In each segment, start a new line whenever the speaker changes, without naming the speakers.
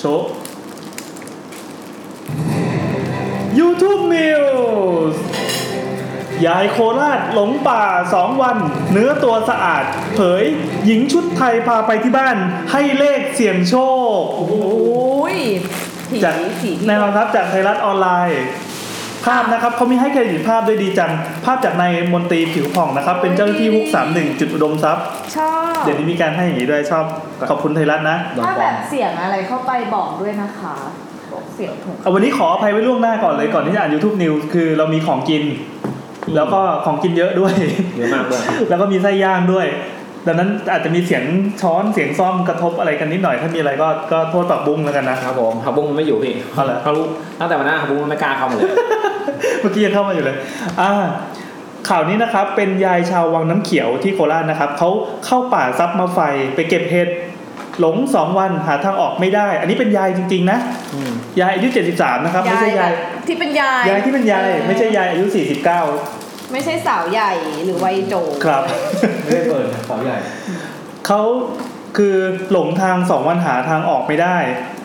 Show YouTube News ยายโคราชหลงป่า 2 วัน เนื้อตัวสะอาด เผย หญิงชุดไทยพาไปที่บ้าน ให้เลขเสี่ยงโชค
โอ้ยผี
จาก
ผี
แน่นอนครับจากไทยรัฐออนไลน์ ภาพนะครับเขามีให้เครดิตภาพด้วยดีจัง ภาพจากนายมนตรีผิวผ่องนะครับ เป็นเจ้าหน้าที่ฮุก31 จุดอุดมทรัพย์
ชอบ
เดี๋ยวนี้มีการให้อย่างนี้ด้วยชอบ ขอบคุณไทยรัฐนะ
ถ้าแบบเสียงอะไรเข้าไปบอกด้วยนะคะบอกเสียงถูก
เอาวันนี้ขออภัยไว้ล่วงหน้าก่อนเลยก่อนที่จะอ่าน YouTube News คือเรามีของกิน แล้วก็ของกินเยอะด้วย
เยอะมากเลย
แล้วก็มีไส้ย่างด้วย ดังนั้นอาจจะมีเสียงช้อนเสียงซ่อมกระทบอะไรกันนิดหน่อยถ้ามีอะไรก็ก็โทษปากบุ้งแล้วกันนะ
ครับผมฮับบุ้งมันไม่อยู่พี่
เอาเหรอ
เขารู้ตั้งแต่วันนั้นฮับบุ้งมันไม่กล้าเข้ามาเลย
เมื่อกี้ยังเข้ามาอยู่เลย อ่า ข่าวนี้นะครับเป็นยายชาววังน้ำเขียวที่โคราชนะครับ เขาเข้าป่าซับมาไฟไปเก็บเห็ด หลงสองวันหาทางออกไม่ได้ อันนี้เป็นยายจริง ๆ นะ
อืม
ยายอายุ 73 นะครับ ไม่ใช่
แบ
ยาย
บที่เป็นยาย
ยายที่เป็นยาย
ออ
ไม่ใช่ยายอายุ
ไม่ใช่สาวใหญ่หรือวัยโจ
49 ครับ
ไม่ได้เปิดนะเขาใหญ่
เขาคือหลงทางสองวันหาทางออกไม่ได้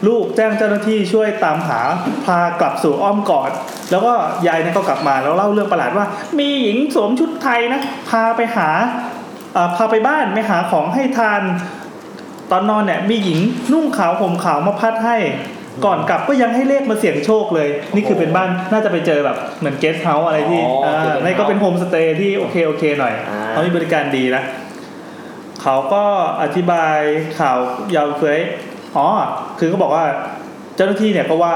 ลูกแจ้งเจ้าหน้าที่ช่วยตามหาพากลับสู่อ้อมกอด แล้วก็ยายเนี่ยก็กลับมาแล้วเล่าเรื่องประหลาดว่า มีหญิงสวมชุดไทยนะ พาไปหาเอ่อพาไปบ้านไปหาของให้ทาน ตอนนอนเนี่ยมีหญิงนุ่งขาวห่มขาวมาพัดให้ ก่อนกลับก็ยังให้เลขมาเสี่ยงโชคเลย นี่คือเป็นบ้านน่าจะไปเจอแบบเหมือนเกสต์เฮาส์อะไรที่อ่านี่ก็เป็นโฮมสเตย์ที่โอเคโอเคหน่อยเขามีบริการดีนะ เขาก็อธิบายข่าวยาวเฟ้ยอ๋อ คือเขาบอกว่าเจ้าหน้าที่เนี่ยก็ว่า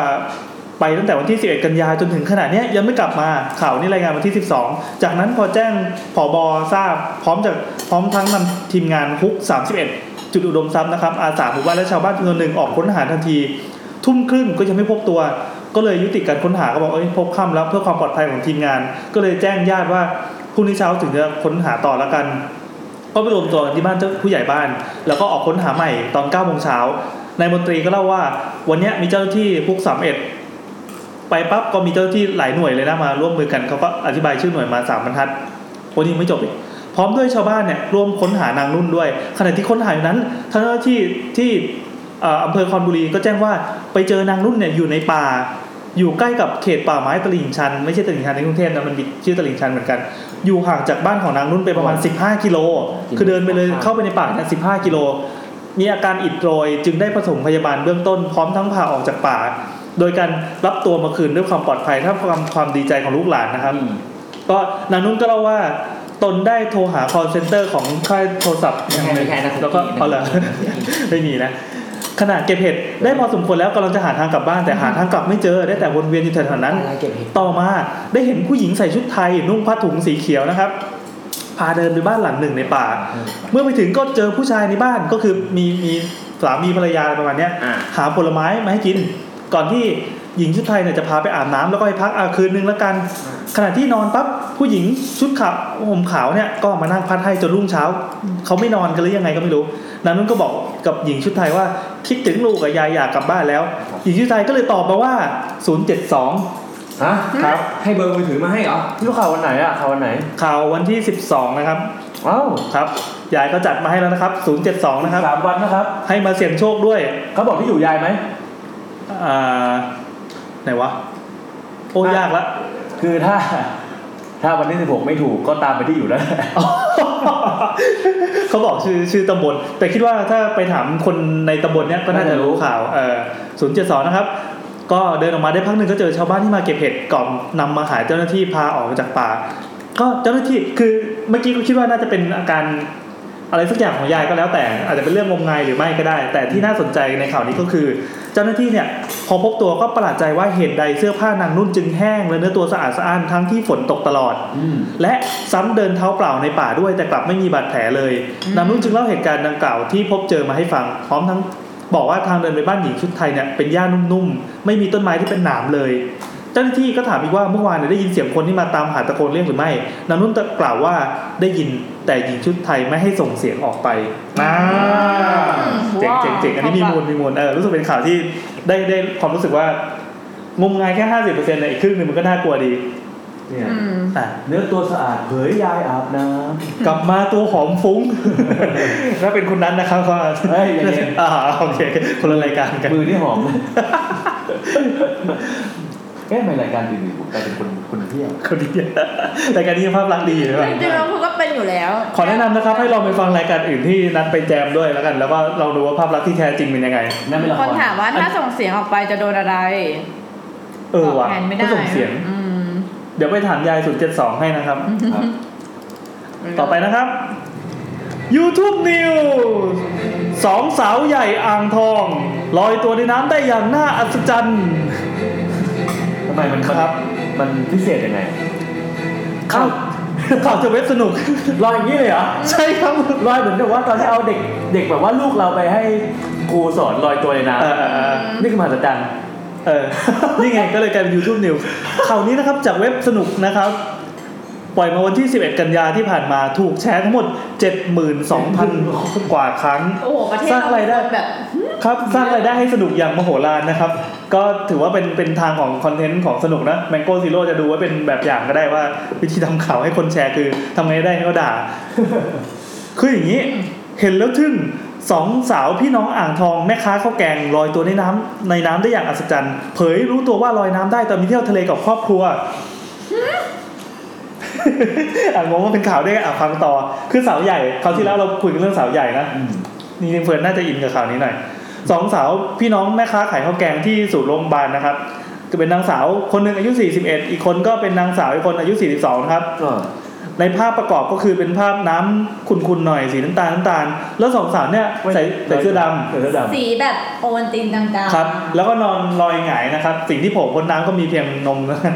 ไปตั้งแต่วันที่ 11 กันยาจนถึงขนาดเนี้ยยังไม่กลับมา ข่าวนี่รายงานวันที่ 12 จากนั้นพอแจ้งผอบอทราบ พร้อมจากพร้อมทั้งนำทีมงานฮุก 31 จุดอุดมทรัพย์นะครับ อาสาหมู่บ้านและชาวบ้านจำนวนหนึ่งออกค้นหาทันที ทุ่มครึ่งก็ยังไม่พบตัว ก็เลยยุติการค้นหาก็บอกเอ้ยพบค่ำแล้วเพื่อความปลอดภัยของทีมงาน ก็เลยแจ้งญาติว่าพรุ่งนี้เช้าถึงจะค้นหาต่อแล้วกัน ก็ไปรวมตัวกันที่บ้านเจ้าผู้ใหญ่บ้าน แล้วก็ออกค้นหาใหม่ตอน9ก้าโมงเช้านายมนตรีก็เล่าว่า วันเนี้ยมีเจ้าหน้าที่พุกสามเอ็ดไปปั๊บก็มีเจ้าหน้าที่หลายหน่วยเลยนะมาร่วมมือกันเขาก็อธิบายชื่อหน่วยมาสามบรรทัดวันนี้ยังไม่จบอีกพร้อมด้วยชาวบ้านเนี่ยร่วมค้นหานางนุ่นด้วย ขณะที่ค้นหาอยู่นั้นทางเจ้าหน้าที่ที่เอ่ออำเภอคอนบุรีก็แจ้งว่าไปเจอนางนุ่นเนี่ยอยู่ในป่า อยู่ใกล้กับเขตป่าไม้ตลิ่งชัน ไม่ใช่ตลิ่งชันในกรุงเทพนะมันมีชื่อตลิ่งชันเหมือนกัน อยู่ห่างจากบ้านของนางนุ่นไปประมาณ 15 กิโล คือเดินไปเลยเข้าไปในป่าเนี่ย15 กิโล มีอาการอิดโรยจึงได้ผสมพยาบาลเบื้องต้นพร้อมทั้งพาออกจากป่า โดยการรับตัวมาคืนด้วยความปลอดภัยท่ามกลางความดีใจของลูกหลานนะครับ
อืม
ก็นางนุ่นก็เล่าว่า ตนได้โทรหา call center ของค่ายโทรศัพท์
ยังไม่ใช่นะ
แล้วก็เอาเหรอ ไม่มีนะขณะเก็บเห็ดได้พอสมควรแล้วกำลังจะหาทางกลับบ้านแต่หาทางกลับไม่เจอได้แต่วนเวียนอยู่แถวๆนั้น
อะไรเก็บเห็ด
ต่อมาได้เห็นผู้หญิงใส่ชุดไทย นุ่งผ้าถุงสีเขียวนะครับ พาเดินไปบ้านหลังหนึ่งในป่า เมื่อไปถึงก็เจอผู้ชายในบ้านก็คือมีมีสามีภรรยาอะไรประมาณเนี้ย
อ่ะ
หาผลไม้มาให้กิน ก่อนที่หญิงชุดไทยเนี่ยจะพาไปอาบน้ำแล้วก็ไปพักอาคืนนึงแล้วกัน ขณะที่นอนปั๊บผู้หญิงชุดขาวผมขาวเนี่ยก็มานั่งพัดให้จนรุ่งเช้า เขาไม่นอนกันหรือยังไงก็ไม่รู้นางนุ่นก็บอกกับหญิงชุดไทยว่าคิดถึงลูกกับยายอยากกลับบ้านแล้ว หญิงชุดไทยก็เลยตอบมาว่า 072
ฮะ
ครับ
ให้เบอร์มือถือมาให้เหรอที่ข่าววันไหนอ่ะข่าววันไหน
ข่าววันที่ 12 นะครับ
อ้าว
ครับยายก็จัดมาให้แล้วนะครับ 072 นะครับ
สามวันนะครับ
ให้มาเสี่ยงโชคด้วย
เขาบอกที่อยู่ยายไหม
อ่า ไหนวะ โอ้
อ่ะ
ยากละ
คือถ้า ถ้าวันที่สิบหกไม่ถูกก็ตามไปที่อยู่แล้ว
เขาบอกชื่อชื่อตำบล แต่คิดว่าถ้าไปถามคนในตำบลเนี้ยก็น่าจะรู้ข่าวเออศูนย์เจ็ดสองนะครับ ก็เดินออกมาได้พักหนึ่งก็เจอชาวบ้านที่มาเก็บเห็ดกล่อมนำมาหาเจ้าหน้าที่พาออกมาจากป่า ก็เจ้าหน้าที่คือเมื่อกี้ก็คิดว่าน่าจะเป็นอาการอะไรสักอย่างของยายก็แล้วแต่ อาจจะเป็นเรื่องงมงายหรือไม่ก็ได้ แต่ที่น่าสนใจในข่าวนี้ก็คือ เจ้าหน้าที่เนี่ยพอพบตัวก็ประหลาดใจว่าเหตุใดเสื้อผ้านางนุ่นจึงแห้งและเนื้อตัวสะอาดสะอ้านทั้งที่ฝนตกตลอด และซ้ำเดินเท้าเปล่าในป่าด้วยแต่กลับไม่มีบาดแผลเลยนางนุ่นจึงเล่าเหตุการณ์ดังกล่าวที่พบเจอมาให้ฟัง พร้อมทั้งบอกว่าทางเดินไปบ้านหญิงชุดไทยเนี่ยเป็นหญ้านุ่มๆ ไม่มีต้นไม้ที่เป็นหนามเลย เจ้าหน้าที่ก็ถามอีกว่าเมื่อวานเนี่ยได้ยินเสียงคนที่มาตามหาตะโกนเรียกหรือไม่นางนุ่นกล่าวว่าได้ยินแต่หญิงชุดไทยไม่ให้ส่งเสียงออกไปอ่าเจ๋งเจ๋งเจ๋งอันนี้มีมูลมีมูลเออรู้สึกเป็นข่าวที่ได้ได้ความรู้สึกว่างมงายแค่ห้าสิบเปอร์เซ็นต์อีกครึ่งหนึ่งมันก็น่ากลัวดี
เนี่ย
อืม
อ่ะ
เนื้อตัวสะอาดเผยยายอาบน้
กลับมาตัวหอม ฟุ้ง ถ้าเป็นคุณนั้นนะครับก็
ำเฮ้ยอย่างเงี้ย
อ่าโอเคคนละรายการกัน
มือที่หอ มเลยเอ๊ะทำไมรายการดีๆผมกลายเป็นคนคนเที่ยว
คนเดียว รายการนี้ภาพลักษณ์ดีใช่ไหม
จริงๆแล้วคุณก็เป็นอยู่แล้ว
ขอแนะนำนะครับ ให้ลองไปฟังรายการอื่นที่นัดไปแจมด้วยแล้วกัน แล้วก็เราดูว่าภาพลักษณ์ที่แท้จริงเป็นยังไง
นั่นเป็นละค
คน
ร
ถามว่าถ้าส่งเสียงออกไปจะโดนอะไร
เออ
ตอบ
ว่ะ
แทนไม่ได้
ก็ส่งเสียง
อืม
เดี๋ยวไปถามยายศูนย์เจ็ดสองให้นะครับ
ครับ
ต่อไปนะครับ YouTube News สองสาวใหญ่อ่างทองลอยตัวในน้ำได้อย่างน่าอัศจรรย์
ทำไมมัน
ครับ
มันพิเศษยังไง
ข่าวข่าวจะเว็บสนุก
ลอยอย่างนี้เลย เหรอ
ใช่ครับ
ลอยเหมือนแบบว่าตอนที่เอาเด็กเด็กแบบว่าลูกเราไปให้ครูสอนลอยตัวในน้
เออเออเออ
ำนี่คือมหัศจรรย์
เออ นี่ไงก็เลยกลายเป็น YouTube News ข่าวนี้นะครับจากเว็บสนุกนะครับ ปล่อยมาวันที่ 11 กันยาที่ผ่านมาถูกแชร์ทั้งหมด 72,000 กว่าครั้ง
โอ้โหประเทศ
สร้างรายได้
แบบ
ครับ สร้างรายได้ให้สนุกอย่างมโหฬารนะครับ ก็ถือว่าเป็นเป็นทางของคอนเทนต์ของสนุกนะ Mango Zero จะดูไว่าเป็นแบบอย่างก็ได้ว่า วิธีทำข่าวให้คนแชร์คือทำไงได้ให้เขา ด่า คืออย่างนี้ เห็นแล้วทึ่งสองสาวพี่น้องอ่างทองแม่ค้าข้าวแกงลอยตัวในน้ำในน้ำได้อย่างอัศจรรย์ เผยรู้ตัวว่าลอยน้ำได้ตอนมีเที่ยวทะเลกับครอบครัว อ่ะงงว่าเป็นข่าวได้ไงอ่ะฟังต่อ คือสาวใหญ่คราวที่แล้วเราคุยกันเรื่องสาวใหญ่นะ นี่เฟิร์นน่าจะอินกับข่าวนี้หน่อยสองสาวพี่น้องแม่ค้าขายข้าวแกงที่สูตรโรงพยาบาลนะครับก็เป็นนางสาวคนหนึ่งอายุ 41 อีกคนก็เป็นนางสาวอีกคนอายุ 42นะครับ
ก็
ในภาพประกอบก็คือเป็นภาพน้ำขุ่นๆหน่อยสีน้ำตาลน้ำตาล แล้วสองสาวเนี่ยใส่ใส่เสื้อดำ
ใส่เสื้อดำ
สีแบบโอวันตินต่างๆ
ครับ แล้วก็นอนลอยหงายนะครับ สิ่งที่โผล่พ้นน้ำก็มีเพียงนม นะครับ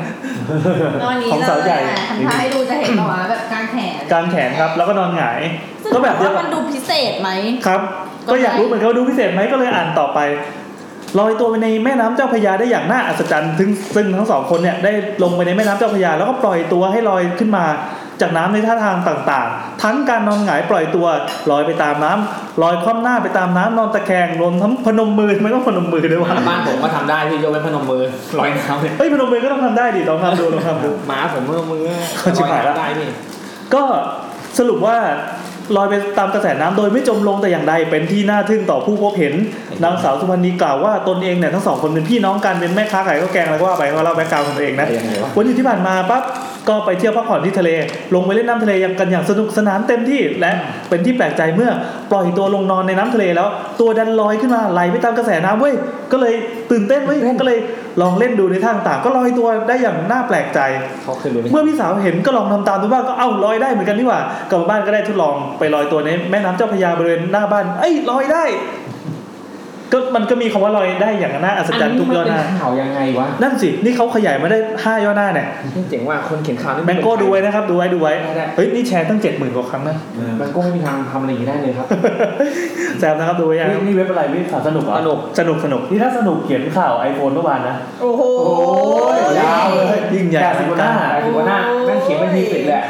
นอนนี้
ของสาวใหญ่
เลยอะทำท่าให้ดูจะเห็นเหรอวะแบบกลางแขน
กลางแขนครับ แล้วก็นอนหงาย
ซึ่ง
ก็แบบเดียวกั
ว่า
บ
มันดูพิเศษไหม
ครับ
ก็
ก็
ได้
อยากรู้เหมือนกันว่าดูพิเศษไหมก็เลยอ่านต่อไปลอยตัวไปในแม่น้ำเจ้าพระยาได้อย่างน่าอัศจรรย์ซึ่งซึ่งทั้งสองคนเนี่ยได้ลงไปในแม่น้ำเจ้าพระยาแล้วก็ปล่อยตัวให้ลอยขึ้นมา จากน้ำในท่าทางต่างๆ ทั้งการนอนหงายปล่อยตัวลอยไปตามน้ำลอยคว่ำหน้าไปตามน้ำนอนตะแคงรวมทั้งพนมมือไม่ต้องพนมมือด้วยวะ
บ้านผมก็ทำได้พี่ยกเว้นพนมมือลอยน้ำเลย
เอ้ยพนมมือก็ต้องทำได้ดิลองทำดูลองทำดู
หมาผมพนมมือ
เขาชิบหายละ
อน้ำได้พี่
ก็สรุปว่าลอยไปตามกระแสน้ำโดยไม่จมลงแต่อย่างใดเป็นที่น่าทึ่งต่อผู้พบเห็นนางสาวสุพรรณีกล่าวว่าตนเองเนี่ยทั้งสองคนเป็นพี่น้องกันเป็นแม่ค้าขายข้าวแกงอะไรก็ว่าไปเพราะเล่าแบ็กกราวของตัวเองนะ
เรียนไงวะ
วันหยุดที่ผ่านมาปั๊บก็ไปเที่ยวพักผ่อนที่ทะเล ลงไปเล่นน้ำทะเลกันอย่างสนุกสนานเต็มที่และเป็นที่แปลกใจเมื่อปล่อยตัวลงนอนในน้ำทะเลแล้ว ตัวดันลอยขึ้นมาไหลไปตามกระแสน้ำเว้ยก็เลยตื่นเต้นเว้ยก็เลยลองเล่นดูในทางต่างก็ลอยตัวได้อย่างน่าแปลกใจ
เขาเคยรู้ไหม
เมื่อพี่สาวเห็นก็ลองทำตามดูบ้างก็เอ้าลอยได้เหมือนกันนี่หว่ากลับมาบ้านก็ได้ทดลองไปลอยตัวในแม่น้ำเจ้าพระยาบริเวณหน้าบ้าน เอ้ยลอยได้ ก็มันก็มีคำว่าลอยได้อย่างน่าอัศจรรย์ทุกย่อหน้า
ข่าวยังไงวะ
นั่นสินี่เขาขยายมาได้ห้าย่อหน้าเนี่ย
นี่เจ๋งว่าคนเขียนข่าวนี่
แมงโก้ดูไว้นะครับ ดูไว้ดูไว้
ได้ได้
เฮ้ยนี่แชร์ตั้งเจ็ดหมื่นกว่าครั้งนะ
แมงโก้ไม่มีทางทำอะไรอย่างนี้ได้เลยครับ
แซมนะครับดูไว้ยัง
นี่นี่เว็บอะไรเว็บข่าวสนุกเหรอ
สนุก
สนุกสนุก
นี่ถ้าสนุกเขียนข่าว iPhone เมื่อวานนะ
โอ้โห
ยาวเลย
ยิ่งใหญ่
แปดสิบกว่าหน้า
แต่ถือว่าหน้าแม่งเขียนไม่มีสิทธิ์แหละ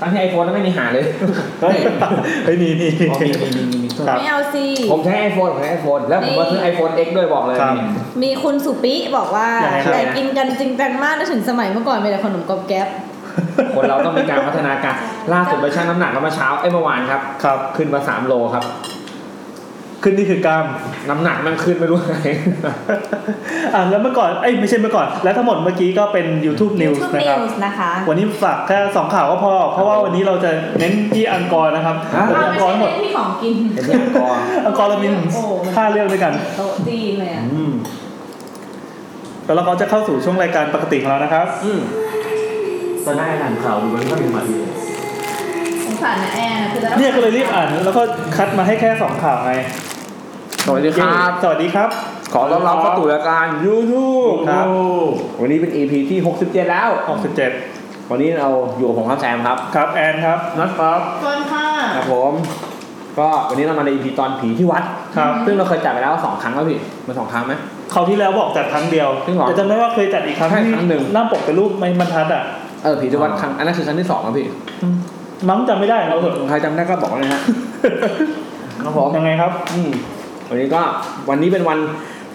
ครั้งที่ไอโฟนนั้นไม่มีหาเลย
เฮ้ยเฮ้ยมีมี
อ๋อมีมีมีมีมี
ครับ
ไม่เอาสิ
ผมใช้ไอโฟนผมใช้ไอโฟนแล้วผมก็ซื้อไอโฟน X ด้วยบอกเลย
ครับ
มีคุณสุปิบอกว่า
ยังไงครับ
แต่กินกันจริงจังมากนะถึงสมัยเมื่อก่อนมีแต่ขนมกอบแก๊บ
คนเราต้องมีการพัฒนาการล่าสุดไปชั่งน้ำหนักแล้วเมื่อเช้าไอยเมื่อวานครับ
ครับ
ขึ้นมาสามโลครับ
ขึ้นนี่คือกล้าม
น้ำหนักมันขึ้นไม่รู้ไง
อ่ะแล้วเมื่อก่อนเอ้ยไม่ใช่เมื่อก่อน แล้วทั้งหมดเมื่อกี้ก็เป็น YouTube News
YouTube
นะครับ
News นะคะ
วันนี้ฝากแค่สองข่าวก็พอ เพราะว่าวันนี้เราจะเน้นที่อังกอร์นะครับ
ฮะ
วัน
อ้าว
นี้อั
ไม่ใช่
งกอร์ทั้งหม
เรื่อง
ด
ที่ของกิน
เป็นที่อังกอร์
อังกอร์เรามี
โอ้โห
ห้าเรื่องด้วยกัน
โต๊ะจีนเลยอะ
อืม
แล้วเราก็จะเข้าสู่ช่วงรายการปกติของเรานะครับ
อืม
ตอนแรกอ่านข่าวดูมันก็มีมาดี
สงสารนะแอนนะคือจะ
เนี่ยก็เลยรีบอ่านแล้วก็คัดมาให้แค่สองข่าวไง
สวัสดีครับ
สวัสดีครับ
ขอต้อนรับเข้าสู่รายการ YouTube
ครับ
โอ้
วันนี้เป็น EP ที่ 67 แล้ว
67
วันนี้เราอยู่กับผมครับแซมครับ
ครับแอนครับ
นัดครับ
ต้นค่ะ
ครับผม ก็วันนี้เรามาใน EP ตอนผีที่วัด
ครับ
ซึ่งเราเคยจัดไปแล้ว 2 ครั้งแล้วพี่มันสองครั้งไหม
คราวที่แล้วบอกจัดครั้งเดียว
จริงเหรอ
แต่จำได้ว่าเคยจัดอีกครั้ง
ใช่
ที่
ครั้งหนึ่ง
หน้าปกเป็นรูปไม้บรรทัดอ่ะ
เออผีที่วัดครั้งอันนั้นคือครั้งที่สองครับพี่
มั้งจำไม่ได้เราเถอะ
ใครจำได้ก็บอกเลยฮะครับผม
ยังไงครับ
อืมวันนี้ก็วันนี้เป็นวัน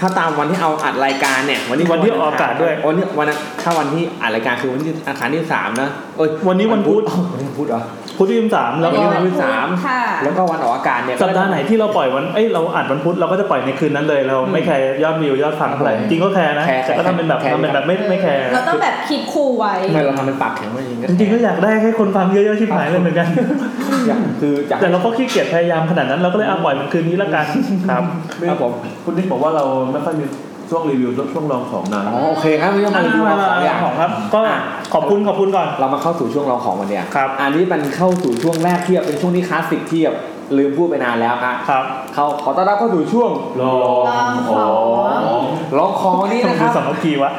ถ้าตามวันที่เอาอัดรายการเนี่ย วันนี้
วันที่ออกอากาศด้วย
วันนี้วันนั้นถ้าวันที่อัดรายการคือวันที่อาคารที่สามนะเอ้ย
วันนี้วันพุธ
อ้าววันนี้วันพุธเหรอ
พุธที่สามแล้ว
วัน
ก็
นี้วันที่สาม
ค่ะ
แล้วก็วันออกอากาศเนี่ย
สัปดาห์ไหนที่เราปล่อยวันเอ้ยเราอัดวันพุธเราก็จะปล่อยในคืนนั้นเลยเราไม่แคร์ยอดวิวยอดฟังเท่าไหร่จริงก็แคร์นะ
แคร์แคร์
แต่ก็ทำเป็นแบบ
แคร์
ทำเป็นแบบไม่ไม่แคร์
เราต้องแบบคิดคูลไว้
ทำไมเราทำเป็นปากแข็งไว้จริง
จริงๆก็อยากได้ให้คนฟังเยอะๆชิบหายเลยเหมือนกัน
อยากคืออยาก
แต่เราก็ขี้เกียจพยายามขนาดนั้นเราก็เลยเอาปล่อยมันคืนนี้ละกันครับ
ครับผม
คุณนิกบอกว่าเราไม่ค่อยมีช่วงรีวิวช่วงลองของนะ
อ๋อโอเคครับไม่ต้องมาดูเราสองอย่าง
ของครับ ก็
อ่ะ
ขอบคุณขอบคุณก่อน
เรามาเข้าสู่ช่วงรองของวันเนี้ย
ครับ
อันนี้มันเข้าสู่ช่วงแรกเทียบเป็นช่วงที่คลาสสิกเทียบลืมพูดไปนานแล้วครับ
ครับ
เขาขอต้อนรับเข้าสู่ช่วง
ลอง
ของ
รองของวันนี้
ต้อง
นะค
ดู
รับ
สามกีวะ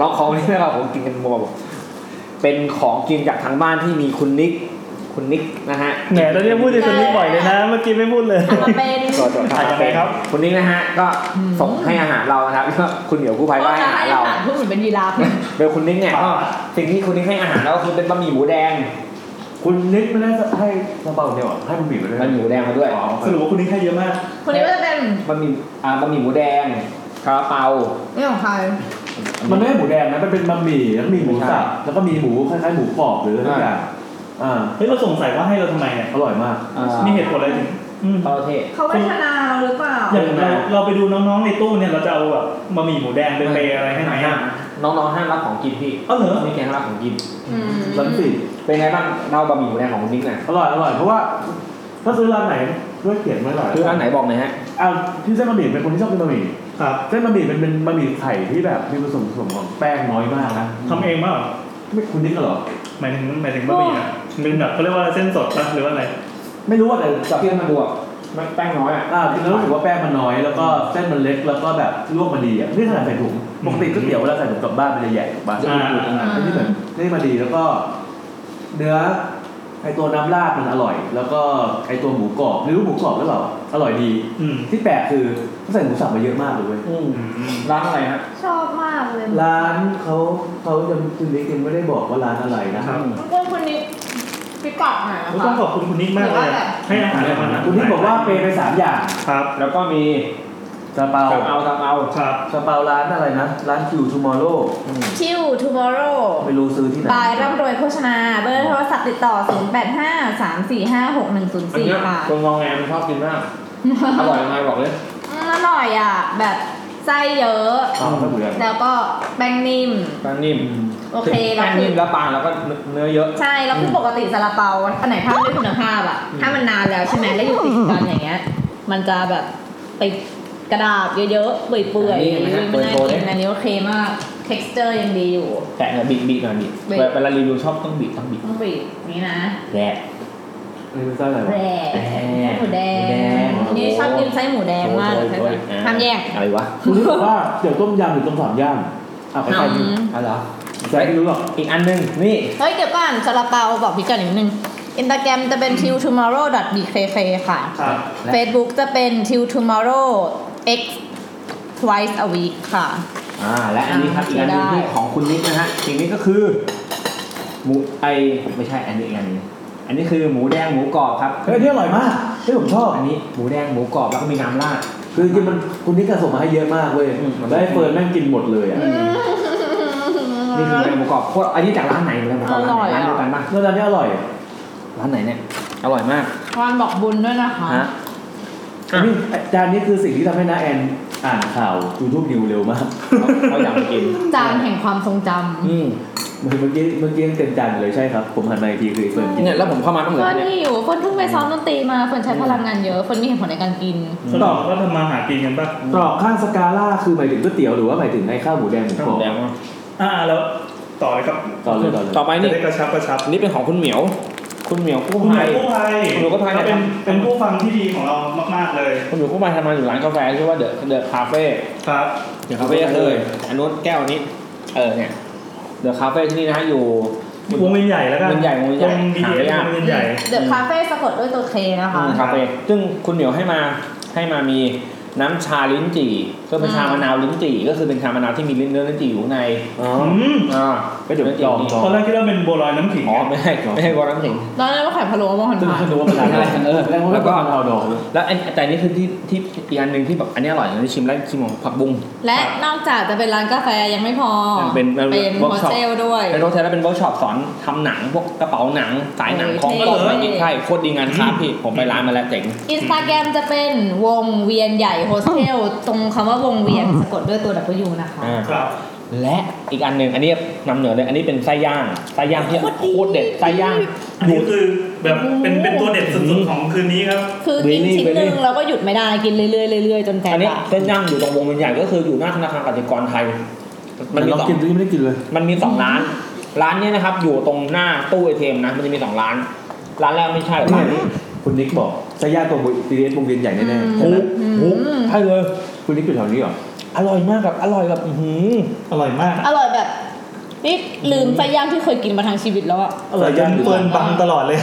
รองของวันนี้นะครับผมกินกันมัวบอกเป็นของกินจากทางบ้านที่มีคุณนิกคุณนิกนะฮะ
แหนตอนนี้พูดในสนิทบ่อยเลยนะ เมื่อกี้ไม่พูดเลย
มาเป็น
จอดจอด
อ่ะยังไงครับ
คนนี้นะฮะก็ส่งให้อาหารเรานะครับ แล้วก็คุณเหมียวกู้ภัยก็ให้อาหารเรา
พูดเหมือนเป็นยีราฟ
โดยคุณนิกเนี่ยก็สิ่งที่คุณนิกให้อาหารเราก็คือเป็นบะหมี่หมูแดง
คุณนิกไม่ได้ให้ซาเปาเนี่ยหรอให้มันบีบไปด้วย
บะหมี่หมูแดงมาด้วย
อ๋อ
สรุปว่าคุณนี่แค่เยอะมาก
คนนี้ก็จะเป็น
บะหมี่อ่าบะหมี่หมูแดงคาราเปา
นี่ของใคร
มันไม่ใช่หมูแดงนะมันเป็นบะหมี่แล้วก็มีหมูสับแล้วก็มีหมูคล้ายๆหมูกรอบหรืออะไรสักอย่างอ่า
เฮ้ยเราสงสัยว่าให้เราทำไมเนี่ย
อร่อยมาก
อ่า
มีเหตุผลอะไรถึงอืม
เต้าเทศ
เขาวัฒนาเราหรือเปล่า
อย่างเราเราไปดูน้องๆในตู้เนี่ยเราจะเอาแบบบะหมี่หมูแดงไปเปย์อะไรให้ไหนอ่ะ
น้องๆห้ามรับของกินพี่
เอาเหรอ
นี่แกงรับของกิน
อืม
สันติ
เป็นไงบ้างเล่าบะหมี่หมูแดงของคุณนิกหน่อย
อร่อยอร่อยเพราะว่าถ้าซื้อร้านไหนด้วยเขียนไว้หน่อย
คือร้านไหนบอกหน่อยฮะ
อ่าที่เส้นบะหมี่เป็นคนที่ชอบกินบะหมี่
ครับ
เส้นบะหมี่เป็นเป็นบะหมี่ไข่ที่แบบมีผสมผสมของแป้งน้อยมากนะ
ทำเองเปล่า
ไม่คุณนิกเหรอ
หมายถึงหมายถึงบะหมี่นะเป็นแบบเขาเรียกว่าเส้นสดปะหรือว่าอะไร
ไม่รู้ว่าแต่
จับเพื่อนมาดูอ่ะมันแป้งน้อยอ่ะ
อ่ากินแล้วรู้สึกว่าแป้งมันน้อยแล้วก็เส้นมันเล็กแล้วก็แบบลวกมันดีอ่ะนี่ขนาดใส่ถุงปกติก๋วยเตี๋ยวเวลาใส่ถุงกลับบ้านมันจะใหญ่ถูกปะ
อ่า
อันนี้เหมือนได้มาดีแล้วก็ เนื้อไอตัวน้ำราดมันอร่อย แล้วก็ไอตัวหมูกรอบไม่รู้หมูกรอบหรือเปล่าอร่อยดี
อืม
ที่แปลกคือเขาใส่หมูสับมาเยอะมากเลยเว้ย
อืมร้านอะไรฮะ
ชอบมากเลย
ร้านเขาเขายังคุณนิกยังไม่ได้บอกว่าร้านอะไรนะ
ค
ค
รั
รั
บบ
ทุกคนคนนี้พิกัดหน่อยนะ
ต้อ
คะ
งขอบคุณคุณนิกมากเลยอะให้อาหารเรามานะ
คุณนิกบอกว่าเปย์ไปสามอย่าง
ครับ
แล้วก็มี
ซาเปา
ซาเปาซาเปา
ครับ
ซาเปาร้านอะไรนะร้านคิวทูมอร์โล
ชิว tomorrow
ไม่รู้ซื้อที่ไหน
บายร่ำรวยโภชนา เบอร์โทรศัพท์ติดต่อ 085 345
อันเนี้ย
6104 ค่ะ
คนงองแงมันชอบกินมาก อร่อยยังไงบอกเลย
อืมอร่อยอ่ะ แบบไส้เยอะ
อ๋อไม่เหมือน
แล้วก็แป้งนิ่ม
แป้งนิ่ม
โอเค
แป้งนิ่มแล้วปลาแล้วก็เนื้อเยอะ
ใช่ แล้วคือปกติซาลาเปาอันไหนถ้าไม่คุณภาพอ่ะ ถ้ามันนานแล้วใช่ไหมแล้วอยู่ติดกันอย่างเงี้ย มันจะแบบไปกระดาษเยอะๆ เปื่อยๆ
อันนี้เห็นไหมฮะ
ไม่น่า
เปิดโชว์ดิ
กินอันนี้โอเคมาก texture ยังดีอยู่
แต่เนี่ยบีบบีบหน่อยบีบ
บีบ
เวลารีวิวชอบต้องบีบต้องบีบ
ต้องบีบอย่างนี้นะ
แดด
ไม่รู้ซื้ออะไรวะ
แดงหมูแดง
หมูแดง
นี่ชอบกินไส้หมูแดงมาก
โอ้ยโอ้ย
ทำแยก
อะไรวะ
คุณนิกบอกว่าเดี๋ยวต้มยำหรือต้มสามย่างอ่ะใครใครดี
อะไรเหรอ
ใครไม่รู้หรอก
อีกอันหนึงนี่
เฮ้ยเดี๋ยวก่อนซาลาเปาบอกพี่กันอีกนิดนึงอินสตาแกรมจะเป็น till tomorrow bkk ค่ะ
ครับ
และ
Facebook จะเป็น till tomorrow x twice a week ค่ะ
อ่าและอันนี้ครับอีกอันหนึงที่ของคุณนิกนะฮะสิ่งนี้ก็คือหมูไอไม่ใช่อันนี้อีกอันนี้อันนี้คือหมูแดงหมูกรอบครับ
เฮ้ยอันนี่อร่อยมากที่ผมชอบ
อันนี้หมูแดงหมูกรอบแล้วก็มีน้ำราด
คือจริงๆมันคุณนิกก็ส่งมาให้เยอะมากเว้ย
อืม
แล้วไอ้เฟิร์นแม่งกินหมดเลยอ่ะ
นี่คือหมูแดงหมูกรอบโคตรอันนี้จากร้านไหนหมูแดงหมูกรอบ
อร่อย
ร้าน
อะ
เดียวกันปะ
แล้วร้านนี้อร่อย
ร้านไหนเนี่ย อร่อยมาก
วันบอกบุญด้วยนะคะ
ฮะ อ่ะ
นี่จานนี้คือสิ่งที่ทำให้น้าแอนอ่านข่าวยูทูบนิวเร็วมาก
เราเราอยากไปกิน
จานแห่งความทรงจ
อืม
เมื่อกี้เมื่อกี้ยังเต็มจานอยู่เลยใช่ครับ ผมหันมาอีกทีคือไอ้เฟิร์นกิน
เนี่ยแล้วผมเข้ามาต้อ
ำ
งเหมือ
เฟิร์
น
น
เนี่ย
หิวเฟิร์นเพิ่งไปซ้อมดนตรีมาเฟิร์นใช้พลังงานเยอะเฟิร์นมีเหตุผลในการกิน
สรุปก็ทำมาหากินกันปะ
ตรอกข้างสกาล่าคือหมายถึงก๋วยเตี๋ยวหรือว่าหมายถึงไอ้ข้าวหมูแดงหมูกรอบ
แดงมาก
อ่าแล้วต่อเลยครับ
ต่อเลยต่อเลย
ต่อไป
จะ
นี่
ได้กระชับกระชับ
อันนี้เป็นของคุณเหมียว คุณเหมียวกู้
คุณหมอ
ภั
ย กู้ภัย
คุณหมอกู้ภัย
ก็เป็นเป็นผู้ฟังที่ดีของเรามาก ๆ เลย
คุณเหมียวกู้ภัยทำงานอยู่ร้านกาแฟชื่อว่าเดอะเดอะคาเฟ่
ครับ
เดอะคาเฟ่เลยอันนู้นแก้วนี้ เออเนี่ยเดอะคาเฟ่ที่นี่นะฮะอยู่
วงเวียนใหญ่แล้วกัน
วงเวียนใหญ่วงเวียนใหญ่
ดีเอ
หาไม่ยาก
วงเวียนใหญ่
เดอะคาเฟ่สะกดด้วยตัวเคนะคะ
คาเฟ่ซึ่งคุณเหมียวให้มาให้มามี น้ำชาลิ้นจี่ก็เป็นชามะนาวลิ้นจี่ก็คือเป็นชามะนาวที่มีลิ้นเนื้อลิ้นจี่อยู่ข้างใน
อ๋อ
อืม
อ่าก็เดี๋ยวลิ้นจี่นี่
จอง
ตอนแรกคิดว่าเป็นบัวลอยน้ำขิง
อ๋อไม่ใช่ไม่ใช่วอร์น้ำถึง
ตอนนั้นเราขายพะโล้มาหอน
ซึ่ง
หวาน
ไม่รู้ว่าเป็นอะไร
เออ
แล้ว
แล้
ก็
วก็
เอาดอกเลย
แล้วอันแต่อันนี้คือที่ที่อีกอันหนึ่งที่แบบอันนี้อร่อยนะที่ชิมแล้วชิมของผักบุ้ง
และนอกจากจะเป็นร้านกาแฟยังไม่พอ
มันเป็นมันเป็
เป็น น
เวิร์
โฮ
กช็อป
เทลด้วย
เป็นรถไทยแล้วเป็นเวิร์กช็อปสอนทำหนังพวกกระเป๋าหนังสายหนัง
โอ้ย
ของ
เท่
ตก
เลย
ยิงใช่โคตรดีงานคราฟ พี่ผมไปร้านมาแล้วเจ๋ง
อินสตาแกรมจะเป็นวงเวียนใหญ่โฮสเทลตรงคำว่าวงเวียนสะกดด้วยตัว W นะคะ
อ่า
ครับ
และอีกอันหนึ่งอันนี้นำเหนือเลยอันนี้เป็นไส้ย่างไส้ย่างที่โคตรเด็ดไส้ย่าง
อัน
ดู
นี้
ด
คือแบบเป็นเป็นตัวเด็ดสุดๆของคืนนี้ครับ
คือกิน
Really,
ชิ้นหนึ่ง
really
แล้วก็หยุดไม่ได้กินเรื่อยๆเรื่อยๆจนแตก
อันนี้
ปาก
เส้นย่างอยู่ตรงวงเวียนใหญ่ก็คืออยู่หน้าธนาคารกสิกรไทย มันมี
ลอง
สอง
กินดูยังไม่ได้กินเลย
มันมีสองร้าน ร้านเนี้นะครับอยู่ตรงหน้าตู้เอทีเอ็มนะมันจะมีสองร้าน ร้านแรกไม่ใช่ร้านนี้
คุณนิกบอกสยามตรงตีเอสวงเวียนใหญ่แน่ๆใช่
โอ้
ไหม
โหใช่เลย
คุณนิกอยู่แถวนี้เหรอ
อร่อยมากแบบอร่อยแบบอื้อหือ
อร่อยมาก
อร่อยแบบนี่ลืมไส้ย่างที่เคยกินมาทางชีวิตแล้วอะ
อร่อยจนเฟิร์นบังตลอดเลย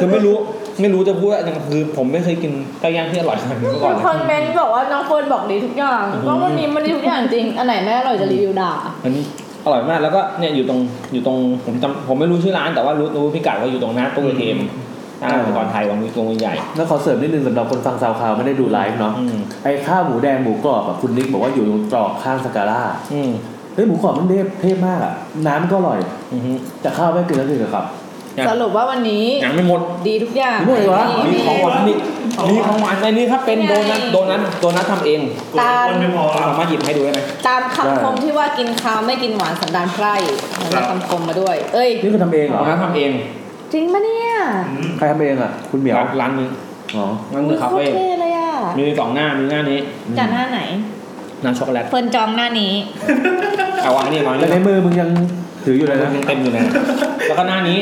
คือไม่รู้ไม่รู้จะพูดอะไรคือผมไม่เคยกินไก่ย่างที่อร่อยขนาดนี้มาก่อน
มี
เลย
คอมเมนต์บอกว่าน้องเฟิร์นบอกดีทุกอย่าง
อืม
ว่าวันนี้มันดีทุกอย่างจริง อันไหนไม่อร่อยจะรีวิวด่า
มันอร่อยมากแล้วก็เนี่ยอยู่ตรงอยู่ตรงผมจำผมไม่รู้ชื่อร้านแต่ว่ารู้รู้พิกัดว่าอยู่ตรงหน้าตู้เทมหน้าอุปกรณ์ไทยวางมือตรงมือใหญ่
แล้วขอเสริมนิดนึงสำหรับคนฟังซาวคลาวไม่ได้ดูไลฟ์เนาะ
อืม
ไอ้ข้าวหมูแดงหมูกรอบอะคุณนิกบอกว่าอยู่ตรงตรอกข้างสกาล่า
อืม
เฮ้ยหมูกรอบมันเทพเทพมากอ่ะ น้ำก็อร่อย
อือหือ
แต่ข้าวไม่กินแล้วกินกับครับ
สรุปว่าวันนี้
ยังไม่หมด
ดีทุกอย่าง
หมดเลยวะ
มี
มี
ของหวานนี่มีของหวานในนี้ครับเป็นโดนัทโดนัทโดนัททำเอง
ตาม
คนไม่พอ
ผมสามารถหยิบให้ดูได้ไหม
ตามคำคมที่ว่ากินข้าวไม่กินหวานสันดานไพร่มันได้คำคมมาด้วย เอ้ย
นี่คือทำเองเหร
โด
อ
นัททำเอง
จริงปะเนี่ย
อืม
ใครทำเองอ่ะ คุณเหมียว
ร้านร้านนึง
อ๋อ
ร้านนึงคา
อุ๊
เฟ่
ยโตรเท่เลยอ่ะ
มีสองหน้ามีหน้านี้
จานหน้าไหน
หน้าช็อกโกแลต
เฟิร์นจองหน้านี้
เอาอันนี้มา
แต่
นี่
ในมือมึงยังถืออยู่เลยนะ
ยังเต็มอยู่เลย แล้วก็หน้านี้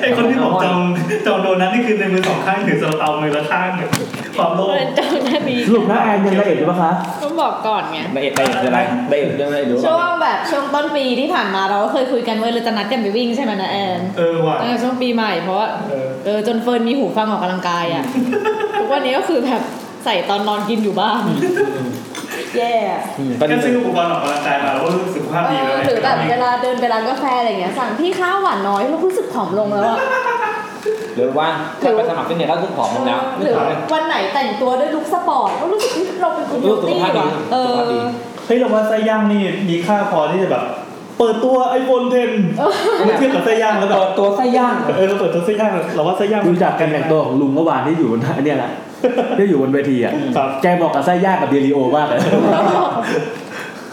ไอคนที่บอกจองจองโดนัทนี่คือในมือสองข้างถือซาลาเปามือละข้างเนี่ยความโลภ
เฟิร์นจองหน้านี้
สรุปนะแอนยังละเอียดอยู่ปะคะ
ต้องบอกก่อนไง
ละเอียดละเอียดคืออะไรละเอียดเรื่องอะไรเดี๋ยว
ช่วงแบบช่วงต้นปีที่ผ่านมาเราก็เคยคุยกันเว้ยเราจะนัดกันไปวิ่งใช่ไหมนะแอน
เออว่ะ
ตั้งแต่ช่วงปีใหม่เพราะว่า
เออ
เออจนเฟิร์นมีหูฟังออกกำลังกายอ่ะ ทุกวันนี้ก็คือแบบใส่ตอนนอนกินอยู่บ้านแย่
อืม
ก็
ก็นี่
ซื้ออุปกรณ์ออกกำลังกายมาแล้วก็รู้สึกภาพดีแล้ว
หรือแบบเวลาเดินไปร้านกาแฟอะไรอย่างเงี้ยสั่งพี่ข้าวหวานน้อยเรารู้สึกผอมลงแล้วอ่ะ
หรือว่าถ้าไปสมัครฟิตเนสแล้วทุกผอมลงแล้ว
หรือวันไหนแต่งตัวด้วยลุคสปอร์ตก็รู้สึกเราเป็นคน
รู้
บิ
สึกสุข
ตี้
ภาพดี
ว่ะเอ
สุข
อ
ภาพดี
เฮ้ยเราว่าไส้ย่างนี่มีค่าพอที่จะแบบ เปิดตัวไอโฟนเทนเทียบกับไส้ย่างแล้วแบ
เปิ
บ
ดตัวไส้ย่าง
เออเราเปิดตัวไส้ย่างเราว่าไส้ย่าง
รู้จักการแต่งตัวของลุงเมื่อวานที่อยู่บนอันเนี้ย นะที่อยู่บนเวทีอ่ะ
ครับ
แกบอกกับไส้ย่างกับเดลิโอมากเลย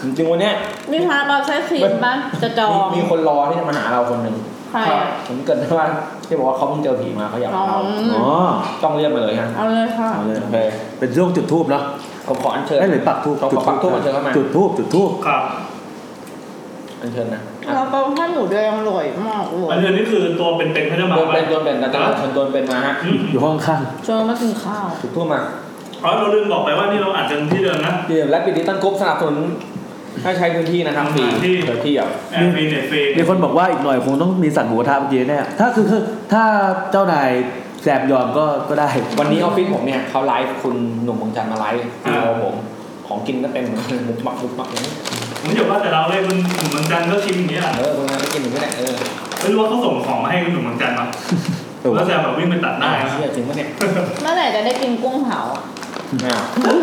จริงๆวันเนี้ย
นี่คะเราใช้ครีมบ้างจะจอ
มี
ง
มีคนรอที่จะมาหาเราคนหนึ่ง
ใครอ่ะ
ผมเกิดได้ว่าที่บอกว่าเขาเพิ่งเจอผีมาเขาอยาก
น้อ
มาเรา
ง
อ๋อ
ต้องเรียกมาเลยฮะ
เอาเลยค่ะ
เอาเลย
โอเค
เป็นช่วงจุดทูบเนาะ
ผมขออัญเชิญ
ได้ยหรือปักทูบ
ผมขอปักทูบอัญเชิญเข้ามา
จุดทูบจุดทูบ
ครับ
อัญเชิญนะอ่ะ
เราเป็นข้าวหมูแดงอร่อยมากเล
อัน
ย
เดือนนี่คือตัวเป็นๆเขาจะมา
โดนเป็นโดนเป็นแต่จะเชิญโดนเป็นมาฮะ
อืม
อยู่ห้องข้าง
ชวนมากินข้าว
จุดทูบมา
อ๋อเราลืมบอกไปว่านี่เราอัดกันที่เดิมนะ
เดี๋ยวและปิดดิจิตอลกรุ๊ปสนับสนุนให้ใช้พื้นที่นะครับฟรี
ที่
เดี๋ยวที่อ่ะ
แอบฟรีเน็ตฟรี
มีคนบอกว่าอีกหน่อยคงต้องมีสั่งหมูกระทะเมื่อกี้แน่ถ้าคือถ้าเจ้านายแสบยอมก็ก็ได้
วันนี้ออฟฟิศผมเนี่ยเขาไลฟ์คุณหนุ่มเมืองจันทร์มาไลฟ์
อ่า
เราผมของกินก็เต็มเลยมุกหมักมุกหมักอย่างนี้
ผมอย่าว่าแต่เราเลยคุณหนุ่มเมืองจันทร์ก็ชิมอย่างเงี้ย
เออคนงานไปกินหนึ่งก็ได้เออ
ไม่รู้ว่าเขาส่งของมาให้คุณหนุ่มเมืองจันทร์มั้ย
เออ
แล้วแซมแบบวิ่งไปตัดหน้า
เชื่อจริงปะเนี่ย
เมื่อไหร่จะได้กินกุ้งเผาอะ
อ้าว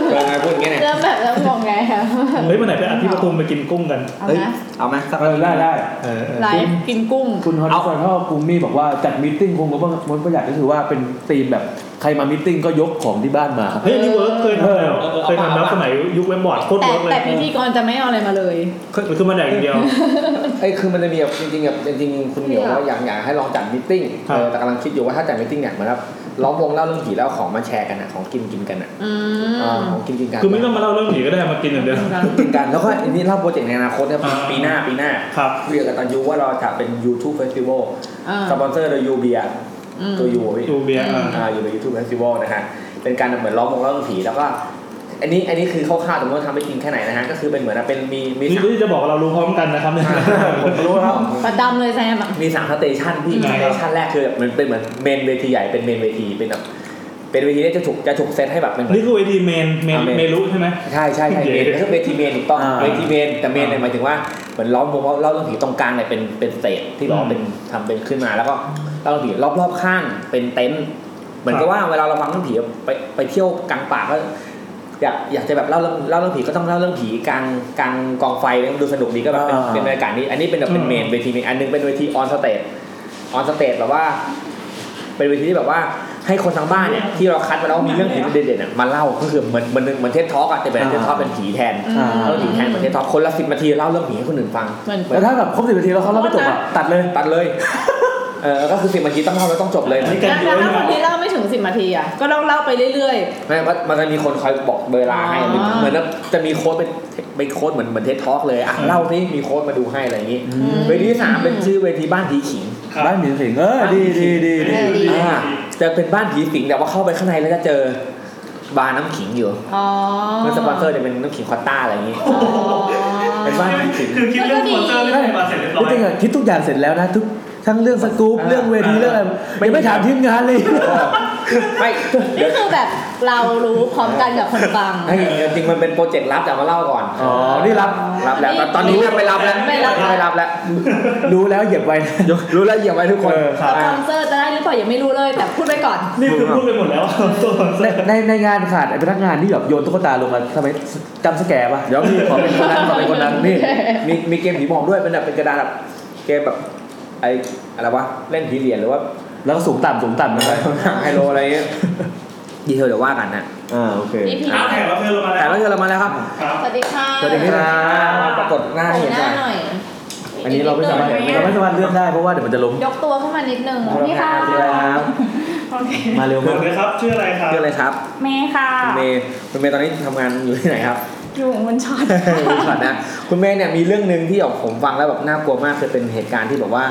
เกิดอะไรพูดอย่างเงี้ยเนี่ย
เริ่มแบบเริ่มงงไงคะ
เฮ้ยวันไหนไปอัดที่ประตูมไปกินกุ้งกัน
เอา
เฮ้ย
นะ
เอาไหมสัก
เออได้ได้
เออเออ
ไลฟ์กินกุ้ง
คุณฮอตฟอนท่อกุมมี่บอกว่าจัดมิทติ้งคงก็ว่ามันประหยัดก็คือว่าเป็นธีมแบบใครมามิทติ้งก็ยกของที่บ้านมา
เฮ้ยอันนี่เวิร์กเคยทำแล้วเคยทำแล้วสมัยยุคเว็บบอร์ดโคตร
แต่
เวิร์กเลย
แต่พิธีกรจะไม่เอาอะไรมาเลย
มันคือมาแดกอย่างเดียว
ไอ้ยคือมันจะมีแบบจริงๆแบบจริงๆคุณเหมียวว่าอยากอยากให้ลองจัดมิทติ้ง
ครับ
เออแต่กำลังคิดอยู่ว่าถ้าจัดมิทติ้งเนี่ยเหมือนแบบล้อมวงเล่าเรื่องผีแล้วเอาของมาแชร์กันอ่ะของกินกินกันอ่ะ
อื
เออ
ม
ของกินกินกัน
คือไม่ต้องมาเล่าเรื่องหนีก็ได้มากินอย่างเดียว
กินกันแล้วก็อันนี้เล่าโปรเจกต์ในอนาคตนะ
อ่า
ปีหน้าปีหน้า
ครับ
คุยกับตันยูว่าเราจะเป็น YouTube Festival
อ่า
สปอนเซอร์โดยยูเบีย
อืม
ตัวยูอะพี่
ดูเบียร์อ่ะ
อ่าอยู่ใน YouTube Festival นะฮะเป็นการเหมือนล้อมวงเล่าเรื่องผีแล้วก็อันนี้อันนี้คือคร่าวๆแต่ไม่รู้ว่าทำไปจริงแค่ไหนนะฮะก็คือเป็นเหมือนเป็นมีมี
นี่
สาม
นี่จะบอกว่าเรารู้พร้อมกันนะครับเนี่ย
ผมรู้แล้ว
ประจำเลยแซมอะ
มีสามสเตชันพี่
อืม
สเตชันแรกคือแบบมันเป็นเหมือนเมนเวทีใหญ่เป็นเมนเวทีเป็นแบบ เป็นเวทีที่จะถูกจะถูกเซตให้แบบเป็น
นี่คือเวทีเมนเมน
อ่าเมน
เมรุใช่ไหม
ใช่ใช่ใช่เมนก็คือเวทีเมนถูกต้อง
อ่า
เวทีเมนแต่เมนเนี่ยหมายถึงว่าเหมือนล้อมวงเล่าเรื่องผีตรงกลางเนี่ยเป็นเป็นเศษที่บอก
อื
ว่ามเป็นทำเป็นขึ้นมาแล้วก็เล่าเรื่องผีรอบรอบข้างเป็นเต็นท์เหมือน
ครับ
กับว่าเวลาเราฟังเรื่องผีไปไปเที่ยวกลางป่าก็อยากอยากจะแบบเล่าเรื่องเล่าเรื่องผีก็ต้องเล่าเรื่องผีกลางกลางกองไฟมันดูสนุกดีก็แบบเป็น
อ่า
เป็นบรรยากาศนี้อันนี้เป็นแบบเป็นเมนเวทีเมนอันหนึงเป็นเวทีออนสเตจออนสเตจแบบว่า เป็นเวทีที่แบบว่าให้คนทางบ้านเนี่ยที่เราคัดมาแล้วว่ามีเรื่องผีเด่นๆอะมาเล่าก็คือเหมือนเหมือนเหมือนเทสท็อกอะแต่เป็นเทสท็อกเป็นผีแทน
อืม
เล่าผีแทนเหมือนเทสท็อกคนละสิบนาทีเล่าเรื่องผีให้คนอื่นฟัง
เหมือน
แล้วถ้าแบบครบสิบนาทีแล้วเขาเล่าไม่จบอ่ะตัดเลย
ตัดเลยเออก็คือสิบนาทีต้องเล่าแล้วต้องจบเลย
นี่
ไม่
กั
แล้
น
ว
อ
ถ้าคน
ยู่ไว้
ที่เล่าไม่ถึงสิบนาทีอ่ะก็ต้องเล่าไปเรื่อย
ว่ามันจะมีคนคอยบอกเวลาให้
อ๋อ
เหมือนแบบจะมีโค้ดเป็นเป็นโค้ดเหมือนเหมือนเทสท็อกเลยอ่ะเล่านี่มีโค้ดมาดูให้อะไรอย่างงี้
ๆอืม
เวทีที่สามเป็นชื่อเวทีบ้านผีขิง
ครับ
บ้านหมีสิงเออดีดีดีดี
เออดี
อ่าจะเป็นบ้านผีสิงแต่ว่าเข้าไปข้างในแล้วจะเจอบาร์น้ำขิงอยู่
อ๋อ
มันสปอนเซอร์จะเป็นน้ำขิงควอตต้าอะไรอย่างงี้
อ๋อ
เป็นบ้านผีสิง
คือคิดเรื่องสปอนเซอร์เรื่องอะไรมาเสร็จเรียบร้อย
นี่จริงอะคิดทุกอย่างเสร็จแล้วนะทุกทั้งเรื่องสกู๊ป
อ่า
เรื่องเวทีเรื่องอะไร
ไม่
ยังไม่ถามทีมงานเลย
ไม่ เดี๋ย
นี่
ว
คือแบบเรารู้พร้อมกันกับคนฟัง
ให้จริงๆมันเป็นโปรเจกต์รับแต่มาเล่าก่อน
อ๋อนี่รับ
รับแล้วแต่ตอนนี้เริ่มไม่รับแล้ว
ไม่รับ
ไม่รับแล้ว
รู้แล้วเหยียบไว้นะ
รู้แล้วเหยียบไว้ทุกคน
เออครับ
สปอนเซอร์จะได้หรือเปล่ายังไม่รู้เลยแต่พูดไปก่อน
นี่คือพูดไปหมดแล้ว ว่าสปอนเซอ
ใน
ร์
ในในงานขาดไอ้พนักงานที่แบบโยนตุ๊กตาลงมาทำไมจำสแกร์ป่ะ
เดี๋ยวมีขอเป็นคนนั้นขอเป็นคนนั้นนี่มีมีเกมผีหมอกด้วยเป็นแบบเป็นกระดานแบบเกมแบบไออะไรวะเล่นผีเหรียญหรือว่า
แล้วก็สูงต่ำสูงต่ำนะ
ไฮโลอะไรเงี้ยดีเทลเดี๋ยวว่ากันนะ
อ่าโอเค
EP
อ้าวแขกรับเชิญเรามา
แต่
แล้ว
ว่าเธอเรามาแล้วครับ
ครับ
สวัสดีค่ะ
สวัสดีครับปรากฏหน้าให้เห็น
ห
หน่
น้า
อย
หน่อย
อันนี้เราไม่สามารถเห็น
เราไม่สามารถเลือกได้เพราะว่าเดี๋ยวมันจะล้ม
ยกตัวขึ้นมานิดนึงนี่ค่ะ
ครับ
โอเค
มาเร็ว
หม
มา
ด
ก
เลยครับชื่ออะไรครับ
เรื่องอะไรครับ
เมย์ค่ะ
คุณเมย์คุณเมย์ตอนนี้ทำงานอยู่ที่ไหนครับ
อยู่บนช็อต
คุณช็อตนะคุณเมย์เนี่ยมีเรื่องหนึ่งที่แบบผมฟังแล้วแบบน่ากลัวมากคือเป็นเหตุการณ์ที่แบบว่า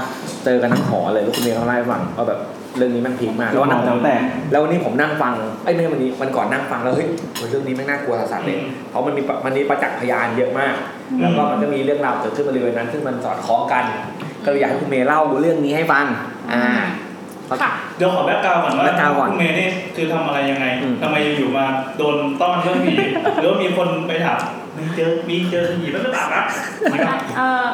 เจอกันทั้งหอเลยแล้วคุณเมย์เขาเล่าให้ฟังว่าแบบเรื่องนี้แมันพีคมากแล้ววันนั้น
หอแตก
แล้ววันนี้ผมนั่งฟังไอ้ยไม่ใช่วันนี้วันก่อนนั่งฟังแล้วเฮ้ยเรื่องนี้แม่งน่ากลัวสัสๆเลย
อืม
เพราะมันมีมันมีประจักษ์พยานเยอะมาก
อืม
แล้วก็มันก็มีเรื่องราวเกิดขึ้นบริเวณนั้น ซึ่งมันสอดคล้องกัน ก็เลยอยากให้คุณเมย์เล่าเรื่องนี้ให้ฟังอ่า
ค่ะ
เดี๋ยวขอแบ็กกราวด์ก่อนว่า
แบ็คกราวด์ก่อน
คุณเมย์นี่คือทำอะไรยังไง
อืม
ทำไมอยู่ๆมาโดนต้อนเรื่องผีหรือว่ามีคนไปถามมีเจอมีเจอผีบ้างหรือเปล่าครับนะครับ
เอ่อ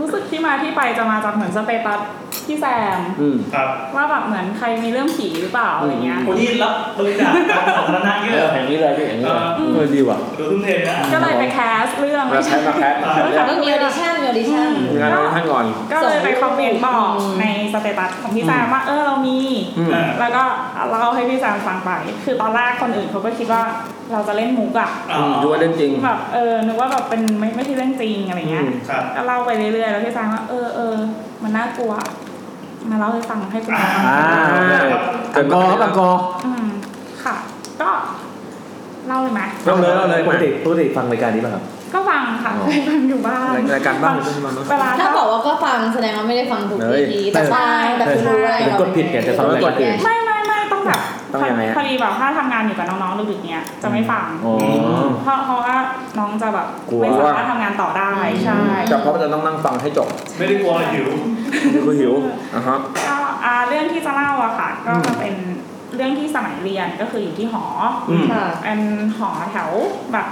รู้สึกที่มาที่ไปจะมาจากเหมือนสเตตัสพี่แซม
อืม
ครับ
ว่าแบบเหมือนใครมีเรื่องผีหรือเปล่าอะไรเงี้ย
อืม
คนที่รับบริจาคการสาธารณะเย
เอ
อะ
ออย่างนี้เลยพี่อย่างนี้
เอ
เลย
อ
เออดีว่ะ
ดูทุ่มเทนะ
ก็เลยไปแคสเรื่อง
มา
ไม่
แพ้
ใช่
มาแพ้มาแพ้เรื่อง
ต้องมีออดิชั่นมีออดิชั่น
อืม
งานเราท่านก่อน
ก็เลยไปคอมเมนต์บอกในสเตตัสของพี่แซมว่าเออเรามี
อ่า
แล้วก็เล่าให้พี่แซมฟังไป คือตอนแรกคนอื่นเขาก็คิดว่าเราจะเล่นมุกอะ
อ๋อ
ดูว่าเรื่องจริง
แบบเออนึกว่าแบบเป็นไม่ไม่ใช่เรื่องจริงอะไรเงี้ย
ครับ
ก็เล่าไปเรื่อยๆ แล้วพี่แซมว่าเออเออมันน่ากลัว มาเล่าให้ฟังให้คุณฟัง
อ่าโอเค
ครับ
อังกอร์ครับอังกอร์
อืมค่ะ ก็เล่าเลยไหม
เล่าเลยเล่าเลย
ปกติปกติฟังรายการนี้ป่ะครับ
ก็ฟังค่ะ
อ๋อ
เคยฟังอยู่บ้าง
รายการบ้างใช่ไหม
เวลา
ถ้า
ถ้า
บอกว่าก็ฟังแสดงว่าไม่ได้ฟังถูก
เฮ้ย
ทีแต่ฟังแต่คุณรู้อะไร
เดี๋ยวกดผิดไงจะฟัง
แล้วกดผิด
ไม่ไม่ไม่ต้องแบบ
ต้องยังไงฮะ
พอดีแบบถ้าทำงานอยู่กับน้องๆดึกๆเนี้ยจะไม่ฟัง
อ๋อ
เพราะเพราะว่าน้องจะแบบ
กลัว
ไม่สามารถทำงานต่อได้ใช่
จับเพราะว่าจะต้องนั่งฟังให้จบ
ไม่ได้กลัวหิว
คือหิวอ่ะฮะ
ก็อ่าเรื่องที่จะเล่าอะค่ะ ก็จะเป็นเรื่องที่สมัยเรียนก็คืออยู่ที่หอ
อืม
ค่ะ
เป็นหอแถวแบบ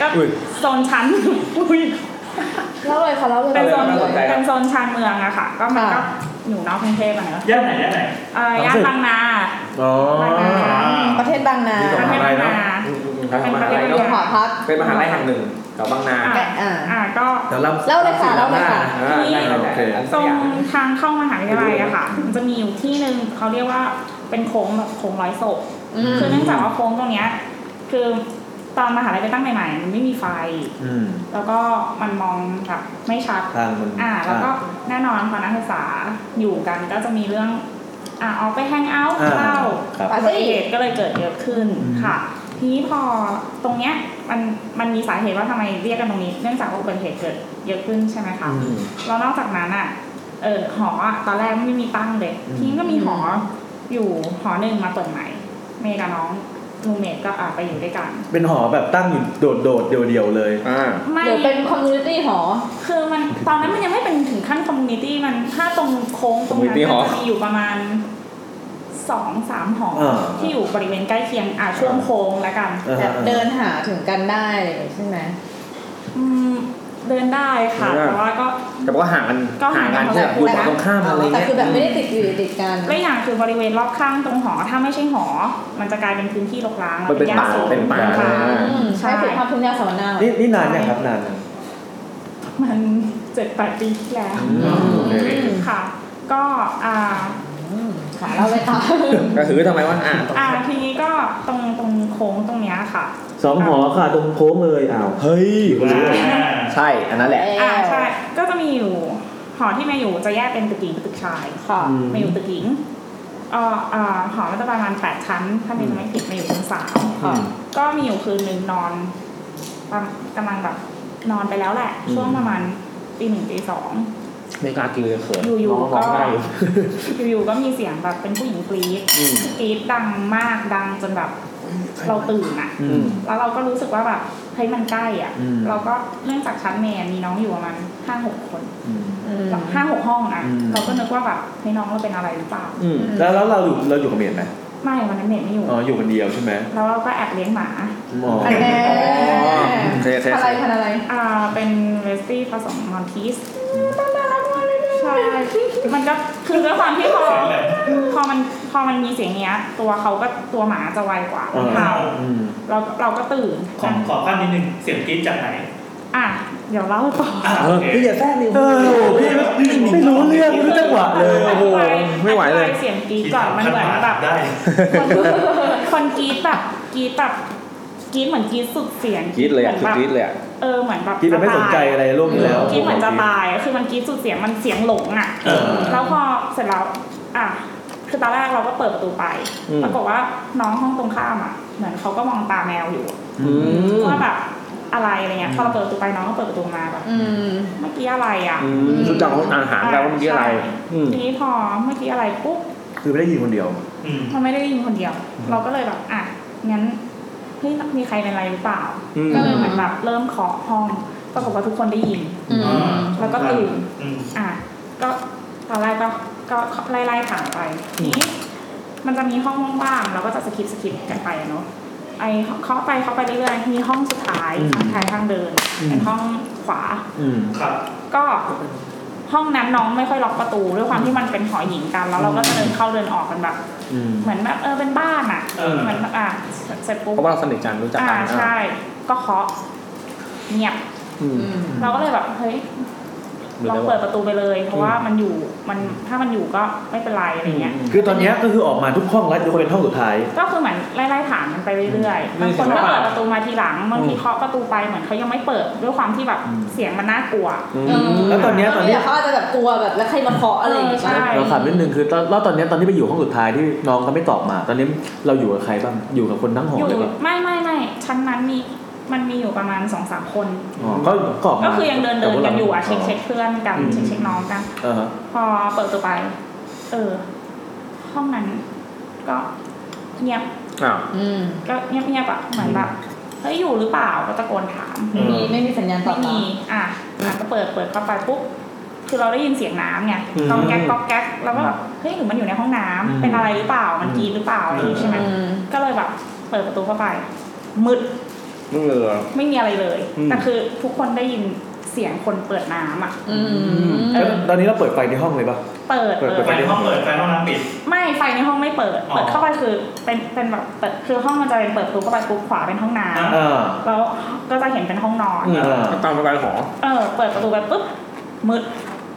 ก็
อุ้ย
โซนชั้น
เล่าเลยค่ะเล่าเลย
เป็นโซ
อ
น
น่าสนใจครับ
เป็นโซนชานเมืองอะค่ะ ก็มันก็
ค่ะ
อยู่นอกกรุงเทพอะเนอะ
ย่านไหนย่านไหน
เอ่อย่านบางนา
อ๋อ
ประเทศบางนา
ประเทศบางนา
เป็นมหาลัย
อยู่
เนาะ
หอพัก
เป็นมหาลัยแห่งหนึ่งแถวบางนา
อ่ะ
แกะอ่า
อ่าก็
เดี๋ยวเรา
เล่าเลยค่ะเล่าเลยค่ะ
อ่าได้ได้ได้อัน
ต
ส
รง
ยาม
ทางเข้ามหาวิทยาลัยอะค่ะ มันจะมีอยู่ที่หนึ่งเขาเรียกว่าเป็นโค้งแบบโค้งร้อยศพ
อืม
คือเนื่องจากว่าโค้งตรงเนี้ยคือตอนมหาลัยไปตั้งใหม่ๆมันไม่มีไฟ
อืม
แล้วก็มันมองแบบไม่ชัด
ทางมัน
อ่าแล้วก็
อ่า
แน่นอนพอนักศึกษาอยู่กันก็จะมีเรื่องอ่าออกไปแฮงเอาท์
อ่า
เล่า
ครับ
อุบัติเหตุก็เลยเกิดเยอะขึ้น
อืม
ค่ะ ทีนี้พอตรงเนี้ยมันมันมีสาเหตุว่าทำไมเรียกกันตรงนี้เนื่องจากว่าอุบัติเหตุเกิดเยอะขึ้นใช่ไหมคะ
อืม
แล้วนอกจากนั้นอ่ะเออหออ่ะตอนแรกไม่มีตั้งเลย
อืม
ทีนี้ก็มีหออยู่หอหนึ่งมาเปิดใหม่ เมย์กับน้องรูเมทก็อ่ะไปอยู่ด้วยกัน
เป็นหอแบบตั้งอยู่โดดโดดๆเดียวๆเลย
อ่า
ไม่
เดี๋ยวเป็นคอมมูนิตี้หอ
คือมันตอนนั้นมันยังไม่เป็นถึงขั้นคอมมูนิตี้มันถ้าตรงโค้งตรงนั้น
community หรอ
มันจะมีอยู่ประมาณ สองสามหอ
อ่า
ที่อยู่บริเวณใกล้เคียงอ่ะช่วงโค้งละกัน
อ่า
แบ
ฮะ
บเดินหาถึงกันได้อะไรอย่างเงี้ยใช่ไหม
อืมเดินได้ค่ะ
เดินได้
แต่ว่าก็
แต่ว่าห่างกัน
ก็ห่างกัน
ใช่ไหม
พ
อ
อ
ยู่
สมควร
ฝั่งตรงข้ามอะไร
แต่
เงี้ย
คือแบบไม่ได้ติดอยู่ติดกัน
และอย่างคือบริเวณรอบข้างตรงหอ ถ้าไม่ใช่หอ มันจะกลายเป็นพื้นที่รกร้าง
มันเป็น
ย่
ป่า
สูง
เป็นป่า
ค่ะ
อืมใช่สิทธิภาพทุนยาสวรรค์
นี่นี่นานเนี่ยงครับนานยัง
มันเจ็ดแปดปีที่แล้วค่ะ ก็อ่า
ค่ะเราไปต่อ
ก็คือทำไมว่าอ่า
อ่าทีนี้ก็ตรงตรงโค้งตรงเนี้ยค่ะ
สองหอค่ะตรงโค้งเลยอ้าว
เฮ้ย
อ่า
ใช่อันนั้นแหละ
อ่าใช่ก็จะมีอยู่หอที่มาอยู่จะแยกเป็นตึกหญิงกับตึกชาย
ค่ะ
อืม
มาอยู่ตึกหญิงเอ่ออ่าหอมันจะประมาณแปดชั้น ถ้ามีจะไม่ผิดมาอยู่ชั้นสาม
ค่ะ
ก็มีอยู่คืนหนึ่งนอนประกำลังแบบนอนไปแล้วแหละ ช่วงประมาณตีหนึ่งตีสอง
ไม่กล้ากินเลยเขิน
อยู่ๆ
ร้งร้ง
ก็
ไห้
อยู่ๆก็มีเสียงแบบเป็นผู้หญิงกรี๊ด
อืม
กรี๊ดดังมากดังจนแบบเราตื่นอะ
อืม
แล้วเราก็รู้สึกว่าแบบเฮ้ยมันใกล้อ่ะ
อืม
เราก็เนื่องจากชั้นเมนมีน้องอยู่ประมาณห้าหกคน
อืม
อืม
ห้าหกห้องอ่ะ
อืม
เราก็นึกว่าแบบเฮ้ยน้องเราเป็นอะไรหรือเปล่า
อืม
แล้วแล้วเราอยู่เราอยู่กับเมียนไหม
ไม่วันนั้นเมนไม่อยู่
อ๋ออยู่คนเดียวใช่ไหม
แล้วเราก็แอบเลี้ยงหมา
อ๋อ
อันแน่
เคยเคย
อะไรพันอะไร
อ่าเป็นเวสตี้ผสมมอนทีสใช่ มันก็คือด้วยความที่พอพอมันพอมันมีเสียงเนี้ย ตัวเขาก็ตัวหมาจะไวกว่า
อ๋อ
เห่า
อืม
เราเราก็ตื่น
ขอขอขั้นนิดนึงเสียงกรี๊ดจากไหน
อ่ะเดี๋ยวเล่าต่อ
อ่ะโอเค
พี่อย่าแทรกดิเออพี่ไม่ไม่รู้เรื่องไม่รู้จังหวะเลย
โอ้โหไม่ไหวเลย
อธิบาเสียงกรีดก่อนมันเหมือนแบบ
ได้
คนคนกรีดแบบกรีดแบบกรีดเหมือนกรีดสุดเสียง
คิดเลยอ่ะ
หมือนแบบ
คิดเลยอ่ะ
เออเหมือนแบบ
พี่มันไม่สนใจอะไรโลกนี้แล้ว
กรีดเหมือนจะตายคือมันกรีดสุดเสียงมันเสียงหลงอ่ะ
เออ
แล้วพอเสร็จแล้วอ่ะคือตอนแรกเราก็เปิดประตูไป
อืม
ปรากฏว่าน้องห้องตรงข้ามอ่ะเหมือนเขาก็มองตาแมวอยู่
อืม
ว่าแบบอะไรอะไรเงี้ยพอเราเปิดประตูไปน้องก็เปิดประตูมาแบบ
อืม
เมื่อกี้อะไรอ่ะ
อืมรู้จักห้องอาหารแล้วว่าเมื่อกี้อะไร
ใช่
อืม
ทีนี้พอเมื่อกี้อะไรปุ๊บ
คือไม่ได้ยินคนเดียว
อืม
เพราะไม่ได้ยินคนเดียว เราก็เลยแบบอ่ะงั้นเฮ้ยมีใครเป็นอะไรหรือเปล่า
อืม
ก็เลยเหมือนแบบเริ่มเคาะห้องปรากฏว่าทุกคนได้ยิน
อืม
แล้วก็ตื่น
อืม
อ่ะก็ตอนแรกก็ก็ไล่ไล่ๆผ่านไปทีนี้มันจะมีห้องว่างๆเราก็จะสกิปสกิปกันไปอะเนาะไอเคาะไปเคาะไปเรื่อยๆมีห้องสุดท้ายทางท้ายทางเดินเป็นห้องขวา
อืม
ครับ
ก็ห้องนั้นน้องไม่ค่อยล็อกประตูด้วยความที่มันเป็นหอหญิงกัน แล้วเราก็จะเดินเข้าเดินออกกันแบบ
อืม
เหมือนแบบเออเป็นบ้านอ่ะ
เออ
เหมือนแบบอ่ะเสร็จปุ๊บ
เพราะว่าเราสนิทกันรู้จัก
อ่า
กัน
ใช่ ก็เคาะเงียบ
อืม
เราก็เลยแบบเฮ้ย
หรือ
ลอง
ไม่ว่า
เปิดประตูไปเลย เพราะว่ามันอยู่มันถ้ามันอยู่ก็ไม่เป็นไรอะไรเงี้ย
คือตอนเนี้ยก็คือออกมาทุกห้องแล้วยกเว้นห้องสุดท้าย
ก็คือเหมือนไล่ๆผ่านมันไปเรื่อยๆบางคนก็เปิดประตูมาทีหลังบางทีเคาะประตูไปเหมือนเขายังไม่เปิดด้วยความที่แบบเสียงมันน่ากลัว
เออ
แล้วตอนเนี้ยตอนเนี้ย
เขาอาจจะแบบกลัวแบบแล้วใครมาเคาะอะไรอย่างเงี้ย
ใช่
เราถามนิดนึงคือตอนแล้วตอนเนี้ยตอนที่ไปอยู่ห้องสุดท้ายที่น้องก็ไม่ตอบมา ตอนนี้เราอยู่กับใครบ้าง อยู่กับคนทั้งหอ
อยู่
เลยป่ะ
ไม่ไม่ไม่ชั้นนั้นมีมันมีอยู่ประมาณสองสามคน
อ๋อก็ก็ออกมา
ก็คือยังเดินเดินกันอยู่อ่ะเช็คเช็คเพื่อนกันเช็คเช็คน้องกัน
เออฮะ
พอเปิดตัวไป เออ ห้องนั้น ก็เงียบ
อ้าว
อืม
ก็เงียบเงียบๆอะเหมือนแบบ เฮ้ย อยู่หรือเปล่า ก็ตะโกนถาม
ไม่มีไม่มีสัญญาณตอ
ไม่
บรั
มี
บ
อ่ะอ่ะก็เปิด เปิดเข้าไปปุ๊บ คือเราได้ยินเสียงน้ำไง
อืม
ก๊อกแก๊กก๊อกแก๊กแล้วก็แบบเฮ้ยหรือมันอยู่ในห้องน้ำ
อืม
เป็นอะไรหรือเปล่า มันกรีดหรือเปล่าอะไรอย่างงี้ใช่ไหม
อืม
ก็เลยแบบ เปิดประตูเข้าไป มืด
นี่เลยเหรอ
ไม่มีอะไรเลย
อืม
แต่คือทุกคนได้ยินเสียงคนเปิดน้ำอ่ะ
อืม
เอ
แล้ว
อ
ตอนนี้เราเปิดไฟในห้องเลยป่ะ
เปิด
เปิดเปิด
ไฟห้องเปิดไฟห้องน้ำปิด
ไม่ไฟในห้องไม่เปิด
อ๋อ
เปิดเข้าไปคือเป็นเป็นแบบเปิดคือห้องมันจะเป็นเปิดประตูเข้าไปปุ๊บขวาเป็นห้องน้
อ่า
อ่า
ำแล้วก็จะเห็นเป็นห้องนอน
อืม
อ่า
ตามสบายหอ
เออ เปิดประตูไปปุ๊บมืด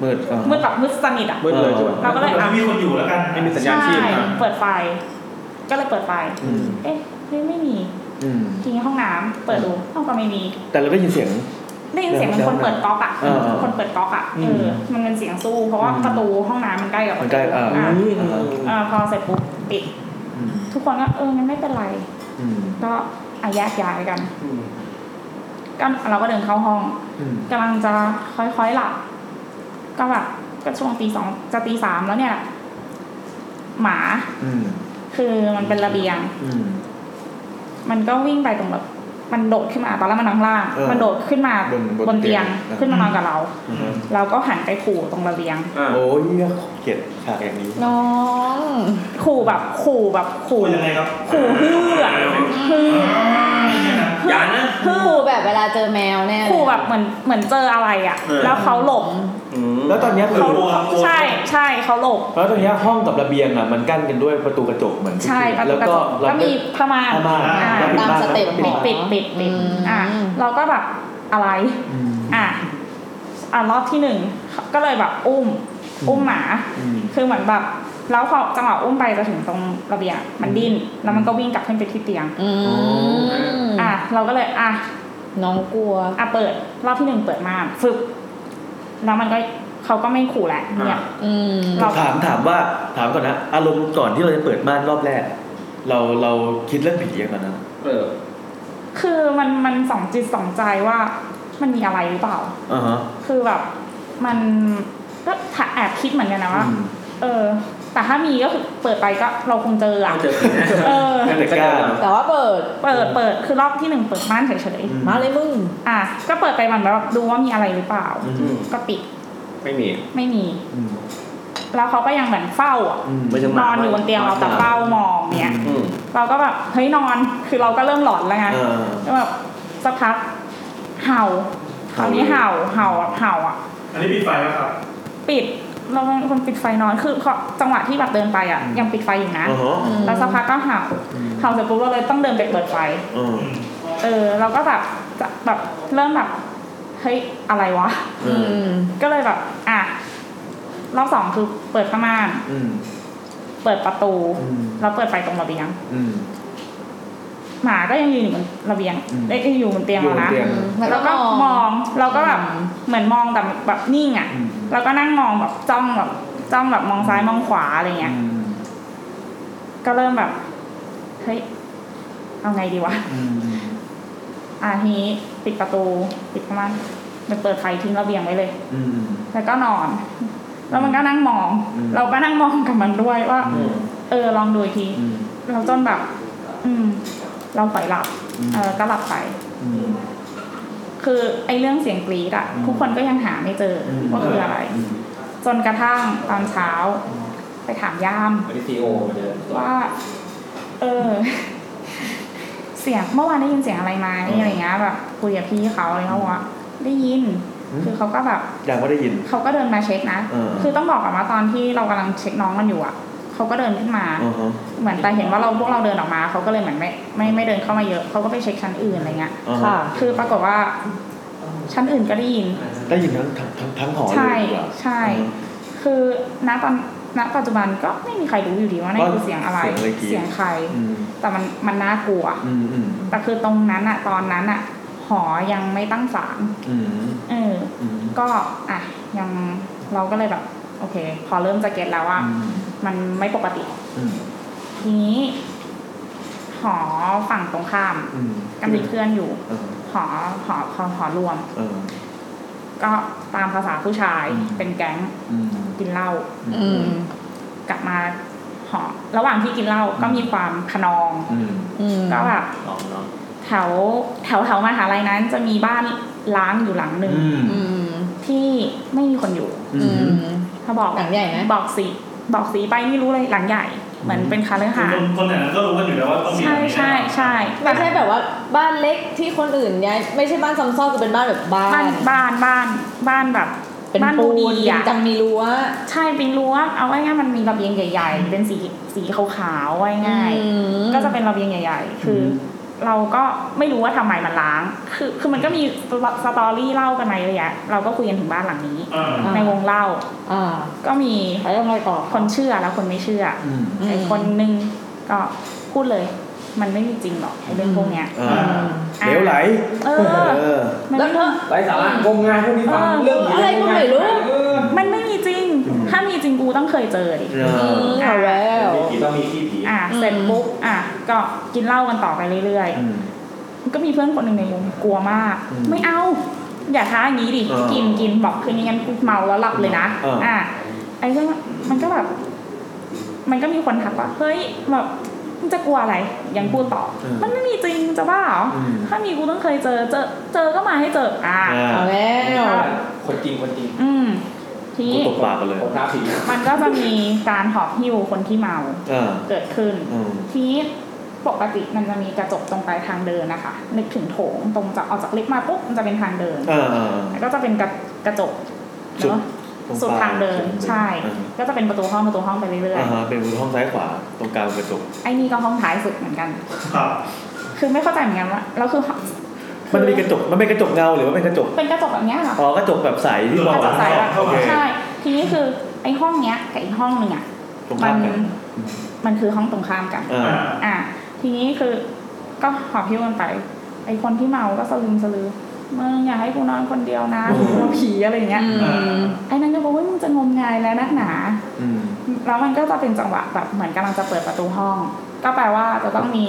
มืดอ่า
มืดแบบมืดสนิทอ่ะ
มืดเลยใช่ไหม
เราก็เลย
ไม่
อ่ะ
มีคนอยู่แล้วกัน
ไม่มีสัญญาณ
ใช่
ชีพอ่ะ
เปิดไฟ ก็เลยเปิดไฟ
อืม
เอ๊ะไม่ไม่มี
อืม
ทีนี้ห้องน้ำเปิดดูห้องก็ไม่มี
แต่เราได้ยินเสียง
ได้ยินเสียงเหมันคนเปิดก๊อกอ่ะ
อ่า
คนเปิดก๊อกอ่ะ
อื
เอ
ม
อมันเป็นเสียงสู้เพราะว่า
อืม
ประตูห้องน้ำมันใกล้กับป
มัน
ระ
ใก
ตู
ล้อ่า
อ่ะ
อืม
อ่าพอเสร็จปุ๊บปิด ทุกคนก็เอองั้นไม่เป็นไร
อืม
ก็อาแยกย้ายกันก็เราก็เดินเข้าห้อง
อืม
กำลังจะค่อยๆหลับก็แบบก็ช่วงตีสองจะตีสามแล้วเนี่ย หมา
อืม
คือมันเป็นระเบียง
อืม
มันก็วิ่งไปตรงแบบ มันโดดขึ้นมาตอนแรกมันนอนข้างล่าง
เออ
มันโดดขึ้นมา
บนบน
บนเตียง
เตียง
ขึ้นมานอนกับเรา
อือฮึ
เราก็หันไปขู่ตรงระเบียง
โอ้ยเกลียดฉากอย่างนี้
น้อง
ขู่แบบขู่แบบขู่
ยังไงครับ
ขู่ฮืออะฮือ
อย่านะ
คู่แบบเวลาเจอแมวแน่เลย
ขู่แบบเหมือนเหมือนเจออะไรอ่ะ แล้วเขาหลบ
แล้วตอนเนี้ยคือ
เขาใช่ใช่เขาหลบ
แล้วตอนเนี้ยห้องกับระเบียงอ่ะมันกั้นกันด้วยประตูกระจกเหมือน
ใช่ประ
แล้ว
ตูกระ
ก็
จก
เรา
ก็มีพม่าน
ผ้าม่าน
อ่า
แล้ว
ตาม
บ้น
สเต็ป
แล้
ห
วก็ปิด
มอ
ปิดปิดปิด
อืม
อ่ะเราก็แบบอะไร
อืม
อ่ะอ่ะรอบที่หนึ่งก็เลยแบบอุ้ม อุ้มหมา
อืม
คือเหมือนแบบแล้วพอจังหวะอุ้มไปจะถึงตรงระเบียงมันดิ้นแล้วมันก็วิ่งกลับขึ้นไปที่เตียง
อืม
อ่ะเราก็เลยอ่ะ
น้องกลัว
อ่ะเปิด รอบที่หนึ่งเปิดม่านฟึบแล้วมันก็เขาก็ไม่ขู่แหละเงียบ
อืม
เรา
ถามถามว่าถามก่อนนะอารมณ์ก่อนที่เราจะเปิดม่านรอบแรก เราเราคิดเรื่องผีกันนะ
เออ
คือมันมันสองจิตสองใจว่า มันมีอะไรหรือเปล่า
อ่าฮะ
คือแบบมันก็แอบคิดเหมือนกันนะว่า
อืม
เออ แต่ถ้ามีก็คือเปิดไปก็เราคงเจออ่ะ
เจอผีนะ
เออ
แต่กล้าเนอะ
แต่ว่าเปิด
เปิด เปิด คือรอบที่หนึ่งเปิดม่านเฉย
อื
มาเลยมึง
ๆ อ่ะ ก็เปิดไปมันแบบดูว่ามีอะไรหรือเปล่า
อืม
ก็ปิด
ไม่มี
ไม่มี
อืม
แล้วเขาก็ยังเหมือนเฝ้าอ่ะ
อืม
ไม่ถึง
นอนอยู่บนเตียงเราแต่เฝ้ามองเนี่ย
อืม
เราก็แบบ เฮ้ยนอน คือเราก็เริ่มหลอนแล้วไง
เออ
ก็แบบสักพักเห่าคราวนี้เห่า เห่าอ่ะเห่าอ่ะ
อันนี้ปิดไฟแล้วครับ
ปิด เราเป็นคนปิดไฟนอน คือเขาจังหวะที่แบบเดินไปอ่ะ ยังปิดไฟอยู่นะ
อ่าฮะ
แล้วสักพักก็เห่า เห่าเสร็จปุ๊บเราเลยต้องเดินไปเปิดไฟ
เออ
เออ เราก็แบบจะแบบเริ่มแบบ เฮ้ย อะไรวะ
เอ
อืม
อ
ก็เลยแบบ อ่ะ รอบสองคือเปิดผ้าม่าน
อืม
เปิดประตู
อืม
แล้วเปิดไฟตรงระเบียง
อืม
หมาก็ยังยืนอยู่บนระเบียง
อืม
เอ้ยยังอยู่บนเตียง
อยู่บน
เรานะ
เตียง
แล้
แล้ว ว
ก็
ก็
ม
ม
อ
อง ง เราก็แบบ
อืม
เหมือนมองแต่แบบนิ่งอ่ะ
อืม
แล้วก็นั่งมองแบบจ้องแบบจ้องแบบมองซ้ายมองขวาอะไรเงี้ย
อืม
ก็เริ่มแบบ เฮ้ย เอาไงดีวะ
อืม
อ่ะทีนี้ปิดประตู ปิดผ้าม่านไปเปิดไฟทิ้งระเบียงไว้เลย
อืม
แล้วก็นอน แล้วมันก็นั่งมอง
อืม
เราก็นั่งมองกับมันด้วยว่า
อืม
เออลองดูอีกที
อืม
เราจนแบบ อืม เราปล่อยหลับ
อืม
เออก็หลับไป
อืม
คือไอ้เรื่องเสียงกรีดอะ
อืม
ทุกคนก็ยังหาไม่เจออ
ม
ว่าคืออะไร
ม
จนกระทั่งตอนเช้า ไปถามย่าม
อันนี้ซีโอมาเดินตัว
ว่า เออ เสียงเมื่อวานได้ยินเสียงอะไรไหมอะไรเงี้ยแบบคุยกับพี่เขาอะไรเขาบอกว่าได้ยิน คือเขาก็แบบ
อย่างว่าได้ยิน
เขาก็เดินมาเช็คนะ
เออ
คือต้องบอกก่อนว่าตอนที่เรากำลังเช็คน้องมันอยู่อ่ะ เขาก็เดินขึ้นมา
อ่าฮะ
เหมือนแต่เห็นว่าเราพวกเราเดินออกมา เขาก็เลยเหมือนไม่ไม่ไม่เดินเข้ามาเยอะ เขาก็ไปเช็คชั้นอื่นอะไรเงี้ย
อ่าฮะ
ค่ะ
คือปรากฏว่า ชั้นอื่นก็ได้ยิน
ได้ยินทั้งทั้งทั้งทั้งหอเลย
ใช่
ดีกว่า
ใช่ คือณตอนณปัจจุบันก็ไม่มีใครรู้อยู่ดีว่านั่นคือเสียงอะไร เสียงใคร
อืม
แต่มันมันน่ากลัว
อืมอืม
แต่คือตรงนั้นอะตอนนั้นอะหอยังไม่ตั้งศาล
อืม
เออ
อืม
ก็อ่ะยังเราก็เลยแบบ โอเค พอเริ่มจะเก็ตแล้วว่า
อืม
มันไม่ปกติ
อืม
ทีนี้ หอฝั่งตรงข้าม
อืม
ก็มีเพื่อนอยู่
เออ
หอหอหอหอรวม
เออ
ก็ตามภาษาผู้ชาย
อืม
เป็นแก๊ง
อืม
กินเหล้า
อืม
กลับมาหอระหว่างที่กินเหล้าก็มีความขนอง
อืม
อืม
ก็แบบ
น้องน้อง
แถวแถวแถวมหาลัยนั้น จะมีบ้านล้างอยู่หลังหนึ่ง
อืม
อืม
ที่ไม่มีคนอยู่
อื
อื
ม
ม
ถ้าบอก
หลังใหญ่ไหม
บอกสีบอกสีไปไม่รู้เลยหลังใหญ่ เหมือนเป็นคาเลหาสน์
คนแถวนั้นก็รู้กันอยู่แล้วว่าต้องมี
ใช่ใช่ใช่
ไม่ใช่แบบว่าบ้านเล็กที่คนอื่นย้ายไม่ใช่บ้านซ้ำซอกจะเป็นบ้านแบบบ้า
บ้าน นบ้านบ้านบ้านแบบ
เป็น
บ้าน
ปู
ดู
น
ดี
จริง
อ่ะ
จังมีรั้ว
ใช่เป็นรั้วเอาง่ายๆมันมีระเบียงใหญ่ ๆ เป็นสีสีขาวๆไว้ง่าย
อืม
ก็จะเป็นระเบียงใหญ่ ๆ คืออเราก็ไม่รู้ว่าทำไมมันล้าง คือคือมันก็มีสตอรี่เล่ากันมาเยอะแยะเราก็คุยกันถึงบ้านหลังนี้
อ่า
อ่า
ในวงเล่า
อ่า
ก็มี
แล้วยังไงต่อ
คนเชื่อแล้วคนไม่เชื่อ
อืม
ไอ้คนนึงก็พูดเลย มันไม่มีจริงหรอกไอ้เรื่องพวกเนี้ย
อ่า
อ่ะ
เหลวไหล
เออ
เออ
มัน
แล้วเธ
ไม่
อ
ไร้สาระงมงายพวกนี้ฟังเรื่อง
อะไรก็ไม่รู้
เออ
มันไม่มีจริง ถ้ามีจริงกูต้องเคยเจอดิ
เอ
อื
อ
มเอาแล้ว
มีผีต้องมีขี้ผี
อ่ะ
อืม
เสร็จปุ๊บอ่ะก็กินเหล้ากันต่อไปเรื่อย
อืม
ๆ ก็มีเพื่อนคนหนึ่งในวงกลัวมาก
อืม
ไม่เอา อย่าท้าอย่างนี้ดิ
เออ
กินกินบอกคืนนี้งั้นกูเมาแล้วหลับเลยนะ
เอออ่
อ่ะไอ้เรื่องมันก็แบบ มันก็มีคนทักว่าเฮ้ยแบบ มึงจะกลัวอะไร ยังพูดต่อ
เออ
มันไม่มีจริงจะบ้าเหรออ
ม
ถ้ามีกูต้องเคยเจอ เจอเจอก็มาให้เจออ่า
อ่า
เอาแล้ว
คนจริงคนจริง
อืมที
กู
นี้
ตกปากกันเลย
ผมท้าผี
มันก็จะมีการหอบหิ้วคนที่เมา
อ่า
เกิดขึ้น
อืม
ทีนี้ปกติมันจะมีกระจกตรงปลายทางเดินนะคะ นึกถึงโถงตรงจากออกจากลิฟต์มาปุ๊บมันจะเป็นทางเดิน
อ่า
แล้วก็จะเป็นกระกระจก
สุด
เนาะสุดทางเดินใช่ ก็จะเป็นประตูห้องประตูห้องไปเรื่อย
อ่าฮะเป็นห้องซ้ายขวาตรงกลางกระจก
ๆไอ้นี่ก็ห้องท้ายสุดเหมือนกัน
ครับ
คือไม่เข้าใจเหมือนกันว่าแล้วคือ
มันมีกระจก มันเป็นกระจกเงาหรือว่าเป็นกระจก
เป็นกระจกแบบเนี้ยเหรอ
อ๋อ กระจกแบบใสที่มอง
กระจกใสแบบ
โอเค
ใช่ ทีนี้คือไอ้ห้องเนี้ยกับอีกห้องหนึ่งอ่ะ
ตรง
มั
ข้ามกัน
มันคือห้องตรงข้ามกัน
อ่า
อ่ะทีนี้คือก็หอบพิ้วกันไป ไอคนที่เมาก็สลึมสลือมึงอย่าให้กูนอนคนเดียวนะ
อืม
กลัวผีอะไรอย่างเงี้ย
อืม
ไอ้นั่นก็บอกว่ามึงจะงมงายแล้วนักหนา
อืม
แล้วมันก็จะเป็นจังหวะแบบเหมือนกำลังจะเปิดประตูห้อง ก็แปลว่าจะต้องมี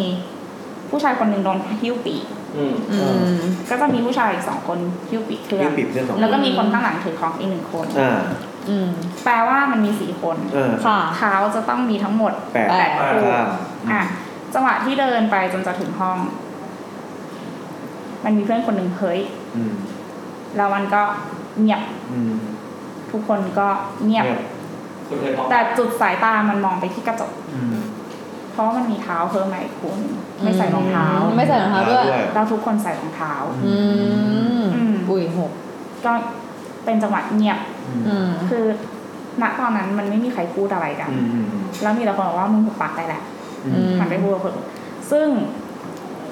ผู้ชายคนหนึ่งโดนหิ้วปีก
อืม
อืม
ก็จะมีผู้ชายอีกสองคนหิ้วปีกเครื่อ
เรีย
ง
กปิดเรื่องสอง
แล้วก็มีคนข้างหลังถือของอีกหนึ่งคน
อ่า
อืม
แปลว่ามันมีสี่คน
เออ
ค่ะ
เท้าจะต้องมีทั้งหมด
แปด
แปด
ข้
คู่
าง
อ่ะจังหวะที่เดินไปจนจะถึงห้อง มันมีเพื่อนคนหนึ่งเฮ้ย
อืม
แล้วมันก็เงียบ
อืม
ทุกคนก็เงียบ
เนี่ย
คุณเคยพอ
แต่จุดสายตามันมองไปที่กระจก
อืม
เพราะว่ามันมีเท้าเพิ่มมาอีกคู่หนึ่งไม่ใส่รองเท้า
ไม่ใส่รองเท้าด้วย
แล้วทุกคนใส่รองเท้า
อืม
อืม
อุ้ยหก
ก็เป็นจังหวะเงียบ
อืม
คือณตอนนั้นมันไม่มีใครพูดอะไรกัน
อืมอืม
แล้วมีแต่คนบอกว่ามึงถูกปักได้แหละ
อืม
หันไปพูดกับคนอื่นซึ่ง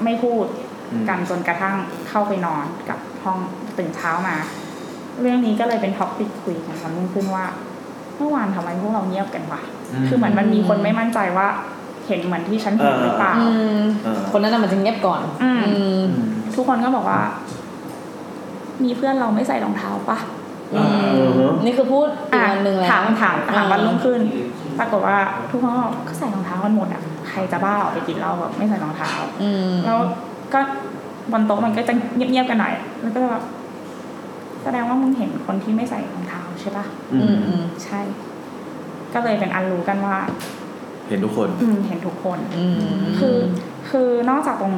ไม่พูด
อืม
กันจนกระทั่งเข้าไปนอนกับห้องตื่นเช้ามา เรื่องนี้ก็เลยเป็นท็อปิกคุยกันวันรุ่งขึ้นว่า เมื่อวานทำไมพวกเราเงียบกันวะ คือเหมือนมันมีคนไม่มั่นใจว่า เห็นเหมือนที่ฉันเห็นหรือเปล่า
อืม
เออ
คนนั้นน่ะมันจะเงียบก่อน
อืม
อืม
อืม
ทุกคนก็บอกว่า มีเพื่อนเราไม่ใส่รองเท้าปะ
เออเนอะ
นี่คือพูดอีก
อ่ะ
วันหนึ่งแล้ว
ถามถามถามวันรุ่งขึ้น ปรากฏว่าทุกคนก็เขาใส่รองเท้ากันหมดอ่ะ ใครจะบ้าออกไปกินเหล้าแบบไม่ใส่รองเท้า
อืม
แล้วก็บนโต๊ะมันก็จะเงียบๆกันหน่อย แล้วก็จะแบบแสดงว่ามึงเห็นคนที่ไม่ใส่รองเท้าใช่ปะ
อื
อื
ม
มอืม
ใช่ ก็เลยเป็นอันรู้กันว่า
เห็นทุกคน
อืม เห็นทุกคน
อืม
คือคือนอกจากตรง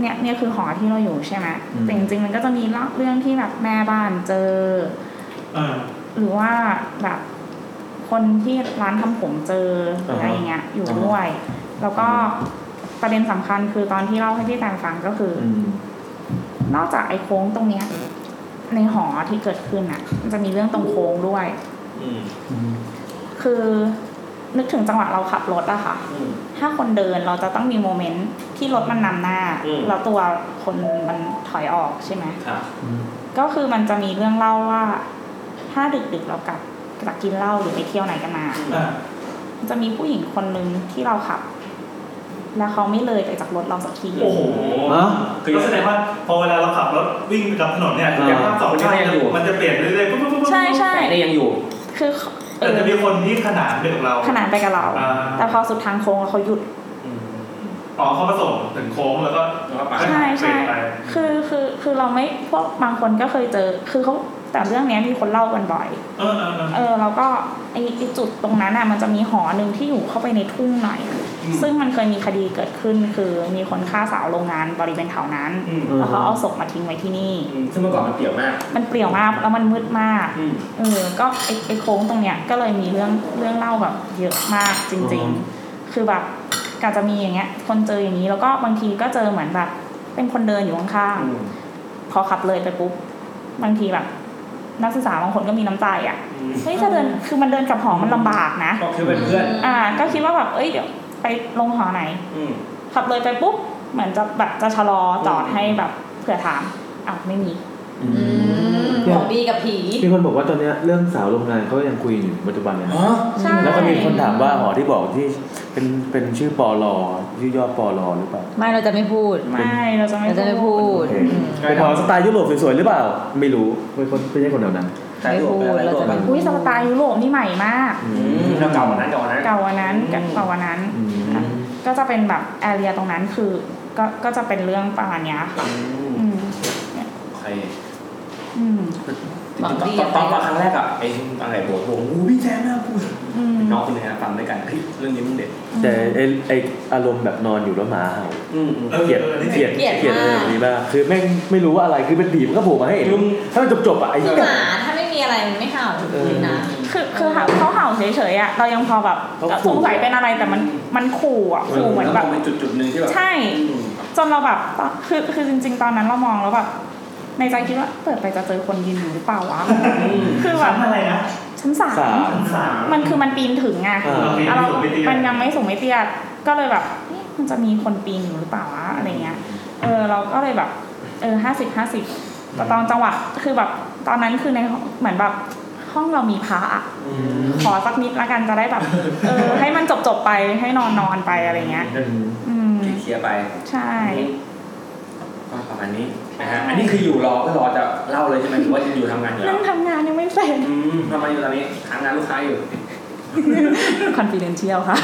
เนี่ยเนี่ยคือหอที่เราอยู่ใช่ไหม
อืม
แต่จริงๆมันก็จะมีเรื่องที่แบบแม่บ้านเจอ
อ่า
หรือว่าแบบคนที่ร้านทำผมเจอหรืออะไรอย่างเงี้ยอยู่ด้วย แล้วก็ประเด็นสำคัญคือตอนที่เล่าให้พี่แตงฟังก็คืออ
อืม
นอกจากไอ้โค้งตรงเนี้ย ในหอที่เกิดขึ้นอ่ะ มันจะมีเรื่องตรงโค้งด้วย
อืม
คือนึกถึงจังหวะเราขับรถอะค่ะ
อืม
ถ้าคนเดินเราจะต้องมีโมเมนต์ที่รถมันนำหน้า
อืม
แล้วตัวคนมันถอยออกใช่ไหม
ครับ
ก็คือมันจะมีเรื่องเล่าว่า ถ้าดึกๆเรากลับจากกินเหล้าหรือไปเที่ยวไหนกันมา
อ่า
จะมีผู้หญิงคนหนึ่งที่เราขับ แล้วเขาไม่เลยไปจากรถเราสักที
โอ้โห
ฮะ
ก็แสดงว่าพอเวลาเราขับรถวิ่งไปกับถนนเนี่ยแต่ภาพสองข้างเนี่ยมันจะเปลี่ยนเรื่อยๆปุ๊บปุ๊บปุ๊บปุ๊บ
ใช่ใช่
แต่นี่ยังอยู่
คือเอ
แต่
อ
จะมีคนที่ขนานไปกับเรา
ขนานไปกับเรา
อ่า
แต่พอสุดทางโค้งแล้วเขาหยุด
อืม
อ๋อเขาผสมถึงโค้งแล้วก็
แล้วก็ไป
ใช่ใช่
เปลี่ยนไป
คือคือคือเราไม่พวกบางคนก็เคยเจอ คือเขาแต่เรื่องเนี้ยมีคนเล่ากันบ่อย
เออเออเออ
เออแล้วก็ไอ้ไอ้จุดตรงนั้นอ่ะมันจะมีหอหนึ่งที่อยู่เข้าไปในทุ่งหน่อย
อืม
ซึ่งมันเคยมีคดีเกิดขึ้น คือมีคนฆ่าสาวโรงงานบริเวณแถวนั้น
อืม
แล้วเขาเอาศพมาทิ้งไว้ที่นี่
อืมซึ่งเมื่อก่อนมันเปรี่ยวมาก
มันเปลี่ยวมากแล้วมันมืดมาก
อืม
เออ ก็ไอ้ไอ้โค้งตรงเนี้ยก็เลยมีเรื่องเรื่องเล่าแบบเยอะมากจริง ๆ คือแบบก็จะมีอย่างเงี้ย คนเจออย่างนี้แล้วก็บางทีก็เจอเหมือนแบบ เป็นคนเดินอยู่ข้าง
อืม
ๆพอขับเลยไปปุ๊บ บางทีแบบ นักศึกษาบางคนก็มีน้ำใจอ่ะ เฮ้ยจะเดินคือมันเดินกลับหอมันลำบากนะ
ก็คือเป็นเพื่อน
อ่า ก็คิดว่าแบบเอ้ยเดี๋ยวไปลงหอไหน
อืม
ขับเลยไปปุ๊บ เหมือนจะแบบจะชะลอจอดให้แบบเผื่อถามอ้าวไม่มี
อื
อื
ม
มของดีกับผี
มีคนบอกว่าตอนเนี้ยเรื่องสาวโรงงานเขายังคุยอยู่ปัจจุบันเลยนะ
ใช่
แล้วก็มีคนถามว่าหอที่บอกที่เป็นเป็นชื่อปอลอชื่อย่อปอลอหรือเปล่า
ไม่เราจะไม่พูด
ไม่เราจะ
เราจะ
ไม่
ไม่พูด
โอเค
อืม
เป็นหอสไตล์ยุโรปสวยๆหรือเปล่า ไม่รู้ไม่คนไม่ใช่คนแถวนั้น
ไม่พูด เราจะไม่พู
อุ้
ด
ยสไตล์ยุโรปนี่ใหม่มาก
อื
อืมแล้วเก่ากว่านั้นเก่ากว่านั้น
เก่ากว่านั้นเก่ากว่านั้น
อืม
ก็จะเป็นแบบแอเรียตรงนั้นคือ ก็ก็จะเป็นเรื่องประมาณเนี้ยค่ะ
อืม
อืม
โอเค
อืม
หวังดี
ต
กั
อบ น
ใคร
ตอนตอนครั้งแรกอะไอ้อะไรโบดวงอู้พี่แจ๊คน่ากลัว
อืม
น้องคนหนึงอะฟังด้วยกันเฮ้ยเรื่องนี้มึงเด็ด
แต่ไอ้ไออารมณ์แบบนอนอยู่แล้วหมาเห่า
อืมอืม
เกลียดเกลียด
เกลียด
เกลียดอะไร
มาก
แบบนี้มากคือแม่งไม่รู้ว่าอะไรคือเป็นบีบมันก็โผล่มาให้เห็น
ลุง
ถ้ามันจบๆอ่ะไอ้
คือห
เหี้ย
มาถ้าไม่มีอะไรมันไม่เห่า
เออ
นะ
คือคือเขาเขาเห่าเฉยๆอ่ะเรายังพอแบบ
เขาขู่
สงสัยเป็นอะไรแต่มันมันขู่อ่ะ
เออ
ขู่เหมือน
แล้ว
แบ
มั
บ
นเป็นจุดจุดๆหนึ่งที่แบบ
ใช่
อืม
จนเราแบบคือคือจริง ๆ ตอนนั้นเรามองแล้วแบบในใจคิดว่าเปิดไปจะเจอคนยืนอยู่หรือเปล่าวะคือแบบ
อะไรนะ
ชั้นสาม
สาม
สาม
มันคือมันปีนถึงไง
อ่า
อ่ะเรา
ไม่สูงไม่เตี้ย
มันยังไม่สูงไม่เตี้ยก็เลยแบบเอ๊ะมันจะมีคนปีนอยู่หรือเปล่าวะอะไรเงี้ยเออเราก็เลยแบบเออห้าสิบห้าสิบแต่ตอนจังหวะคือแบบตอนนั้นคือในห้องเหมือนแบบห้องเรามีพระอะ ขอสักนิดละกันจะได้แบบ เออ ให้มันจบจบๆไปให้นอนนอนๆไปอะไรเงี้ย อืม
เคลียร์ไป
ใช่
ก็ประมาณนี้นะฮะ อันนี้คืออยู่รอก็รอจะเล่าเลยใช่ไหมหรือว่าจะอยู่ทำงานอยู่แล้
นั่
ว
งทำงานยังไม่เสร็จ
อืมทำไมอยู่ตอนนี้หางานลูกค้าอยู่
confidential ค่ะ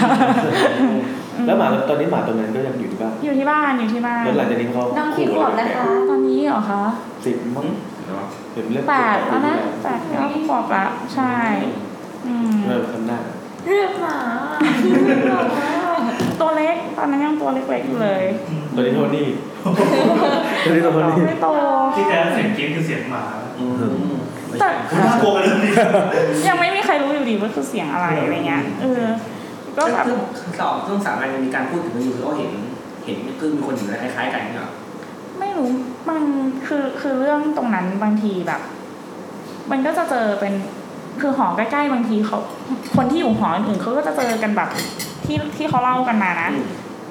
แล้วหมาตอนนี้หมาตัวนั้นก็ยังอยู่ที่บ้าน
อยู่ที่บ้านอยู่ที่บ้าน
แล้วหลังจากนี้เขา
น้องคิดหมดนะคะ
ตอนนี้เหรอคะ
สิบมั้ง
เนาะ
เห็นเรื่อง
แปดแล้วนะแปดแล้วขวบละใช่ อืม
เริ่มทำหน้า
เรียกหมา
ตัวเล็ก ตอนนั้นยังตัวเล็กๆอยู่ เลย
ตัวนี้โทนี่ตัวนี้โทนี่
ไม่โต
ที่แท้เสียงกรี๊ดคือเสียงหมา
อืมไม่
แต่
ใช่
น่ากลัวกันเรื่องนี้
ยังไม่มีใครรู้อยู่ดีว่าคือเสียงอะไรอะไรเงี้ยเออ ก็แบบ
ซึ่งสองซึ่งสามอันยังมีการพูดถึงกันอยู่คือเขาเห็น เห็นคือมีคนเห็นอะไรคล้ายๆกันเนี่ยเหรอ
ไม่รู้มันคือคือเรื่องตรงนั้นบางทีแบบ มันก็จะเจอเป็นคือหอใกล้ๆบางทีเขาคนที่อยู่หออื่นเขาก็จะเจอกันแบบที่ที่เขาเล่ากันมานะ
อืม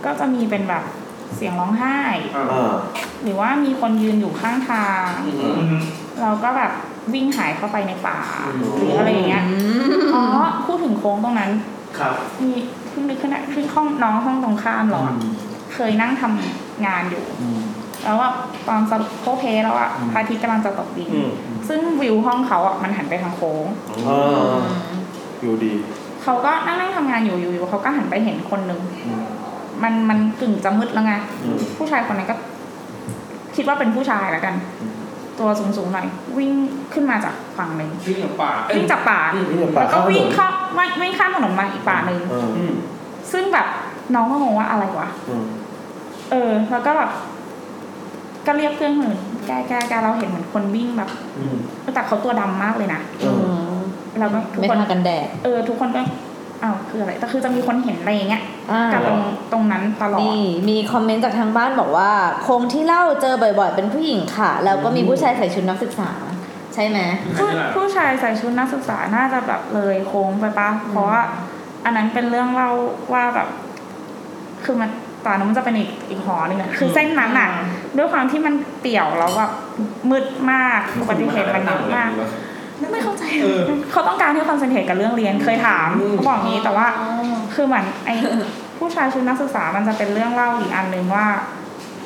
ก็จะมีเป็นแบบเสียงร้องไห้
อ่า
อ่า
หรือว่ามีคนยืนอยู่ข้างทาง
อืม
เราก็แบบวิ่งหายเข้าไปในป่าหรืออะไรอย่างเงี้ย
อืม
อ๋อพูดถึงโค้งตรงนั้น
ครับ
มีเพิ่งนึกขึ้นได้คือห้องน้องห้องตรงข้ามเราอะเคยนั่งทำงานอยู่ แล้วว่าตอนสรุปโพเพแล้วอะพระอาทิตย์กำลังจะตกดิน
อืม
ซึ่งวิวห้องเขาอะมันหันไปทางโค้ง
อ่าอยู่ดี
เขาก็นั่งนั่งทำงานอยู่อยู่ๆเขาก็หันไปเห็นคนหนึ่งมันมันกึ่งจะมืดแล้วไง
อืม
ผู้ชายคนนั้นก็ คิดว่าเป็นผู้ชายแล้วกัน ตัวสูงๆหน่อยวิ่งขึ้นมาจากฝั่งหนึ่ง
ชื่ออย่างป่าเอ้ย
วิ่งจากป่า
อืม
นี่จะปาด
แล้วก็
เข้าถน
วิ่ง
น
เข้าวิ่งวิ่งข้ามถนนมาอีกป่าหนึ่ง
อ่า
อืม
ซึ่งแบบน้องก็งงว่าอะไรวะ
อืม
เออ แล้วก็แบบก็เรียกเพื่อนคนอื่นแกแกแกเราเห็นเหมือนคนวิ่งแบบ
อืม
แต่เขาตัวดำมากเลยนะ
อืม
เราก็ทุก
ไม่
คน
ทากันแดด
เออ ทุกคนก็อ้าวคืออะไรแต่คือจะมีคนเห็นอะไรอย่างเงี้ย
อ่า
กับตรงตรงนั้นตลอด
นี่มีคอมเมนต์จากทางบ้านบอกว่าโครงที่เล่าเจอบ่อยๆ เป็นผู้หญิงค่ะ แล้วก็มีผู้ชายใส่ชุดนักศึกษา ใช่ไหม
ผู้ผู้ชายใส่ชุดนักศึกษาน่าจะแบบเลยโค้งไปปะเพราะว่าอันนั้นเป็นเรื่องเล่าว่าแบบ คือมันตอนนั้นมันจะเป็นอีกอีกหอหนึ่งอะคือเส้นนั้นอ่ะ ด้วยความที่มันเปี่ยวแล้วแบบมืดมากอุบัติเหตุมันหนักมาก ไม่เข้าใจเขาต้องการให้คอนเซนเทรตกับเรื่องเรียนเคยถามเขาบอกงี้แต่ว่า คือเหมือนไอ ผู้ชายชุดนักศึกษามันจะเป็นเรื่องเล่าอีกอันหนึ่งว่า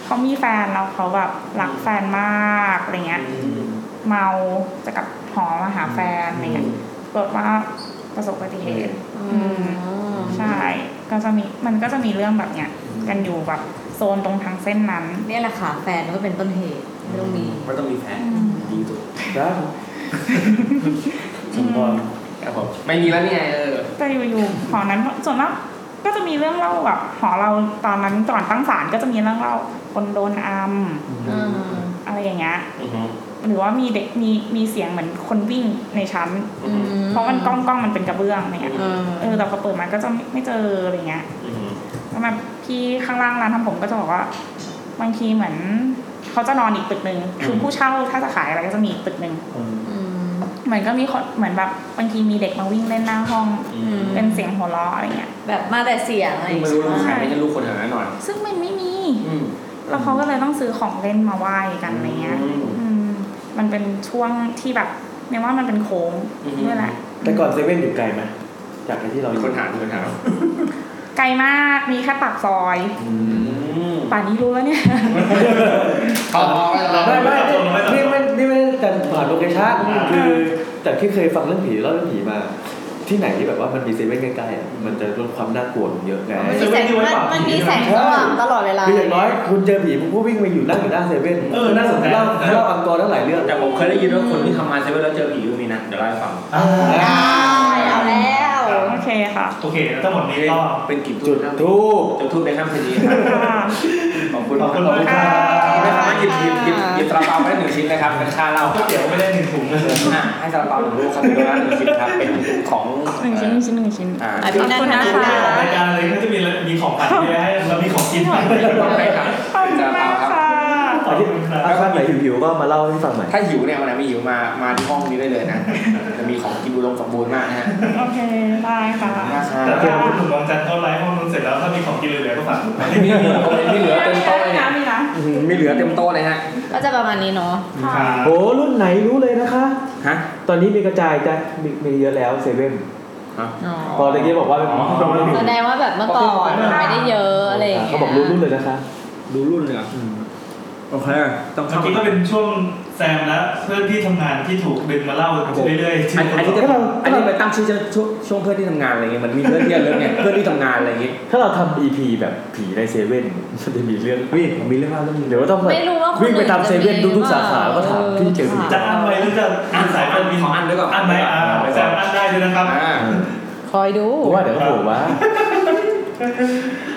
เขามีแฟนแล้วเขาแบบรักแฟนมากอะไรเงี้ย เมาจะกลับหอมาหาแฟนอะไรเงี้ยปรากฏว่าประสบอุบัติเหตุ อืม ใช่ ก็จะมีมันก็จะมีเรื่องแบบเนี้ยกันอยู่แบบโซนตรงทางเส้นนั้น
เนี่ยแหละค่ะ แฟนก็เป็นต้นเหตุไม่ต้องมี
มันต้องมีแผนดีสุด
ได้สมพร
ครับผมไม่มีแล้วนี่ไงเออ
แต่อยู่ๆหอนั้นส่วนมากก็จะมีเรื่องเล่าแบบหอเราตอนนั้นก่อนตั้งศาลก็จะมีเรื่องเล่าคนโดนอัมอะไรอย่างเงี้ยหรือว่ามีเด็กมีมีเสียงเหมือนคนวิ่งในชั้น เพราะมันกล้องกล้องมันเป็นกระเบื้องเนี่ย
อืม
เออแต่พอเปิดมาก็จะไม่ไม่เจออะไรเงี้ยแล้วแบบพี่ข้างล่างร้านทำผมก็จะบอกว่า บางทีเหมือนเขาจะนอนอีกตึกหนึ่งคือผู้เช่าถ้าจะขายอะไรก็จะมีอีกตึกหนึ่งเหมือนก็มีคนเหมือนแบบบางทีมีเด็กมาวิ่งเล่นหน้าห้อง เป็นเสียงหัวเราะอะไรเงี้ย
แบบมาแต่เสียงอะไรอย่าง
ไม่
เงี้
รู้ลูก
ย
ใครไม่ใช่ลูกคนแถวนั้นหน่อย
ซึ่งมันไม่มี
อืม
แล้วเขาก็เลยต้องซื้อของเล่นมาไหว้กันอะไรเงี้ย
อืม
อืม มันเป็นช่วงที่แบบเรียกว่ามันเป็นโค้ง
อือฮึ
ด้วยแหละ
แต่ก่อนเซเว่นอยู่ไกลไหมจากไอ้ที่เราอ
มี
ยู่
คนถามมีคนถาม
ไกลมาก มีแค่ปากซอย
อื
อื
ม
ม
ป่านนี้รู้แล้วเนี่ย
เอาเอาเอา
ไม่ไม่นี่ไม่นี่ไม่ได้แต่ผ่านโลเคชั่นคือจากที่เคยฟังเรื่องผีเล่าเรื่องผีมา ที่ไหนที่แบบว่ามันมีเซเว่นใกล้ๆอ่ะมันจะลดความน่ากลัวลงเยอะไง
มันมีแสงมันมันมีแสงสว่างตลอดเวลา
คืออย่างน้อยคุณเจอผีคุณก็วิ่งมาอยู่นั่งอยู่หน้าเซเว่น
เออน่าสนใจ
เล่าเล่าอังกอร์ตั้งหลายเรื่อง
แต่ผมเคยได้ยินว่าคนที่ทำงานเซเว่นแล้วเจอผีก็มีนะเดี๋ยวเล่าให้ฟัง
อ่า
ได้เอาแล้ว
โอเคค่ะ
โอเคทั้งหมดนี้ก็
เป็นกลิ่น
จุ
จุ
ด
ด
ทูบ
จุดทูบในค่ำคืนนี้ครับขอบคุณ
ข
ข
อ
อ
บบ คุ
คุณ ณ
มากครับ
ไม่สามารถหยิบหยิบหยิบหยิบซาลาเปาไปได้หนึ่งชิ้นนะครับเป็นค่าเหล้า
ก๋วยเตี๋ยวไม่ได้หนึ่งถุงเลย
อ่ะให้ซาลาเปาหนึ่งลูกครับเป็นร้านหนึ่งชิ้นครับเป็นของ
หนึ่งชิ้นหนึ่งชิ้นหนึ่งชิ้น
อ่า
อ่ะพี่นันท
ขอบคุณ
นะ
นะคะ
คะ
รายการอะไรก็จะมีมีของขายเยอะให้แล้วมีของกินให้
ต้องไปครับ
ขอบคุณ
ซาลาเปาม
าก
ครับ
ค่ะ
ขอบคุณครับ
ถ้าท่านไหนหิวๆก็มาเล่าให้ฟังหน่อย
ถ้าหิวเนี่ยวันไหนไม่หิวมา มาที่ห้องนี้ได้เลยนะ จะมีของกินอุดมสมบูรณ์มากนะฮะ
โอเค ได้ค่ะ
ขอบคุณมากครั
แต่
บ
ถ้าพูดถึงน้องจันทร์เข้าไลฟ์ห้องนู้นเสร็จแล้วถ้ามีของกินเหลือๆก็ฝากผมไป
ไม่เหลือไม่เหลือเต็มโต๊ะเลยเนี่ย
มีนะ
อื้อหือไม่เหลือเต็มโต๊ะเลยฮะ
ก็จะประมาณนี้เนาะ
มีนะ
ค
ค่ะ
รับ
โห รุ่นไหนรู้เลยนะคะ
ฮะ
ตอนนี้มีกระจายจ้ะมีมีเยอะแล้วเซเว่น
อ๋อ
พอตะกี้บอกว่าเป็น
อ๋อ
ต้องรุ่น
แสดงว่าแบบเมื่อก่อนไม่ได้เยอะอะไรอย่างเงี้ย
เขาบอกรู้รุ่นเลยนะคะ
ดูรุ่นเลยเหรอ
อืม
โอเค ต้อง
เมื่อ
เข้า
กี้
มา
ก็เป็นช่วงแซมและเพื่อนที่ทำงานที่ถูกดึงมาเล่าเรื่อยๆที
อัน
ละค
อัน
น
นี้จะอันนี้ไปตั้งชื่อช่วงช่วงเพื่อนที่ทำงานอะไรเงี้ยมันมีเพื่อนที่เลิกเนี่ยเพื่อนที่ทำงานอะไรเงี้ย
ถ้าเราทำ EP แบบผีในเซเว่นมันจะมีเรื่อง
วิ่งผมมีเรื่องเล่าเรื่องหนึง
เดี๋ยวก็ต้องแบบ
ไม่รู้ว่าคนอื่น
วิ่งไปตามเซเว่น
จะมี
ทุกๆสาขา
หรือเปล่า
ก็ถามพี่เจอผี
เออ
จะอันไว้หรือจะอันสาย
อั
การ
น
บิน
ของอันด้วยก่อน
อันไหมอ่าแซมอันได้ด้วยนะครับ
อ่า
คอยดู
เพราะว่าเดี๋ยวก็โผล่ว่า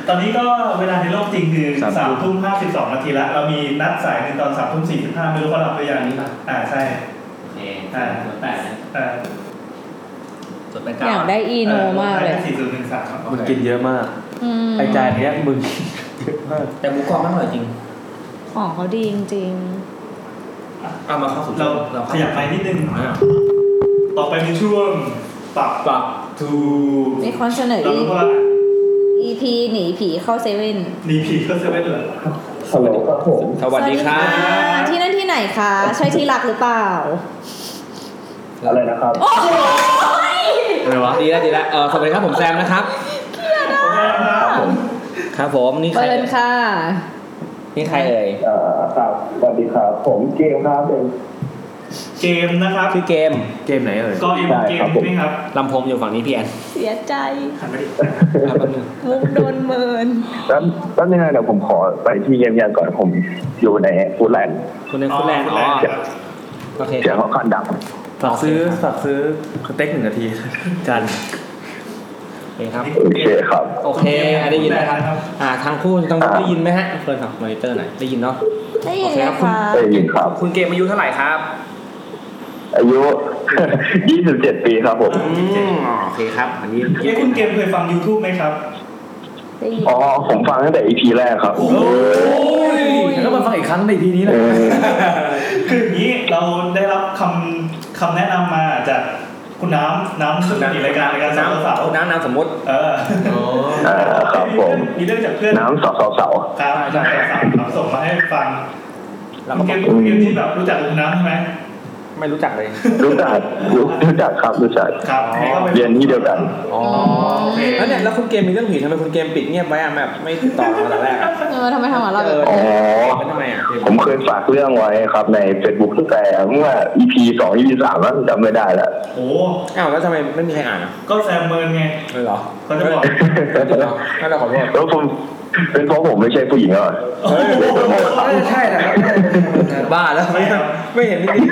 ตอนนี้ก็เวลาในโลกจริงคือ
สาม
สาม
ทุ่ม
ทุ่มห้าสิบสองนาทีละเรามีนัดสายหนึ่งตอนสามทุ่มสี่สิบห้าไม่รู้เขาหลับหรือยัง
อันนี้ป่ะ
อ่าใช่
โอเคส่วนแปดนะ
อ่า
ส่วนแปด
อ
เก้า
ยากได้อีโนมากเลย
สี่ศูนย์หนึ่งสาม
มันกินเยอะมาก
อืม
ไอจานเนี้ยมึงเยอะมาก
แต่หมูกรอบมันอร่อยจริง
ของเขาดีจริง
เอามาเข้าสู่
เราขยับไปนิดนึง ต่อไปเป็นช่วงปรับ
ปรับทู
ๆ มีคนเสนอ
เรารู้ว่า
EP หนีผีเข้าเซเว่น
นีผีก็เซเว่นเหรอ
สวัสดีครับผม สวัสดีครั
สวัสดี
บ
ค่ะที่นั่นที่ไหนคะ ใช่ที่รักหรือเปล่า
อะไรนะครับ
โอ้โห
อะไรวะ ดีแล้วดีแล้วเออสวัสดีครับผมแซมนะครับ
โอเคครับ
ครับผมนี่ใคร
เปิดค่ะ
นี่ใครเอ่ย
อ่าครับสวัสดีครับ ผมเกมครับเป็น
เกมนะครับ
ชื่อเกม
เกมไหนเอ่ย
ก็เอ็มเกมใช่ไหมครับ
ลำโพงอยู่ฝั่งนี้พี่แอน
เสียใจ
หันไปดิ
ครับแป๊บนึง
มุกโดนเมิน
แล้วแป๊บนึงนะเดี๋ยวผมขอไปที่เยี่ยมยานก่อนผมอยู่ในฟูดแลนด์
คุณในคุณแรงอ๋อ
ครับ
โอเค
เดี๋ยวเขาคอนดับ
ฝากซื้อฝากซื้อสเต็กหนึ่งนาที จัน
โอเคครับ
โอเคครับ
โอเค ได้ยินนะครับ อ่า ทางคู่ต้องได้ยินไหมฮะเฟิร์นครับมอนิเตอร์หน่อย ได้ยินเนาะ
ได้ยินไหม
โอเคครับคุ
คะ
ได้ยินครับ
คุณเกมอายุเท่าไหร่ครับ
อายุ 27 ปีครับผม
อืมโอเคครับ อันนี้
เอ๊ะคุณเกมเคยฟัง YouTube ไหมครับ
ได้ยิน
อ๋อ ผมฟังตั้งแต่ EP แรกครับ
โอ้ยแล้วก็มาฟังอีกครั้งในทีนี้นะ
เออ
คืออย่างนี้เราได้รับคำคำแนะนำมาจากคุณน้ำน้ำซึ่งอยู่ในรายการรายการสาวสาว
น้ำน้ำสมมติ
ๆเออ
อ่าครับผม
มีเรื่องจากเพื่อน
น้ำสาวสาว
ครับสาวสาวๆส่งมาให้ฟัง
เราก็
เก
บอก
มเกมที่แบบรู้จักคุณน้ำใช่ไหม
ไม่รู้จักเลย
รู้จักรู้รู้จักครับรู้จัก
ครับให้ข้าไป
เรียนที่เดียวกัน
อ๋อ
โอเค
แล้วเนี่ยแล้วคุณเกมมีเรื่องผีทำไมคุณเกมปิดเงียบไว้อะแบบไม่ติดต่อมาแต่แรกอะ
เออทำไมทำกับเรา
เอ
แบบ
อ
อ๋อ
แล้วทำไมอ่ะ
ผมเคยฝากเรื่องไว้ครับใน Facebook ตั้งแต่เมื่อ EP 2 EP 3แล้วจำไม่ได้แล้ว
โอ้
อ้าวแล้วทำไมไม่มีใครอ่านอ่ะ
ก็แซมเมินไง
เลยเหรอ
เขาจะบอก
ไม่เราขอโทษ
แล้วผมเป็นเพราะผมไม่ใช่ผู้หญิงเหรอ
ใช่นะบ้าแล้วไม่ไม่เห็นไม่ดี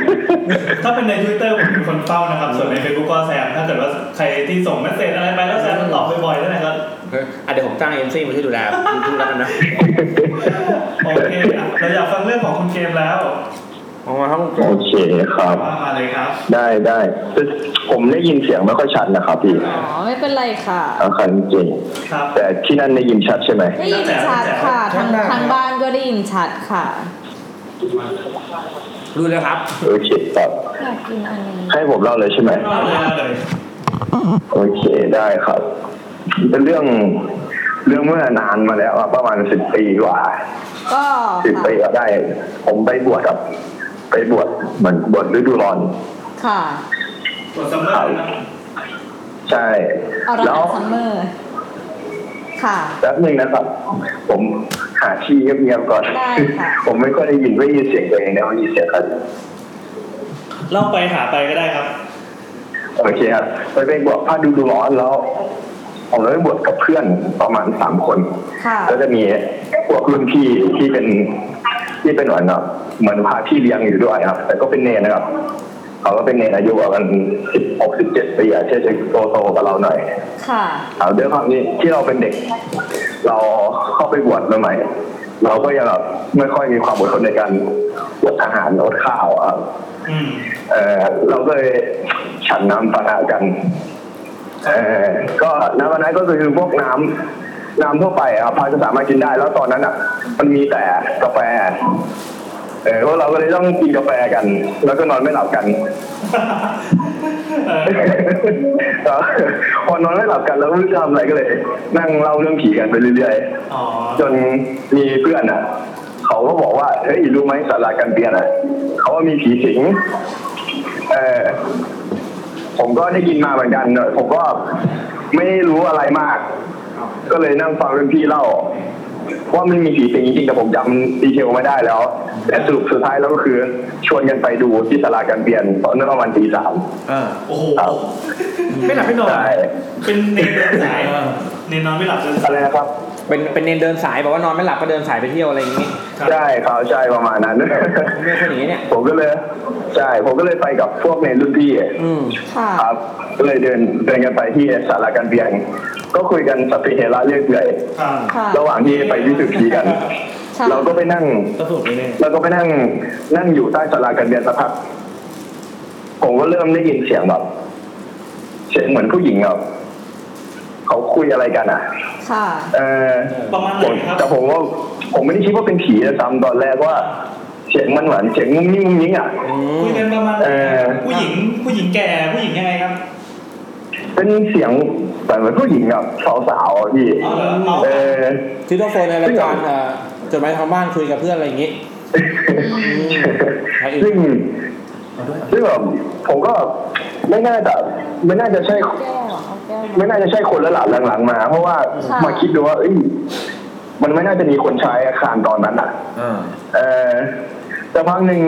ถ้าเป็นใน Twitter ผมเป็นคนเฝ้านะครับ ส่วนใน Facebook ก็แซม ถ้าเกิดว่าใครที่ส่งเมสเซจอะไรไปแล้วแซมตอบบ่อยๆนั่นแหละก็
เฮ้ยอ่ะเดี๋ยวผมจ้างเอ็มซีมาช่วยดูแลคุณทุกแล้วกันนะ
โอเคอ่ะเราอยากฟังเรื่องของคุณเกมแล้ว
เอามาครับคุณเก
โอ
ม
เคครับ
ว่ามาเลยครับ
ได้ได้ผมได้ยินเสียงไม่ค่อยชัดนะครับพี่
อ๋อ ไม่เป็นไรค่ะ
อาคารจริง
ครับ
แต่ที่นั่นได้ยินชัดใช่ไหม
ได้ยินชัดค่ะ ทางทางบ้านก็ได้ยินชัดค่ะ
ดูเลยครับ
โอเคครับ
อยากกินอันนี้
ให้ผมเล่าเลยใช่ไหม
ก็เลยเลย
โอเคได้ครับ เป็นเรื่องเรื่องเมื่อนานมาแล้วอะประมาณสิบปีกว่า
ก็
สิบปีก็ได้ ผมไปบวชครับ ไปบวชเหมือนบวชฤดูร้อน
ค่ะ
กดสำเร็จนะ
ใช่
เอา
แล้
ร้าน
ว
ซัมเมอร์ ค่ะ
แป๊บหนึ่งนะครับ ผมหาที่เงียบๆก่อน
ได้ค่ะ
ผมไม่ค่อยได้ยินไม่ได้ยินเสียงตัวเองนะไม่ได้ยินเสียงใคร
เล่าไปหาไปก็ได้ครับ
โอเคครับไปไปบวชพระดูดูร้อนแล้วผมเลยไปบวชกับเพื่อนประมาณสามคน
ค่ะ
ก็จะมีพวกรุ่นพี่ที่เป็นที่เป็นเหมือนแบบเหมือนพาพี่เลี้ยงอยู่ด้วยครับ แต่ก็เป็นเนรนะครับ เขาก็เป็นเนรอายุประมาณสิบหกสิบเจ็ดปีอะเชื่อจะโตโตกับเราหน่อย
ค่ะ
เอาด้วยความที่ที่เราเป็นเด็ก เราเข้าไปบวชใหม่ๆเราก็ยังแบบไม่ค่อยมีความอดทนในการอดอาหารอดข้าวอะครับ
อืม
เออเราก็เลยฉันน้ำปานากันเออก็น้ำปานาก็คือพวกน้ำน้ำทั่วไปอะครับพาจะสามารถกินได้แล้วตอนนั้นอ่ะ มันมีแต่กาแฟ เออพวกเราก็เลยต้องกินกาแฟกัน แล้วก็นอนไม่หลับกัน
เออ
พอนอนไม่หลับกันแล้วไม่รู้จะทำอะไรก็เลย นั่งเล่าเรื่องผีกันไปเรื่อยๆ
อ๋อ
จนมีเพื่อนอ่ะ เขาก็บอกว่าเฮ้ยรู้ไหมสาราการเปลี่ยนอ่ะเขาว่ามีผีสิงเออผมก็ได้ยินมาเหมือนกันเนอะผมก็ไม่ได้รู้อะไรมาก ก็เลยนั่งฟังรุ่นพี่เล่าว่ามันมีผีสิงจริงๆแต่ผมจำดีเทลไม่ได้แล้ว แต่สรุปสุดท้ายแล้วก็คือ ชวนกันไปดูที่สาราการเปลี่ยนตอนนั้นประมาณตีสาม
อ่า
โอ้โห
ครับ
ไม่หลับไม่นอน
ใช่
เป็นเนรเดินสายเนรนอนไม่หลับเลย
อะไรนะครับ
เป็นเป็นเนนเดินสายบอกว่านอนไม่หลับก็เดินสายไปเที่ยวอะไรอย่างงี้
ใช่ครับใช่ประมาณนั้น
เรื่องคนอย่างนี้เนี่ย
ผมก็เลยใช่ผมก็เลยไปกับพวกในรุ่นพี่
อืม
ค่ะ
ครับ ก็เลยเดินเดินกันไปที่สาราการเบียง ก็คุยกันสัพเพเหระเรื่อยเปื่อย
อ่า
ค่ะ
ระ หว่างที่ไปที่สึกผีกัน
ใช่
เราก็ไปนั่ง
ก็สนุกแน่
เราก็ไปนั่งนั่งอยู่ใต้สาราการเบียงสักพักผมก็เริ่มได้ยินเสียงแบบเสียงเหมือนผู้หญิงแบบเขาคุยอะไรกันอ่ะ
ค่ะ
เออ
ประมาณไหน
ผม
ครับ
แต่ผมว่าผมไม่ได้คิดว่าเป็นผีนะซ้ำตอนแรกว่า เสียงมันเหมือนเสียงงุ้งนิ้งงุ้งนิ้งอ่ะ
คุยกันประมาณไหน
เอ่อ
ผู้หญิงผู้หญิงแก่ผู้หญิงยังไงครับ
เป็นเสียงแต่เหมือนผู้หญิงแบบสาวๆอะพี่
เอาเหรอเอา
เออ
ที่ต้องโฟนในรายการเอ่อจดหมายทางบ้านคุยกับเพื่อนอะไรอย่างงี้ ใช่
ซึ่งซึ่งแบบผมก็ไม่น่าจะไม่น่าจะใช่
แก้วเหรอเอาแก้วมา
ไม่น่าจะใช่คนและหลานหลังๆมา เพราะว่า
ค่ะ
มาคิดดูว่าเอ้ยมันไม่น่าจะมีคนใช้อาคารตอนนั้นอ่ะ
ๆอ่า
เออแต่พักหนึ่ง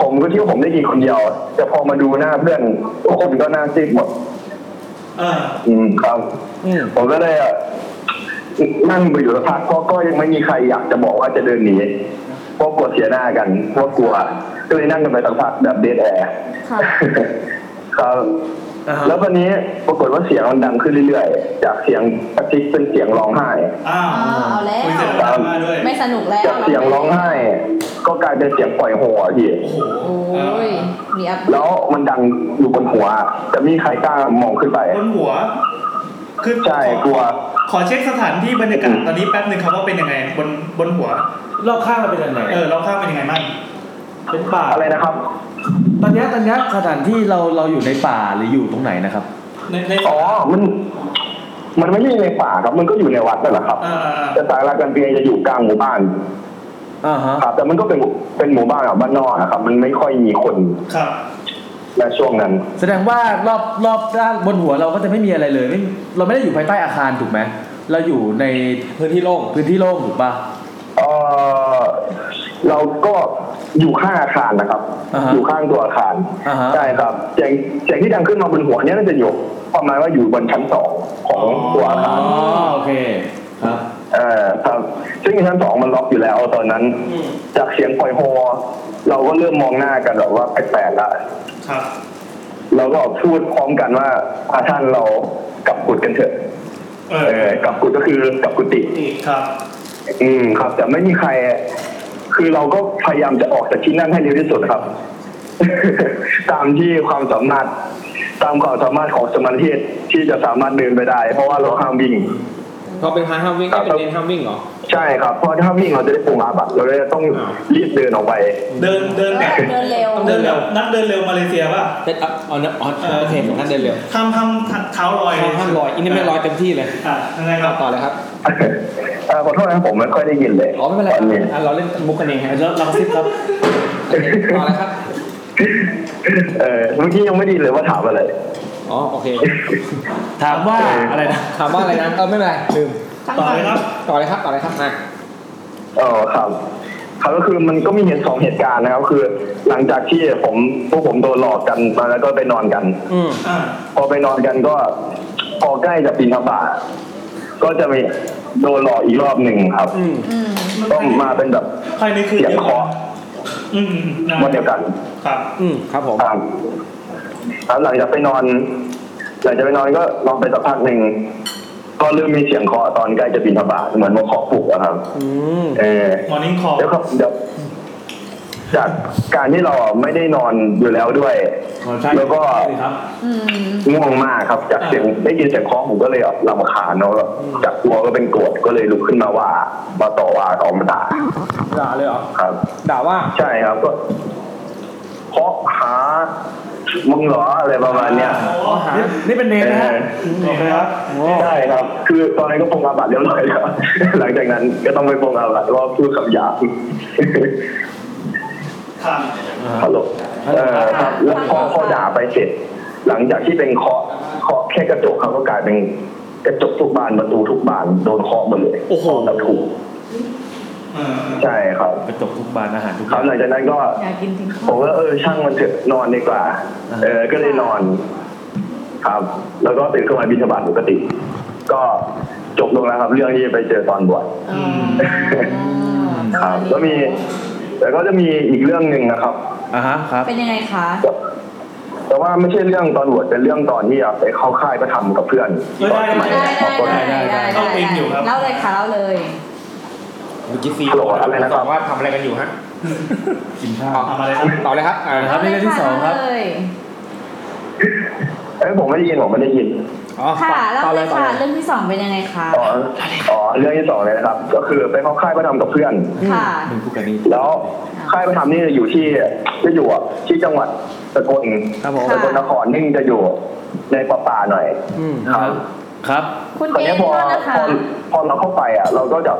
ผมก็คิดว่าผมได้ยินคนเดียวแต่พอมาดูหน้าเพื่อนทุกคนก็หน้าซีดหมด
เออ
อืมครับ
อืม
ผมก็เลยอะนั่งไปอยู่สักพักก็ก็ยังไม่มีใครอยากจะบอกว่าจะเดินหนีเพราะกลัวเสียหน้ากันเพราะกลัวก็เลยนั่งกันไปสักพักแบบเดทแอร์
ค่ะ
ครับ
อ่าฮะ
แล้วตอนนี้ปรากฏว่าเสียงมันดังขึ้นเรื่อยๆ จากเสียงกระซิกเป็นเสียงร้องไห้
อ้าว
อ้าวเอาแล้ว
คุยเสร็จแล้วมาด้วย
ไม่สนุกแล้ว
จากเสียงร้องไห้ ก็กลายเป็นเสียงปล่อยหัวพี่
โอ้โห
โอ้ย มีอัพ
แล้วมันดังอยู่บนหัวจะมีใครกล้ามองขึ้นไป
บนหัวคือ
ใช่กลัว
ขอเช็คสถานที่บรรยากาศตอนนี้แป๊บหนึ่งครับว่าเป็นยังไงบนบนหัว
รอบข้างเราเป็นยังไง
เออรอบข้างเป็นยังไงบ้าง
เป็นป่า
อะไรนะครับ
ตอนเนี้ยตอนเนี้ยสถานที่เราเราอยู่ในป่าหรืออยู่ตรงไหนนะครับ
ในใน
อ๋อ มัน มันไม่ใช่ในป่าครับ มันก็อยู่ในวัดนั่นแหละครับ
เออเออเออ
แต่สาราการเปลียนจะอยู่กลางหมู่บ้าน
อ่าฮะ
ครับ แต่มันก็เป็นหมู่เป็นหมู่บ้านแบบบ้านนอกนะครับ มันไม่ค่อยมีคน
ครับ
ในช่วงนั้น
แสดงว่ารอบรอบด้านบนหัวเราก็จะไม่มีอะไรเลยไม่เราไม่ได้อยู่ภายใต้อาคารถูกไหมเราอยู่ใน
พื้นที่โล่ง
พื้นที่โล่งถูกปะ
เออเราก็อยู่ข้างอาคารนะครับ
อ่าฮะ
อยู่ข้างตัวอาคาร
อ่าฮะ
ใช่ครับเสียงเสียงที่ดังขึ้นมาบนหัวเนี่ยน่าจะอยู่ประมาณว่าอยู่บนชั้นสองของตัวอาคาร
อ๋อโอเคครับ
เออครับซึ่งชั้นสองมันล็อกอยู่แล้วตอนนั้น จากเสียงปล่อยโฮเราก็เริ่มมองหน้ากันแบบว่าแปลกๆละ
ครับ
เราก็พูดพร้อมกันว่าอาท่านเรากลับกุดกันเถอะ
เอ
เอ
อ
อกลับกุดก็คือกลับกุฏิ
ครับ
อืมครับ แต่ไม่มีใคร คือเราก็พยายามจะออกจากที่นั่นให้เร็วที่สุดครับ ตามที่ความสามารถ ตามความสามารถของสมณเพศที่จะสามารถเดินไปได้ เพราะว่าเราห้ามวิ่ง
พอเป็นพายห้ามวิ่งก็เป็นเนนห้ามวิ่งเหรอ
ใช่ครับ เพราะถ้าวิ่งเราจะได้ปูงอาบัตเราเลยต้องรีบเดินออกไป
เดินเดินแบบ
เดินเร็ว
เดินแบบนักเดินเร็วมาเลเซียป่ะ
เต้นอัพออนออนโอเคผมนั่นเดินเร็ว
ห้ามห้ามเท้าลอย
ห้ามห้ามลอยอันนี้ไม่ลอยเต็มที่เลย
อ่ะยังไงครับ
ต่อเลยครับ
เอ่อขอโทษนะครับผมไม่ค่อยได้ยินเลย
อ๋อไม่เป็นไรค
ต
รั
อบ นนี้
อ่ะเราเล่นมุกกันเองฮะแล้วเราซิปครับต่อเลยครับ
เออเมื่อกี้ยังไม่ไดีเลยว่าถามอะไร
อ๋อโอเค
ถามว่า
เอออ
อะไรนะ
ถามว่าอะไรนะเออไม่เป็นไรลืม
ต่อเลยครับ
ต่อเลยครับต่อเลยครับมา
อ๋อครับ ครับก็คือมันก็มีเหตุสองเหตุการณ์นะครับ คือ หลังจากที่ผมพวกผมโดนหลอกกันมาแล้วก็ไปนอนกัน
อืม
อ่า
พอไปนอนกันก็พอใกล้จะปีนทบาทก็จะมีโดนหลอกอีกรอบหนึ่งครับ
อืม
อืม
ก็มาเป็นแบบ
ภายในคืน
เสียง
เดียว
เคาะ
กันอืมอืมอืม
วันเดียวกัน
ครับ
อืม
ครับผม
ครับแล้วหลังจากไปนอน หลังจากไปนอนก็นอนไปสักพักหนึ่งก็เริ่มมีเสียงเคาะตอนใกล้จะบินทบาทเหมือนมาเคาะปลุกอะครับ
อืม
เออ
มอร์นิ่งคอล
เดี๋ยวครับเดี๋ยวจากการที่เราไม่ได้นอนอยู่แล้วด้วย
อ๋อใช่
แล้วก็
เลยครับ
อืม
ง่วงมากครับ จากเสียงได้ยินเสียงเคาะผมก็เลยรำคาญเนาะจากกลัวก็เป็นโกรธก็เลยลุกขึ้นมาว่ามาต่อว่าต่อมาด่า
ด่าเลยเหรอ
ครับ
ด่าว่า
ใช่ครับก็เคาะหามึงเหรออะไรประมาณเนี้ย
อ๋อหานี่เป็นเนมนะฮะ
โอเคครับ
ใช่ครับ คือตอนนั้นก็ปรงอาบัติเรียบร้อยแล้ว หลังจากนั้นก็ต้องไปปรงอาบัติว่าพูดคำหยาบ
ครับ
ฮัลโหลเอ่อครับแล้วพอพอด่าไปเสร็จ หลังจากที่เป็นเคาะเคาะแค่กระจกเขาก็กลายเป็นกระจกทุกบานประตูทุกบานโดนเคาะหมดเลย
โอ้โห
แบบถูก
เออเออ
ใช่ครับ
กระจกทุกบานอาหารทุก
ครับหลังจากนั้นก็
อยากกินทิ้งข้า
ผ
ว
มก็เออช่างมันเถอะนอนดีกว่า เออก็เลยนอน ครับ แล้วก็ตื่นขึ้นมาบิณฑบาตปกติ ก็จบลงแล้วครับ เรื่องที่ไปเจอตอนบวช
อ่า
ครับแล้วมีแต่ก็จะมีอีกเรื่องหนึ่งนะครับ
อ่าฮะครับ
เป็นยังไงคะ
แต่ว่าไม่ใช่เรื่องตอนบวชเป็นเรื่องตอนที่ไปเข้าค่ายประทำกับเพื่อน
เออได้
ตอนสมัย
ได้ไ
ม
ด้
ต้น
ได้ได้ได้
เข้าปิงอยู่ครับ
เล่าเลยค่ะเล่าเลย
เมื่อกี้ซี
ฮัลโหลอะไรนะครับ
บอกว่าทำอะไรกันอยู่ฮะ
กินข้าว
ต่อ
ทำอะไรครับ
ต่อเลยครับอ่า
ครับ นี่เรื่องที่สองครับ
เล่าเลย
เอ้ยผมไม่ได้ยินผมไม่ได้ยิน
อ๋อ
ค่ะเล่า
ต่อ
เล
เลยยต่อ
ค่ะ
เลย
เรื่องที่สองเป็นยังไงคะ
อ๋ออ๋อเรื่องที่สองเลยนะครับ ก็คือไปเข้าค่ายประทำกับเพื่อน
ค่ะ
มึงพูดกันนี่
แล้วค่ายประทำนี่จะอยู่ที่จะอยู่อ่ะที่จังหวัดสกล
ครับผม
สกลนครนี่จะอยู่ในป่าป่าๆหน่อย
อืม
ครับ
ครับ
คุณ
ตอน
เอ
นี้
ง
พอ
โทษนะ
พ
คะ
อพอเราเข้าไปอ่ะ เราก็จะ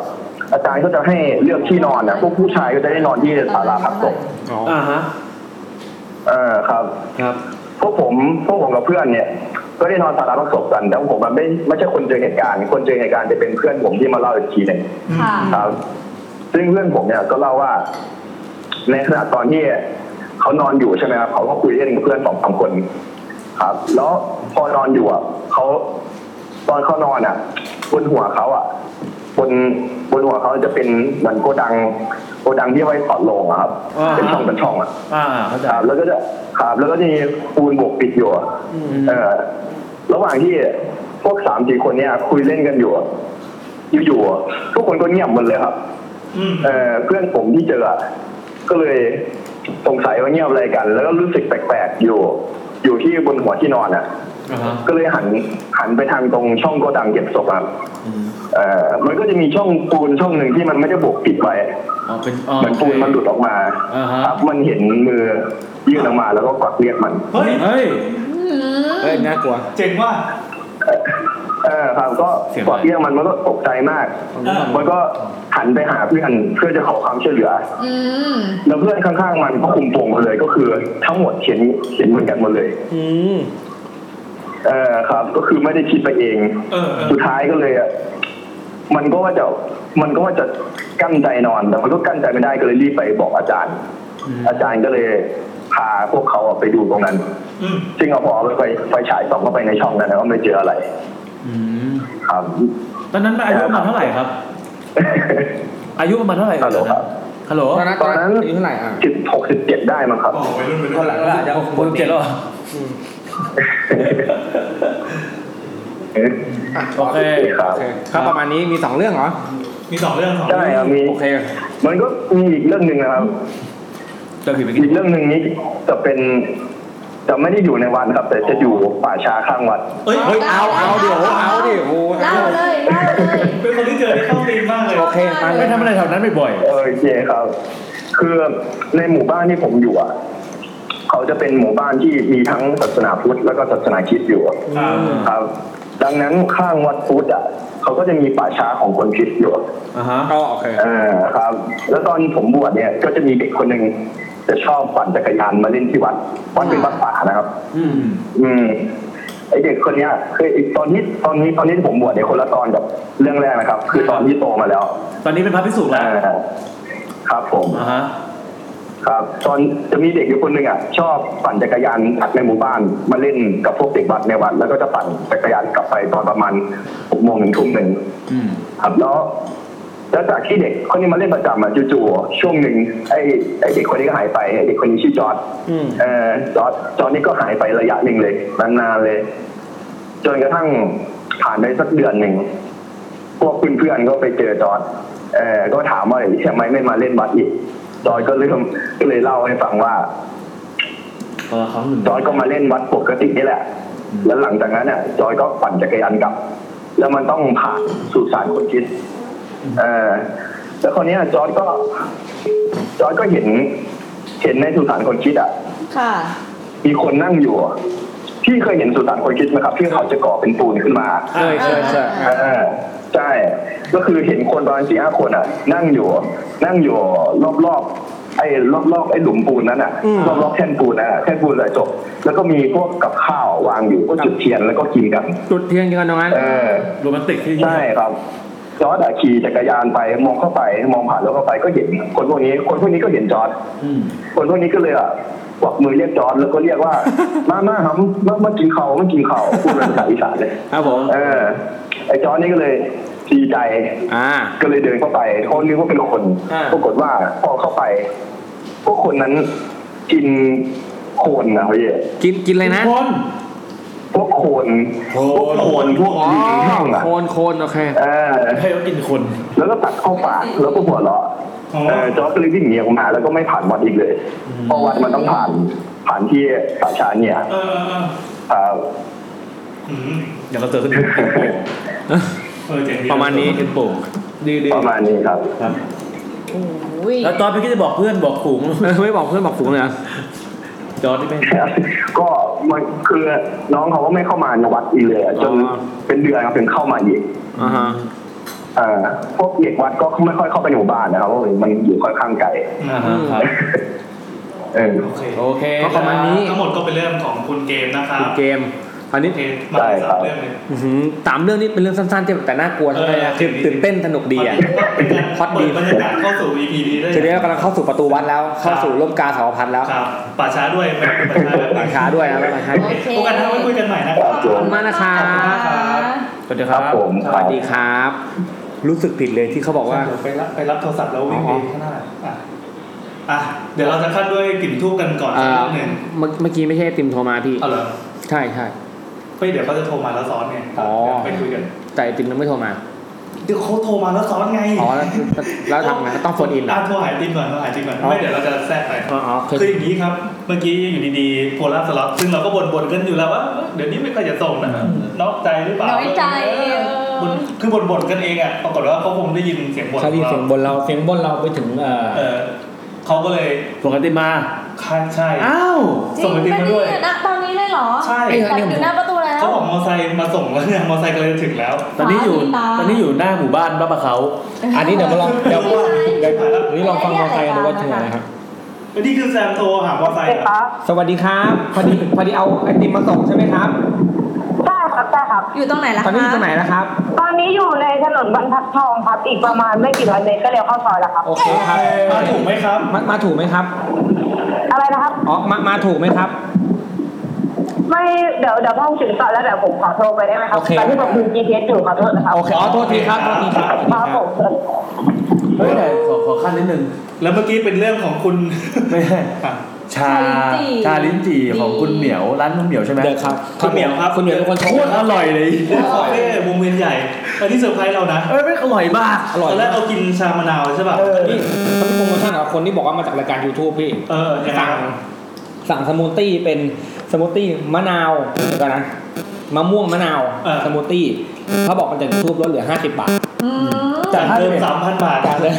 อาจารย์ก็จะให้เลือกที่นอนนะพวกผู้ชายก็จะได้นอนที่ศาลาพักศพ
อ๋อ
อ่าฮะ
เออครับ
ครับ
พวกผมพวกผมกับเพื่อนเนี่ย ก็ได้นอนสาราประสบกันแต่ผมมันไม่ไม่ใช่คนเจอเหตุการณ์ คนเจอเหตุการณ์จะเป็นเพื่อนผมที่มาเล่าอีกทีหนึ่ง
ค่ะ
ครับ ซึ่งเพื่อนผมเนี่ยก็เล่าว่า ในขณะตอนที่เขานอนอยู่ใช่ไหมครับเขาก็คุยเล่นกับเพื่อนสองสามคน ครับ แล้วพอนอนอยู่อ่ะเขาตอนเขานอนอ่ะ บนหัวเขาอ่ะ บนบนหัวเขาจะเป็นเหมือนโกดังโกดังที่ไว้ถอดโลงอะครับ
อ่า
เป็นช่องเป็นช่องอ่ะ
อ่าเข้าใจ
ครับแล้วก็จะครับแล้วก็จะมีปูนบวกปิดอยู่อะเออระหว่างที่พวกสามสี่คนเนี้ยคุยเล่นกันอยู่อะอยู่ๆอะทุกคนก็เงียบหมดเลยครับ
อืม
เออเพื่อนผมที่เจออะก็เลยสงสัยว่าเงียบอะไรกัน แล้วก็รู้สึกแปลกๆอยู่ อยู่ที่บนหัวที่นอนอ่ะ
อ่าฮะ
ก็เลยหันหันไปทางตรงช่องโกดังเก็บศพอะครับเออมันก็จะมีช่องปูนช่องหนึ่งที่มันไม่ได้บวกปิดไว้
อ๋อเป็นอ๋อ
เหมือนปูนมันหลุดออกมา
อ่าฮะ
ครับมันเห็นมือยื่นออกมาแล้วก็กวักเรียกมัน
เฮ้ย
เฮ้ย
เอ้ยน่ากลัว
เจ๋งว่า
เออครับก็
เสียง
ก
อะไร
วักเรียกมันมันก็ตกใจมาก
เออ
มันก็หันไปหาเพื่อนเพื่อจะขอความช่วยเหลือ
อืม
แล้วเพื่อนข้างๆมันก็คุมโปงหมดเลยก็คือ ทั้งหมดเห็นเห็นเหมือนกันหมดเลย
อืม
เออครับ ก็คือไม่ได้คิดไปเอง
เออเออ
สุดท้ายก็เลยอะมันก็ว่าจะมันก็ว่าจะกั้นใจนอนแต่มันก็กั้นใจไม่ได้ก็เลยรีบไปบอกอาจารย์ อาจารย์ก็เลยพาพวกเขาอะไปดูตรงนั้น
อืม
ซึ่งเอาพอเอาไฟไฟฉายส่องเข้าไปในช่องนั้นแล้วก็ไม่เจออะไร
อืม
ครับ
ตอนนั้นมันอายุประมาณเท่าไหร่ครับ อายุประมาณเท่าไหร่
ฮัลโหลครับ
ฮัลโหล
ตอนนั้นต
ต
อ
อน นนั้น
นั้นอายุเท่าไหร่อ่ะ
สิบหกสิบเจ็ดได้มั้งครับ
โอ้ไปรุ่นไปรุ่น
จะหกเจ็ดแล้วเหรอ
อ่ะ
โอเค
ครับ
โอเคครับประมาณนี้มีสองเรื่องเหรอ
มีสองเรื่องสอง
ใช่
เรื่อง
ครับมี
โอเค
มันก็มีอีกเรื่องหนึ่งนะครับ
เจอผีเมื่อกี้
อีกเรื่องหนึ่งนี้จะเป็นจะไม่ได้อยู่ในวันครับ แต่จะอยู่ป่าช้าข้างวัด
เอ้ย
เฮ้ยเอาเอาเดี๋ยวเอาดิโอ้โห
เล่าเลยเล่าเลย
เป็นคนที่เจอที่เข้าตีมมากเลย
โอเคมาเล
ไม่
ย
ทำอะไรแถวนั้นบ่อย
โอเคครับ คือในหมู่บ้านที่ผมอยู่อ่ะเขาจะเป็นหมู่บ้านที่มีทั้งศาสนาพุทธแล้วก็ศาสนาคริสต์อยู่อะ
ๆ
ครับ
ครับ ดังนั้นข้างวัดพุทธอ่ะเขาก็จะมีป่าช้าของคนคริสต์อยู่
อ่าฮะ
ก็โอเค
เออครับ แล้วตอนผมบวชเนี่ย ก็จะมีเด็กคนหนึ่งจะชอบปั่นจักรยานมาเล่นที่วัดวัดเป็นวัดป่านะครับ
อืม
อืมไอเด็กคนเนี้ยคือไอ้ตอนนี้ตอนนี้ตอนนี้ที่ผมบวชเนี่ยคนละตอนกับเรื่องแรกนะครับ คือตอนที่โตมาแล้ว
ตอนนี้เป็นพระพิสุแล้ว
เออ ครับผม
อ่าฮะ
ครับ ตอนจะมีเด็กอยู่คนหนึ่งอ่ะ ชอบปั่นจักรยานอัดในหมู่บ้าน มาเล่นกับพวกเด็กวัดในวัน แล้วก็จะปั่นจักรยานกลับไปตอนประมาณหกโมงถึงทุ่มหนึ่ง
อืม
ครับแล้วแล้วจากที่เด็กคนนี้มาเล่นประจำอะจู่ๆช่วงหนึ่งไอ้ไอ้เด็กคนนี้ก็หายไปไอ้เด็กคนนี้ชื่อจอร์ดเออจอร์ดจอร์ดนี่ก็หายไประยะหนึ่งเลยนานๆเลย จนกระทั่งผ่านไปสักเดือนหนึ่งพวกเพื่อนๆก็ไปเจอจอร์ดเออก็ถามว่าทำไมไม่มาเล่นบัตรอีกจอร์ดก็เริ่มก็เลยเล่าให้ฟังว่า
ตอนละครั้งหนึ่ง
จอยก็มาเล่นวัดปกตินี่แหละ แล้วหลังจากนั้นเนี่ยจอยก็ปั่นจักรยานกลับ แล้วมันต้องผ่านสุสานคนคิด เออแล้วคนนี้ยจอยก็ จอยก็เห็น เห็นในสุสานคนคิดอ่ะ
ค่ะ
มีคนนั่งอยู่อะพี่เคยเห็นสุสานคนคิดไหมครับ ที่เขาจะก่อเป็นปูนขึ้นมา
เคยเคยเคย
เออใช่ ก็คือเห็นคนประมาณสี่ห้าคนอ่ะ นั่งอยู่ นั่งอยู่รอบๆไอ้รอบๆไอ้หลุมปูนนั้นอ่ะรอบๆแท่นปูนนั่นอ่ะแท่นปูนเลยจบ แล้วก็มีพวกกับข้าววางอยู่ก็จุดเทียนแล้วก็กินกัน
จุดเทียนกันตรงนั้น
เออ
โรแมนติกที่
ใช่ครับจอร์ดอะขี่จักรยานไปมองเข้าไป มองผ่านแล้วเข้าไปก็เห็น คนพวกนี้ คนพวกนี้ก็เห็นจอร์ด
อืม
คนพวกนี้ก็เลยอะกวักมือเรียกจอร์ดแล้วก็เรียก ว่า มามาครับมามากินเขาวมากินเขาวพูดเป็นภาษาอีสานเลย
ครับผม
เออ ไอ้จอร์ดนี่ก็เลยดีใจ
อ่า
ก็เลยเดินเข้าไปเขานึกว่าเป็นคน
อ่า
ปรากฏว่าพอเข้าไป พวกคนนั้นกินโคนนะพี่
กินกินอะไรนะ
คน
พวกโคนพวกโคนพวก
อ๋อ
ลิงแห้งอ่ะ
โคนโคนโอเค
เออ
ให้เขากินคน
แล้วก็ตัดเข้าปากแล้วก็หัวเราะ
อ๋อ
เออจอร์จก็เลยวิ่งหนีออกมาแล้วก็ไม่ผ่านวัดอีกเลยเพราะวัดมันต้องผ่านผ่านที่สามชานเนี่ย
เออเออ
อ่า
อืม
อย่างเราเจอคนอื่นเป็นโป่ง
เออเจ๋งดี
ประมาณนี้
เป็นโป่ง
ดื้อดื้อ
ประมาณนี้ครับ
ครับ
โอ้ย
แล้วจอร์ดไม่คิดจะบอกเพื่อนบอกฝูง
เออ ไม่บอกเพื่อนบอกฝูงเลยเหรอ
จอร์ดที่แม่ง
ก็มันคือน้องเขาก็ไม่เข้ามาในวัดอีกเลยอะจนเป็นเดือนครับถึงเข้ามาอีก
อ่าฮะ
เอ่อพวกเด็กวัดก็ไม่ค่อยเข้าไปในหมู่บ้านนะครับเพราะมันอยู่ค่อนข้างไกล
อ่าฮะครับ
เออ
โอเค
โอเค
ก็ประมาณนี้
ค
ทั้
รับ
งหมดก็เป็นเรื่องของคุณเกมนะครับ
เกมตอนนี้
โอเคมา
ได้ครับ
เรื่องเลย
อื้อหือสามเรื่องนี้เป็นเรื่องสั้นๆที่แบบแต่น่ากลัวใช่ไหม
เออ
คือตื่นเต้นสนุกดีอ่ะ
ฮอตดีบรรยากาศเข้าสู่ EP นี้ด้วย
ทีนี้เรากำลังเข้าสู่ประตูวัดแล้ว เข้าสู่ร่มกาสาวพันธ์แล้ว
ครับป่าช้าด้วยแม่ป่าช้าด้วย
หลังคาด้วยนะหลังคา
โอเค
โอกาสหน้าไว้คุยกันใหม่นะครับ
ขอบคุณ
มากนะคะ
ค่ะ
สวัสดี
ค
ค
รั
รั
บบ ผม
สวัสดีครับ รู้สึกผิดเลยที่เขาบอกว่า
ไปรับไปรับโทรศัพท์แล้ววิ่งไปข้างหน้าอ่ะอ่ะ เดี๋ยวเราจะขั้นด้วยกลิ่นทูบกันก่อน
เอ่
สัก
อ
นิดหนึ่ง
เมื่อเมื่อกี้ไม่ใช่ติมโทรมาพี่
เอาเหรอ
ใช่ใช่
เฮ้ยเดี๋ยวเขาจะโทรมาแล้วซ้อนไง
อ๋อ
เดี๋ยวไปคุยกัน
แต่ไอติมยังไม่โทรมา
เดี๋ยวเขาโทรมาแล้วซ้อนไง
อ๋อแล้วแล้วทำไงต้องโฟนอินเหรอ
ะโทรหาไอติมก่อนโทรหาไอติมก่อน
อ๋อ
ไม่เดี๋ยวเราจะแทรกไป
อ๋ออ๋อโอเค
คืออย่างนี้ครับ เมื่อกี้อยู่ดีๆโพลาร์สล็อตซึ่งเราก็บ่นๆกันอยู่แล้วว่าเอ้ยเดี๋ยวนี้ไม่ค่อยจะส่งนะนอกใจหรือเปล่า
น้อยใจเออ
บ่นคือบ่นๆกันเองอ่ะปรากฏว่าเขาคงได้ยินเสียงบ่น
เขาได้ยินเสียงบนเราเสียงบนเราไปถึงเอ่อ
เออเขาก็เลย
ปกติมา
คาดใช่
อ้าว
จริ
ส่ง
ง
ไปติม
ปะ
มา
เนี่
ด้วย
ยนะตอนนี้เลยเหรอ
ใช่
เอ้ย
ปัด
นี่
อ
ผ
ยู่
ม
หน้าประตูแล้ว
เขาบอกมอไซค์มาส่งแล้วเนี่ยมอไซค์ก็เลยถึงแล้ว
ตอนนี้อยู่
ฟ้ามีตา
ตอนนี้อยู่หน้าหมู่บ้านบ้าปะเขา
อันนี้เดี๋ยวมาลองเดี๋ยวเดี๋ยวอันนี้ลองฟังมอไซค์ดูว่าถึงไหนนะครับ
นี่คือแซมโทรหามอไซค์เหรอ
สวัสดีครับพอดีพอดีเอาไอติมมาส่งใช่ไหมครับ
ใช่ครับใช่ครับ
อยู่ตรงไหนล่ะ
ตอนนี้อยู่ตรงไหน
คะ
นะครับ
ตอนนี้อยู่ในถนนบรรทัดทองครับ อีกประมาณไม่กี่ร้อยเมตรก็เลี้ยวเข้าซอยแล้วครับ
โอเคครับ
มาถูกไหมครับ
มามาถูกไหมครับ
อะไรนะครับ
อ๋อมามาถูกไหมครับ
ไม่เดี๋ยวเดี๋ยวพอถึงซอยแล้วเดี๋ยวผมขอโทรไปได้ไหมครับ
โอเค
ตอนที่ผมดู GPS อยู่ขอโทษนะครับ
โอเคอ๋อโทษทีครับโทษทีครับ
ครับผม
เฮ้ยแต่ขอขอขั้นนิดนึง
แล้วเมื่อกี้เป็นเรื่องของคุณ
ไม่ใช่
อ่ะ
ชา ชาลิ้นจี่ของคุณเหมียว ร้านคุณเหมียวใช่ไหม
เดี๋ยวครับ
คุณเหมียวครับ
คุณเหมียวเป็นคนช
โค
ง
ตรอร่อยเลย
คาเฟ่วงเวียนใหญ่อันนี้เซอร์ไพรส์เรานะ
เอ้ยไม่งอร่อยมาก
อร่อย
ตอนแร
มาก ก
เรากินชามะนาวใช่ป่ะ
เออ
นี่เขาเป็นโปรโมชั่นกับคนที่บอกว่ามาจากรายการ YouTube พี่
เออยังไง
สั่งสั่งสมูทตี้เป็นสมูทตี้มะนาวเดี๋ยวก่อนนะมะม่วงมะนาว
เออ
สมูทตี้เขาบอกมันจะทูบลดเหลือ 50 บาท
อืม
จากเดิมสามพันบาท
จากเดิม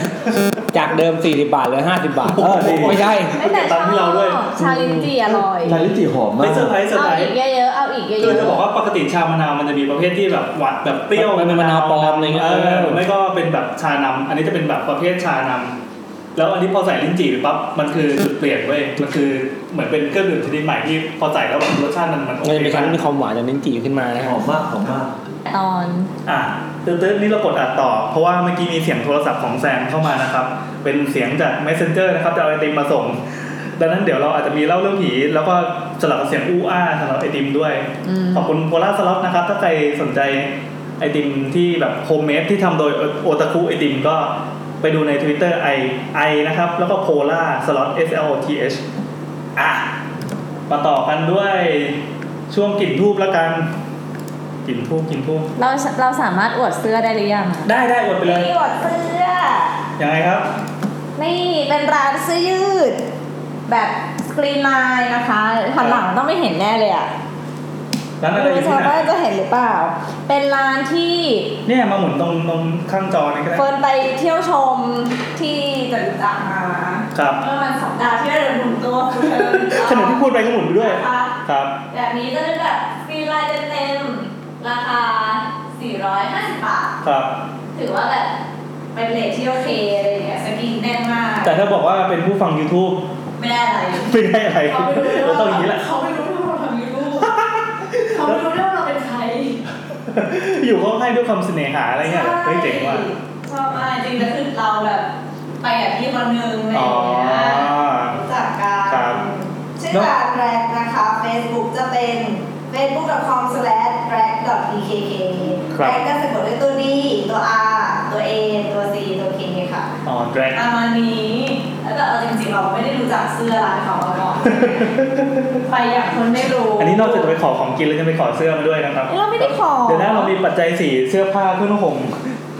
จากเดิม 40 บาทเหลือ 50 บาท
โอ้โห
ไม่ใช่
ไม่แต่ชอบ
ตามที่เราด้วย
ชาลินจีอร่อย
ชาลิ้นจี่หอมมา
ไม่
ก
เซอร์ไพรส์เซอร์
เอา
ไพร
อี
ส์
กเยอะๆ เอาอีกเยอะๆ
คือจะบอกว่าปกติชามะนาวมันจะมีประเภทที่แบบหวานแบบเปรี้ยว
มันเป็นมะนาวปลอมอะไรเงี้ย
เออหรือไม่ก็เป็นแบบชานำอันนี้จะเป็นแบบประเภทชานำ แล้วอันนี้พอใส่ลิ้นจี่ไปปั๊บมันคือจุดเปลี่ยนเว้ยมันคือเหมือนเป็นเครื่องดื่มชนิดใหม่ที่พอใส่แล้วแบบรสชาติมันมันโอ
มัน
เค
จะมีคำที่
มาก
มีความหวานจากลิ้นจี่ขึ้นมานะ
ห
ฮะ
อมมากหอมมาก
ตอน
อ่ะตึ๊ดๆนี่เรากดอัดต่อ เพราะว่าเมื่อกี้มีเสียงโทรศัพท์ของแซมเข้ามานะครับ เป็นเสียงจาก messenger นะครับจะเอาไอติมมาส่ง ดังนั้นเดี๋ยวเราอาจจะมีเล่าเรื่องผี แล้วก็สลับกับเสียงอู้อ้าสำหรับไอติมด้วย
อืม
ขอบคุณโพล่าสล็อตนะครับ ถ้าใครสนใจไอติมที่แบบโฮมเมดที่ทำโดยโอตาคุไอติมก็ไปดูใน Twitter ไอไอนะครับ แล้วก็โพล่าสล็อต S L O T H อ่ะ มาต่อกันด้วยช่วงกลิ่นทูบละกันกลิ่นทูบกลิ่นทูบ
เราเราสามารถอวดเสื้อได้หรือยังอะ
ได้ได้หมดไปเลย
นี่อวดเสื้อ
ยังไงครับ
นี่เป็นร้านเสื้อยืด แบบสกรีนไลน์นะคะหันหลังต้องไม่เห็นแน่เลยอ่ะ
ร้าน
ไม่
อะไรอ
รู้
ยู่
ชา
ที่
ว
ไหน
บ้านจะเห็นหรือเปล่า เป็นร้านที่
เนี่ยมาหมุนตรงตรงข้างจอนี่ก็ได้
เฟิร์นไปเที่ยวชมที่จตุจักรมา
ครับ
เมื่อวันสัปดาห์ที่เราเดินหมุนตัวคือเธอ
ขณะที่พูดไปก็หมุนไปด้วย
นะคะ
ครับ
แบบนี้จะเป็นแบบสกรีนไลน์เต็มๆราคา 450 บาท
ครับ
ถือว่าแบบเป็นเลทที่โอเคอะไรอย่างเงี้ยสกรีนแน่นมาก
แต่ถ้าบอกว่าเป็นผู้ฟัง YouTube
ไม่ได้อะไร
ไม่ได้อะไร
เขาไม่รู้เรื่
แล้วต้องอย่างนี้แหละ
เขาไม่รู้เรื่องเราทำยูทูบเขาไม่รู้เรื่องเราเป็นใคร
อยู่เขาให้ด้วยความเสน่หาอะไรเงี้ยเหรอเฮ้ยเจ๋งว่ะ
ชอบมากจริงๆแล้วคือเราแบบไปกับพี่คนนึงอะไรอ
อ๋อ
ย่างเงี้ยรู้จักกัน
ครับ
ชื่อร้านแรกนะคะ Facebook จะเป็น facebook.com slash black ekk
ครับ
black ก็สะกดด้วยตัว D ตัว R ตัว A ตัว C ตัว K ค่ะ
อ๋อแดรก
ประมาณนี้ แล้วแต่เอาจริงๆเราไม่ได้รู้จักเสื้อร้านเขามา ก่อน ไปอย่างคนไม่รู้
อันนี้นอกจากจะไปขอของกินแล้วจะไปขอเสื้อมาด้วยนะครับ
เราไม่ได้ขอ
เดี๋ยวนะเรามีปัจจัยสี่เสื้อผ้าเครื่องนุ่งห่ม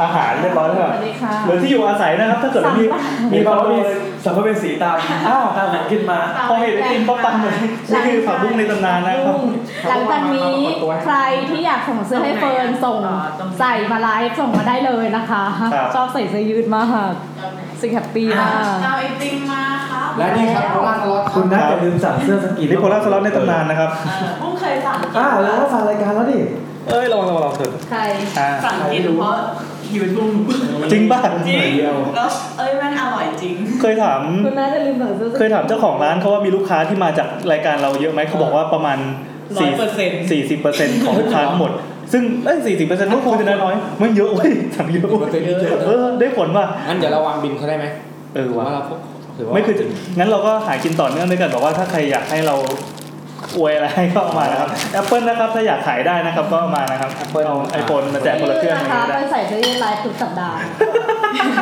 อาหารเรียบร้อยแล้ว
สวัสดีค่ะ
เหรือที่อยู่อาศัยนะครับ ถ้าเกิดว่ามีมี
มี
บา
บาง
ค
ง
น
มีสัมภเวสีตามอ้าวตามหลังขึ้นมา
พอเห็นไอติมปั๊บปังเลยนี่คือผักบุ้งในตำนานนะครับ
หลังจากนี้ใครที่อยากส่งเสื้อให้เฟิร์นส่ง
อ๋อตรงนี้
ใส่มาไลฟ์ส่งมาได้เลยนะคะ
ครับ
ชอบใส่เสื้อยืดมากสิ่งแฮปปี้มาก
เอาไอติมมาครับ
และนี่ครับโคราชสล็อต
คุณน่าจะลืมสั่งเสื้อสกรีน
นี่โพลาร์สล็อตในตำนานนะครับ
เพิ่งเคยสั่ง
อ่าแล้วฟังรายการแล้วดิ
เอ้ยระวังระวังระวังเถอะ
ใคร
อ่า
สั่งกินเพราะคิวทุ่ง
จริงป่ะ
จริงแล้วเอ้ยแม่งอร่อยจริง
เคยถาม
คุณน่าจะลืมใส่เสื้อ
เคยถามเจ้าของร้านเขาว่ามีลูกค้าที่มาจากรายการเราเยอะไหมเขาบอกว่าประมาณ
100%
สี่สิบเปอร์เซ็นต์ของลูกค้าทั้งหมด ซึ่งเอ้สี่สิบเปอร์เซ็นต์ก็คงจะน้อยๆไม่เยอะเว้ยสั่งเยอะเว้ยเออได้ผลป่ะ
งั้นเดี๋ยวเราวางบินเขาได้ไหม
เออ
ถือ
ว่ะ
ว่าเราพกถือว่า
ไม่คืองั้นเราก็หากินต่อเนื่องด้วยกันบอกว่าถ้าใครอยากให้เราอวยอะไรก็เอามานะครับแอปเปิลนะครับถ้าอยากขายได้นะครับก็เอามานะครับเอาไอโฟนมาแจกคนละเค
ยื
รื่
ด
องอะ
นะ
ไร
คะ
ก็
ไป
ได้
ใส่เสื้อยืดไลฟ์ทุกสัปดาห์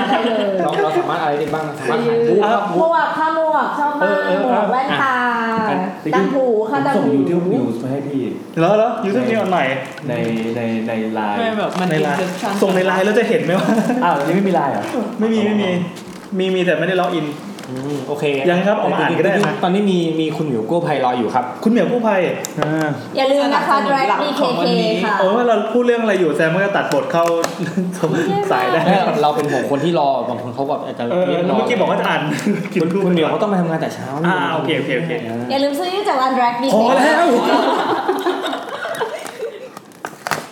ได้เลย
เราเราสามารถอะไรได้บ้างสา
เสื้
มาร
อ
ถ
ยื
หา
ด
บู๊ครับ
หม
บู๊
วกผ้าหมวกชอบมาก
เออเออ
หมวกแว่นตา
อ่ะ
ดังหู
ผ
ค่ะ
ม
ดัง
ส่ง
หู
ยูทูบนิวส์มาให้พี่
แล้วแล้วยูทูบมีอันใหม่
ในในในไลน์
ไม่แบบมัน
ในไลน์
เป็นชั้น
ส่งในไลน์แล้วจะเห็นไหมว่า
อ้าวยังไม่มีไลน์เหรอ
ไม่มีไม่มีมีมีแต่ไม่ได้ล็อกอิน
อืมโอเค
ยังครับเอามาอ่านก็ได้นะ
ตอนนี้มีมีคุณหมิวกู้ภัยรออยู่ครับ
คุณเหมียวกู้ภัย
อย่าลืมนะคะ drag
หลักของวั
bkk
นนี้
ค่ะ
โอ้ยว่าเราพูดเรื่องอะไรอยู่แซมก็จะตัดบท เข้า สายได้
เนี่ยเราเป็นห่วงคนที่รอบางคนเขาแบบอาจจะ
เออ
รียร
เมื่อกี้บอกว่าจะอ่านกิน
คุณ
รูป
คุณเหมียว
เขา
เขาต้องไปทำงานแต่เช้า
อ่าโอเคโอเคโอเค
อย่าลืมเสื้อยืดจากร้าน drag
พ
bkk
อแล้ว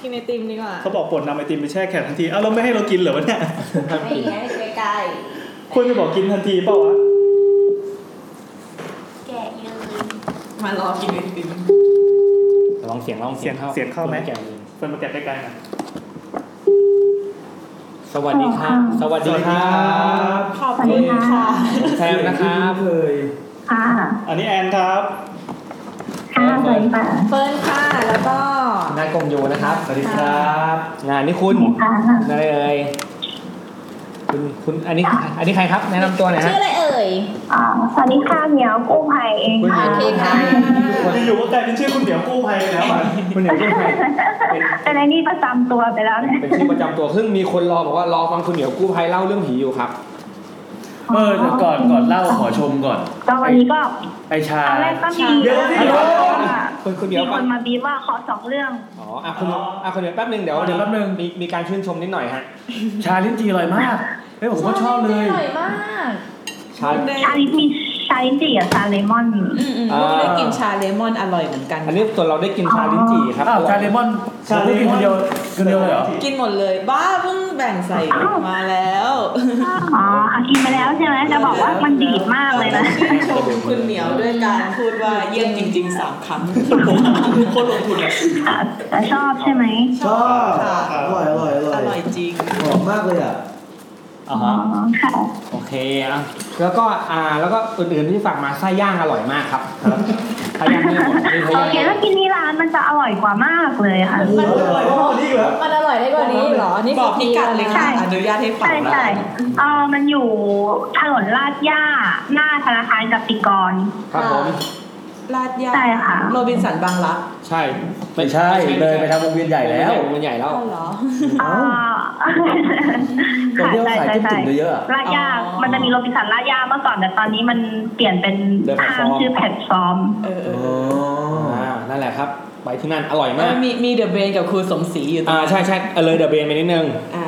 กินไอติมดีกว่า
เขาบอกปลดนำไอติมไปแช่แข็งทันทีเอ้าเราไม่ให้เรากินเหรอวะเนี่ย
ไม่ให้ใกล้
ควรจะบอกกินทันทีเปล่าวะ
ๆแกะยืด
มารอกินไอติม
ลองเสียงลอง
เสี
เสี
ย
ย
ง
งเข้า
เสียงเข้าไหม
แกะดู
เฟิร์นมาแกะใกล้ๆหนะ
สวัสดีครับสวัสดีครับ
ขอบคุณค่ะ
แซมนะครับ
เลย
ค่ะ
อันนี้แอนครับ
ค่ะสวัสดีค่ะ
เฟิร์นค่ะ แล้วก็
นายกงโยนะครับ
สวัสดีครับ
งานนี่คุณ
ค่ะ
ได้เลยคุณคุณอันนี้อันนี้ใครครับแนะนำตัวหน่อย
ชื่
ฮะ
ออะไรเอ่ย
อ่าสวัสดีค่ะเหมียวกู้ภัยเอง
คุณเหมี
ค่ะ
ยว
โอ
กู้ภั
เคค่ะ
ย
อยู่ๆก็กลายเป็นชื่อคุณเหมียวกู้ภัยไปแล้วอะ
คุณเหมียวกู้ภัย เป็น
เป็นไอ้นี่ประจำตัวไปแล้วเนี่ย
เป็นชื่อประจำตัวซึ่งมีคนรอบอกว่ารอฟังคุณเหมียวกู้ภัยเล่าเรื่องผีอยู่ครับ
เออเดี๋ยวก่อนก่อนเล่าขอชมก่อน
ก็วันนี้ก็
ไอชา
ตอนแรกก็มี
เดี๋ยวสิ
มี
เดี๋ยว
คุณคุณเหมี
มี
ยว
ค
ก่อน
นมาบีบว่าขอสองเรื่อง
อ๋ออ่ะคุณอ่ะคุณเหมียวแป๊บนึงเดี๋ยว
เดี๋ยวแป๊บนึง
มีมีการชื่นชมนิดหน่อยฮะ
ชาลิ้นจีอร่อยมากเฮ้ยผมก็ชอบเลย
อร่อยมาก
ชา
ชาลิมีช
าลิ้นจี่กับชาเลมอน
อืมอืม
อ่า
ได้กินชาเลมอนอร่อยเหมือนกัน
อันนี้ส่วนเราได้กินชาลิ้นจี่ครับ
อ้าว
ชาเลมอน
ชาเลมอนผมก็กินคนเดียวคนเดียวเลยเหรอ
กินหมดเลยบ้าเพิ่งแบ่งใส่มาแล้ว
อ๋ออ่ะกินไปแล้วใช่ไหมจะบอกว่ามันดีดมากเลยนะ
ชมคุณเหมียวด้วยการพูดว่าเยี่ยมจริงๆสามครั้งโคตรลงทุนอะ
แต่ชอบใช่ไหม
ชอบอร่อยอร่อยอร่อยอร่อย
จริง
หอมมากเลยอ่ะ
อ่าฮะโอเคอ่ะแล้วก็อ่าแล้วก็อื่นๆที่ฝากมาไส้ย่างอร่อยมากครับครับ ไส้ย่างไม่หมดนี่ไส้
โอย่าง เคถ้ากินที่ร้านมันจะอร่อยกว่ามากเลยค่ะ
มันอร่อยกว่านี้เหรอมันอร่อยได้กว่านี้เหรอ นี่
บอกพี่กัดเลยค่ะ
อนุญาตให้ฝาก
ใช่
ร้าน
ใช่เออมันอยู่ถนนลาดย่า หน้าธนาคารกสิกร
ครับผม
ลาดยา
ใช่ค่ะ
โรบินสันบางรัก
ใช่
ไม่ใช่เลยไปทำวงเวียนใหญ่แล้ว
วงเวียนใหญ่แล้ว
เหรอ
อ่า
ตรงที่เขาขายจิ้มจุ่มเยอะๆอะ
ลาดย่า มันจะมีโรบินสันลาดย่าเมื่อก่อนแต่ตอนนี้มันเปลี่ยนเป็น
The Platform
ทางชื่อแพลตฟอร์ม
อ่านั่นแหละครับ ไปที่นั่นอร่อยมาก
มีมีเดอะเบนกับครูสมศรีอยู่ตรง
อ่า
นั้น
ใช่ใช่เออเลยเดอะเบนไปนิดนึง
อ่า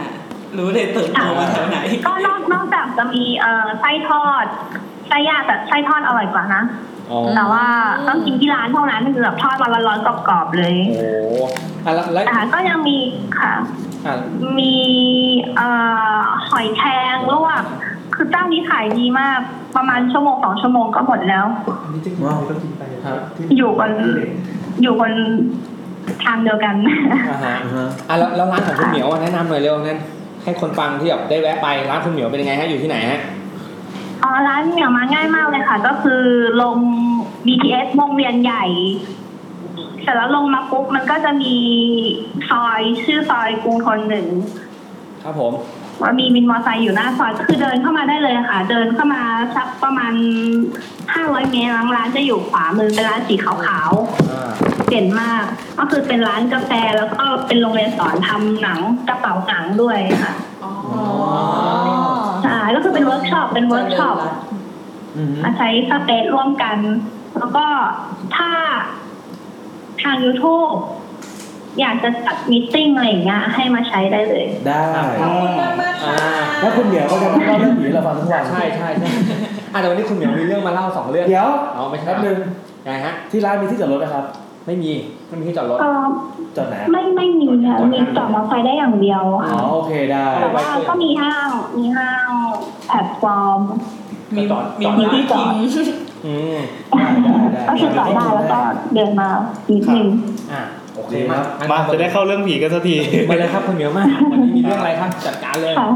รู้เลยเติบโตมาแถวไหน
ก็นอกนอกจากจะมีเอ่อไส้ทอดไส้ย่างแต่ไส้ทอดอร่อยกว่านะ
อ๋อ
แต่ว่าต้องกินที่ร้านเท่านั้นคือแบบทอดมาร้อนๆกรอบๆเลย
โอ้โหอ่ะแล้วแล้ว
อ่าก็ยังมีค่ะ
อ่ะ
มีเอ่อหอยแครงลวกคือเจ้านี้ขายดีมาก ประมาณชั่วโมงสองชั่วโมงก็หมดแล้ว
ว้าว
อยู่บนอยู่บนทางเดียวกัน
อ่าฮะอ่ะแล้วแล้วร้านของคุณเหมียวอ่ะแนะนำหน่อยเร็วนั้นให้คนฟังที่แบบได้แวะไปร้านคุณเหมียวเป็นยังไงฮะอยู่ที่ไหนฮะ
อ๋อร้านเหมียวมาง่ายมากเลยค่ะ ก็คือลง BTS วงเวียนใหญ่เสร็จแล้วลงมาปุ๊บมันก็จะมีซอยชื่อซอยกรุงทนหนึ่ง
ครับผม
ว่ามีวินมอไซค์อยู่หน้าซอยก็คือเดินเข้ามาได้เลยค่ะ เดินเข้ามาสักประมาณห้าร้อยเมตรร้านร้านจะอยู่ขวามือเป็นร้านสีขาว
อ่า
ๆเด่นมาก ก็คือเป็นร้านกาแฟแล้วก็เป็นโรงเรียนสอนทำหนังกระเป๋าหนังด้วยค่ะใช่ก็คือเป็นเวิร์กช็อปเป็นเวิร์กช็อป มาใช้สเปซร่วมกัน แล้วก็ถ้าทาง YouTube อยากจะจัดมิทติ้งอะไรอย่างเงี้ยให้มาใช้ได้เลย
ได้
อ่า
แล้วคุณเหมียวก็จะมาเล่าเรื่องผีให้เราฟังทั้งวัน
ใช่ใช่ใช่ อ่ะแต่วันนี้คุณเหมียวมีเรื่องมาเล่าสองเรื่อง
เดี๋ยว
เอาไม่ใช่
แป๊บนึง
ยังไงฮะ
ที่ร้านมีที่จอดรถนะครับ
ไม่มีไม่มีที่จอดรถ
เออ
จอดไหน
ไม่ไม่มีค่ะมีจอดมอเตอร์ไซค์ได้อย่างเดียว
อ๋
ค่ะ
อโอเคได้
แต่ว่าก็มีห้างมีห้างแพลตฟอร์ม
มี
จอด
มี
จอด
มี
ได้
ที่จอด
อืม
ก็คือจอดได้แล้วก็เดินมานิดนึง
อ่ะโอเค
ดีครับ
งั้น
มาจะได้เข้าเรื่องผีกันสักที
มาเลยครับคุณเหมียวมาวันนี้มีเรื่องอะไรครับจัดการเลย
ค่ะ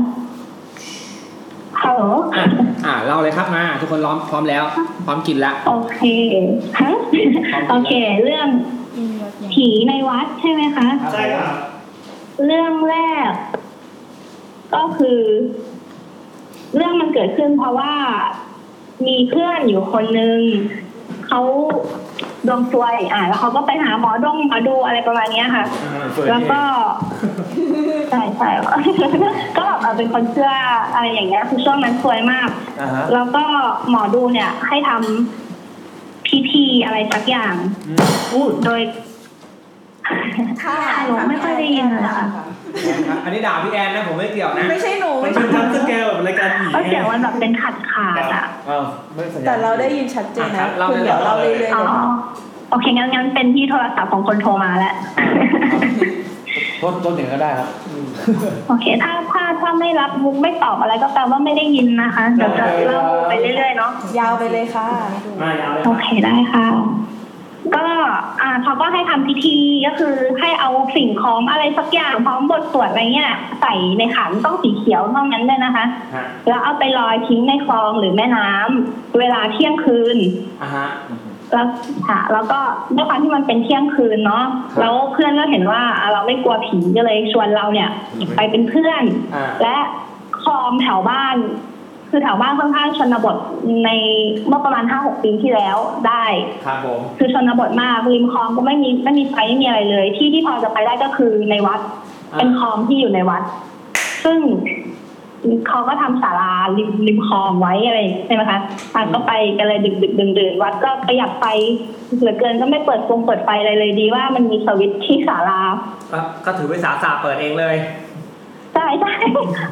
ฮัลโหล
อ่ะอ่าเราเลยครับมาทุกคนร้อมพร้อมแล้ว พร้อมกิน แล้ว
โอเคฮะโอเค เรื่องผีในวัดใช่ไหมคะ
ใช่ครับ
เรื่องแรก ก็คือ เรื่องมันเกิดขึ้นเพราะว่ามีเพื่อนอยู่คนนึงเขาดวงซวยอ่ะแล้วเขาก็ไปหาหมอดงหมอดูอะไรประมาณเนี้ยค่ะ แล้วก็ใช่ใช่ ก็แบบเออเป็นคนเชื่ออะไรอย่างเงี้ยคือช่วงนั้นซวยมาก
อ่าฮะ
แล้วก็หมอดูเนี่ย ให้ทำพิธีอะไรสักอย่าง
อู้
โดย
ค่ะ
หนูไม่ค่อยได้ยินเลยอะ
อันนี้ด่าพี่แอนนะผมไม่เกี่ยวนะ
ไม่ใช่หนู
มันเป็นทัมสแกลแบบรายการผี
ก็เสียงมันแบบเป็นขาดขาดๆอ่ะ
อ้าวไม่สัญญาณ
แต่เราได้ยินชัดเจน
อ่ะครั
นะ
บเล่า
คุณ
เลย
เดี๋ยวเราเรื่อยๆ
อ๋อ
เลย
โอเค งั้นงั้นเป็นที่โทรศัพท์ของคนโทรมาแล้ว
โทษต้นอย่างนั้นก็ได้ครับ
โอเค ถ้าถ้าถ้าไม่รับมุกไม่ตอบอะไรก็แปลว่าไม่ได้ยินนะคะ เดี๋ยวจะเล่าไปเรื่อยๆเนาะ
ยาวไปเลยค่ะ
มายาวเลย
โอเคได้ค่ะ ก็อ่าเขาก็ให้ทำพิธีก็คือให้เอาสิ่งของอะไรสักอย่างพร้อมบทสวดอะไรเงี้ยใส่ในขันต้องสีเขียวเท่านั้นเลยนะคะ
ฮะ
แล้วเอาไปลอยทิ้งในคลองหรือแม่น้ำเวลาเที่ยงคืน
อ่ะฮะ
แล้วค่ะแล้วก็ด้วยความที่มันเป็นเที่ยงคืนเนาะ
ครับ
แล้วเพื่อนก็เห็นว่าอ่ะเราไม่กลัวผีก็เลยชวนเราเนี่ย ไปเป็นเพื่อน
อ่า
และคลองแถวบ้าน คือแถวบ้านค่อนข้างชนบทในเมื่อประมาณห้าหกปีที่แล้วได้
ครับผม
คือชนบทมากริมคลองก็ไม่มีไม่มีไฟไม่มีอะไรเลย ที่ที่พอจะไปได้ก็คือในวัด
อ่ะ
เป็นคลองที่อยู่ในวัด ซึ่งเขาก็ทำศาลาริมริมคลองไว้อะไรใช่ไหมคะทางก็ไปกันเลยดึกดึกดื่นดื่นๆวัดก็ประหยัดไฟเหลือเกินก็ไม่เปิดฟงเปิดไฟอะไรเลยดีว่ามันมีสวิตช์ที่ศาลา
ก็ก็ถือเป็นสาสาเปิดเองเลย
ใช่ ใช่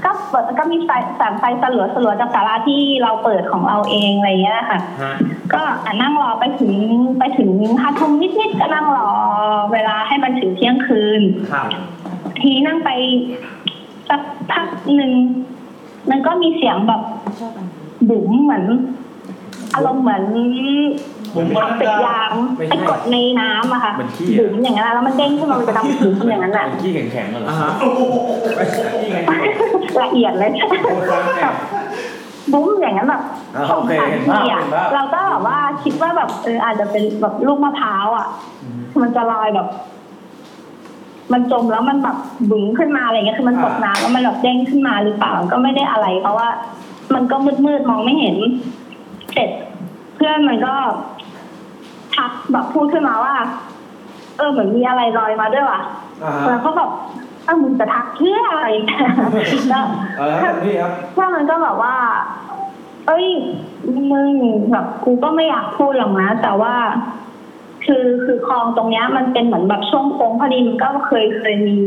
ก็เปิดก็มีไฟแสงไฟสลัวสลัวๆจากศาลาที่เราเปิดของเราเองอะไรอย่างเงี้ยค่ะ
ฮะ
ก็อ่ะนั่งรอไปถึงไปถึงห้าทุ่มนิดๆก็นั่งรอเวลาให้มันถึงเที่ยงคืน
ครับ
ทีนั่งไปสักพักหนึ่ง มันก็มีเสียงแบบบุ๋มเหมือน อารมณ์เหมือน
บุ๋มบอล
เอาเป็ด
ดา
ยาง
ไม่ใช่
ไปกดในน้ำอะค่ะ
เหมือนขี้อะ
บุ๋มอย่างนั้นอะแล้วมันเด้งขึ้นมาเป็นตำบุ๋มอย่างนั้นอะ
เป็นขี้แข็งๆเหรอขี้แข็ง
ละเอียดเลย บุ้มอย่างนั้นแบบ
อ่าโอเคเห็นภาพ
สงสร
เห็นภาพ
เราก็แบบว่าคิดว่าแบบเอออาจจะเป็นแบบลูกมะพร้าวอ่ะ มันจะลอยแบบ มันจมแล้วมันแบบบึ้งขึ้นมาอะไรเงี้ยคือมันตกน้ำแล้วมันแบบเด้งขึ้นมาหรือเปล่าก็ไม่ได้อะไร เพราะว่า มันก็มืดมืดๆมองไม่เห็น เสร็จเพื่อนมันก็ทักแบบพูดขึ้นมาว่า เออเหมือนมีอะไรลอยมาด้วยว่ะ
อ่าฮะ
แล้วก็แบบเอ้ามึงจะทักเพื่ออะไรแล้ว
เอาละครับพี่ครับ
เพื่อนมันก็แบบว่า เอ้ย มึงแบบกูก็ไม่อยากพูดหรอกนะ แต่ว่า คือคือคลองตรงเนี้ย มันเป็นเหมือนแบบช่วงโค้งพอดีมันก็เคยเคยมี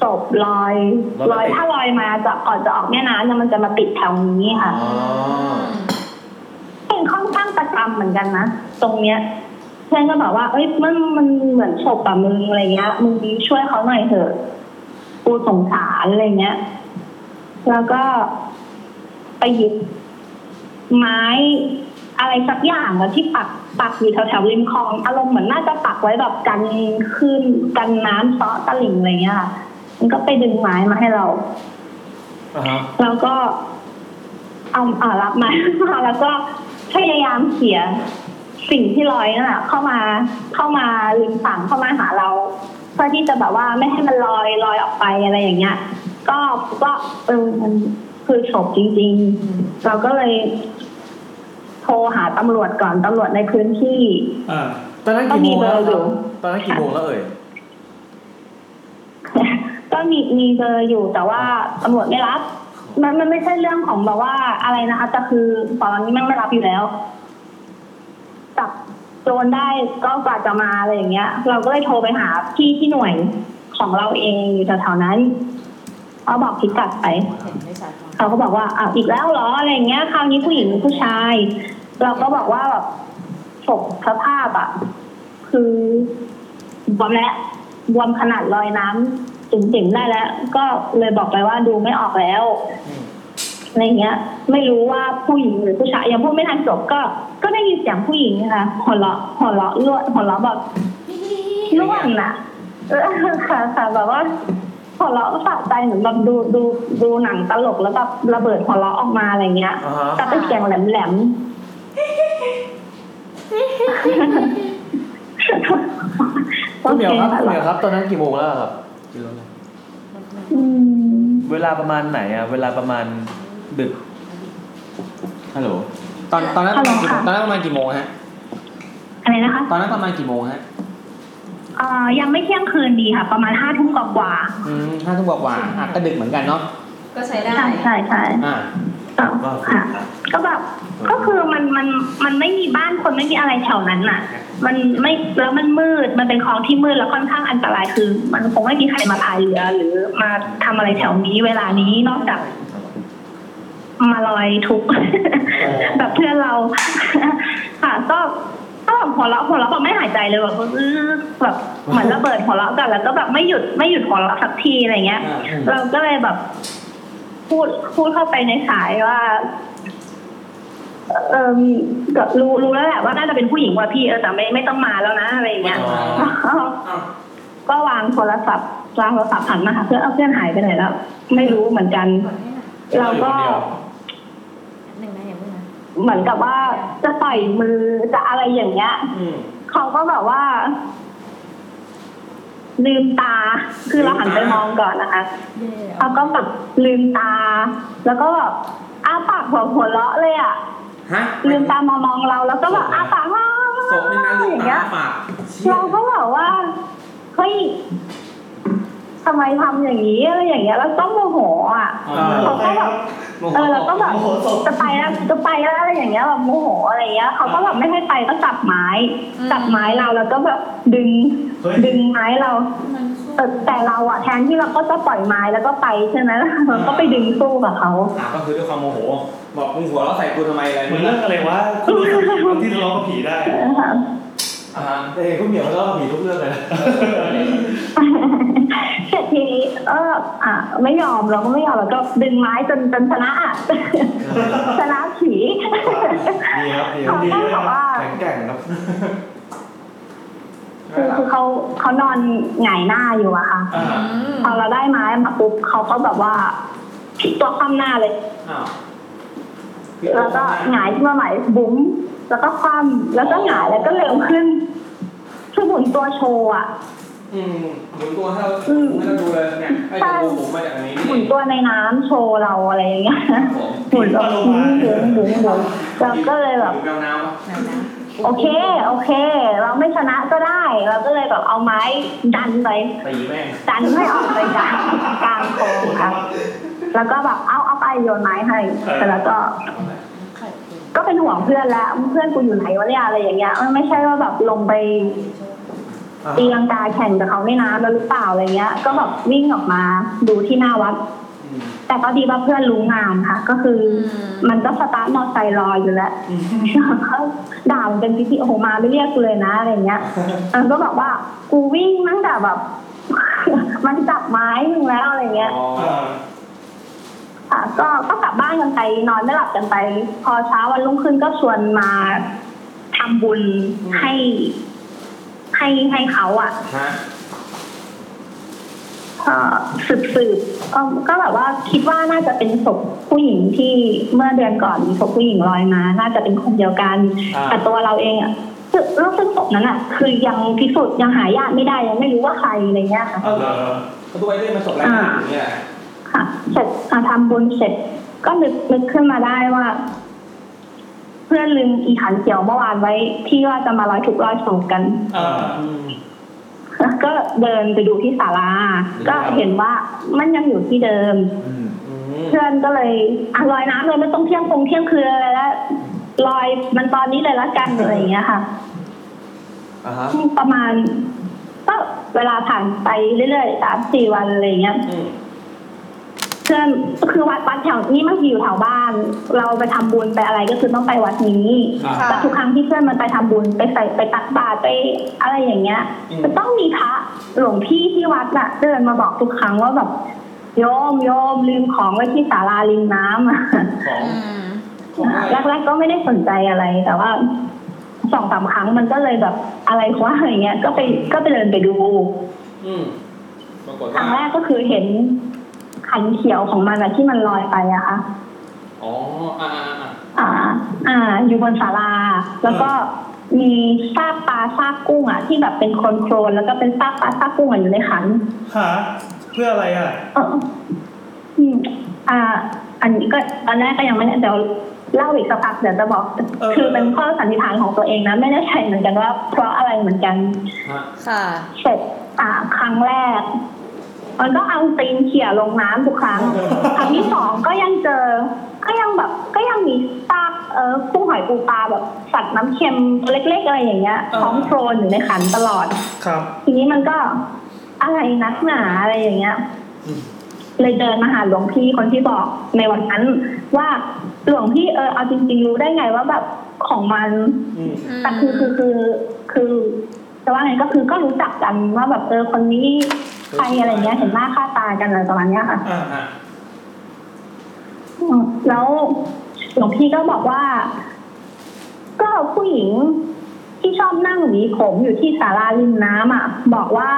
ศพลอย
ล
ล
อ
อย ย
มาติด
ถ้าลอยมาจะก่อนจะออกแม่น้ำเนี่ยมันจะมาติดแถวนี้ค่ะ
อ๋อ
เป็นค่อนข้างประจำเหมือนกันนะตรงเนี้ย เพื่อนก็บอกว่า เอ้ยมันมันเหมือนศพอะมึงอะไรเงี้ยมึงช่วยเขาหน่อยเถอะกูสงสารอะไรเงี้ย แล้วก็ไปหยิบไม้อะไรสักอย่างอะที่ปักปักอยู่แถวๆริมคลอง อารมณ์เหมือนน่าจะปักไว้แบบกันคลื่นกันน้ำเซาะตะหลิ่งอะไรเงี้ยค่ะมันก็ไปดึงไม้มาให้เรา
อ่าฮะ
แล้วก็เอาอ่ารับมา แล้วก็พยายามเขียนสิ่งที่ลอยนั่นแหละเข้ามาเข้ามาริมฝั่งเข้ามาหาเรา เพื่อที่จะแบบว่าไม่ให้มันลอยลอยออกไปอะไรอย่างเงี้ย ก็ก็เออมันคือฉกจริง ๆ เราก็เลยโทรหาตำรวจก่อนตำรวจในพื้นที่
อ่า
ตอนนั้นกี่โมงแล้ว
ก็มีเบอร์อยู่
ตอนนั้นกี่โมงแล้วเอ่ย
ก็มีมีเบอร์อยู่แต่ว่าตำรวจไม่รับ มันมันไม่ใช่เรื่องของแบบว่าอะไรนะคะแต่คือตอนนี้มันไม่รับอยู่แล้วจับโจรได้ก็กว่าจะมาอะไรอย่างเงี้ย เราก็เลยโทรไปหาพี่ที่หน่วยของเราเองอยู่แถวๆนั้นเขาบอกพิกัดไป
เห็นไม่ชัดเนอะ
เขาก็บอกว่าอ้าวอีกแล้วเหรออะไรอย่างเงี้ย คราวนี้ผู้หญิงหรือผู้ชาย เราก็บอกว่าแบบศพสภาพอ่ะ คือบวมแล้วบวมขนาดลอยน้ำจิ๋มๆได้แล้ว ก็เลยบอกไปว่าดูไม่ออกแล้วอะไรเงี้ย ไม่รู้ว่าผู้หญิงหรือผู้ชายยังพูดไม่ทันจบก็ ก็ได้ยินเสียงผู้หญิงนะคะหัวเราะหัวเราะร่วนหัวเราะแบบร่วนน่ะ เออค่ะค่ะแบบว่า หัวเราะสะใจเหมือนแบบดูดูดูหนังตลกแล้วแบบระเบิดหัวเราะออกมาอะไรเงี้ย
อ่าฮะ
แต่เป็นเสียงแหลมแหลมๆ
คุณเหมียวครับ
โอ
คุณเหมียว
ะ
ครับ ตอนนั้นกี่โมงแล้วครับ
อืม
เวลาประมาณไหนอะเวลาประมาณดึก ฮัลโหล
ตอนตอนนั้นประมาณกี่โมงตอนนั้นประมาณกี่โมงฮะ
อะไรนะคะ
ตอนนั้นประมาณกี่โมงฮะ
เอ่อยังไม่เที่ยงคืนดีค่ะ ประมาณห้าทุ่มกว่า
อืมห้าทุ่มกว่าๆอ่ะก็ดึกเหมือนกันเนาะ
ก็ใช้
ๆ
ได้
ใช่ใช่ใช่
อ่า
ต่อ
ก็คือ
ค่ะ ก็แบบก็คือมันมันมันไม่มีบ้านคนไม่มีอะไรแถวนั้นน่ะ มันไม่แล้วมันมืดมันเป็นคลองที่มืดแล้วค่อนข้างอันตรายคือ มันคงไม่มีใครมาพายเรือหรือมาทำอะไรแถวนี้เวลานี้นอกจาก มาลอยทุ กข์ แบบเพื่อนเรา ค่ะก็ก็แบบหัวเราะหัวเราะแบบไม่หายใจเลยแบบอื้อแบบเหมือนระเบิดหัวเราะกันแล้วก็แบบไม่หยุดไม่หยุดหัวเราะสักทีอะไรเงี้ย เราก็เลยแบบ พูดพูดเข้าไปในสายว่า เออก็รู้รู้แล้วแหละว่าน่าจะเป็นผู้หญิงว่าพี่เออแต่ไม่ไม่ต้องมาแล้วนะอะไรอย่างเงี้ยก็วางโทรศัพท์วางโทรศัพท์หันมาหาเพื่อนเอาเพื่อนหายไปไหนแล้ว ไม่รู้เหมือนกัน เราก็
หนึ่งนะอย่าเพิ่งนะ
เหมือนกับว่าจะต่อยมือจะอะไรอย่างเงี้ยเขาก็แบบว่า ลืมตา คือเราหันไปมองก่อนนะคะเขาก็แบบลืมตา แล้วก็แบบอ้าปากหัวหัวเราะเลยอ่ะ
ฮะ
ลืมตามามองเรา แล้วก็แบบอ้าปากว่า
ศพนี่นะลื
อ
ม
ย่าง
ตา
เงี้ย
ปากเชี่ย
เราก็แบบว่าเฮ้ยทำไมทำอย่างนี้อะไรอย่างเงี้ย แล้วต้องโมโหอ่ะ
อ่า
เขาก็แบบ
โมโห
เออเราก็แบบ
โมโหศพ
จะไปแล้วจะไปแล้วอะไรอย่างเงี้ยแบบโมโหอะไรเงี้ยเขาก็แบบไม่ให้ไปก็จับไม้จับไม้เราแล้วก็แบบดึงดึงไม้เราแต่แต่เราอะแทนที่เราก็จะปล่อยไม้แล้วก็ไปใช่ไหมเราก็ไปดึงสู้กับเขา
อ่ะก็คือด้วยความโมโห บอกมึงหัวเราะใส่กูทำไมอะไร
เหมือนเรื่องอะไรวะคุณรู้สึกบางที่ทะเลาะกับผีได้
อ่า
แต่เห็นคุณเหมียวก็มีทุกเรื่อง เลยนะ
เสร็จทีนี้เอออ่ะไม่ยอมเราก็ไม่ยอมเราก็ดึงไม้จนจนชนะอะ ชนะผี
ดีครับดีครับดีครับแข็งแกร่งครับ
คือคือเขาเขานอนหงายหน้าอยู่อะค่ะ
อ่า
พอเราได้ไม้มาปุ๊บเขาก็แบบว่าพลิกตัวคว่ำหน้าเลย
อ้าว
แล้วก็หงายขึ้นมาใหม่บุ้มแล้วก็คว่ำแล้วก็หงายแล้วก็เร็วขึ้นคือหมุนตัวโชว์อะ
อืมหมุนตัวให้เราให้เราดูเลยเนี่ยให้เราดูผมมาจากอันนี้
หมุนตัวในน้ำโชว์เราอะไรอย่างเงี้ยหมุนแบบหมุนหมุนหมุนหมุนเราก็เลยแบบ
แมวน้ำปะ
โอเค โอเค เราไม่ชนะก็ได้ เราก็เลยแบบเอาไม้ดันไป
ตีแม่ง
ดันให้ออกไปกลางกลางโครงครับ แล้วก็แบบเอาเอาไปโยนไม้ให้แต่แล้วก็ ก็เป็นห่วงเพื่อนแล้วเพื่อนกูอยู่ไหนวะเนี่ยอะไรอย่างเงี้ยมันไม่ใช่ว่าแบบลงไปตีลังกาแข่งกับเขาในน้ำแล้วหรือเปล่าอะไรเงี้ย ก็แบบวิ่งออกมาดูที่หน้าวัด แต่พอดีว่าเพื่อนรู้งานค่ะ ก็คืออมันก็สตาร์ทมอเตอร์ไซค์รออยู่แล้วเขาด่ามันเป็นพิธีโอโหมาไม่เรียกกูเลยนะอะไรเงี้ยมันก็บอกว่ากูวิ่งตั้งแต่แบบ มันจับไม้มึงแล้วอะไรเงี้ย ค่ะก็ก็กลับบ้านกันไปนอนไม่หลับกันไป พอเช้าวันรุ่งขึ้นก็ชวนมาทำบุญให้ ให้ให้เขาอ่ะ
ฮะ
เอ่อสืบสืบก็ก็แบบว่าคิดว่าน่าจะเป็นศพผู้หญิงที่เมื่อเดือนก่อนมีศพผู้หญิงลอยมา น่าจะเป็นคนเดียวกัน
อ่า
แต่ตัวเราเองอ่ะคือรู้สึกศพนั้นอ่ะ คือยังพิสูจน์ยังหายาติไม่ได้ยังไม่รู้ว่าใครอะไรเงี้ยค่ะ
เออเหรอประตูไอ้เรื่องมันสบแล้วอย่างเงี้ย
ค่ะเสร็จอ่ะทำบุญเสร็จ ก็นึกนึกขึ้นมาได้ว่า เพื่อนลืมอีหันเขียวเมื่อวานไว้ ที่ว่าจะมาร้อยถูกข์ร้อยโศกกัน
อ่า
ก็เดินไปดูที่ศาลาก็เห็นว่ามันยังอยู่ที่เดิม เพื่อนก็เลยอ่ะลอยน้ำเลยไม่ต้องเที่ยงคงเที่ยงคืนอะไรแล้วลอยมันตอนนี้เลยละกันอะไรอย่างเงี้ยค่ะ
อ่าฮะ
ประมาณก็เวลาผ่านไปเรื่อยๆสามสี่วันอะไรอย่างเงี้ยเพื่อนคือวัดวัดแถวนี้มันอยู่แถวบ้าน เราไปทำบุญไปอะไรก็คือต้องไปวัดนี้
อ่า
แต่ทุกครั้งที่เพื่อนมันไปทำบุญไปใส่ไปตักบาตรไปอะไรอย่างเงี้ยจะต้องมีพระหลวงพี่ที่วัดน่ะเดินมาบอกทุกครั้งว่าแบบโยมโยมลืมของไว้ที่ศาลาริมน้ำอะ
ของ
แรกๆก็ไม่ได้สนใจอะไรแต่ว่าสองสามครั้งมันก็เลยแบบอะไรวะอย่างเงี้ย ก็ไปก็ไปเดินไปดู
อืมปรากฏ
ครั้งแร
ว่าก
ก็คือเห็นขันเขียวของมันอะที่มันลอยไปอะค่ะ
อ๋ออ่าอ่าอ่า
อ่า อ่า อยู่บนศาลา แล้วก็มีซากปลาซากกุ้งอะที่แบบเป็นโคลนโคลนๆแล้วก็เป็นซากปลาซากกุ้งอะอยู่ในขัน
หาเพื่ออะไรอ่ะ
เอออืมอ่า อันนี้ก็ตอนแรกก็ยังไม่ได้เดี๋ยวเล่าอีกสักพักเดี๋ยวจะบอก
เออ
คือเป็นข้อสันนิษฐานของตัวเองนะไม่แน่ใจเหมือนกันว่าเพราะอะไรเหมือนกัน
ฮะ
ค่ะ
เสร็จอ่า ครั้งแรก มันก็เอาตีนเขี่ยลงน้ำทุกครั้ง ครั้งที่สองก็ยังเจอ ก็ยังแบบ ก็ยังมีซากเออกุ้งหอยปูปลาแบบสัตว์น้ำเค็มเล็กๆอะไรอย่างเงี้ยพร้อมโคลนอยู่ในขันตลอด
ครับ
ทีนี้มันก็อะไรนักหนาอะไรอย่างเงี้ย เลยเดินมาหาหลวงพี่คนที่บอกในวันนั้น ว่าหลวงพี่เออเอาจริงๆรู้ได้ไงว่าแบบของมันแต่คือคือคือคือจะว่าไงก็คือก็รู้จักกันว่าแบบเออคนนี้ใครอะไรเงี้ยเห็นหน้าค่าตากันอะไรประมาณเนี้ยค่ะ
อ่าอ่า
อืมแล้วหลวงพี่ก็บอกว่า ก็ผู้หญิงที่ชอบนั่งหวีผมอยู่ที่ศาลาริมน้ำอ่ะ บอกว่า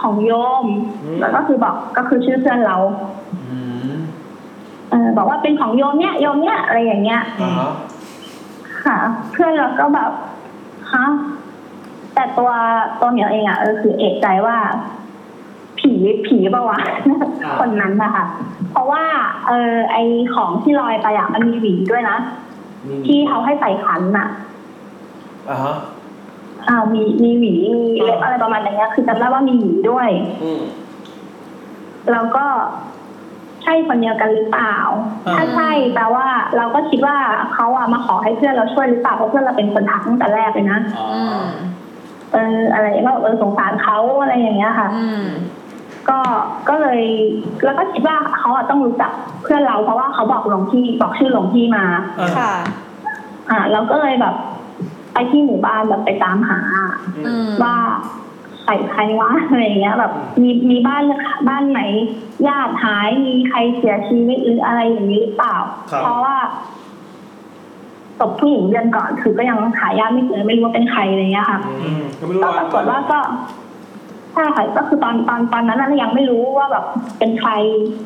ของโยม แล้วก็คือบอกก็คือชื่อเพื่อนเราเออบอกว่าเป็นของโยมเนี้ยโยมเนี้ยอะไรอย่างเงี้ย
อ่าฮะ
ค่ะ เพื่อนเราก็แบบฮะแต่ตัวตัวเหมียวเองอ่ะเออคือเอกใจว่า ผีผีป ะวะ คนนั้นนะคะเพราะว่า เออไอของที่ลอยไปอ่ะมันมีหวีด้วยนะที่เขาให้ใส่ขันอ่ะ
อ่าฮะ
อ่ามีมีหวีมีเล็บอะไรประมาณอย่างเงี้ย คือจำได้ว่ามีหวีด้วย
อืม
แล้วก็ ใช่ ช่คนเดียวกันหรือเปล่า
อ่า
ถ้าใช่แปลว่าเราก็คิดว่าเขาอะมาขอให้เพื่อนเราช่วยหรือเปล่าเพราะเพื่อนเราเป็นคนทักตั้งแต่แรกเลยนะเอออะไรก็เออสงสารเขาอะไรอย่างเงี้ยค่ะก็ก็เลยแล้วก็คิดว่าเขาอะต้องรู้จักเพื่อนเราเพราะว่าเขาบอกหลวงพี่บอกชื่อหลวงพี่มา
ค่ะ
อ่าเราก็เลยแบบ ไปที่หมู่บ้านแบบไปตามหา ว่าใส่ใครวะอะไรอย่างเงี้ย แบบ มีมีบ้านบ้านไหนญาติหายมีใครเสียชีวิตหรืออะไรอย่างนี้หรือเปล่า
ครับ
เพราะว่าศพผู้หญิงเดือนก่อนคือก็ยังหาญาติไม่เจอไม่รู้ว่าเป็นใครอะไรเงี้ยค่ะ
อืม
ก็ปรากฏว่าก็ใช่ค่ะก็คือตอนตอนตอนนั้นนะยังไม่รู้ว่าแบบเป็นใคร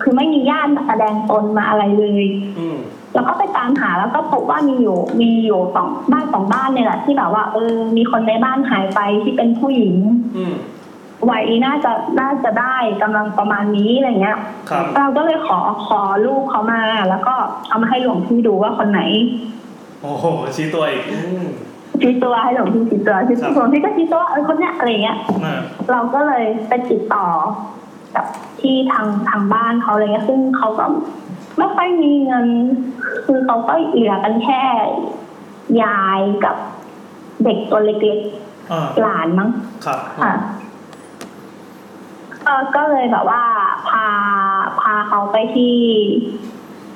คือไม่มีญาติมาแสดงตนมาอะไรเลย
อืม
แล้วก็ไปตามหาแล้วก็พบว่ามีอยู่มีอยู่สองบ้านสองบ้านเนี่ยแหละที่แบบว่าเออ มีคนในบ้านหายไปที่เป็นผู้หญิง
อืม
วัยน่าจะน่าจะได้กำลังประมาณนี้อะไรเงี้ย
ครับ
เราก็เลยขอขอลูกเขามา แล้วก็เอามาให้หลวงพี่ดูว่าคนไหน
โอ้โหชี้ตัวอีกอืม
ชี้ตัวให้หลวงพี่ชี้ตัวชี้ตัวหลวงพี่ก็ชี้ตัวว่าเออคนเนี้ยอะไรเงี้ย
อ่า
เราก็เลยไปติดต่อกับที่ทางทางบ้านเขาอะไรเงี้ยซึ่งเขาก็ไม่ค่อยมีเงิน คือเขาก็เหลือกันแค่ยายกับเด็กตัวเล็ก
อ่า
ๆหลานมั้ง
ครับ
ค่ะเอ่อก็เลยแบบว่า พาพาเขาไปที่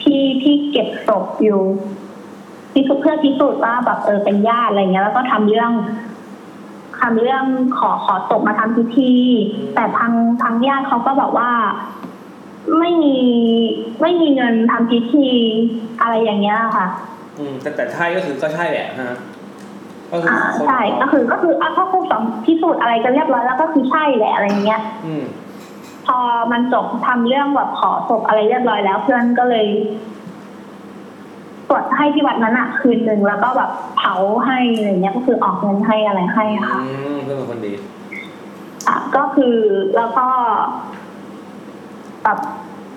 ที่ที่เก็บศพอยู่ที่เพื่อพิสูจน์ว่าแบบเออเป็นญาติอะไรเงี้ย แล้วก็ทำเรื่องทำเรื่องขอขอศพมาทำพิธี แต่ทางทางญาติเขาก็บอกว่า ไม่มีไม่มีเงินทำพิธีอะไรอย่างเงี้ยค่ะ
อืมแต่แต่ใช่ก็คือก็ใช่แหละฮะก็คือ
อ่า
คน
ใช่ก็คือก็คืออ่ะถ้าพูดสองพิสูจน์อะไรกันเรียบร้อยแล้วก็คือใช่แหละอะไรเงี้ย
อืม
พอมันจบทำเรื่องแบบขอศพอะไรเรียบร้อยแล้วเพื่อนก็เลยตรวจให้ที่วัดนั้นอะคืนหนึ่งแล้วก็แบบเผาให้อะไรเงี้ยก็คือออกเงินให้อะไรให้อะค่ะ
อืมเพื่อนเป็นคนดี
อ่ะก็คือแล้วก็แบบ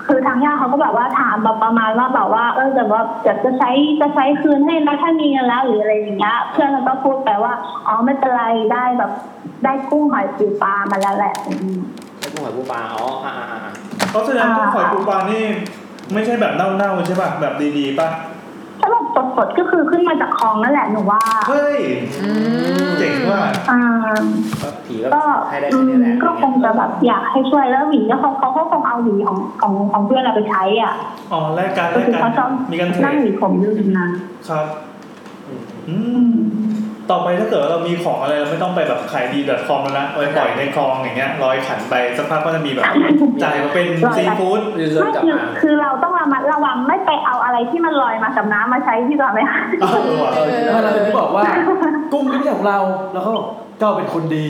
คือทางญาติเขาก็แบบว่าถามแบบประมาณว่าแบบว่าเออแต่ว่าจะจะใช้จะใช้คืนให้นะถ้ามีเงินแล้วหรืออะไรอย่างเงี้ยเพื่อนเราก็พูดไปว่าอ๋อไม่เป็นไรได้แบบ ได้กุ้งหอยปูปลามาแล้วแหละอืม
ไอ้กุ้งหอยปูปลาอ๋ออ่าอ่าอ่า
เพราะฉะนั้นกุ้งหอยปูปลานี่ ไม่ใช่แบบเน่าๆใช่ป่ะ แบบดีๆป่ะ
ถ้าแบบสดๆก็คือขึ้นมาจากคลองนั่นแหละหนูว่า
เฮ้ย เจ๋งว่ะ
อ่า
ผีก็
ก็
ให้ได้
อื
แค่นี้แห
ม
ละ
ก็คงจะแบบอยากให้ช่วยแล้วหวีก็เขาเขาก็คงเอาหวีของของของเพื่อนเราไปใช้อ่ะ
อ๋อแลกกันแล
ก็
ก
คือ
กั
เขาชอน บ
มีกันเทร
นั่ง
ด
หวีผมอยู่ริมน้ำ
ครับอืมต่อไปถ้าเกิดว่าเรามีของอะไรเราไม่ต้องไปแบบขายดี .com แล้วนะเอาไปปล่อยในคลองอย่างเงี้ยลอยขันไปสักพักก็จะมีแบบ จ่ายมาเป็นซีฟู้ด
เรื่อย
ไม่
ๆกลับ
คือ
มา
คือเราต้องระมัดระวังไม่ไปเอาอะไรที่มันลอยมากับน้ำมาใช้ที่เราไม่ค่ะ
เอาเลยว่ะ
เออแล้วเราถึงบอกว่า กุ้งนี่ไม่ใช่ของเรา แล้วก็เจ้าเป็นคนดี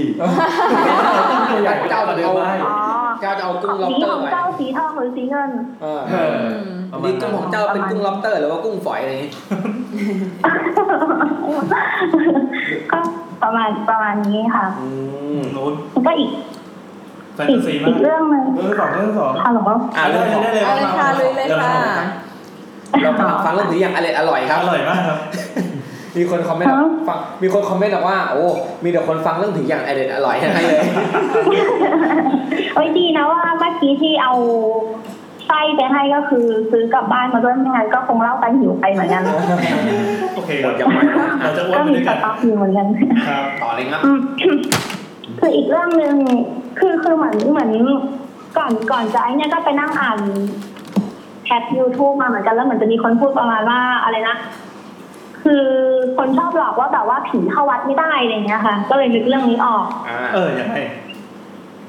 กุ้งตัวใหญ่เจ้าเดินมาให้
อ๋อ
เจ้าจะเอากุ้งล็อบ
สี
เตอ
ข
ร์
อง
ไป
เจ้าสีทองหรือสีเงิน
เออ
เออประมาณ
นี่กุ้
นั้
ง
น
ของเจ้าเป็นกุ้งล็อบเตอร์หรือว่ากุ้งฝอยอะไรอย่างงี้
ก็ประมาณประมาณนี้ค่ะ
อืม
โน้ต
แล้วก็อีก
แฟน
อี
ตาก ซีมา
อี
ก
กเรื่องห นึ่ง
เรื่องที่สองเรื่องที่สอง
ฮัลโหล
อ่าเรื่องของ
ได้เลย
เอาเลยค่ะลุยเลยค่ะ
เรากำลังฟังเรื่องผีอย่างอร่อยอร่อยครับ
อร่อยมากครับ
มีคนคอมเมนต์
ฮะ
บอกฟังมีคนคอมเมนต์บอกว่า โอ้ มีแต่คนฟังเรื่องผีอย่างอร่อยอร่อยให้เลย
เอ้ยดีนะว่าเมื่อกี้ที่เอาไส้ไปให้ก็คือซื้อกลับบ้านมาด้วยไม่งั้นก็คงเล่าไปหิวไปเหมือนกัน
โอเค
หมดยังไง
เราจะอ้วน
ก็
ไป
มี
ด้วย
ส
กัน
ต็อกอยู่เหมือนกัน
ครับ
ต่อเลยครับ
อืมคืออีกเรื่องหนึ่งคือคือเหมือนเหมือนก่อนก่อนจะไอ้เนี่ยก็ไปนั่งอ่านแคป YouTube มาเหมือนกันแล้วเหมือนจะมีคนพูดประมาณว่าอะไรนะ คือคนชอบหลอกว่าแบบว่าผีเข้าวัดไม่ได้อะไรอย่างเงี้ยค่ะ ก็เลยนึกเรื่องนี้ออก
อ่า
เออยังไง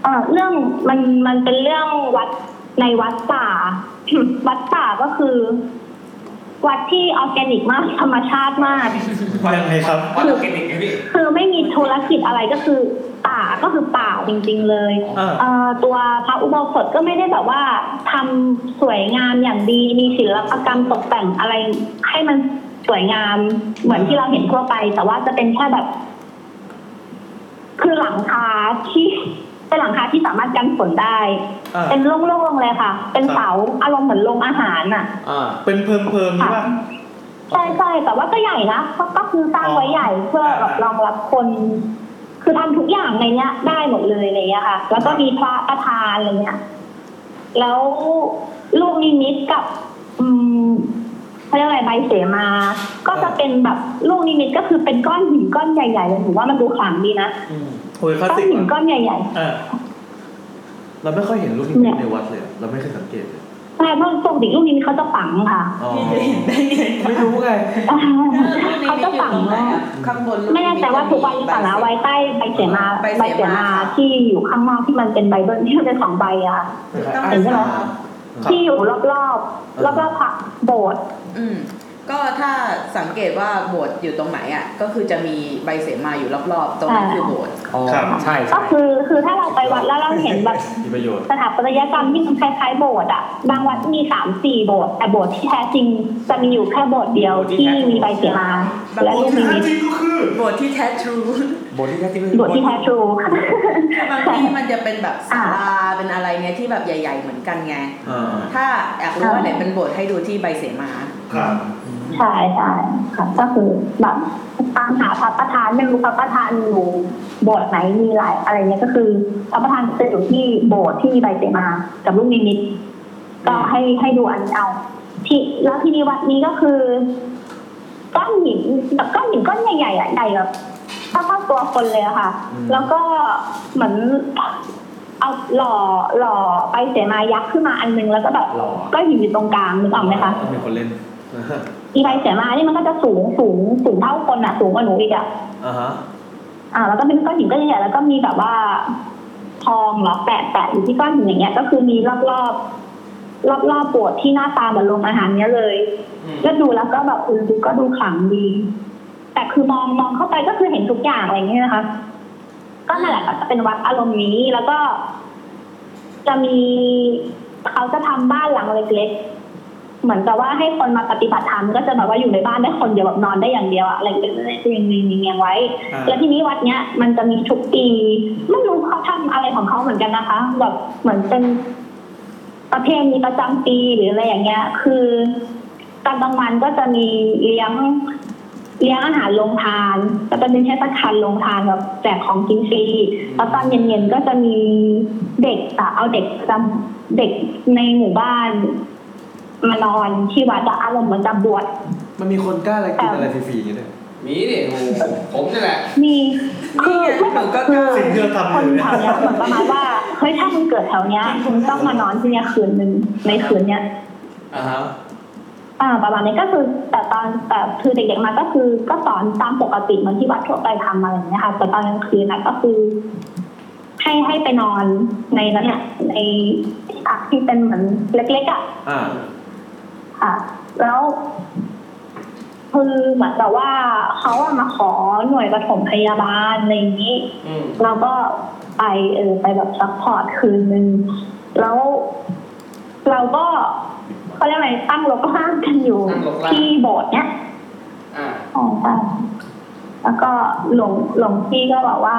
เออเรื่องมันมันเป็นเรื่องวัดในวัดป่า วัดป่าก็คือ วัดที่ออร์แกนิกมากธรรมชาติมาก
ยังไงครับ
ว่าเราเก็ตอีกไหมพี่
คือไม่มีธุรกิจอะไรก็คือป่าก็คือป่าจริง ๆ เลย
อ่า
เอ่อตัวพระอุโบสถก็ไม่ได้แบบว่าทำสวยงามอย่างดีมีศิลปกรรมตกแต่งอะไรให้มันสวยงามเหมือนที่เราเห็นทั่วไป แต่ว่าจะเป็นแค่แบบ คือหลังคาที่เป็นหลังคาที่สามารถกันฝนได้
อ่า
เป็นโล่งๆเลยค่ะ เป็น
ครับ
เสาอารมณ์เหมือนโรงอาหารน่ะ
อ่า
เป็นเพิงเพิงๆใช่ป่ะ
ใช่ใช่แต่ว่าก็ใหญ่นะก็ก็คือสร้างไว้ใหญ่เพื่อแบบ
อ่าร
องรับคน คือทำทุกอย่างในเนี้ย ได้หมดเลยอะไรเงี้ยค่ะ แล้วก็มีพระประธานอะไรเงี้ย แล้ว ลูกนิมิตกับ อืมเขาเรียกอะไรใบเสมา ก็จะเป็นแบบลูกนิมิตก็คือเป็นก้อนหินก้อนใหญ่ๆเลยหนูว่ามันดูขลังดีนะ
โอ้ยคลาส
ก้อน
สิก
หินก้อนใหญ่
เออเราไม่ค่อยเห็นลูกนิมิตในวัดเลย เราไม่เคยสังเกตเลย
ๆใช่เพราะปกติลูกนิมิตเขาจะฝังค่ะ
อ๋อไม่รู้ไง
เขาจะฝังไว้
ข้างบน
ไม่แน่ใจว่าทุกวันนี้ฝังเอาไว้ใต้ใบเสมาใบเสมาที่อยู่ข้างนอกที่มันเป็นใบเบิลที่มันเป็นสองใบอะค่ะ
เห็นไหม
ที่อยู่รอบๆ รอบๆผักโบสถ์
อืมก็ถ้าสังเกตว่าโบสถ์อยู่ตรงไหนอ่ะ ก็คือจะมีใบเสมาอยู่รอบๆ ตรงนั้นคือโบสถ์
ครับใช่
ก็คือคือถ้าเราไปวัดแล้วเราเห็นแบบ
มีประโยชน์
สถาปัตยกรรมที่มันคล้ายๆโบสถ์อ่ะ บางวัดมีสามสี่โบสถ์แต่โบสถ์ที่แท้จริงจะมีอยู่แค่โบสถ์เดียวที่มีใบเสมาและลูกนิมิต
โบสถ์ที่แท้ทรู
บทที่แท้จริง
โบสถ์ที่แท้ทรู
บางที่มันจะเป็นแบบศาลาเป็นอะไรเงี้ยที่แบบใหญ่ ๆ เหมือนกันไง
อ่า
ถ้าอยากรู้ว่าไหนเป็นโบสถ์ให้ดูที่ใบเสมา
ครับ
ใช่ใช่ค่ะก็คือแบบตามหาพระประธานไม่รู้พระประธานอยู่โบสถ์ไหนมีหลายอะไรเงี้ยก็คือพระประธานจะอยู่ที่โบสถ์ที่มีใบเสมากับลูกนิมิตก็ให้ให้ดูอันนี้เอา ที่แล้วที่นี้วัดนี้ก็คือก้อนหินแบบก้อนหินก้อนใหญ่ๆอะใหญ่แบบเท่าเท่าตัวคนเลยอะค่ะ
อืม
แล้วก็เหมือนเอาหล่อหล่อใบเสมายักษ์ขึ้นมาอันนึงแล้วก็แบบก็หินอยู่ตรงกลางนึกออกไหมคะ
มีคนเล่น
อีไบเสมานี่มันก็จะสูงสูงสูงเท่าคนอ่ะ สูงกว่าหนูอีกอ่ะ
อ่าฮะ
อ่า แล้วก็เป็นก้อนหินก้อนใหญ่ๆแล้วก็มีแบบว่า ทองเหรอแปะแปะอยู่ที่ก้อนหินอย่างเงี้ย ก็คือมีรอบรอบรอบรอบๆโบสถ์ที่หน้าตาเหมือนโรงอาหารเนี้ยเลยก็ดูแล้วก็แบบอือดูก็ดูขลังดี แต่คือมองมองเข้าไปก็คือเห็นทุกอย่างอะไรอย่างเงี้ยนะคะ ก็นั่นแหละก็จะเป็นวัดอารมณ์นี้แล้วก็ จะมีเขาจะทำบ้านหลังเล็กๆ เหมือนกับว่าให้คนมาปฏิบัติธรรมก็จะแบบว่าอยู่ในบ้านได้คนเดียวแบบนอนได้อย่างเดียวอะอะไรเป็นเรียงเรียงเรียงเรียงไว้
อ่า
แล้วทีนี้วัดเนี้ยมันจะมีทุกปีไม่รู้เขาทำอะไรของเขาเหมือนกันนะคะ แบบเหมือนเป็นประเพณีประจำปีหรืออะไรอย่างเงี้ย คือตอนกลางวันก็จะมีเลี้ยง เลี้ยงอาหารลงทานแล้วก็เป็นใช้ประทานลงทานแบบแจกของกินฟรีแล้วตอนเย็นๆก็จะมีเด็กอะเอาเด็กประจำเด็กในหมู่บ้าน มานอนที่วัดอะอารมณ์เหมือนกับบวช
มันมีคนกล้าอะไรกินอะไรฟรีๆอย่างเงี้ยด้วย
มีดิผมนี่แหละ
มีคือคือ
สิ่งที่เราทำ
คน
อยู่
แถวเนี้ยเหมือนประมาณว่าเฮ้ยถ้ามึงเกิดแถวเนี้ยมึงต้องมานอนที่เนี้ยคืนหนึ่งในคืนเนี้ย
อ่าฮะ
อ่าประมาณนี้ก็คือแต่ตอนแต่คือเด็กๆมาก็คือก็สอนตามปกติเหมือนที่วัดทั่วไปทำอะไรอย่างเงี้ยค่ะแต่ตอนกลางคืนนะก็คือ ให้ให้ไปนอนในนั้นเนี่ยในอักที่เป็นเหมือนเล็กๆอ่ะ
อ่า
ค่ะ แล้วคือเหมือนแบบว่าเขาอะมาขอหน่วยปฐมพยาบาลอะไรอย่างนี้ เราก็ไปเออไปแบบซัพพอร์ตคืนนึง แล้วเราก็เขาเรียกอะไรตั้งรกร่างกันอยู่
ตั้งรกราก
ที่โบสถ์เนี้ย
อ่า
อ๋อค่ะแล้วก็หลวงหลวงพี่ก็บอกว่า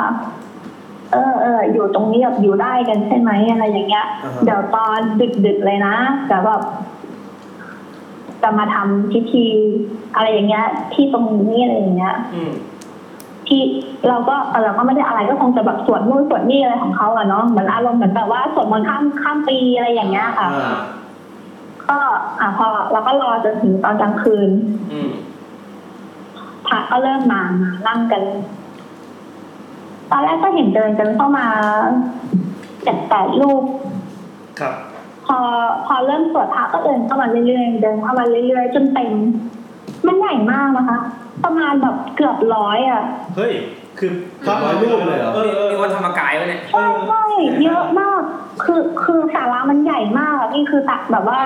เออเอออยู่ตรงนี้แบบอยู่ได้กันใช่ไหมอะไรอย่างเงี้ย
อ่าฮะ
เดี๋ยวตอนดึกดึกๆเลยนะแต่แบบจะมาทำพิธีอะไรอย่างเงี้ย ที่ตรงนี้อะไรอย่างเงี้ย
อืม
ที่เราก็เออเราก็ไม่ได้อะไรก็คงจะแบบสวดนู่นสวดนี่อะไรของเขาอะเนาะเหมือนอารมณ์เหมือนแบบว่าสวดมนต์ข้ามข้ามปีอะไรอย่างเงี้ยค่ะ
อ่า
ก็อ่ะพอเราก็รอจนถึงตอนกลางคืน
อืม
พระก็เริ่มมามานั่งกัน ตอนแรกก็เห็นเดินกันเข้ามาเจ็ดแปดรูป
ครับ
พอพอเริ่มสวดพระก็เดินเข้ามาเรื่อยๆเดินเข้ามาเรื่อยๆจนเต็มมันใหญ่มากนะคะ ประมาณแบบเกือบร้อยอ่ะ
เฮ้ย คือพระ
ร้อยรูปเลยเหรอ
เออเออ
มีวันธรรมกายวะเนี่ย
ใช่ใช่เยอะมาก คือคือสารามันใหญ่มากอะพี่คือตักแบบว่า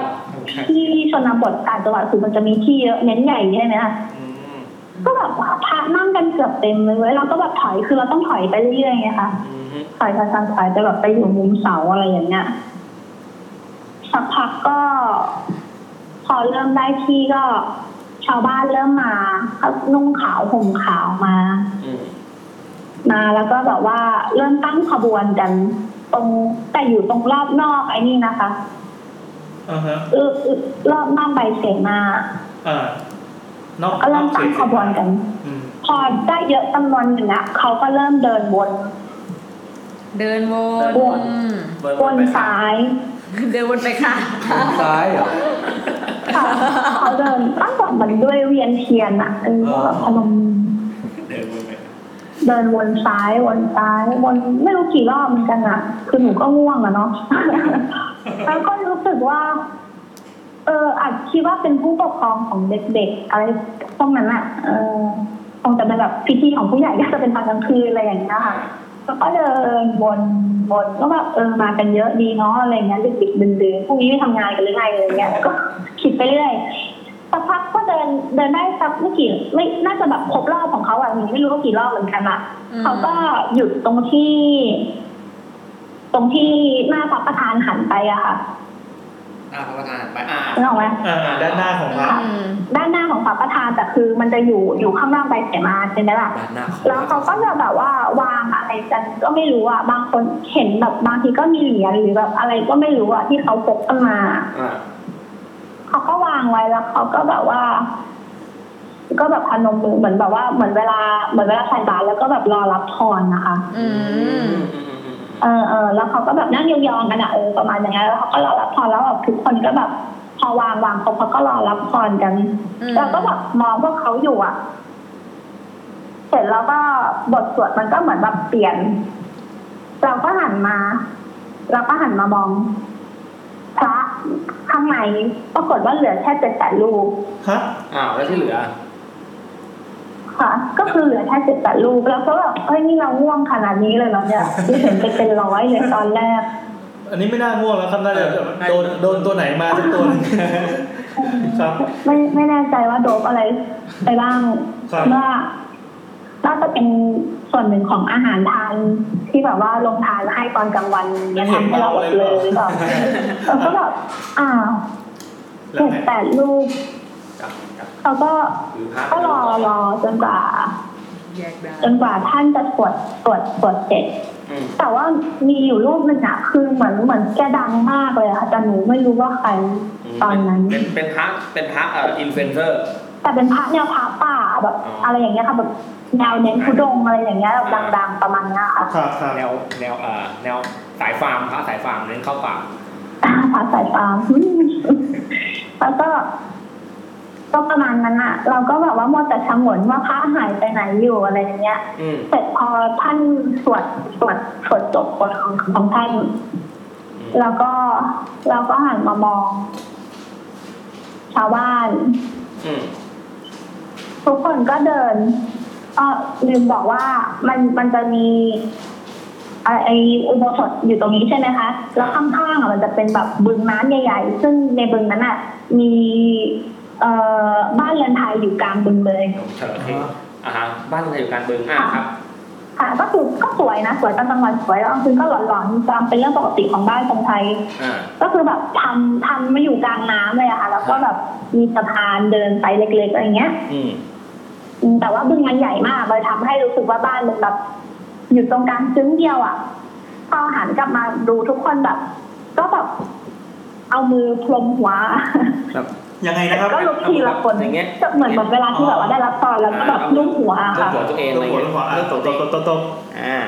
ที่ชนบทต่างจังหวัดคือมันจะมีที่เยอะเน้นใหญ่ใช่ไหมคะก็แบบว่าพระนั่งกันเกือบเต็มเลยเว้ยเราก็แบบถอยคือเราต้องถอยไปเรื่อยๆไงคะถอยถอยถอยถอยไปแบบไปอยู่มุมเสาอะไรอย่างเงี้ยสักพักก็ พอเริ่มได้ที่ก็ ชาวบ้านเริ่มมาเขานุ่งขาวห่มขาวมา มาแล้วก็แบบว่าเริ่มตั้งขบวนกันตรงแต่อยู่ตรงรอบนอกไอ้นี่นะคะ
อ่าฮะ
เออเออรอบนอกใบเสมา
อ่านอก
ก็
น
เริ่
อ
ม
กเฉ
ตั้
ย
งขบวนกัน
อืม
พอได้เยอะจำนวนหนึ่งอะเขาก็เริ่มเดินวน
เดินวน
วนซ้าย
เดินวนไปค่ะ
ซ้ายเหรอ
ค่ะเขาเดินตั้งแต่เหมือนด้วยเวียนเทียนอะเออแบบอารมณ์เดินวนซ้ายวนซ้ายวนไม่รู้กี่รอบเหมือนกันอะคือหนูก็ง่วงอะเนาะ แล้วก็รู้สึกว่า เอออาจคิดว่าเป็นผู้ปกครองของเด็กๆอะไรพวกนั้นอะเออคงจะเป็นแบบพิธีของผู้ใหญ่ก็จะเป็นตอนกลางคืนอะไรอย่างเงี้ยค่ะ แล้วก็เดินวนวนก็แบบเออมากันเยอะดีเนาะอะไรเงี้ยดึกดึกดื่นดื่นๆพรุ่งนี้ไปทำงานกันหรือไงอะไรเงี้ยก็คิดไปเรื่อยสักพักก็เดินเดินได้สักไม่กี่ไม่น่าจะแบบครบรอบของเขาอะหนูไม่รู้ว่ากี่รอบเหมือนกันอะ
อืม
เขาก็หยุดตรงที่ ตรงที่หน้าพระประธานหันไปอะค่ะ
หน้าพระประธานไปอ่า
นึกออกไหม
อ่าด้านหน้าของพระ
ด้านหน้าของพระประธานแต่คือมันจะอยู่อยู่ข้างล่างใบเสมาใช่ไหมล่ะ
ด้านหน้าของ
แล้วเขาก็จะแบบว่าวางอะไรกันก็ไม่รู้อ่ะบางคนเห็นแบบบางทีก็มีเหรียญหรือแบบอะไรก็ไม่รู้อ่ะที่เขาพกกันมา
อ่า
เขาก็วางไว้แล้วเขาก็แบบว่า ก็แบบพนมมือเหมือนแบบว่าเหมือนเวลาเหมือนเวลาใส่บาตรแล้วก็แบบรอรับพรนะคะ
อืม
เออเออแล้วเขาก็แบบนั่งยองๆกันอะเออประมาณอย่างนั้นแล้วเขาก็รอรับพรแล้วแบบทุกคนก็แบบ พอวางวางเขาเขาก็รอรับพรกัน
อืม
แล้วก็แบบมองพวกเขาอยู่อะเสร็จแล้วก็บทสวดมันก็เหมือนแบบเปลี่ยน เราก็หันมาเราก็หันมามองพระข้างในปรากฏว่าเหลือแค่เจ็ดแปดรูป
ฮะ
อ้าวแล้วที่เหลือ
ค่ะ ก็คือเหลือแค่สิบแปดรูปแล้วก็แบบเอ้ยนี่เราง่วงขนาดนี้เลยเหรอเนี่ยที่เห็นไปเป็นร้อยเลยตอนแรก
อันนี้ไม่น่าง่วงแล้วครับน่าจะโดนโดนตัวไหน มาสักตัวหนึงครับ
ไม่ไม่แน่ใจว่าโดบอะไรไปบ้าง
ครับ
ว่าน่าจะเป็นส่วนหนึ่งของอาหารทานที่แบบว่าลงทานให้ตอนกลางวัน
ยังเห็น
ทำให้
เมา
เราอ
อะไร
ด
หรือ
เล
เป
ย
ล่า
หรือเปล่าเออก็แบบอ้าว
แล้ว
เจ็ด
ไง
แปดรูปเขาก็ก็รอรอจนกว่า
แยกได้
จนกว่าท่านจะสวดสวดสวดเสร็จ
อืม
แต่ว่ามีอยู่รูปหนึ่งอะคือเหมือนเหมือนแกดังมากเลยอะแต่หนูไม่รู้ว่าใครตอนนั้น
เป็นเป็นพระเป็นพระเอ่ออินฟลูเอนเซอร์
แต่เป็นพระแนวพระป่าแบบ
อ๋ออ
อะไรอย่างเงี้ยค่ะแบบแนวเน้นทุดงค์อะไรอย่างเงี้ยแบบดังๆประมาณเนี้ยค่ะ
ครับครับ
แนวแนวเอ่อแนวสายฟาร์มพระสายฟาร์มเน้นเข้าป่า
พระสาย ตามแล้วก็ก็ประมาณนั้นอะเราก็แบบว่ามัวแต่ชะงนว่าพระหายไปไหนอยู่อะไรอย่างเงี้ย
อืม
เสร็จพอท่านสวดสวดสวดจบของของท่าน แล้วก็เราก็หันมามอง ชาวบ้าน
อืม
ทุกคนก็เดินเออลืมบอกว่ามันมันจะมีอะไรไออุโบสถอยู่ตรงนี้ใช่ไหมคะ แล้วข้างๆอ่ะมันจะเป็นแบบบึงน้ำใหญ่ๆ ซึ่งในบึงนั้นอ่ะ มีเอ่อบ้านเรือนไทยอยู่กลางบึงเลย
เฉลยอ่าฮะบ้านใครอยู่กลารบึงอ่าครับ
ค่ะ ก็คือก็สวยนะ สวยตอนกลางวันสวยแล้วกลางคืนก็หลอนๆตามเป็นเรื่องปกติของบ้านคนไทย
อ่า
ก็คือแบบทำทำมาอยู่กลางน้ำเลยอะค่ะ แล้วก็แบบมีสะพานเดินไปเล็กๆอะไรอย่างเงี้ย
อืม
อืมแต่ว่าบึงมันใหญ่มากเลยทำให้รู้สึกว่าบ้านมันแบบอยู่ตรงกลางซึ้งเดียวอะ่ะพอหันกลับมาดูทุกคนแบบ ก็แบบเอามือพรมหัว
ยังไงนะครับ
ก็ลุกทีละคน
อย่างเงี้ย
ก็เหมือนเหมือนเวลาที่แบบว่าได้รับตอนแล้วก็แบบลูบหัวอะ
ตัว
ค่ะ
หัวตัวเอง
ตั
อะ
ว
ไร
หัวหั
เงี้ย
วอ่ะตกตกตกตกตก
อ่า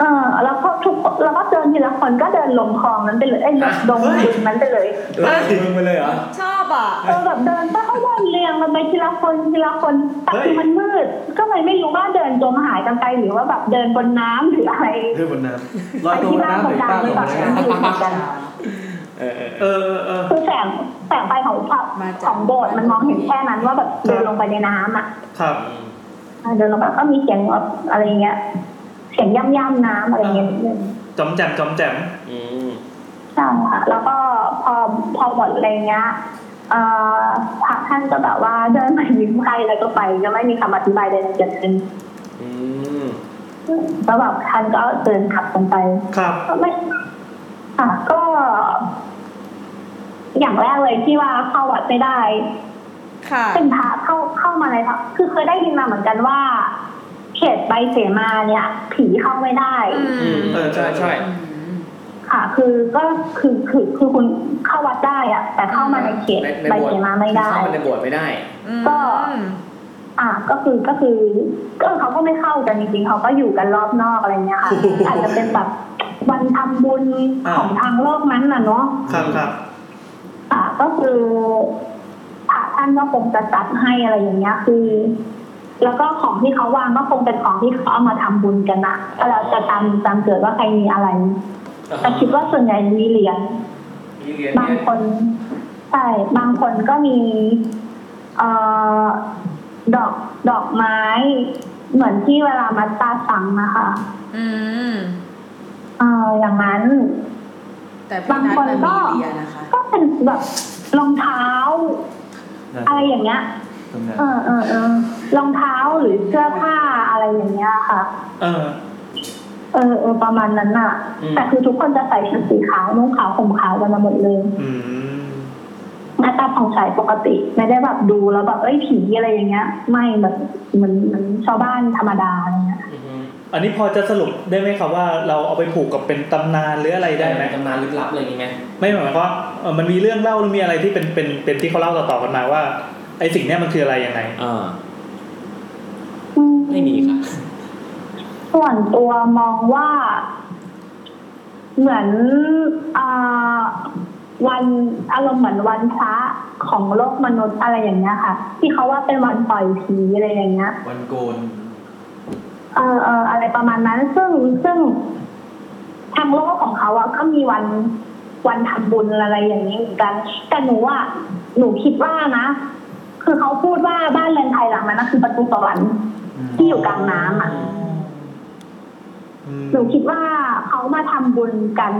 เออแล้วก็ทุกแล้วก็เดินทีละคนก็เดินลงคลองนั้นไปเลยเอ้ยลงลงบึงนั้นไปเลย
ลงบึงไปเลยเหรอ
ชอบอ่ะ
เออแบบเดินก็เข้าวันเรียงกันไปทีละคนทีละคนแต่คือมันมืด ก็เลยไม่รู้ว่าเดินจมหายกันไปหรือว่าแบบเดินบนน้ำหรืออะไร
เรื่องบนน้
ลอยตัวบนน้ำหรือตั้งลงบนน้ำ
เออเออเอ
เอ
อ
อเออเออ
คือแสงแสงไฟของพระของโบสถ์มันมองเห็นแค่นั้นว่าแบบเดินลงไปในน้ำอ่ะ
ครับ
เดินลงไปก็มีเสียงแบบอะไรอย่างเงี้ย เสียงย่ำย่ำๆน้ำอะไรอย่างเงี้ยนิดนึง
จอมแจมจอมแจม
อืม
ใช่ค่ะแล้วก็พอพอหมดอะไรเงี้ยเอ่อพระท่านก็แบบว่าเดินมายิ้มให้แล้วก็ไปก็ไม่มีคำอธิบายใดๆเกิดขึ้น
อืม
แล้วแบบท่านก็เดินขับกันไป
ครับ
ไม่ค่ะก็ อย่างแรกเลยที่ว่าเข้าวัดไม่ได้
ค่ะ
เป็นพระเข้าเข้ามาในพระคือเคยได้ยินมาเหมือนกันว่า เขตใบเสมาเนี่ย ผีเข้าไม่ได้
อื
อื
ม
มเออใช่ใช่
ค่ะ คือก็คือคือคือคุณเข้าวัดได้อะแต่เข้ามาในเขต
ในใน
ใบ
โบส
เส
ถ์
มาไม่ได้
เข้ามาในโบสถ์ไม่ได้
อืม
ก็ อ่ะก็คือก็คือก็เขาก็ไม่เข้ากันจริงๆเขาก็อยู่กันรอบนอกอะไรเงี้ยค่ะ อาจจะเป็นแบบ วันทำบุญ
อ้า
ข
ว
องทางโลกนั้นน่ะเนาะ
ครับครับ
อ่าก็คือพระท่านก็คงจะจัดให้อะไรอย่างเงี้ย คือ แล้วก็ของที่เขาวางก็คงเป็นของที่เขาเอามาทำบุญกันนะก็แล้วจะตามตามเกิดว่าใครมีอะไร แต่คิดว่าส่วนใหญ่มีเหรียญ บางคนใช่บางคนก็มี เอ่อดอกดอกไม้ เหมือนที่เวลามัตตาสังนะคะ
อืม
เอ่ออย่างนั้น
แต่
บางคนก็ก็เป็นแบบรองเท้า อะไรอย่างเงี้ย
ตรงนั้น
เออเออเออรองเท้าหรือเสื้อผ้าอะไรอย่างเงี้ยค่ะ
เออ
เออเออประมาณนั้นน่ะ
อืม
แต่คือทุกคนจะใส่ชุดสีขาวนุ่งขาวห่มขาวกันมาหมดเลย
อืม
หน้าตาผ่องใสปกติ ไม่ได้แบบดูแล้วแบบเอ้ยผีอะไรอย่างเงี้ย ไม่แบบเหมือนเหมือนชาวบ้านธรรมดาอะไรเงี้ย
อันนี้พอจะสรุปได้ไหมครับว่าเราเอาไปผูกกับเป็นตำนานหรืออะไรได้ไหม
ตำนานลึกลับอะไรอย่างนี้ไหม
ไม่หมายความว่าเอ่อมันมีเรื่องเล่าหรือมีอะไรที่เป็นเป็นเป็นที่เขาเล่าต่อๆกันมาว่าไอ้สิ่งเนี้ยมันคืออะไรยังไง
อ่า
ไม่
มีค่ะ
ส่วนตัวมองว่า เหมือนอ่าวันอารมณ์เหมือนวันพระของโลกมนุษย์อะไรอย่างเงี้ยค่ะ ที่เขาว่าเป็นวันปล่อยผีอะไรอย่างเงี้ย
วันโกน
เออเอออะไรประมาณนั้น ซึ่งซึ่งทางโลกของเขาอะก็มีวันวันทำบุญอะไรอย่างนี้เหมือนกัน แต่หนูอะหนูคิดว่านะ คือเขาพูดว่าบ้านเรือนไทยหลังนั้นนะคือประตูสวรรค์ที่อยู่กลางน้ำอะหนูคิดว่าเขามาทำบุญกัน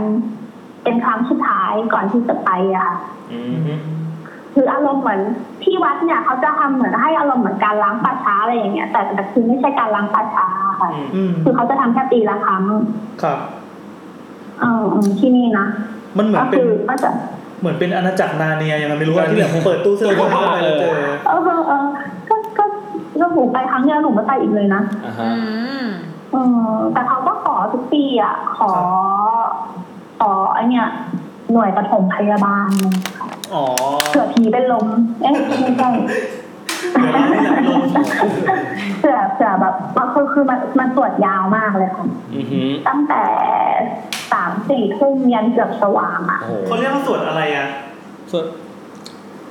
เป็นครั้งสุดท้ายก่อนที่จะไปอะค่ะ
อืม
คืออารมณ์เหมือนที่วัดเนี่ยเขาจะทำเหมือนให้อารมณ์เหมือนการล้างป่าช้าอะไรอย่างเงี้ยแต่แต่คือไม่ใช่การล้างป่าช้าค่ะ
อืม
คือเขาจะทำแค่ปีละครั้ง
ครับ
เออเออที่นี่นะ
มันเหมือนเป็น
ก็จะ
เหมือนเป็นอาณาจักรนาเนียยังไงไม่รู้ว่าที่แบบเปิดตู้เสื้อผ้าเข้าไปแล้วเจอ
เออเออเออก็ก็ก็หนูไปครั้งเดียวหนูไม่ไปอีกเลยนะ
อ่า
ฮะเออแต่เขาก็ขอทุกปีอ่ะ ขอ ขอไอเนี่ย หน่วยปฐมพยาบาล
อ๋อ
เผื่อผีเป็นลมเอ๊ะไม่ใช่เผื่อเผื่อแบบว่าคือคือมันมันตรวจยาวมากเลยค่ะ
อือหือ
ตั้งแต่สามสี่ทุ่มยันเกือบสว่างอ่ะ
โอ้โห
เขาเรียกว่าสวดอะไรอ่ะ
สวด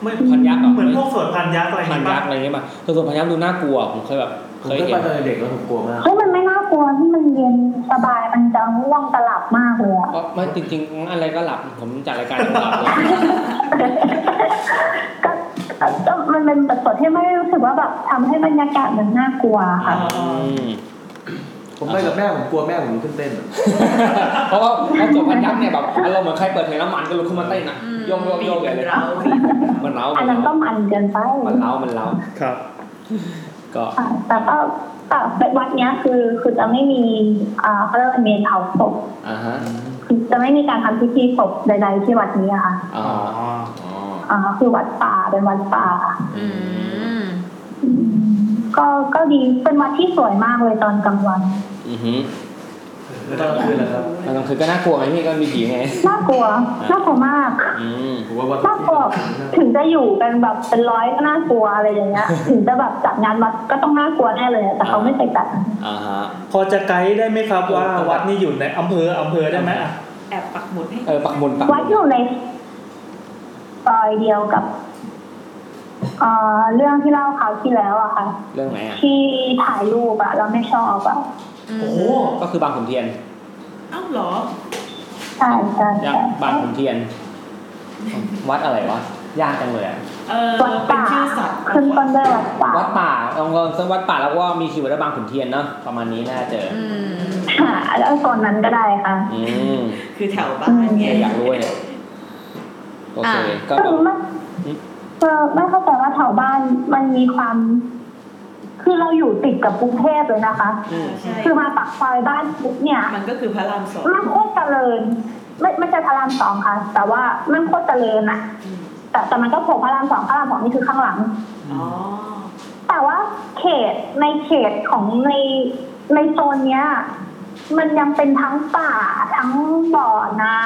ไม่พันยักษ์เหรอ
เหมือนพวกสวดพันยักษ์อะไรอย่าง
พัน
งี้
ยั
ปะ
กษ์อะไรอย่างเงี้ยมาแต่ส่วนพันยักษ์ดูน่ากลัวผมเคยแบบเคยเห็
ผ
น
มเคยไปตอนเด็กแล้วผมกลัวมาก
เฮ้ยมันไม่น่ากลัวที่มันเย็นสบายมันจะง่วงจะหลับมากเลยอะ
เพราะไม่จริงๆอะไรก็หลับผมจัดรายการหลับเลย
ก็มันเป็นบทสวดที่ไม่ได้รู้สึกว่าแบบทำให้บรรยากาศมันน่ากลัวค่ะ
ผมไปกับแม่ผมกลัวแม่ผมลุกขึ้นเต้นอะ
เพราะว่าพอจบพันยักษ์เนี่ยแบบอารมณ์เหมือนใครเปิดเพลงน้ำมันก็ลุกขึ้นมาเต้นอ่ะโยงโยงโยงเลยมันเล้า
อั
มันน
นั้น
เล้า
ก็มันเกินไป
มันเล้ามันเล้า
ครับ
ก็
ค่ะแต่ก็แต่วัดเนี้ยคือคือจะไม่มีอ่าเขาเรียกว่าเมนเผาศพ
อ่าฮะ
คือจะไม่มีการทำพิธีศพใด ๆ ที่วัดนี้อะค่ะ
อ๋อ
อ่าคือวัดป่าเป็นวัดป่าค่ะ
อืม
ก็ก็ดีเป็นวัดที่สวยมากเลยตอนกลางวัน
อือหือ
ตอนกลางคืนเหรอครับ
ตอนกลางคืนก็น่ากลัวไงพี่ก็มีผีไง
น่ากลัวน่ากลัวมาก
อืม
ผมว่าวัด
น่ากลัวถึงจะอยู่กันแบบเป็นร้อยก็น่ากลัวอะไรอย่างเงี้ ย ถึงจะแบบจัดงานวัดก็ต้องน่ากลัวแน่เลยอะแต่เขาไม่เคยจัด
อ่าฮะ
พอจะไกด์ได้ไหมครับว่าวัดนี่อยู่ในอำเภออำเภอได้ไหมอ่ะ
แอบปักหมุดให้
เออปักหมุดปัก
วัดอยู่ในซอยเดียวกับเอ่อเรื่องที่เล่าคราวที่แล้วอะค่ะ
เรื่องไหนอ่ะ
ที่ถ่ายรูปอะเราไม่ชอบอะ
โอ้ก็คือบางขุนเทียน
อ้าวเหรอ
ใช่ใช่
ย่างบางขุนเทียน วัดอะไรวะยากจังเลยอะ
เออเป็นชื่อสัตว์
ขึ้นต้นด้วยวัดป่า
วัดป่าลองลองเซิร์ชวัดป่าแล้วก็มีคีย์เวิร์ดว่าบางขุนเทียนเนาะประมาณนี้น่าจะเจออ
ค่ะแล้วโซนนั้นก็ได้ค่ะ
อืม
คือแถวบ้านไง
อยากรู้เนี่ยโอเคก็
ซึ่งไม่เออไม่เข้าใจว่าแถวบ้านมันมีความ คือเราอยู่ติดกับกรุงเทพเลยนะคะ
เออใช่
คือมาปากซอยบ้านปุ๊บเนี่ย
มันก็คือพระรามสอง
มันโคตรเจริญ ไม่ไม่ใช่พระรามสองค่ะ แต่ว่ามันโคตรเจริญอะแต่แต่มันก็โผล่พระรามสองพระรามสองนี่คือข้างหลัง
อ๋อ
แต่ว่าเขตในเขตของในในโซนเนี้ย มันยังเป็นทั้งป่าทั้งบ่อน้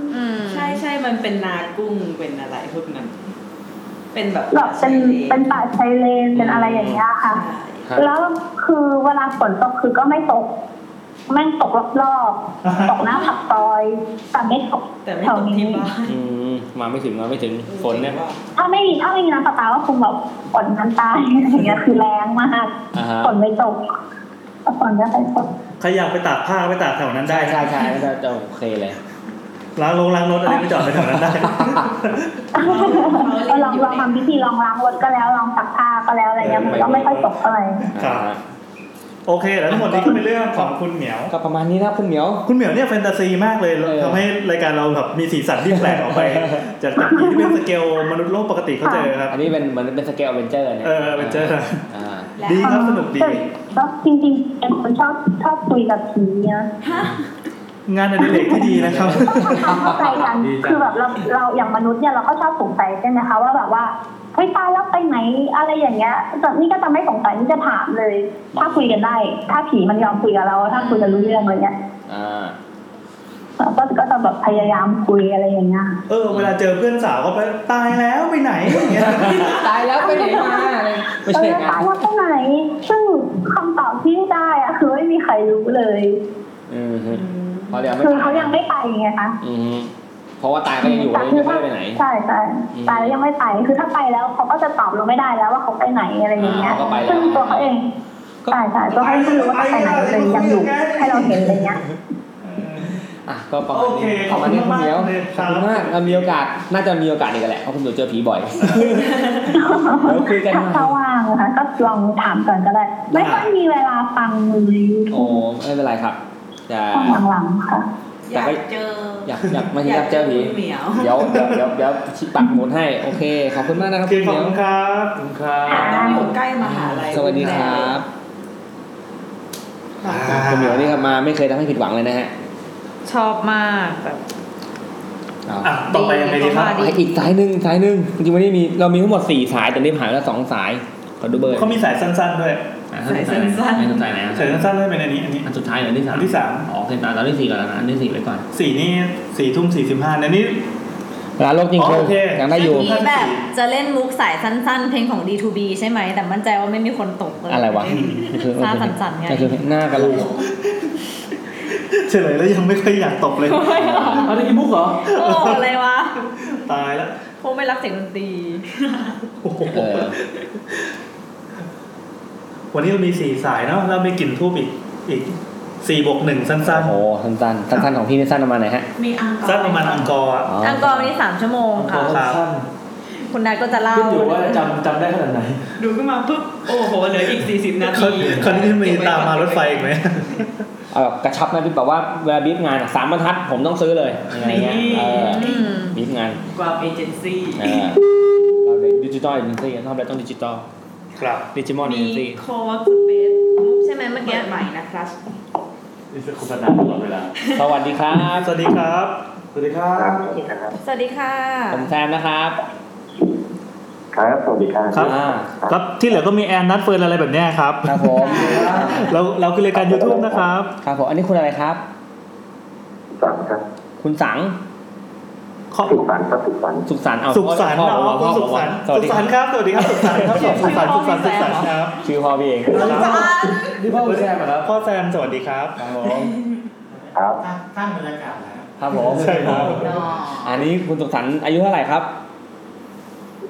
ำ
ใช่ใช่มันเป็นนากุ้งเป็นอะไรพวกนั้น เป็นแบบ
แบบเป็นเป็นป่าชายเลนเป็นอะไรอย่างเงี้ยค่ะ แล้วคือเวลาฝนตกคือก็ไม่ตก แม่งตกรอบๆตกหน้าผักซอยแต่ไม่ตกแถวนี้
อืมมาไม่ถึงมาไม่ถึงฝนเนี่ย
ถ้าไม่มีถ้าไม่มีน้ำประปาก็คงแบบฝนน้ำตาย อะไรอย่างเงี้ยคือแรงมาก
อ่าฮะ
ฝนไม่ตกแต่ฝนก็ไปตก
ใครอยากไปตากผ้าก็ไปตากแถวนั้นได้
ใช่ใช่ใช่จะโอเคเลย
ล้างลงล้างรถอะไรไปจอดไปแถวนั้นได้
ก็ลองลองทำพิธีลองล้างรถก็แล้วลองซักผ้าก็แล้วอะไรเงี้ยมันก็ไม่ค่อยตกเท่าไหร่
ครับ โอเค แล้วทั้งหมดนี้ก็เป็นเรื่องของคุณเหมียว
ก็ประมาณนี้นะคุณเหมียว
คุณเหมียวเนี่ยแฟนตาซีมากเลยทำให้รายการเราแบบมีสีสันที่แปลกออก ไป จากจากที่เป็นสเกลมนุษย์โลกปกติเข้าใจครับ
อันนี้เป็นเหมือนเป็นสเกลเวนเจอร์เนี่ย
เออเวนเจอร์
อ่า
ดีครับสนุกดี
ก็จริงๆเป็นคนชอบชอบคุยกับผีนะ
งานอดิเรกที่ดีนะครับ
ต้องทำความเข้าใจกัน
ดีจัง
คือแบบเราเราอย่างมนุษย์เนี่ยเราก็ชอบสงสัยใช่ไหมคะว่าแบบว่าเฮ้ยตายแล้วไปไหนอะไรอย่างเงี้ยแต่นี่ก็จะไม่สงสัยนี่จะถามเลย ถ้าคุยกันได้ ถ้าผีมันยอมคุยกับเรา ถ้าคุยกันรู้เรื่องอะไรเงี้ย
อ่า
เราก็ก็จะแบบพยายามคุยอะไรอย่างเงี้ย
เออเวลาเจอเพื่อนสาวก็ไปตายแล้วไปไหนอย่างเงี้ย
ตายแล้วไปไหนมาอะไร
เออตายว่าตรงไหน ซึ่งคำตอบที่ได้อะคือไม่มีใครรู้เลย
อืมฮึเพราะเดี๋ยวไม่
คือ
ตา
เขา
ย
ยังไม่ไปไงคะ
อืมฮึเพราะว่าตายก็ยังอยู่
แต่
เลย
คื
ยั
องถ้า
ไม่ได้ไปไหน
ใช่ใช่ตายแล้วยังไม่ไป คือถ้าไปแล้วเขาก็จะตอบเราไม่ได้แล้วว่าเขาไปไหนอะไรอย่างเงี้ย
อ่าเขาก็ไปแล้ว
ซึ่งตัวเขาเองใช่ใช่ตัวเขาไม่รู้ว่าเขาไปไหนเลยยังอยู่ให้เราเห็นอะไรเงี้ย
อ่ะก็ประมาณนี้
โอเค
ขอบคุณ
ขอบคุณ
มาก
มาก
เดียว
เลยค
ข
รั
อบบ คุณมากเรามีโอกาสน่าจะมีโอกาสอีกแหละเพราะคุณเดี๋ยวเจอผีบ่อย เดี๋ยวคุยกัน
ถ้า
ใหม่
เขาว่างนะคะก็ลองถามก่อนก็ได้ ไม่ค่อยมีเวลาฟังเลย
โอ้ไม่เป็นไรครับแต่
ช่วงหลังๆค่ะ
แต่ก็
เจอ
อยากอยากไม่ใช่อยากเจอผี
อยากเจอคุณเหมียว
เดี๋ยวเดี๋ยวเดี๋ยวเดี๋ยวปักหมุดให้โอเคขอบคุณมากนะครับคุณ
ข
เห
อบ
มียว
คุณครับ
ครับ
ต้องอยู่ใกล้มหาลัย
สวัสดีครับคุณเหมียวนี่ครับมาไม่เคยทำให้ผิดหวังเลยนะฮะ
ชอบมากแบบ
เอา
ต่อไปยังไงดีครับ
อีกสายหนึ่งสายหนึ่งจริงๆวันนี้มีเรามีทั้งหมดสี่สายแต่นี่ผ่านแล้วสองสายขอดูเบอร์
เขามีสายสั้นๆด้วย
อ่ะ
สายสั้นๆ
ไม่สนใจนะ
เสริมสั้นๆได้เป็นอันนี้อันนี้
อันสุดท้ายเหรืออันที่สาม
อันที่สาม
อ๋อโอเคตามตามที่สี่ก่อนแล้วนะอันที่สี่ไว้ก่อน
สี่นี่สี่ทุ่มสี่สิบห้าอันนี้
ลาโลกจริง
อ๋อ
คง
โอเค
ยังได้อยู่
มีแบบจะเล่นมุกสายสั้นๆ เพลงของ D2B ใช่ไหม แต่มั่นใจว่าไม่มีคนตกเลย
อะไรวะคือ
หน้าสั่นๆไง
ก็คือหน้ากระโหลก
เฉลยแล้วยังไม่ค่อยอยากตบเลย
เอาได้กี่มุกเหรอ
โอ้อะไรวะ
ตายแล้ว
พวกไม่รักเสียงดนตรี
โอ้โห
เออ
วันนี้เรามีสี่สายเนาะเรามีกลิ่นทูบอีกอีกสี่บวกหนึ่งสั้น
โอ้โหสั้นๆสั้นๆของพี่นี่สั้นประมาณไหนฮะ
มีอังก
ๆ
อ
สั้นประมาณอังกอร์อะ
อังกอร์วันนี้สามชั่วโมงค่ะ
ครับ
สั้น
คุณนัทก็จะเล่า
ขึ้นอยู่ว่าจำจำได้ขนาดไหน
ดูขึ้นมาปุ๊บ โอ้โห เหลืออีก 40 นา
ค
ที
นคนที่มีตามมารถไฟอีกไหม
เอาแบบกระชับไหมพี่บอกว่าเวลาบีบงานอะสามบรรทัดผมต้องซื้อเลยอะไรเงี้ยเออ
อืม
บีบงาน
กว่าเอเจนซี่
เออเราเลยดิจิตอลเอเจนซี่ทำอะไรต้องดิจิตอล
ครับ
ดิจิมอนเอเจ
มี
นซี่
โคเวิร์กสเปซ
มุกใช่ไหมเมื่อ
เปิ
กี้
ดใหม่นะครับ
นี่คือโฆษณาตลอดเวลา
สวัสดีครับ
สวัสดีครับ
สวัสดีครับ
สวัสดีค่ะ
ผมแซมนะครับ
ครับสวัสดีครับ
ครับ
อ่า
ครับที่เหลือก็มีแอนนัทเฟิร์นอะไรแบบเนี้ยครับ
ครับผม
เราเราคือรายการ YouTube นะครับ
ครับผมอันนี้คุณอะไรครับ
สันครับ
คุณสัง
ขอบ
สุขสันต์ครับสุขสันต์
สุขสันต์เอา
สุขสันต์
พ่อ
เนา
พ่อะ
คุณ
พ่อ
สุขสันต์สุขสันต์
สวัสดีครับ
ครับ สวัสดีครับสุขสันต์ครับผมสุขสันต์สุขสันต์สุขสันต์ครับ
ชื่อพ่อพี่เอง
นี่พ่อคุณแซมเหรอครับ
พ่อแซมสวัสดีครับ
ครับผม
ครับ
ครับผม
ใช่ครับ
อันนี้คุณสุขสันต์อายุเท่าไหร่ครับ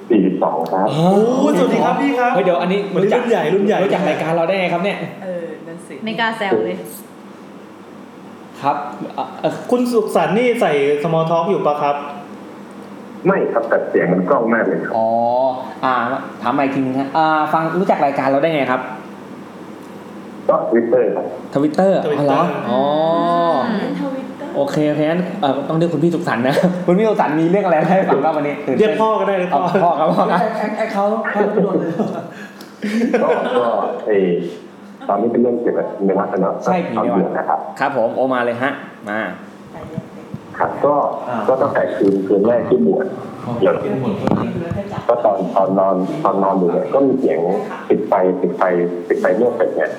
สี่สิบสองครับ
โอ้
โอ้สวัสดีครับพี่ครับ
เฮ้ยเดี๋ยวอันนี้
วันนี้รุ่นใหญ่รุ่นใหญ่
รู้จักรายการเราได้ไงครับเนี่ย
เออ นั่นสิ
ไม่กล้าแซวเลย
ครับเอ่อเอ่อ
คุณสุขสันต์นี่ใส่สมอลท็อกอยู่ปะครับ
ไม่ครับแต่เสียงมันกล้องมากเลยครับ
อ๋ออ่าถามใหม่อีกทีนึงฮะอ่าฟังรู้จักรายการเราได้ไงครับ
ก็ทวิตเตอร์ครับ
ทวิตเตอร์เหรอ
Twitter
อ๋ออ
เล่นทวิตเตอร์
โอเคโอเคงั้นเอ่อต้องเรียกคุณพี่สุขสันต์นะ คุณพี่สุขสันต์มีเรื่องอะไรมาให้ฟังบ้างวันนี้ตื่น
เรียก
เต้น
พ่อก็ได้เลย
เอา
พ่อ
พ่อครับพ่อครับ
แอคแอคเขาต้องฆ่าทุกคนเลย
ก็ก็เออตอนนี้เป็นเรื่องเกี่ยวกับเนื้อหาเนาะ
ใช่ผี
ตอน
เนื้อ
เดือนนะครับ
ครับผมโอมาเลยฮะ มา
ครับก็
อ่า
ก็ตั้งแต่คืนคืนแรกที่บวชแล้ว
เป็นหมด
ก็ตอนตอนนอนตอนนอนอยู่เนี่ยก็มีเสียงปิดไฟปิดไฟปิดไฟเมื่อเป็ดเนี่ย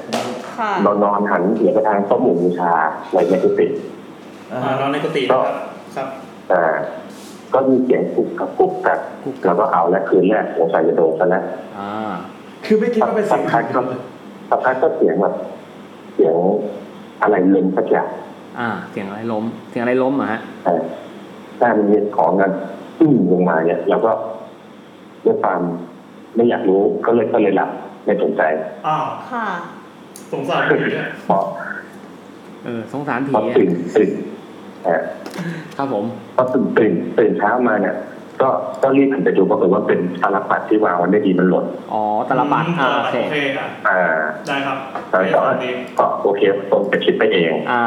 ค่ะ
เรานอนหันเหลียวไปทางโต๊ะหมู่บูชาในในกุฏิ
อ่านอนในกุฏินะครับครับ
อ่า ก็มีเสียงกุกกับกุกกับแล้วก็เอาและคืนแรกสงสัยจะโดนซะแล้ว
อ่า
คือไม่คิดว่าเป็น
สั
สิ่
ก
ง
พักก็สักพักก็เสียงแบบเสียง อะไรล้มสักอย่าง
อ่าเสียงอะไรล้มเสียงอะไรล้มเหรอฮะ
แต่แต่มันมีของกันตึ้งลงมาเนี่ยเราก็ด้วยความไม่อยากรู้ก็เลยก็เลยหลับไม่สนใจ
อ้าว
ค่ะ
สงสารผีอะ
พอ
เออสงสารผี
พอตื่นตื่นอ่ะ
ครับผม
พอตื่นตื่นตื่นเช้ามาเนี่ย ก็ก็รีบหันไปดูปรากฏว่าเป็นตลับปัดที่วางไวันได้ดีมันหล่น
อ๋อตลปัดอ่าโอเค
อ่า
ได้ครับ
แล้วก็ก็โอเคผมจะคิดไปเอง
อ่า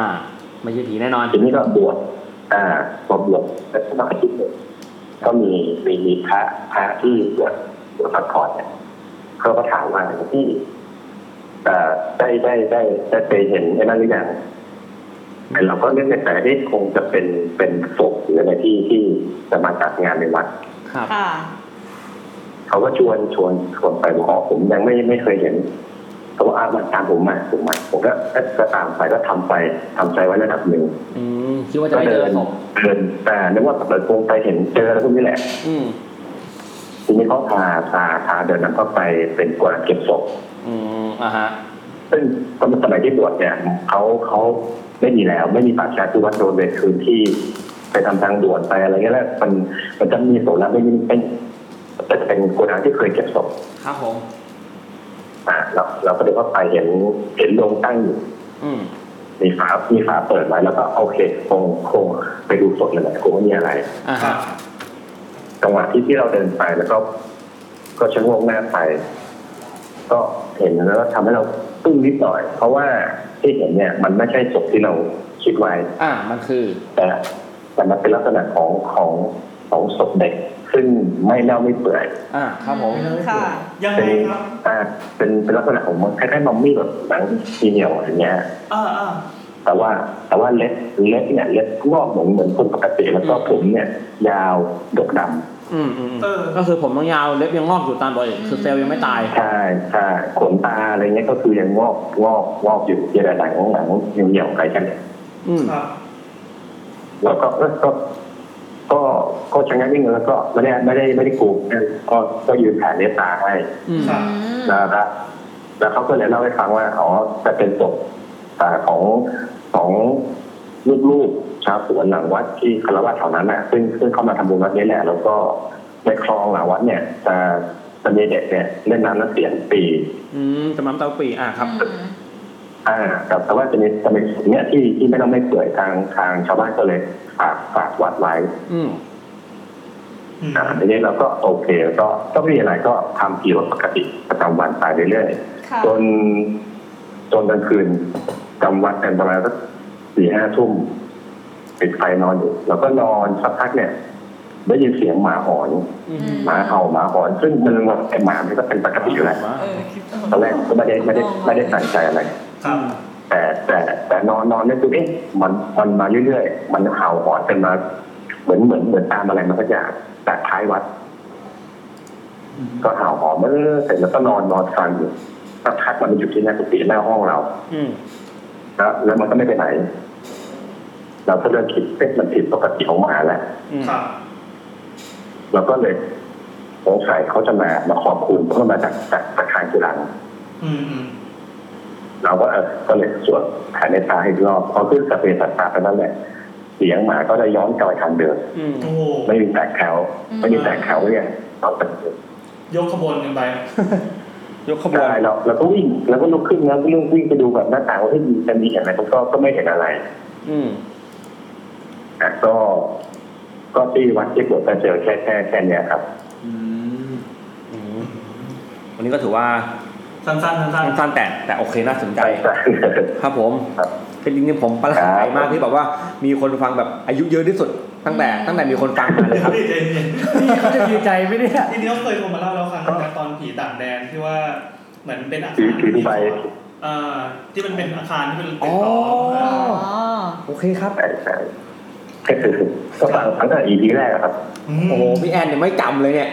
ไม่ใช่ผีแน่นอน
ทีนี้ก็บวชอ่าพอบวชแล้วก็มาอาทิตย์หนึ่งก็มีมีมีพระพระที่บวชบวชพักผ่อนเนี่ยเขาก็ถามว่าที่เอ่อได้ได้ได้ได้ไปเห็นไอ้นั่นหรือยังแต่เราก็เรื่องในใจที่คงจะเป็นเป็นศพหรืออะไรที่ที่จะมาจัดงานในวัด
ครับ
ค่ะ
เขาก็ชวนชวนชวนไปบอกอ๋อผมยังไม่ไม่เคยเห็นเขาบอกอ่ะมาตามผมมาผมมาผมก็เอ๊ะก็ตามไปก็ทำไปทำใจไว้ระดับหนึ่ง
อืมคิดว่าจะไม่เจอศพ
เดินแต่นึกว่าเปิดโปงไปเห็นเจอแล้วพวกนี้แหละ
อืม
ทีนี้เขาพาพาพาเดินนำเข้าไปเป็นกวาดเก็บศพ
อืมอ่าฮะ
ซึ่งตอนสมัยที่บวชเนี่ยเขาเขาไม่มีแล้ว ไม่มีป่าช้าที่วัดโดนเวรคืนที่ ไปทำทางด่วนไปอะไรเงี้ยแล้วมันมันจะมีโสลับไม่มีเป็นแต่จะเป็นโกดังที่เคยเก็บศพ
ครับผม
อ่าเราเราก็เดินเข้าไปเห็นเห็นโรงตั้งอยู่
อืม
มีฝามีฝาเปิดไว้แล้วก็โอเคคงคงไปดูศพนั่นแหละคงไม่มีอะไร
อ่าฮะ
จังหวะที่ที่เราเดินไปแล้วก็ ก็ชะโงกหน้าไป ก็เห็นแล้วก็ทำให้เราตึ้งนิดหน่อย เพราะว่าที่เห็นเนี่ย มันไม่ใช่ศพที่เราคิดไว้
อ่ามันคือ
แต่แต่มันเป็นลักษณะของของของศพเด็ก ซึ่งไม่เน่าไม่เปื่อย
อ่าครับผม
ค่ะ
ยัง
เป็นอ่าเป็นเป็นลักษณะของมันคล้ายๆมัมมี่แบบหนังซีเหนียวอย่างเงี้ย
อ่าอ่า
แต่ว่าแต่ว่าเล็บเล็บเนี่ยเล็บงอกเหมือนเหมือนคนปกติแล้วก็ผมเนี่ย ยาวดกดำ
อืมอืมอืมก็คือผมต้องยาวเล็บยังงอกอยู่ตามบริคือเซลล์ยังไม่ตาย
ใช่ใช่ขนตาอะไรเงี้ยก็คือยังงอกงอกงอกอยู่เยอะหนังหนังเหี่ยวๆไปกัน
อืม
แล้วก็แล้วก็ ก็ก็ชะงักนิดนึงแล้วก็ไม่ได้ไม่ได้ไม่ได้กลัวก็ก็ยืนแผ่เมตตาให้
อืม
แล้วก็แล้วเขาก็เลยเล่าให้ฟังว่าอ๋อจะเป็นศพอ่าของของลูกๆชาวสวนหลังวัดที่คารวะแถวนั้นน่ะ ซึ่งซึ่งเขามาทำบุญวัดนี้แหละ แล้วก็ในคลองหลังวัดเนี่ยจะจะมีเด็กเนี่ยเล่นน้ำแล้วเสียงปี
อืมจำน้ำเต้าปีอ่าครับ
อ่าแต่แต่ว่าจะมีจะมีสิ่งเนี้ยที่ที่ไม่ต้องไม่เปื่อยทางทางชาวบ้านก็เลยฝากฝากวัดไว้
อืม
อ่าทีนี้เราก็โอเคก็ก็ไม่มีอะไรก็ทำกิจวัตรปกติประจำวันไปเรื่อย
ค่ะ
ๆจนจนกลางคืนจำวัดกันประมาณสักสี่ห้าทุ่มปิดไฟนอนอยู่แล้วก็นอนสักพักเนี่ย ได้ยินเสียงหมาหอนหมาเห่าหมาหอน ซึ่งมันว่าไอหมามันก็เป็นปกติอยู่แล้ว ตอนแรกก็ไม่ได้ไม่ได้ไม่ได้ใส่ใจอะไร
ครับ
แต่แต่แต่นอนนอนเนี่ยคือเอ๊ะมันมันมาเรื่อยๆ มันเห่าหอนกันมา เหมือนเหมือนเหมือนตามอะไรมาสักอย่างแต่ท้ายวัด ก็เห่าหอนมาเรื่อยๆเสร็จแล้วก็นอนนอนฟังอยู่สักพักมันไปหยุดที่หน้ากุฏิหน้าห้องเรา
อืม
แล้วแล้วมันก็ไม่ไปไหน เราก็เริ่มคิดเอ๊ะมันผิดปกติของหมาแหละ
อืม
เราก็เลยสงสัยเขาจะมามาขอบคุณเพราะมันมาจากจากจากทางกุหลัง
อืมอืม
เราก็เออก็เลยสวดแผ่เมตตาให้อีกรอบพอขึ้นสเปรสัตตาไปนั่นแหละ เสียงหมาก็ได้ย้อนกลับไปทางเดิม
อืม
โอ้โห
ไม่มีแตกแถวไม่มีแตกแถวเนี่ยตอนเดิม
ยกขบวนกันไป
ยกขบวน
ได้เราเราก็วิ่งแล้วก็ลุกขึ้นแล้วก็วิ่งวิ่งไปดูแบบหน้าต่างว่าที่มีจะมีอะไรผมก็ก็ไม่เห็นอะไร
อืม
แต่ก็ก็ที่วัดที่บวชก็เจอแค่แค่แค่เนี้ยครับ
อืมวันนี้ก็ถือว่า
สั้นๆสั้น
สั้นๆแต่แต่โอเคน่าสนใจ ครับผมเป็นจริงๆผมประหลาดใจมากที่แบบว่ามีคนฟังแบบอายุเยอะที่สุด ตั้งแต่ ตั้งแต่มีคนฟังมาเลยครับ
ดีใจเย็น
นี่เขาจะดีใจไหมเนี่ย
ทีนี้เขาเคยโทรมาเล่าแล้วครั้งหนึงนะตอนผีต่างแดนที่ว่าเหมือนเป็นอาคาร
ผีผีไฟ
เอ่อที่มันเป็นอาคารที่เป็น
อ๋
เป็น
อ
ต่ออ่า
โอเคครับ
ใช่ใช่ ก็คือก็ฟังตั้งแต่ EP แรกอะครับ
โอ้โหพี่แอนเนี่ยไม่จำเลยเนี่ย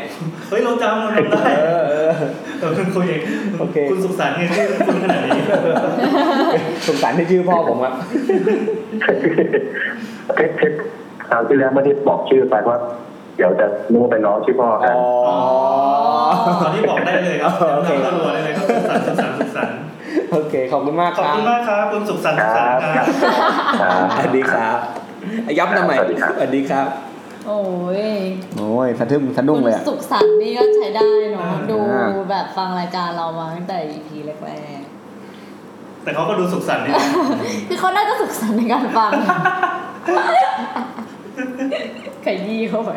เฮ้ยเราจำเราจำได้
เออเออ
แต่คุณคุยเอง
โอเค
คุณสุขสันต์เนี่ยชื่อคุณขนาดนี้
สงสารที่ชื่อพ่อผมอะ
คลิปคลิปคราวที่แล้วไม่ได้บอกชื่อไปว่า เดี๋ยวจะนึกว่าเป็นน้องชื่อพ่อกัน
อ๋อ
ตอนนี้บอกได้เลยครับ
โอเค
จำนำตัวได้เลยครับสุขสันต์สุขสันต์สุขสันต์
โอเค ขอบคุณมาก
ข
ค
อบ
รับ
คุณมากครับคุณสุขสันต์สุขสันต์ครับ
สวัสดีครับย้ำทำไมสวัสดีครับ
โอ้ย
โอ้ยสะทึ่งสะดุ้งเลยอะ
สุขสันต์นี่ก็ใช้ได้เนาะดู
อ่า
แบบฟังรายการเรามาตั้งแต่ EP แรก
แต่เขาก็ดูสุขสันต์ดีนะ
ๆคือเขาน่าจะสุขสันต์ในการฟังไข่ยี่เข้าไป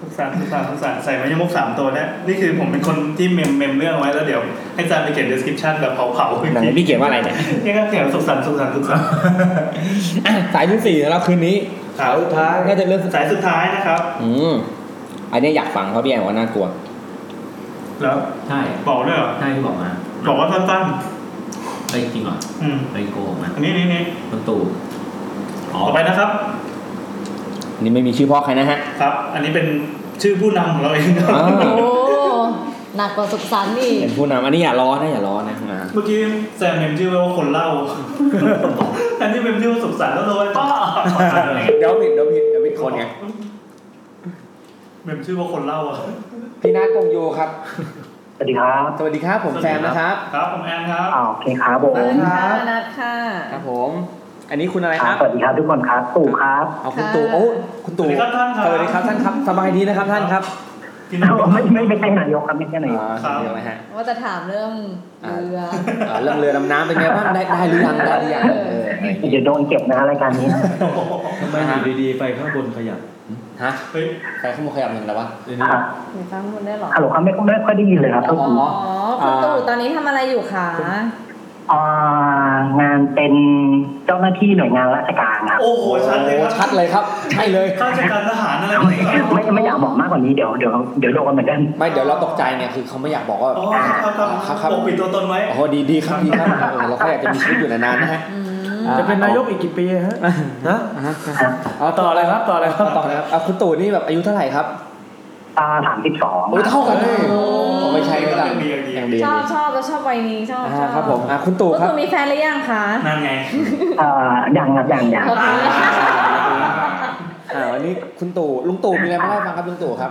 สุขสันต์สุขสันต์สุขสันต์ใส่มายมุกสามตัวเนี่ยนี่คือผมเป็นคนที่เมมเมมเรื่องไว้แล้วเดี๋ยวให้อาจารย์ไปเขียน description แบบเผาๆอีก
ไหน
ที
พี่เขียนว่าอะไรเนี่ย
นี่ก็เขียนสุขสันต์สุขสันต์สุขสันต์
อ่ะสายที่สี่สำหรับคืนนี้
สายสุดท้าย
น่าจะเรื่อง
สายสุดท้ายนะครับ
อืมอันเนี้ยอยากฟังเพราะพี่แอนบอกว่าน่ากลัว
แล้ว
ใช่
บอกด้วยเหรอ
ใช่ที่บอกมา
บอกว่าสั้น
ไปจริงเหรอ
ๆอืม
ไปโกงมา
อันนี้นี่นี่
คนตู่อ๋อ
ต่อไปนะครับ
นี่ไม่มีชื่อพ่อใครนะฮะ
ครับ อันนี้เป็นชื่อผู้นำของเราเองครับ
อ๋อ
โอ้หนักกว่าสุขสันต์อีก
เป็นผู้นำอันนี้อย่าล้อนะอย่าล้อนะอ่า
เมื่อกี้แซมเมมชื่อไว้ว่าคนเล่า อันนี้เมมชื่อว่าสุขสันต์แล้วเลยป้า
เดี๋ยวผิดเดี๋ยวผิดเดี๋ยวผิดคนไง
เมมชื่อว่าคนเล่าอ่ะ
พี่นัทกงโยครับ
สวัสดีครับ
สวัสดีครับผมแซมนะครับ
ครับผมแอนครับ
อ้าวโอเคครับผม
นัดค่ะ
ครับผม อันนี้คุณอะไรครับ
สวัสดีครับทุกคนครับ ตู่ครับ
เอาคุณตู่โอ้คุณตู่
สวัสดีครับท่านครับ
สวัสดีครับท่านครับสบายดีนะครับท่านครับ
พี่น้อง
ไม่ไม่ไม่ใช่นายกครับไม่ใช่นายก
อ่าสวัสดีนะฮะ
ว่าจะถามเรื่องเรือ
อ่าเรื่องเรือดำน้ำเป็นไงบ้างได้ได้หรือยังได้หรือยังเอออะไรอย่างงี้
เดี๋ยวโดนเก็บนะรายการนี้
ทำไมอยู่ดีๆไปข้างบนขยับ
ฮะ
เฮ้ย
ใครขึ้นมาขยับหนึ่งแล้ววะ
เดี๋ยวนี้
เดี๋ยวฟังคุณได้เหรอ
ฮัลโหลครับไม่ไม่ค่อยได้ยินเลยครับ
อ๋อ
อ๋อ คุณตู่ตอนนี้ทำอะไรอยู่คะ
อ่างานเป็นเจ้าหน้าที่หน่วยงานราชการครับ
โอ้โหชัดเลยครับ
ชัดเลยครับใช่เลย
ข้าราชการทหารอะไรแบบนี้เหรอ
ไม่ไม่อยากบอกมากกว่านี้เดี๋ยวเดี๋ยวเดี๋ยวโดนเหมือนกัน
ไม่เดี๋ยวเราตกใจเนี่ยคือเขาไม่อยากบอกว่า
อ๋อครับครับ
อ่า
ค
ค
รับบ ครั
รัครั
บบปกปิดตัวตนไว้
โอ้โหดีดีครับดีครับเออเราก็อยากจะมีชีวิตอยู่นานๆนะฮะ
อืม
อ่า
จะเป็นนายกอีกกี่ปีฮะฮะ
อ่าฮะ
เอาต่อเลยครับต่อเลยครับ
ต่อเลยครับเอาคุณตู่นี่แบบอายุเท่าไหร่ครับ
อ่าสามสิบสอง
โอ้ยเท่ากันเลยผมไม่ใช่ไม่ต่างอย่างดี
ชอบชอบแล้วชอบวัยนี้ชอบช
อ่า
อบ
ครับผมอ่ะคุณตู่
คุณ
ครับ
ตู่มีแฟนหรือยังคะ
นั่นไง
อ่าอย่างครับอย่างอย่าง
โอเค
อ่าวันนี้คุณตู่ลุงตู่มีอะไรมาเล่าให้ฟังครับลุงตู่ครับ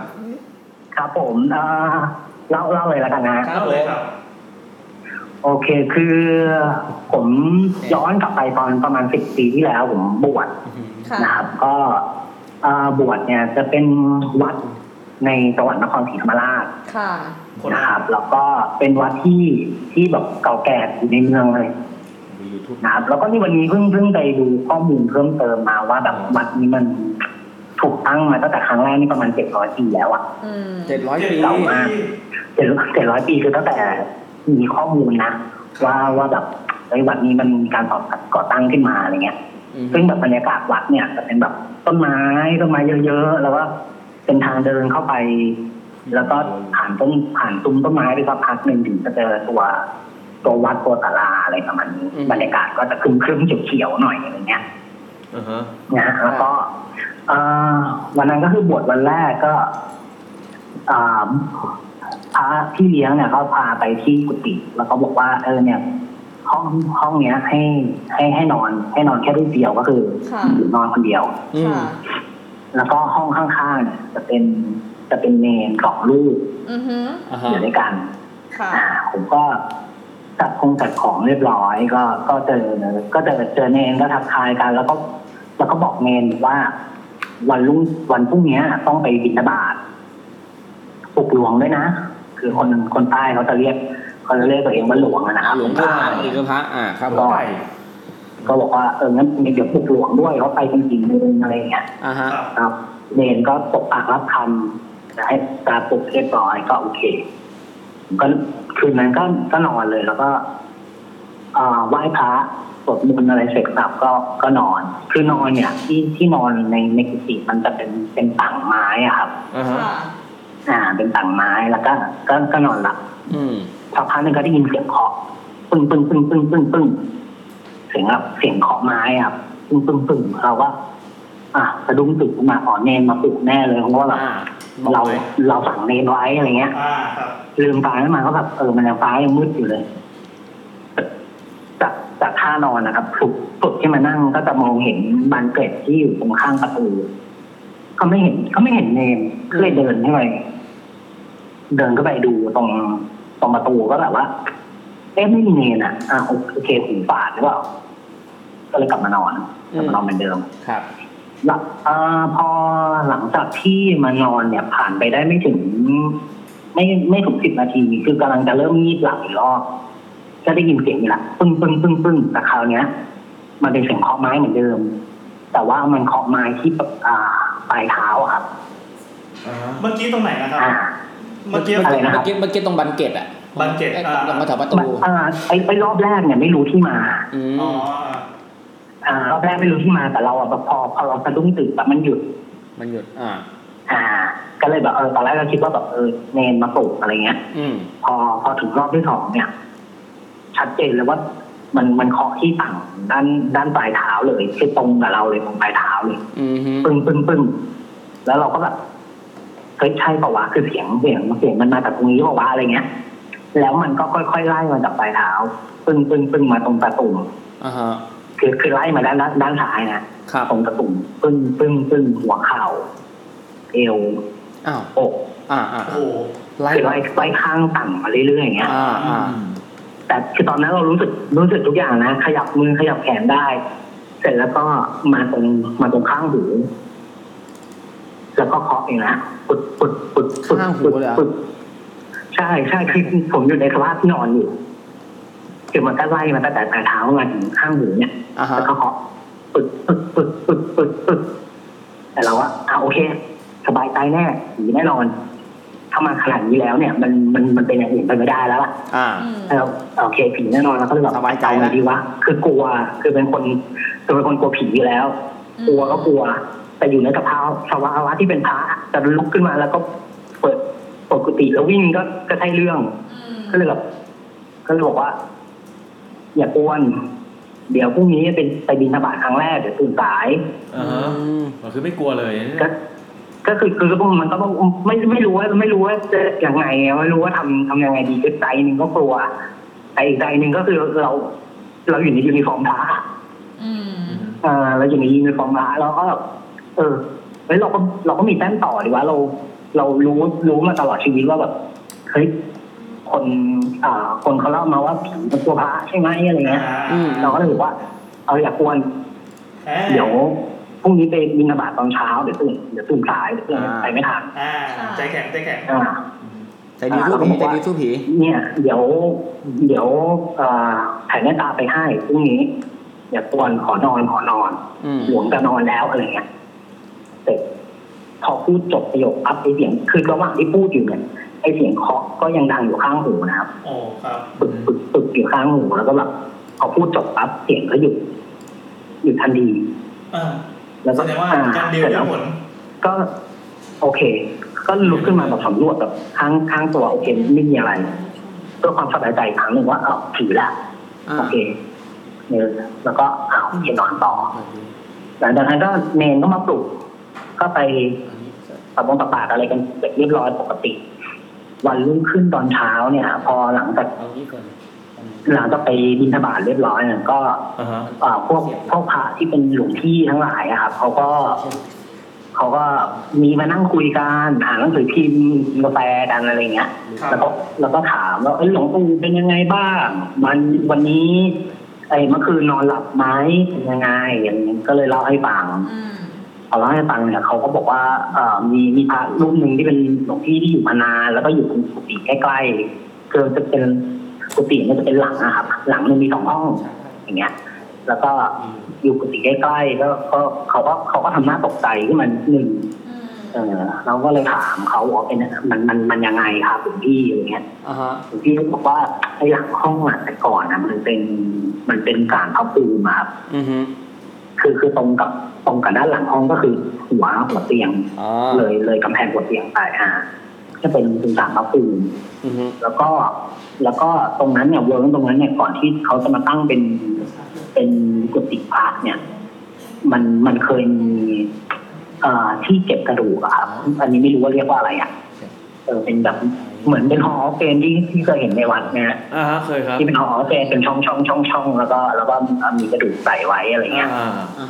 ครับผมอ่าเล่าเล่าเลยแล้วกันนะ
ครับเลยครับ
โอเคคือผมย้อนกลับไปตอนประมาณสิบปีที่แล้วผมบวช
ค่ะ
นะครับก็เอ่อบวชเนี่ยจะเป็นวัดในจังหวัดนครศรีธรรมราช
ค่ะ
คน
นะครับ แล้วก็เป็นวัดที่ที่แบบเก่าแก่อยู่ในเมืองเลยนะครับ แล้วก็นี่วันนี้เพิ่งเพิ่งไปดูข้อมูลเพิ่มเติมมาว่าแบบวัดนี้มันถูกตั้งมาตั้งแต่ครั้งแรกนี่ประมาณเจ็ดร้อยปีแล้วอะ
อืม
เจ็ดร้อย
เจ็ด
ปี
ร้อยปี
เจ็ดเจ็ดร้อยปีคือตั้งแต่มีข้อมูลนะ ว่าว่าแบบไอ้ยวัดนี้มันมีการต่อก่อตั้งขึ้นมาอะไรเงี้ย
อืม
ซึ่งแบบบรรยากาศวัดเนี่ยจะเป็นแบบต้นไม้ต้นไม้เยอะๆแล้วก็เป็นทางเดินเข้าไป แล้วก็ผ่านต้นผ่านซุ้มต้นไม้ไปสักพักหนึ่งถึงจะเจอตัวตัววัดตัวศาลาอะไรประมาณนี้
อืม
บรรยากาศก็จะครึ้มครึ้มๆเขียวๆหน่อยอะไรเงี้ย
อ่าฮะ
นะแล้วก็เอ่อวันนั้นก็คือบวชวันแรกก็อ่าพระพี่เลี้ยงเนี่ยเขาพาไปที่กุฏิแล้วเขาบอกว่า เออเนี่ย ห้องห้องเนี้ย ให้ให้ให้นอน ให้นอนแค่รูปเดียวก็คือ
ค่ะ
อยู่นอนคนเดียว
อืม
ค่ะ
แล้วก็ห้องข้างๆเนี่ยจะเป็นจะเป็นเนนสองรูป
อือฮึ
อ่า
อ
ฮะ
ยู่ด้วยกัน
ค่ะ
อ่าผมก็จัดคงจัดของเรียบร้อย ก็ก็เจอก็เจอเจอเนนก็ทักทายกัน แล้วก็ แล้วก็บอกเนนว่า วันรุ่งวันพรุ่งเนี้ย ต้องไปบิณฑบาตปลุกหลวงด้วยนะ คือคนคนใต้เขาจะเรียกเขาจะเรียกตัวเองว่าหลวงอะนะค
อ่า
รับ
หลวงพ่ออีกคือพระอ่าครับผม
ก็ก็บอกว่าเอองั้นเดี๋ยวปลุกหลวงด้วยเขาไปจริงๆเลยอะไรอย่างเงี้ย
อ่าฮะ
ครับ
ครับเนนก็ตกปากรับคำจะให้ตาปลุกเรียบร้อยก็โอเคผมก็คืนนั้นก็ก็นอนเลยแล้วก็เอ่อไหว้พระสวดมนต์อะไรเสร็จสับก็ก็นอน คือนอนเนี่ย ที่ที่นอนในในกุฏิมันจะเป็นเป็นตั่งไม้อะครับ
อ่าฮะ
ค่ะ
อ่า เป็นตั่งไม้แล้วก็ก็ก็นอนหลับ
อืม
สักพักหนึ่งก็ได้ยินเสียงเคาะปึ้งปึ้งปึ้งปึ้งปึ้งปึ้งเสียงแบบเสียงเคาะไม้อะครับปึ้งปึ้งปึ้งเราก็อ่ะสะดุ้งตื่นขึ้นมาอ๋อเนนมาปลุกแน่เลยเพราะว่าแบบ
อ่า
เราเราฝังเนนไว้อะไรเงี้ย
อ่าครับ
ลืมตาขึ้นมาก็แบบเออมันยังฟ้ายังมืดอยู่เลย จากจากท่านอนนะครับสุดสุดที่มานั่งก็จะมองเห็นบานเกล็ดที่อยู่ตรงข้างประตูก็ไม่เห็นก็ไม่เห็นเนมก็เลยเดินเข้าไปเดินเข้าไปดูตรงตรงประตูก็แบบว่า เอ๊ะไม่มีเนนอ่ะอ่ะโอเคหูฝาดหรือเปล่าก็เลยกลับมานอนกลับมานอนเหมือนเดิม
ครับ
แล้วอ่าพอหลังจากที่มานอนเนี่ยผ่านไปได้ไม่ถึง ไม่ไม่ถึงสิบนาทีคือกำลังจะเริ่มงีบหลับอีกรอบก็ได้ยินเสียงอีกละปึ้งปึ้งปึ้งปึ้งแต่คราวเนี้ย มันเป็นเสียงเคาะไม้เหมือนเดิม แต่ว่ามันเคาะไม้ที่แบบอ่าปลายเท้าอะครับ
เมื่อกี้ตรงไหนนะครับ เมื่อกี้
อะไรนะครับ
เมื่อกี้เมื่อกี้ตรงบันเกตอ่ะ
บันเกต
ลงมาแถวประตู
อ่าไอ้ไอ้รอบแรกเนี่ยไม่รู้ที่มา
อืม
อ่ารอบแรกไม่รู้ที่มาแต่เราอะแบบพอพอเราสะดุ้งตื่นแบบมันหยุด
มันหยุด อ่า
อ่า ก็เลยแบบเออตอนแรกเราคิดว่าแบบเออเนนมาปลุกอะไรเงี้ย
อืม
พอพอถึงรอบที่สองเนี่ย ชัดเจนเลยว่า มันมันเคาะที่ต่างด้านด้านปลายเท้าเลยคือตรงกับเราเลยตรงปลายเท้าเลย
อืมฮึ
ปึ้งปึ้งปึ้งแล้วเราก็แบบเฮ้ยใช่ปะวะคือเสียงเสียงเสียงมันมาจากตรงนี้ปะวะอะไรเงี้ย แล้วมันก็ค่อยๆไล่มาจากปลายเท้าปึ้งปึ้งปึ้งมาตรงตะตุ่ม
อ่าฮะ
คือคือไล่มาด้านด้านด้านซ้ายนะตรงกระตุ่มปึ้งปึ้งปึ้งหัวเข่า เอว
อ้าว
อก
อ่าอ่า
โอ้
ไล่ไล่ไล่ข้างต่ำมาเรื่อยๆอย่างเงี้ยแต่คือตอนนั้นเรารู้สึกรู้สึกทุกอย่างนะขยับมือขยับแขนได้ เสร็จแล้วก็มาตรงมาตรงข้างหูแล้วก็เคาะเองนะปุดปุดปุดปุด
ข้างหู
ปุด
เลยเหรอ
ปุดใช่ใช่คือผมอยู่ในสภาพที่นอนอยู่คือมันก็ไล่มาตั้งแต่ปลายเท้ามาถึงข้างหูเนี่ย
อ่าฮะ
แล้วก็เคาะปึดปึดปึดปึดปึดปึดแต่เราว่าอ่าโอเค สบายใจแน่ผีแน่นอน ถ้ามาขนาดนี้แล้วเนี่ย มันมันมันเป็นอย่างอื่นไปไม่ได้แล้วล่ะ
อ่า
แล้วโอเคผีแน่นอนแล้วก็เลยแบบสบายใจแล้วดีวะคือกลัว คือเป็นคนคือเป็นคนกลัวผีอยู่แล้ว กลัวก็กลัว แต่อยู่ในกระเพาสภาวะที่เป็นพระจะลุกขึ้นมาแล้วก็เปิดเปิดกุฏิแล้ววิ่งก็ก็ใช่เรื่องก็เลยแบบก็เลยบอกว่า อย่ากวนเดี๋ยวพรุ่งนี้เป็นไปบินธบาตครั้งแรกเดี๋ยวตื่นสาย
อ่าฮะอ๋อคือไม่กลัวเลยนะ
ก็ก็คือคือพวกมันก็ต้องไม่ไม่รู้ว่าไม่รู้ว่าจะยังไงอะไม่รู้ว่าทำทำยังไงดีก็ใจหนึ่งก็กลัวแต่อีกใจหนึ่งก็คือเรา เราอยู่ในยูนิฟอร์มพระอะเออเราอยู่ในยูนิฟอร์มพระเราก็แบบเออเฮ้ยเราก็เราก็มีแต้มต่อดีวะเรา เรารู้รู้มาตลอดชีวิตว่าแบบเฮ้ยคนอ่าคนเขาเล่ามาว่าผีมันกลัวพระใช่ไหมอะไรเงี้ยเราก็เลยบอกว่า เอาอย่ากวน เดี๋ยวพรุ่งนี้ไปบินบาตตอนเช้าเดี๋ยวตื่นเดี๋ยวตื่นสายเดี๋ยวตื่น
อ่า
ไปไม่ทัน
อ่าใจแข็งใจแข็ง
อ่า
ใจดีสู้ผีใจดีสู้ผี
เนี่ย เดี๋ยว เดี๋ยวเอ่อถ่ายหน้าตาไปให้พรุ่งนี้อย่ากวนขอนอนขอนอน
อืม
หลวงจะนอนแล้วอะไรเงี้ยเสร็จพอพูดจบประโยคอัพไอเสียงคือระหว่างที่พูดอยู่เนี่ยไอเสียงเคาะก็ยังดังอยู่ข้างหูนะครับ
โอ้ครับ
ปึกปึกปึกอยู่ข้างหูแล้วก็แบบพอพูดจบปั๊บเสียงก็หยุดหยุดทันที
อ่า
แล้วก็
แสดงว่าการดีล
เสร็จแล้ว
ได้ผล
ก็ โอเค ก็ลุกขึ้นมาแบบสำรวจแบบข้างข้างตัวโอเคไม่มีอะไรเพื่อความสบายใจอีกครั้งหนึ่งว่าเอาวผีละโอเคเออแล้วก็เอาวเห็นนอนต่อหลังจากนั้นก็เมนก็มาปลุก ก็ไปตับวงตับปากอะไรกันเสร็จเรียบร้อยปกติ วันรุ่งขึ้นตอนเช้าเนี่ย พอหลังจาก หลังจากไปบินธบาตเรียบร้อยเนี่ยก็อ่าพวกพวกพระที่เป็นหลวงพี่ทั้งหลายอะครับเขาก็เขาก็มีมานั่งคุยกันอ่านหนังสือพิมพ์กินกาแฟกันอะไรเงี้ย
ครับ
แล้วก็แล้วก็ถามว่าเอ้ยหลวงปู่เป็นยังไงบ้างวันวันนี้ไอ้เมื่อคืนนอนหลับไหมเป็นยังไงอย่างเงี้ยก็เลยเล่าให้ฟังพอเล่าให้ฟังเนี่ยเขาก็บอกว่าเอ่อมีมีพระรูปหนึ่งที่เป็นหลวงพี่ที่อยู่มานานแล้วก็อยู่ตรงกุฏิใกล้ๆคือจะเป็น กุฏิเนี่ยจะเป็นหลังนะครับ หลังมันงมีสองห้องอย่างเงี้ย แล้วก็อยู่กุฏิใกล้ๆก็ก็เขาก็เขาก็ทำหน้าตกใจขึ้นมาหนึ่งเออเราก็เลยถามเขาว่าเป็นมันมันมันยังไงครับหลวงพี่อย่างเงี้ย
อ่าฮะ
หลวงพี่ก็บอกว่าไอ้หลังห้องอ่ะแต่ก่อนนะมันเป็นมันเป็นศาลพระภูมิอะครับ
อือฮึ
คือคือตรงกับตรงกับด้านหลังห้องก็คือหัวหัวเตียงเลยเลยกำแพงหัวเตียงไปอ่าจะเป็นเป็นศาลพระภูมิ
อือฮึ
แล้วก็แล้วก็ตรงนั้นเนี่ยเวิร์กตรงนั้นเนี่ยก่อนที่เขาจะมาตั้งเป็นเป็นกุฏิพระเนี่ย มันมันเคยมีเอ่อที่เก็บกระดูกอะครับอันนี้ไม่รู้ว่าเรียกว่าอะไรอ่ะเออเป็นแบบเหมือนเป็นหอเฟนที่ที่เคยเห็นในวัดเนะฮะ
อ่าฮะเคยครับ
ที่เป็นหอเฟนเป็นช่องช่องช่องช่องแล้วก็แล้วก็มีกระดูกใส่ไว้อะไรเงี้ย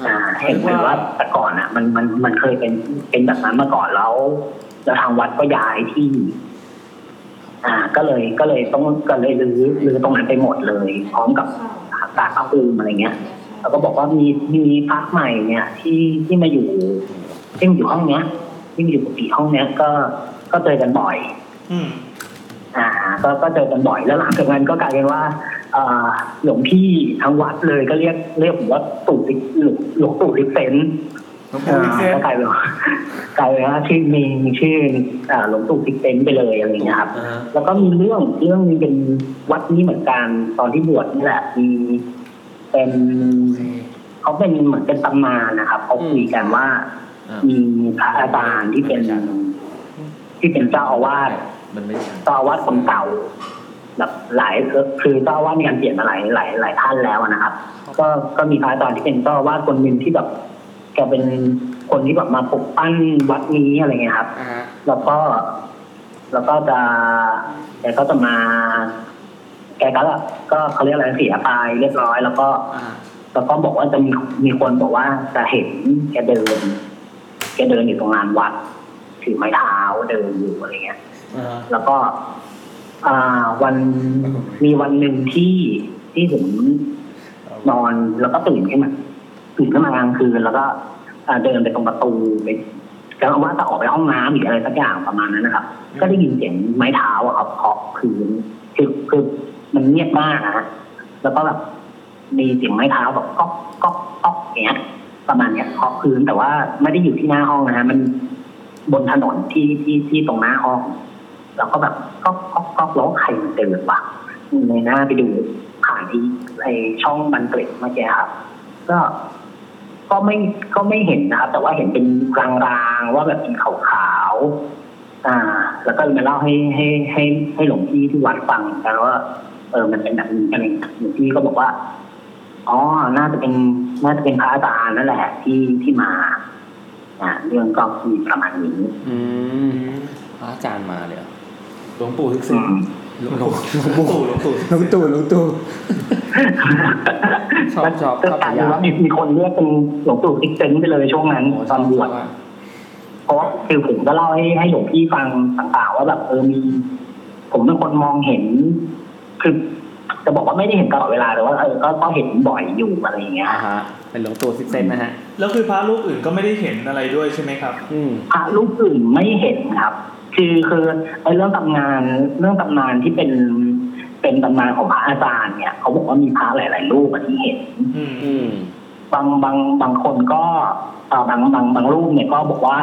อ่าเห็นเลยว่าแต่ก่อนอ่ะ มันมันมันเคยเป็นเป็นแบบนั้นมาก่อนแล้วแล้วทางวัดก็ย้ายที่ อ่า ก็เลยก็เลยต้องก็เลยรื้อรื้อตรงนั้นไปหมดเลย พร้อมกับตากเอาอืมอะไรเงี้ยแล้วก็บอกว่ามีมีพักใหม่เนี่ย ที่ที่มาอยู่ที่มาอยู่ห้องเนี้ย ที่มาอยู่ปกติห้องเนี้ยก็ก็เจอกันบ่อย
อืม
อ่าก็ก็เจอกันบ่อยแล้วหลังจากนั้นก็กลายเป็นว่าเอ่อหลวงพี่ทั้งวัดเลยก็เรียกเรียกผมว่าตู่ลิหลวงหลวงตู่ลิเซน
หลวงปู่ลิเซน
ก็กลายเป็นว่ากลายเป็นว่าชื่อมีมีชื่ออ่าหลวงตู่ลิเซนไปเลยอะไรอย่างเงี้ยครับ แล้วก็มีเรื่องเรื่องนี้เป็นวัดนี้เหมือนกันตอนที่บวชนี่แหละมีเป็นเขาเป็นเหมือนเป็นตำนานนะครับเขาคุยกันว่า มีพระอาจารย์ที่เป็น ที่เป็นเจ้าอาวาส
มันไม่ใช่
เจ้าอาวัดคนเก่าแบบหลายคือเจ้าอาวัดมีการเปลี่ยนมาหลายหลายหลายท่านแล้วอะนะครับ ก็ก็มีพระอาจารย์ที่เป็นเจ้าอาวัดคนหนึ่งที่แบบแกเป็นคนที่แบบมาปลุกปั้นวัดนี้อะไรเงี้ยครับแล้วก็ แล้วก็จะแกก็จะมา แกก็ก็เขาเรียกอะไรเสียไปเรียบร้อย แล้วก็แล้วก็บอกว่าจะมีมีคนบอกว่าจะเห็นแกเดิน แกเดินอยู่ตรงงานวัดถือไม้เท้าเดินอยู่อะไรเงี้ย แล้วก็ อ่าวันมีวันหนึ่งที่ที่ผมนอนแล้วก็ตื่นขึ้นมาตื่นขึ้นมากลางคืนแล้วก็อ่าเดินไปตรงประตูไปกำลังว่าจะออกไปห้องน้ำหรืออะไรสักอย่างประมาณนั้นนะครับ ก็ได้ยินเสียงไม้เท้าอะครับเคาะพื้นคือคือมันเงียบมากนะฮะแล้วก็แบบมีเสียงไม้เท้าแบบก๊อกก๊อกก๊อกอย่างเงี้ย ประมาณเนี้ยเคาะพื้นแต่ว่าไม่ได้อยู่ที่หน้าห้องนะฮะมันบนถนนที่ที่ที่ตรงหน้าห้อง เราก็แบบก็ก็ก็ร้องใครมันเดินวะในหน้าไปดูผ่านที่ไอช่องบันเกล็ดเมื่อกี้ครับ ก็ก็ไม่ก็ไม่เห็นนะครับ แต่ว่าเห็นเป็นรางๆว่าแบบเป็นขาวๆอ่า แล้วก็เลยมาเล่าให้ให้ให้ให้หลวงพี่ที่วัดฟังกันว่า เออมันเป็นแบบนี้กันเองหลวงพี่ก็บอกว่าอ๋อน่าจะเป็นน่าจะเป็นพระอาจารย์นั่นแหละที่ที่มา อ่าเรื่องก็มีประมาณนี้
อืมพระอาจารย์มาเลยเหรอ
หลวงปู่ทึกสิ
หลวงปู่หลวงปู่หลวงตู่หลวงตู่
ชอบชอบก็กลายเป็นว่ามีมีคนเรียกเป็นหลวงปู่ติ๊กเซนไปเลยช่วงนั้นตอนบวชเพราะว่าคือผมก็เล่าให้ให้หลวงพี่ฟังต่างๆว่าแบบเออมี ผมเป็นคนมองเห็น คือ จะบอกว่าไม่ได้เห็นตลอดเวลาแต่ว่าเออก็ก็เห็นบ่อยอยู่อะไรอย่างเงี้ย
เป็นหลวงตู่ซิเซนนะฮะ
แล้วคือพระรูปอื่นก็ไม่ได้เห็นอะไรด้วยใช่ไหมครับ
อืม
พระรูปอื่นไม่เห็นครับ คือคือไอ้เรื่องตำนานเรื่องตำนานที่เป็นเป็นตำนานของพระอาจารย์เนี่ยเขาบอกว่ามีพระหลายๆรูปอะที่เห็น
อืม
บางบางบางคนก็เอ่อบางบางบางรูปเนี่ยก็บอกว่า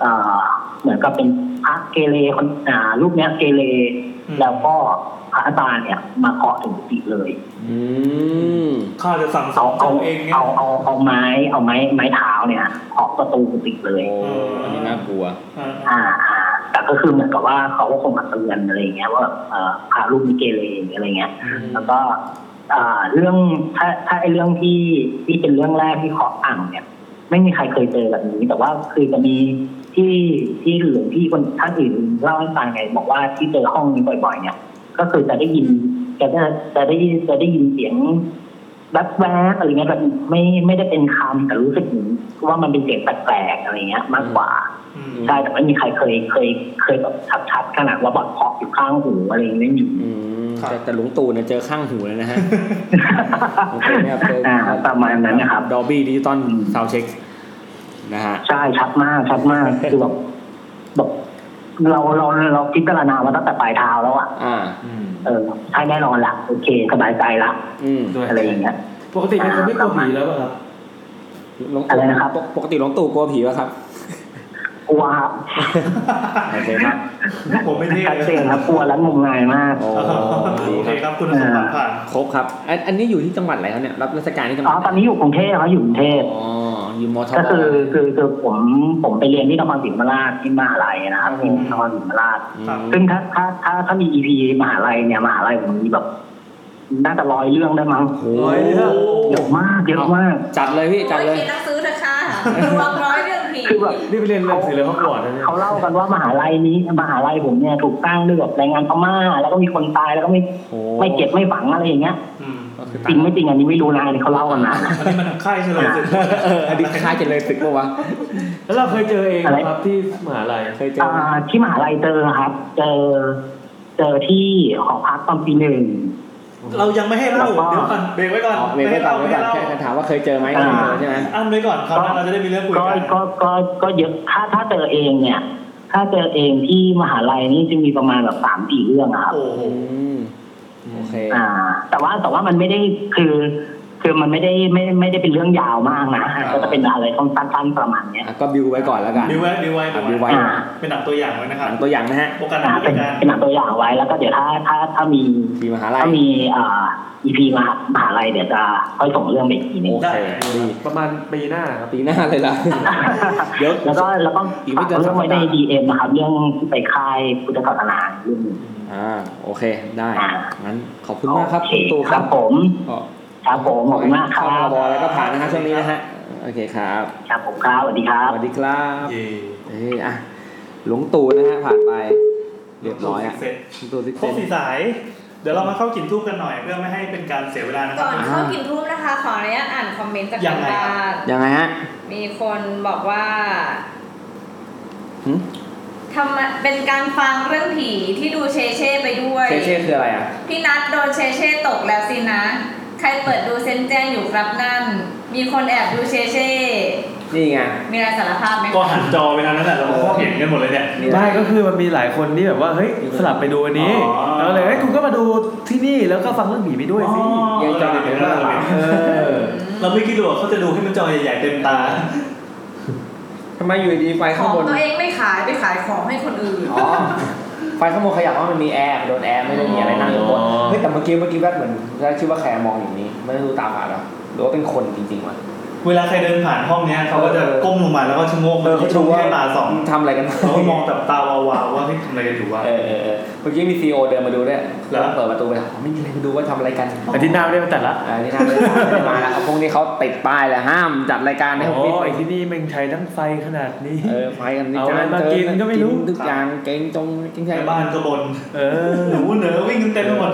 เอ่อเหมือนกับเป็นพระเกเรคนอ่ารูปเนี้ยเกเรแล้วก็พระอาจารย์เนี่ย มาเคาะถึงกุฏิเลย
อืม
ข้าจะสั่งส
เอา
อน
เอา
ตัวเองเนี่ย
เอาเอาเอาไม้ เอาไม้ไม้เท้าเนี่ยเคาะประตูกุฏิเลย
อันนี้น่ากลัว
อ่าอ่าแต่ก็คือเหมือนกับว่าเขาก็คงมาเตือนอะไรอย่างเงี้ยว่าเอ่อพาลูกมีเกเรหรืออะไรเงี้ย แล้วก็อ่าเรื่องถ้าถ้าไอ้เรื่องที่ที่เป็นเรื่องแรกที่เคาะอ่างเนี่ย ไม่มีใครเคยเจอแบบนี้ แต่ว่าคือจะมีที่ที่หลวงพี่คนท่านอื่นเล่าให้ฟังไงบอกว่าที่เจอห้องนี้บ่อยๆ เนี่ย ก็คือจะได้ยินจะได้จะได้จะได้ยินเสียงแวบๆอะไรเงี้ยแบบไม่ไม่ได้เป็นคำแต่รู้สึกเหมือนว่ามันเป็นเสียงแปลกๆอะไรเงี้ย มากกว่า ใช่แต่ไม่มีใครเคยเคยเคยแบบชัดๆขนาดว่าบอดเคาะอยู่ข้างหูอะไรอย่างเงี้ยไม่มี
อืมแต่แต่หลวงตู่เนี่ยเจอข้างหูเลยนะฮะหลวงตู่เนี่ยเจอ
อ่าประมาณนั้นนะครับ
ดอบี้ดิจิตอลซาวเช็ค นะฮะ
ใช่ชัดมากชัดมาก คือแบบแบบเราเราเราพิจารณามาตั้งแต่ปลายเท้าแล้วอ่ะ
อ่า
เออใช่แน่นอนละโอเคสบายใจละ
อืม
อะไรอย่างเงี้ย
ปกติเป็นคนไม่กลัวผีแล้วป่ะครับ
หลวงตู่ปกปกติหลวงตู่กลัวผีป่ะครับ
กลัวครับ
โอเคครับ
ผมไม่ได้
ชัดเจนครับกลัวและงมงายมาก
โอ
โอเค
เค
ครับคุณสมบัติผ่าน
ครบครับอันอันนี้อยู่ที่จังหวัดอะไรครับเนี่ย รับราชการที่จังห
อ๋
วั
อ
ด
ตอนนี้อยู่กรุงเทพเขาอยู่กรุงเทพ
อ๋ออยู่มอทบ
ก็คือคือคือผมผมไปเรียนที่นครศรีธรรมราชที่มหาลัยนะครับที่นครศรีธรรมราช
ครับ
ซึ่งถ้าถ้าถ้าถ้ามี EP มหาลัยเนี่ยมหาลัยผมมีแบบน่าจะร้อยเรื่องได้มั้ง
ร้อยเรื่อง
เยอะมากเยอะมาก
จัดเลยพี่จัดเลย
เขียนหนังสือเถอะ ค่ะรวมร้อยเรื่องผี
คือแบบ
นี่ไปเรียนเรื่องศิลปะก่อนนะเนี่ย
เขาเล่ากันว่ามหาลัยนี้มหาลัยผมเนี่ยถูกสร้างด้วยแบบแรงงานพม่าแล้วก็มีคนตายแล้วก็ไม่ไม่ เก็บไม่ฝังอะไรอย่างเงี้ยจริงไม่จริงอันนี้ไม่รู้นะอันนี้เขาเล่ากันนะ
อันนี้มันค่ายเฉลยศึก
เอออันนี้ค่ายเฉลยศึกปะวะ
แล้วเราเคยเจอเองเหรอครับที่มหาลัย
เคยเจ
อ่าที่มหาลัยเจอครับ เจอ เจอที่หอพักตอนปีหนึ่ง
เรายังไม่ให้เล่า
แล้วก็
เดี๋ยวก่อนเบรกไว้ก่อน
เมย์ไม่ตอบไม่ตอบ
ให้เล่า
แค่ถามว่าเคยเจอไหม
อ่า
เคยเจอใช่ไหม
อันไว้ก่อนครับเราจะได้มีเรื่องคุย
ก็
กัน
ก็ก็ก็เยอะถ้าถ้าเจอเองเนี่ย ถ้าเจอเองที่มหาลัยนี่จะมีประมาณแบบสามสี่เรื่องอะครับ
โอ้โห
โอเค
อ่า แต่ว่าแต่ว่ามันไม่ได้คือ คือมันไม่ได้ไม่ไม่ได้เป็นเรื่องยาวมากนะก็จะเป็นอะไรสั้นๆประมาณเนี้ย
อ่ะก็บิวไว้ก่อนแล้วกัน
ดิวไว้ดิวไว้
อ่ะบิวไว้
อ่า
เป็นหนังตัวอย่างไว้นะครับ
ตัวอย่างนะฮะ
โอกาสหน้าคุยกัน
เป็นหนังตัวอย่างไว้แล้วก็เดี๋ยวถ้าถ้าถ้ามี
มีมหาลัย
ถ้ามีอ่า EP มหามหาลัยเดี๋ยวจะค่อยส่งเรื่องไปอีกทีหนึง
โอเคดี
ประมาณปีหน้าครับ
ปีหน้าเลยล่ะ เดี๋ยว
แล้วก็แล้วก็
อีกไม่เกิน
ฝาเรื่องไว้ใน
สัปดาห์
DM นะครับ เรื่องที่ไปค่ายพุทธศาสนาเรื่องหนึ่ง
อ่าโอเคได้
อ่า
งั้นขอบคุณมากครับคุณตู
ค
ค
รั
รั
บบ ผม
ก
ค
็
รับผมขอบคุณมากค
เข้า
รั
ระ
บบ
อแล้วก็ผ่านนะฮะช่วงนี้นะฮะ โอเคครับ
ครับผมครับสวัสดีครับ
สวัสดีครับเอ้ยอ่ะหลวงตู่นะฮะผ่านไป เรียบร้อยอ่ะ
หลวงตู่
หลวงตู่
ครบ
ซิกเซน
สี่สาย เดี๋ยวเรามาเข้ากินทูบกันหน่อยเพื่อไม่ให้เป็นการเสียเวลานะครั
ก่
บ
อนเข้ากินทูบนะคะ ขออนุญาตอ่านคอมเมนต์จาก
ยั
ทาง ง
ไงครับ
บ้าน
ยังไงฮะ
มีคนบอกว่า
หึ
ทำไมเป็นการฟังเรื่องผีที่ดูเชเช่ไปด้วย
เชเช่คืออะไรอ่ะ
พี่นัทโดนเชเช่ตกแล้วสินะ ใครเปิดดูเซนแจ้งอยู่ครับนั่น มีคนแอบดูเชเช่
นี่ไง
มีอะไรสารภาพไหม
ก็หันจอไปทางนั้นแหละเราก็เห็นกันหมดเลยเนี่ย
ไม่ก็คือมันมีหลายคนที่แบบว่าเฮ้ยสลับไปดูอันนี้แล้วเลยเฮ้ยคุณก็มาดูที่นี่แล้วก็ฟังเรื่องผีไปด้วยสิ
ยังจอเห็นแล้วเราไม่คิดหรอกเขาจะดูให้มันจอใหญ่ๆเต็มตา
ทำไมอยู่ดีๆไฟ
ข
ข้าง
อง
บน
ตัวเองไม่ขายไปขายของให้คนอื่น
อ๋อ ไฟข้างบนขยับเพราะมันมีแอร์โดนแอร์ไม่ได้มีอะไรนั่งอยู่บนเฮ้ยแต่เมื่อกี้เมื่อกี้แวบเหมือนได้ชื่อว่าแคร์มองอย่างนี้ ไม่ได้ดูตาผ่านหรอหรือว่าเป็นคนจริงๆวะ
เวลาใครเดินผ่านห้องเนี้ยเขาก็จะก้มลงมาแล้วก็ชะโงก
เออเขาดูว่า
ให้ตาสอง
ทำอะไรกัน
เขาก็มองแบบตาวาวๆว่าที่ทำอะไรกันอยู่วะ
เออเออเออเมื่อกี้มีซีโอเดินมาดูด้วย
แล้ว
เปิดประตูไปถามไม่มีอะไรมาดูว่าทำอะไรกัน
อาทิตย์หน้าไม่ได้มาจัดละ
เออที่หน้าไม่ได้มาแล้วพวกนี้เขาติดป้ายแล้วห้ามจัดรายการให้ผม
โอ้
ปิด
ยที่นี่แม่งใช้ทั้งไฟขนาดนี้
เออไฟกัน
เอาอะไรมากินก็ไม่รู้
ทุกอย่างเก่งจงเก่งใจ
ในบ้านก็บน
เออ
หนูเหนือวิ่งกันเต็มไปหมด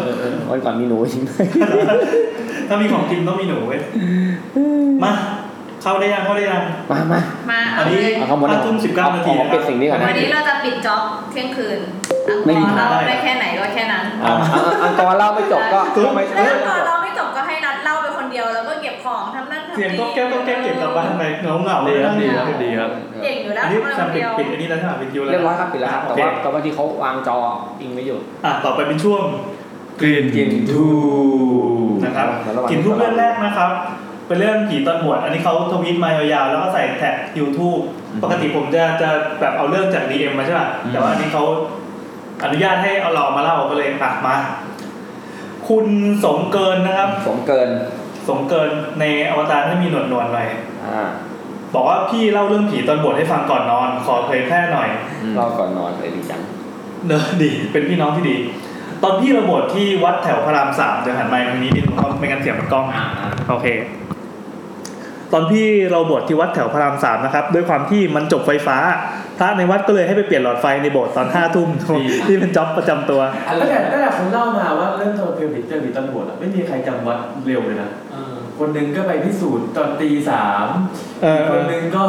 วันก่อนมีหนูจริงไหม
ถ้ามีของกินต้องมีหนูเว้ย มา เข้าได้ยังเข้าได้ยัง
มามา
มา
อั
เอา
น
เล
นี้
ย
เอาเข้าหมดเลย
ห้าทุ่มสิบเก้านาที
เอาของปิดสิ่งนี้ก่อนนะ
วันนี้เราจะปิดจ็อบเที่ยงคืนอังก
ไม่มี
อร์
ทาง
เราได้แค่ไหนก็แค่นั้น
อ่ะอังกอร์เล่าไม่จบก็ก็ไม่
ถ้าอังกอร์เราไม่จบก็ให้นัดเล่าไปคนเดียวแล้วก็เก็บของทำนั่นทำนี่
เสียงก็แก้วก็แก้วเก็บกลับบ้านไปเหงาเหงาๆ
ดี
เลย
ครับ
นั่งอ
ดี
ยู่
ครับดีครับ
เก่งอยู่แล้ว
อันนี้
ทำอะไร
จะ
คน
ปิ
เดียว
ดปิดอันนี้แล้วใช่ไหมปิดยูแล้ว
เรียบร้อยครับปิดแล้วครับแต่
โอเค
ว่าแต่ว่าที่เขาวางจออิงไม่อยู่
อ่ะต่อไปเป็นช่วง
กลิ่น
กลิ่นทู
นะครับ
เดี๋ยวระหว่าง
กินทุกเรื่องแรกนะครับ เป็นเรื่องผีตอนหมวด อันนี้เขาทวีตมายาวๆ แล้วก็ใส่แท็ก YouTube ปกติผมจะจะแบบเอาเรื่องจาก DM มาใช่ป่ะ แต่ว่าอันนี้เขาอนุญาตให้เอาเรามาเล่าก็เลยอ่ะมา คุณสมเกินนะครับ
สมเกิน
สมเกินในอวตารที่มีหนวดหนวดๆหน่อย
อ่า
บอกว่าพี่เล่าเรื่องผีตอนบวชให้ฟังก่อนนอน ขอเผยแพร่หน่อย
เราก่อนนอนเลยดีจัง
เนอะดี เป็นพี่น้องที่ดี ตอนพี่เราบวชที่วัดแถวพระรามสามเดี๋ยวหันไมค์ทางนี้นิดนึงเพราะไม่งั้นเสียงมันกล้อง โอเค ตอนพี่เราบวชที่วัดแถวพระรามสามนะครับ ด้วยความที่มันจบไฟฟ้า พระในวัดก็เลยให้ไปเปลี่ยนหลอดไฟในโบสถ์ตอนห้าทุ่มที่เป็นจ็อบประจำตัว
ตั้งแต่ตั้งแต่ผมเล่ามาว่าเรื่องเธอเพียวผีเจอผีตำรวจอะไม่มีใครจำวัดเร็วเลยนะคนหนึ่งก็ไปพิสูจน์ตอนตีสาม
เออ
คนหนึ่งก็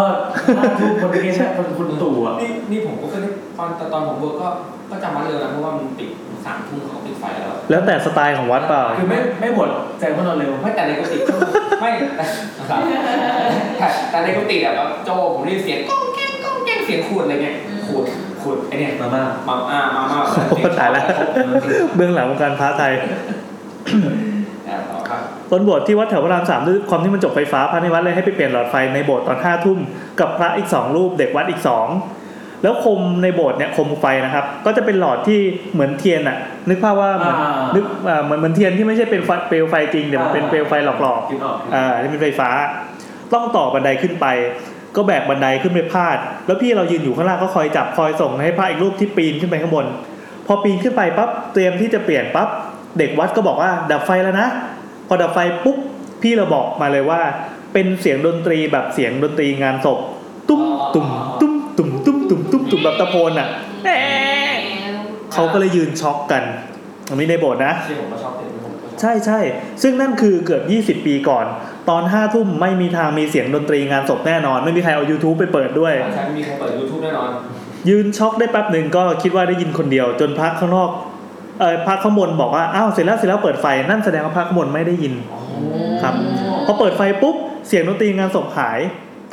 ห้าทุ่มคนนี้ใช่คนคุณตู่อะ
นี่นี่ผมก็คือตอนตอนผมเวิร์กก็ก็จำวัดเร็วนะเพราะว่ามันปิดสามทุ่มเขาก็ปิดไฟแล้ว
แล้วแต่สไตล์ของวัดเปล่า
คือไม่ไม่หมดแจงว่านอนเร็ว
ไม่แต่ในกุฏิก็ไม่แต่แต่แต่ในกุฏิอะแบบโจผมได้ยินเสียงก้องแก้งก้องแก้งเสียงขูดอะไรเงี้ยขูดขูดไอเนี่ย
มาม่า
มาอ่ามามา
โอ้ตายแล้ว เบื้องหลังวงการพระไทย
อ่าต่อครับ
ตอนบวชที่วัดแถวพระรามสามด้วยความที่มันจบไฟฟ้าพระในวัดเลยให้ไปเปลี่ยนหลอดไฟในโบสถ์ตอนห้าทุ่มกับพระอีกสองรูปเด็กวัดอีกสองแล้วคมในโบสถ์เนี่ยคมไฟนะครับ ก็จะเป็นหลอดที่เหมือนเทียนอะนึกภาพว่าเหมือน
อ่า
นึ
นึ
กอ่าเหมือนเหมือนเทียนที่ไม่ใช่เป็นไฟเปลวไฟจริงแต่มันเป็น
อ่า
เปลวไฟหลอก
คิดออก
ๆอ่าที่เป็นไฟฟ้า ต้องต่อบันไดขึ้นไป ก็แบกบันไดขึ้นไปพาด แล้วพี่เรายืนอยู่ข้างล่างก็คอยจับคอยส่งให้พระอีกรูปที่ปีนขึ้นไปข้างบน พอปีนขึ้นไปปั๊บเตรียมที่จะเปลี่ยนปั๊บเด็กวัดก็บอกว่าดับไฟแล้วนะ พอดับไฟปุ๊บพี่เราบอกมาเลยว่า เป็นเสียงดนตรีแบบเสียงดนตรีงานศพ ตุ้มตุ้มตุ้มตุ้มตุ้มตุ้มตุ้มตุ้มแบบตะโพนอ่ะเขาก็เลยยืนช็อกกันอันนี้ในโบสถ์นะ
ที่ผมก็ชอบเห็นผมก็ชอบ
ใช่ใช่ ซึ่งนั่นคือเกือบ 20 ปีก่อน ตอนห้าทุ่มไม่มีทางมีเสียงดนตรีงานศพแน่นอน ไม่มีใครเอา YouTube ไปเปิดด้วย
ใช่ไม่มีใครเปิด YouTube แน่นอน
ยืนช็อกได้แป๊บหนึ่งก็คิดว่าได้ยินคนเดียว จนพักข้างนอก เออพระข้างบนบอกว่าอ้าวเสร็จแล้วเสร็จแล้วเปิดไฟนั่นแสดงว่าพระข้างบนไม่ได้ยินครับพอเปิดไฟปุ๊บเสียงดนตรีงานศพหาย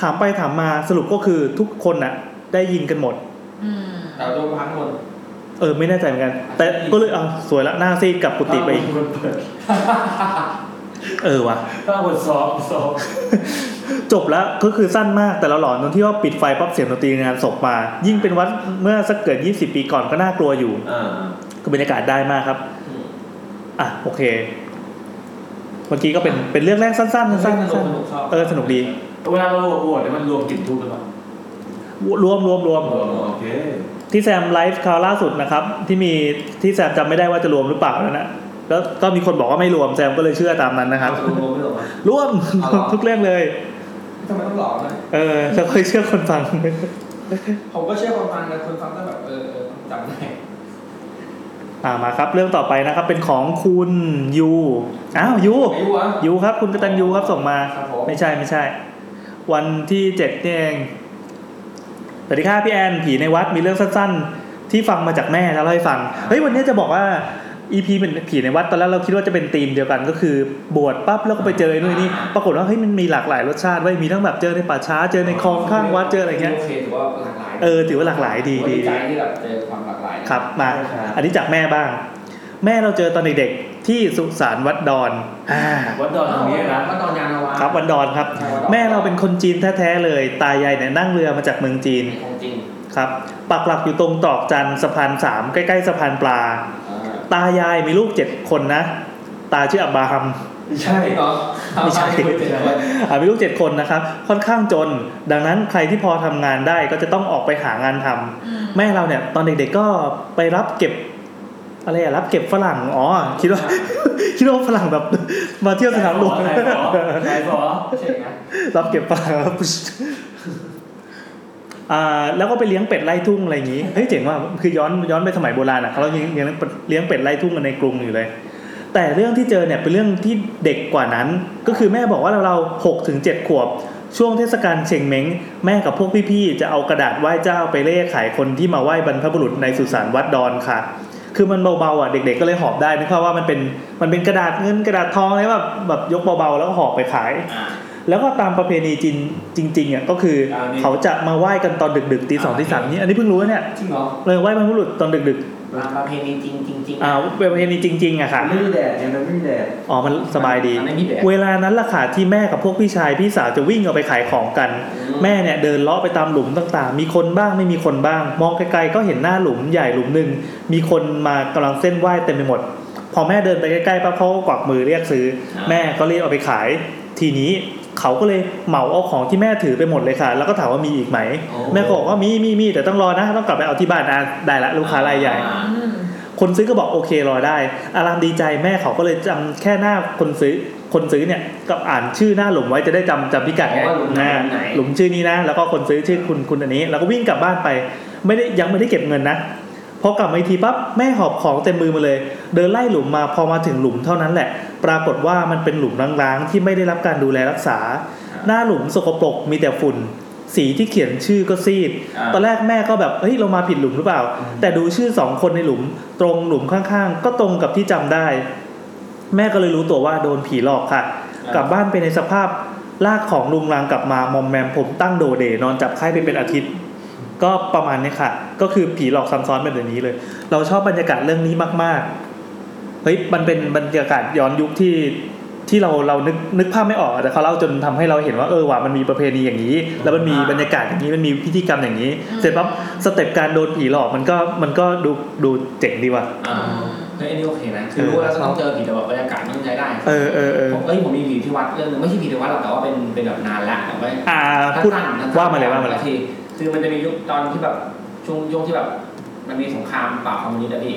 ถามไปถามมาสรุปก็คือทุกคนน่ะ ได้ยินกันหมด
แต่โดนพังหมด
เออไม่แน่ใจเหมือนกัน แต่ก็เลยเอาสวยละหน้าซีดกลับกุฏิไปอีกเออว่ะ
ถ้าบทสอบสอบ
จบแล้วก็คือสั้นมากแต่เราหลอนตรงที่ว่าปิดไฟปั๊บเสียงดนตรีงานศพมา ยิ่งเป็นวัดเมื่อสักเกิด 20 ปีก่อนก็น่ากลัวอยู่ก็บรรยากาศได้มากครับ อ่ะโอเค เมื่อกี้ก็เป็นเป็นเรื่องแรกสั้นๆสั้นๆสั้น
สนุกสนุกชอบ
ๆเออสนุกดี
เวลาเราโหวตเนี่ยมันรวมกลิ่นทุกข์กันปะ
รวมรวมรวม
โอเค
ที่แซมไลฟ์คราวล่าสุดนะครับ ที่มีที่แซมจำไม่ได้ว่าจะรวมหรือเปล่าแล้วนะแล้วก็มีคนบอกว่าไม่รวมแซมก็เลยเชื่อตามนั้นนะครับ
รวมไม่รวม
รวม ทุกเรื่องเลย
ทำไมต้องหลอกนะ
เออแล้วค่อยเชื่อคนฟัง
ผมก็เชื่อความฟังนะคนฟังก็แบบเออเออจำได้
อ่ามาครับ เรื่องต่อไปนะครับ เป็นของคุณยูอ้าวยู
ไม่รู้อ่ะ
ยูครับ คุณกตันยูครับส่งมา
ครับผม
ไม่ใช่ไม่ใช่ วันที่เจ็ดนี่เองสวัสดีครับพี่แอนผีในวัดมีเรื่องสั้นๆ ที่ฟังมาจากแม่แล้วเล่าให้ฟังเฮ้ยวันนี้จะบอกว่า EP เป็นผีในวัดตอนแรกเราคิดว่าจะเป็นธีมเดียวกันก็คือบวชปั๊บแล้วก็ไปเจอไอ้นู่นไอ้นี่ปรากฏว่าเฮ้ยมันมีหลากหลายรสชาติไว้ยมีทั้งแบบเจอในป่าช้าเจอในคลองข้างวัดเจออะไรเงี้ย
โอเคถือว่าหลากหลาย
เออถือว่าหลากหลายดี
ดี
ดี
ใจที่แบบเจอความหลากหลาย
ครับมาอันนี้จากแม่บ้าง แม่เราเจอตอนเด็กๆที่สุสานวัดดอนอ่า
วัดดอนตรงนี้นะ
วัดดอนยานนาวา
ครับวัดดอนครับ แม่เราเป็นคนจีนแท้ๆเลย ตายายเนี่ยนั่งเรือมาจากเมืองจีน
ของจริง
ครับปักหลักอยู่ตรงตรอกจันทร์สะพานสามใกล้ๆสะพานปลา
อ่า
ตายายมีลูกเจ็ดคนนะ ตาชื่ออับบราฮัม
ใช่เหรอ
ไม่ ใช่ อ่ามีลูกเจ็ดคนนะครับ ค่อนข้างจน ดังนั้นใครที่พอทำงานได้ก็จะต้องออกไปหางานทำแม่เราเนี่ย ตอนเด็กๆก็ไปรับเก็บ อะไรอะรับเก็บฝรั่งอ๋อคิดว่า คิดว่าฝรั่งแบบ มาเที่ยวสนามหลวง
ใช่หรอใช่หรอ
ใช่ไหม
รับเก็บฝรั่งแล้ว อ่าแล้วก็ไปเลี้ยงเป็ดไล่ทุ่งอะไรอย่างนี้เฮ้ยเจ๋งว่ะคือย้อนย้อนไปสมัยโบราณอ่ะเขาเลี้ยงเลี้ยงเลี้ยงเป็ดไล่ทุ่งกันในกรุงอยู่เลย แต่เรื่องที่เจอเนี่ยเป็นเรื่องที่เด็กกว่านั้น ก็คือแม่บอกว่าเราเราหกถึงเจ็ดขวบ ช่วงเทศกาลเชงเม้งแม่กับพวกพี่ๆ จะเอากระดาษไหว้เจ้าไปเล่ขายคนที่มาไหว้บรรพบุรุษในสุสานวัดดอนค่ะ คือมันเบาๆอ่ะเด็กๆก็เลยหอบได้นะครับว่ามันเป็นมันเป็นกระดาษเงินกระดาษทองอะไรแบบแบบยกเบาๆแล้วก็หอบไปขาย แล้วก็ตามประเพณีจีนจริงๆอ่ะก็คืออเขาจะมาไหว้กันตอนดึกๆตีสองตีสามนี่อันนี้เพิ่งรู้นะเนี่ย
จริงเหรอ
เลยไหว้บรรพบุรุษตอนดึก
ตามประเพณีจริงจริงจริง
ๆอ่าเป็นประเพณีจริงๆอะค่ะ
ไม่มีแดดยังไม่มีแดด
อ๋อ มันสบายดี
อันนี้มีแบบ
เวลานั้นล่ะค่ะที่แม่กับพวกพี่ชายพี่สาวจะวิ่งออกไปขายของกัน แม่เนี่ยเดินเลาะไปตามหลุมต่างๆ มีคนบ้างไม่มีคนบ้าง มองไกลๆก็เห็นหน้าหลุมใหญ่หลุมหนึ่งมีคนมากำลังเส้นไหว้เต็มไปหมด พอแม่เดินไปใกล้ๆปั๊บเขาก็กวักมือเรียกซื้อ แม่ก็รีบเอาไปขาย ทีนี้เขาก็เลยเหมาเอาของที่แม่ถือไปหมดเลยค่ะ แล้วก็ถามว่ามีอีกไหม แม่ก็บอกว่ามีมีมีแต่ต้องรอนะต้องกลับไปเอาที่บ้านนะได้ละลูกค้ารายใหญ่ คนซื้อก็บอกโอเครอได้ อารามดีใจแม่เขาก็เลยจำแค่หน้าคนซื้อ คนซื้อเนี่ยก็อ่านชื่อหน้าหลุมไว้จะได้จำจำพิกัดไง
อ๋อว่าหลุมไหน
อ่า
หลุมไหน
หลุมชื่อนี้นะ แล้วก็คนซื้อชื่อคุณคุณอันนี้ แล้วก็วิ่งกลับบ้านไป ไม่ได้ยังไม่ได้เก็บเงินนะพอกลับมาอีกทีปั๊บแม่หอบของเต็มมือมาเลย เดินไล่หลุมมาพอมาถึงหลุมเท่านั้นแหละ ปรากฏว่ามันเป็นหลุมร้างๆที่ไม่ได้รับการดูแลรักษา หน้าหลุมสกปรกมีแต่ฝุ่น สีที่เขียนชื่อก็ซีด
อ่า
ตอนแรกแม่ก็แบบเฮ้ยเรามาผิดหลุมหรือเปล่า แต่ดูชื่อสองคนในหลุม ตรงหลุมข้างๆ ก็ตรงกับที่จำได้ แม่ก็เลยรู้ตัวว่าโดนผีหลอกค่ะ กลับบ้านไปในสภาพลากของลุงรังกลับมามอมแมมผมตั้งโดเดนอนจับไข้ไปเป็นอาทิตย์ ก็ประมาณเนี้ยค่ะ ก็คือผีหลอกซ้ำซ้อนแบบนี้เลย เราชอบบรรยากาศเรื่องนี้มากๆเฮ้ยมันเป็นบรรยากาศย้อนยุคที่ที่เราเรานึกนึกภาพไม่ออกอะแต่เขาเล่าจนทำให้เราเห็นว่าเออว่ามันมีประเพณีอย่างนี้ แล้วมันมีบรรยากาศอย่างนี้มันมีพิธีกรรมอย่างนี้ เสร็จปั๊บสเต็ปการโดนผีหลอกมันก็มันก็ดูดูเจ๋งดีว่ะ
อ่าเฮ้ยอันนี้โอเคนะคือรู้ว่าเราจะต้องเจอผีแต่แบบบรรยากาศมันใช้ได้
เออเออเออ
ผมเอ้ยผมมีผีที่วัดเรื่องนึงไม่ใช่ผีที่วัดหรอกแต่ว่าเป็นเป็นแบบนานละแต่ว่า
อ่า
สั้นๆ
พูด
สั้นๆ
ว่ามาเลยว่ามาเลย
ทีคือมันจะมียุคตอนที่แบบช่วงช่วงที่แบบ มันมีสงครามปราบคอมมิวนิสต์อะพี่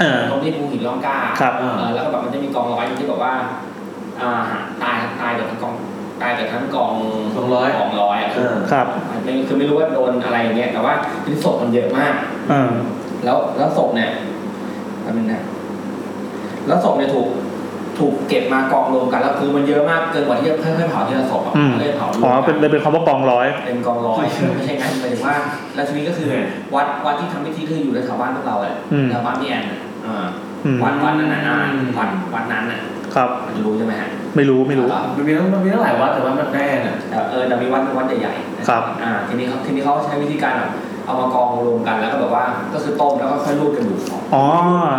เออ
ตรงที่ภูหินร่องกล้า
ครับ
เออแล้วก็แบบมันจะมีกองร้อยที่แบบว่าอ่าตายตายเกือบทั้งกองตายเกือบทั้งกอง
กองร้อย
กองร้อยอะ
ครับ
ไม่คือไม่รู้ว่าโดนอะไรอย่างเงี้ยแต่ว่าคือศพมันเยอะมาก
เออ
แล้วแล้วศพเนี่ยแป๊บนึงนะแล้วศพเนี่ยถูกถูกเก็บมากองรวมกันแล้วคือมันเยอะมากเกินกว่าที่จะค่อยๆเผาทีละศพอ่ะ
อืม
ค่อยๆเผารวม
อ๋อ
กั
เป็นเลยเป็นคำว่ากองร้อย
เป็นกองร้อยไม่ใช่งั้นหมายถึงว่า แล้วทีนี้ก็คือวัดวัดที่ทำพิธีคืออยู่ในแถวบ้านพวกเราแหละ
อืม
แถวบ้านพี่แอนอ่ะอ่า
อืม
วัดวัดนั้นน่ะนานวัดวัดนั้นน่ะ
ครับ
มันรู้ใช่ไหมฮะ
ไม่รู้ไม่รู้
มันมีมันมีหลายวัดแต่ว่ามันแน่น่ะเออแต่มีวัดวัดใหญ่ๆนะครับ อ่าทีนี้เขาทีนี้เขาใช้วิธีการแบบเอามากองรวมกันแล้วก็แบบว่าก็คือต้มแล้วก็ค่อยรูดกระดูกออก
อ๋อ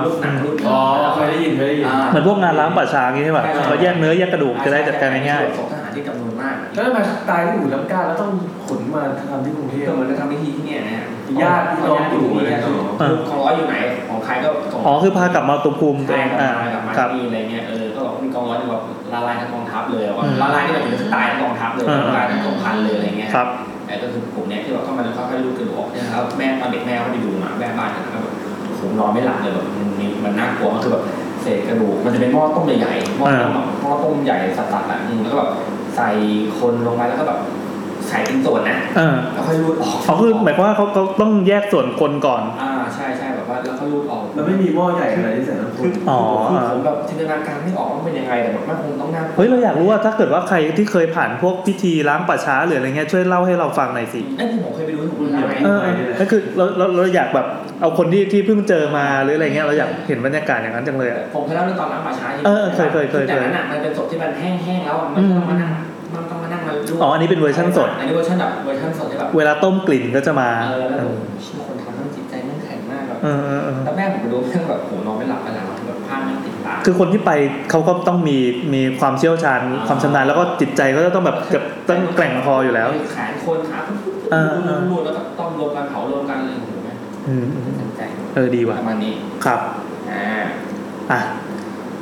รูดหนังรูด
อ๋อ
เคยได้ยินเคยได้ยิน
เหมือนพวกงานล้างป่าช้าอย่างงี้ใช่ป่ะ
ใช่
เขาแยกเนื้อแยกกระดูกจะได้จัดการง่าย
ศพทหารที่จำนวนมาก
แล้วทำไมตายที่อยู่ลำกาแล้วต้องขนมาทำที่กรุงเทพ
ก็เหมือนจะทำพิธีที่เนี่ยนะฮะ
ญาติพี่น้องอยู่อะไร
เนี่ย
เงี้ยเหรอ
ของร้อยอยู่ไหนของใครก็ของ
ๆอ๋อคือพากลับมาตุภูมิตัว
ใช่
เอง
กลับ
อ่า
มากับมา
ครับ
ที่อะไรเงี้ยเออก็บอกว่ามีกองร้อยที่แบบละลายทั้งกองทัพเลยอะว่า
อืม
ละลายนี่แบบถึงจะตายทั้งกองทัพเลย
อืม
ละลายทั้งกองพันเลยอะไรเงี้ย
ครับ
แต่ก็คือกลุ่มเนี้ยที่แบบเข้ามาแล้วเขาค่อยรูดกระดูกออกเนี่ยนะครับแม่ตอนเด็กแม่ก็ไปดูมาแม่บ้านเนี่ยนะครับแบบผมนอนไม่หลับเลยแบบมันมีมันน่ากลัวมันคือแบบเศษกระดูกมันจะเป็นหม้อต้มใหญ่ๆหม้อต้มแบบหม้อต้มใหญ่สัตว์ๆอ่ะอืมแล้วก็แบบใส่คนลงไปแล้วก็แบบใส่เป็นส่วนนะ
เออ
แล้วค่อยรูดออก
เขาคือหมายความว่าเขาเขาต้องแยกส่วนคนก่อน
อ่าใช่ใช่แบบว่าแล้วก็รูดออก
มันไม่มีหม้อใหญ่อะไรที่ใส่น้ำพุน
อ๋อ
คือผมแบบจินตนาการไม่ออกว่ามันเป็นยังไงแต่แบบมันคงต้องน่า
เฮ้ยเราอยากรู้ว่าถ้าเกิดว่าใครที่เคยผ่านพวกพิธีล้างป่าช้าหรืออะไรเงี้ยช่วยเล่าให้เราฟังหน่อยสิ
นั่นคือผมเคยไปดูที่ผมเล่าไง
เออก็คือเราเราเราอยากแบบเอาคนที่ที่เพิ่งเจอมาหรืออะไรเงี้ยเราอยากเห็นบรรยากาศอย่างนั้นจังเลยอะ
ผมเคยเล่าเรื่องตอนน้ำป่าช้า
เออเคยเคยเคยเคย
แต่นั้นอ่ะมันเป็นศพที่มันแห้งๆแล้วอะมันต้องมานั่งมันต้องมานั่งมาดู
อ๋ออันนี้เป็นเวอร์ชันสด
อันนี้เวอร์ชันแบบเวอร์ชันสดที่แบบ
เวลาต้มกลิ่นก็จะมา
เออแล้วแบบเชื่อคนทำต้องจิตใจนั่งแข็งมากแบบ
เออเออเออ
แล้วแม่ผมไปดูเรื่องแบบผมนอนไม่หลับอะไรหรอกแบบภาพมันติดตา
คือคนที่ไปเขาก็ต้องมีมีความเชี่ยวชาญความชำนาญแล้วก็จิตใจก็จะต้องแบบเกือบต้องแกร่งพออยู่แล้ว
แขนคนขา
เออเออ
รูดๆแล้วก็ต้มรวมกันเผารวมกันเลยถูกไหม
อืมอืม
สนใจ
เออดีว่ะ
ประมาณนี้
ครับ
อ่า
อ่ะ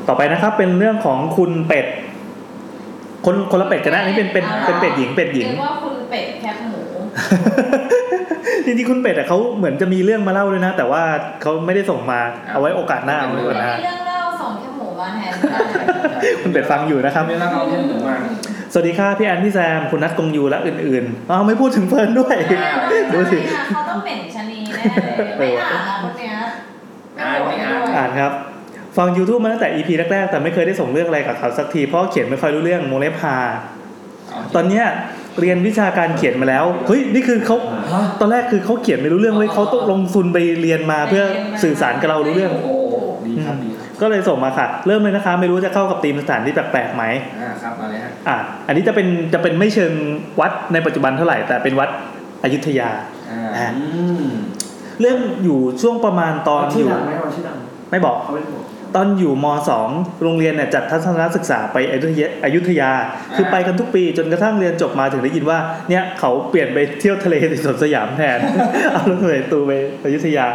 ต่อไปนะครับเป็นเรื่องของคุณเป็ด คนคนละเป็ดกันนะอันนี้เป็นเป็นเป็นเป็ดหญิงเป็ดหญิง
เรียกว่าคุณเป็ดแคบหมู
จริงๆคุณเป็ดอะเขาเหมือนจะมีเรื่องมาเล่าด้วยนะ แต่ว่าเขาไม่ได้ส่งมาเอาไว้โอกาสหน้าเอาไว้โอกาสหน้า
มีเรื่องเล่าส่งแคบหมูมาแทนได้
คุณเป็ดฟังอยู่นะครับ
แล้วเราเล่นหนูมา
สวัสดีค่ะพี่แอนพี่แซมคุณนัทกงยูและอื่นๆอ้าวไม่พูดถึงเฟิร์นด้วยดูสิ
เขาต้องเหม็นชะนีแน่เลยไม่อ่านอะคนเนี้ย
อ่านไม่อ่าน
อ่านครับ ฟัง YouTube มาตั้งแต่ EP แรกๆ แต่ไม่เคยได้ส่งเรื่องอะไรกับเขาสักที เพราะเขียนไม่ค่อยรู้เรื่องโมเลพา ตอนเนี้ยเรียนวิชาการเขียนมาแล้ว เฮ้ย นี่คือเขาตอนแรกคือเขาเขียนไม่รู้เรื่องเว้ยเขาต้องลงทุนไปเรียนมาเพื่อสื่อสารกับเรารู้เรื่อง
โอ้ดีครับดีครับ
ก็เลยส่งมาค่ะ เริ่มเลยนะคะ ไม่รู้จะเข้ากับธีมสถานที่แปลกๆไหม
อ่าครับมาเลยฮะ
อ่ะ อันนี้จะเป็นจะเป็นไม่เชิงวัดในปัจจุบันเท่าไหร่ แต่เป็นวัดอยุธยา
อ่า
อ่ะเรื่องอยู่ช่วงประมาณตอน
ชื่
อ
อยู่ ดังไหมเอาชื่อดัง
ไม่บอก
เขาไม่ได้บอก
ตอนอยู่ม .2 โรงเรียนเนี่ยจัดทัศนศึกษาไปอยุธยาอยุธยา คือไปกันทุกปีจนกระทั่งเรียนจบมาถึงได้ยินว่าเนี่ยเขาเปลี่ยนไปเที่ยวทะเลที่สวนสยามแทน เอารถเมล์ตูไปอยุธยา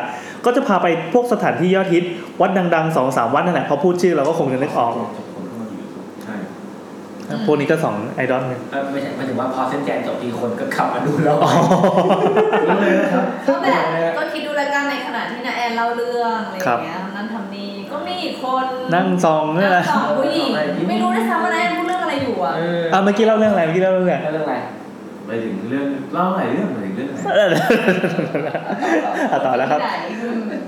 ก็จะพาไปพวกสถานที่ยอดฮิต วัดดังๆสองสามวัดนั่นแหละพอพูดชื่อเราก็คงจะนึกออก
ใช่
พวกนี้ก็สองไอดอลกัน
เอ่อไม่ใช่หมายถึงว่าพอเส้นแจนจบทีคนก็ขับมาดูเรา
ก็แบบก็คิดดูแลวกันในขณะที่นาแอนเล่าเรื่องอะไรอย่างเงี้ยนั่นทำนี่ก็มีอีกคน
นั่งซองนี่
นั่ง
แหละ
สองผู้หญิงไม่รู้ด้วยซ้ำว่านาแอนพูดเรื่องอะไรอยู่อ่ะ
อ่ะเมื่อกี้เล่าเรื่องอะไรเมื่อกี้เล่าเรื่องอะไร
เรื่องอะไร
ไปถึงเรื่องเล่าหลายเรื่องหมายถึงเรื่องไหน
เอออ่ะต่อแล้วครับ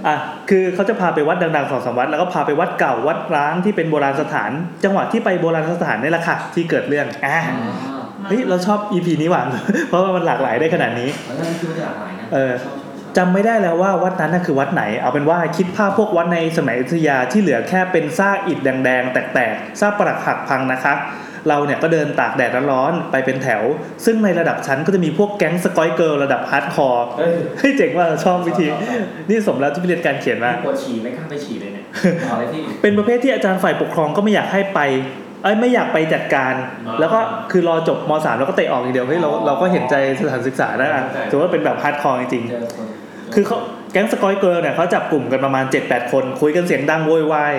อ่ะคือเขาจะพาไปวัดดังๆสองสามวัดแล้วก็พาไปวัดเก่าวัดร้างที่เป็นโบราณสถาน จังหวัดที่ไปโบราณสถานนี่แหละค่ะที่เกิดเรื่องอ่ะเฮ้ยเราชอบ EP นี้หวัง เพราะว่า มันหลากหลายได้ขนาดนี้
เรื่องที่มันจะหลากหลายนะ
เออจำไม่ได้แล้วว่าวัดนั้นน่ะคือวัดไหน เอาเป็นว่าคิดภาพพวกวัดในสมัยอยุธยาที่เหลือแค่เป็นซากอิฐแดงๆ แตกๆซากปรักหักพังนะคะ เราเนี่ยก็เดินตากแดดร้อนๆไปเป็นแถว ซึ่งในระดับชั้นก็จะมีพวกแก๊งสกอยเกิลระดับฮาร์ดคอร์เฮ้ยเจ๋งว่าชอบวิธี นี่สมแล้วที่ไปเรียนการเขียนมา
ปวดฉี่ไม่กล้าไปฉี่เลย เนี่ยต่อเลยพี่
เป็นประเภทที่อาจารย์ฝ่ายปกครองก็ไม่อยากให้ไป เอ้ยไม่อยากไปจัดการ แล้วก็คือรอจบมสามแล้วก็เตะออกอย่างเดียวเฮ้ยเราเราก็เห็นใจสถานศึกษานะอ่ะถือว่าเป็นแบบฮาร์ดคอร์จริง
เจอคน
ๆคือเขาแก๊งสกอยเกิร์ลเนี่ยเขาจับกลุ่มกันประมาณ 7-8 คน คุยกันเสียงดังโวยวาย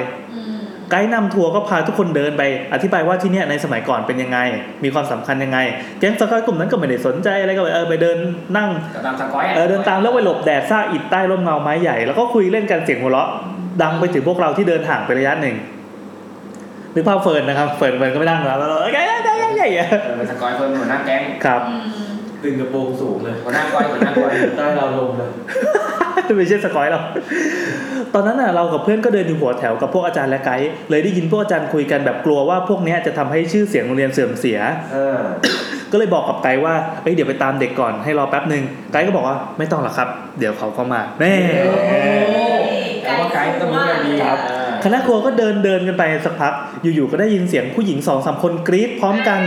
ไกด์นำทัวร์ก็พาทุกคนเดินไป อธิบายว่าที่เนี่ยในสมัยก่อนเป็นยังไง มีความสำคัญยังไง แก๊งสกอยกลุ่มนั้นก็ไม่ได้สนใจอะไรก็เออไปเดินนั่ง
กับตามสกอยอะ
เออเดินตามแล้วไปหลบแดดซากอิฐใต้ร่มเงาไม้ใหญ่แล้วก็คุยเล่นกันเสียงหัวเราะดังไปถึงพวกเราที่เดินห่างไประยะหนึ่งนึกภาพเฟิร์นนะครับเฟิร์นเฟิร์นก็ไม่นั่งแล้วแล้วก็ใหญ่ใหญ่ใหญ่
เออเป็นสกอยคนหัวหน้าแก๊ง
ครับ
ดึงกระโปรงสูงเลย
หัวหน้ากอยหัวหน้ากอย
ใต้เราวลมเลย
ไม่ใช่สกอยเราตอนนั้นน่ะเรากับเพื่อนก็เดินอยู่หัวแถวกับพวกอาจารย์และไกด์เลยได้ยินพวกอาจารย์คุยกันแบบกลัวว่าพวกเนี้ยจะทำให้ชื่อเสียงโรงเรียนเสื่อมเสีย
เออ
ก็เลยบอกกับไกด์ว่าเอ้ยเดี๋ยวไปตามเด็กก่อนให้รอแป๊บหนึ่งไกด์ก็บอกว่าไม่ต้องหรอกครับ เดี๋ยวเขาก็มาแน่
แต่ว่าไกด์ก็ต้องรู้อะไรดี
ครับ คณะครัวก็เดินเดินกันไปสักพัก อยู่ๆก็ได้ยินเสียงผู้หญิงสองสามคนกรี๊ดพร้อมกัน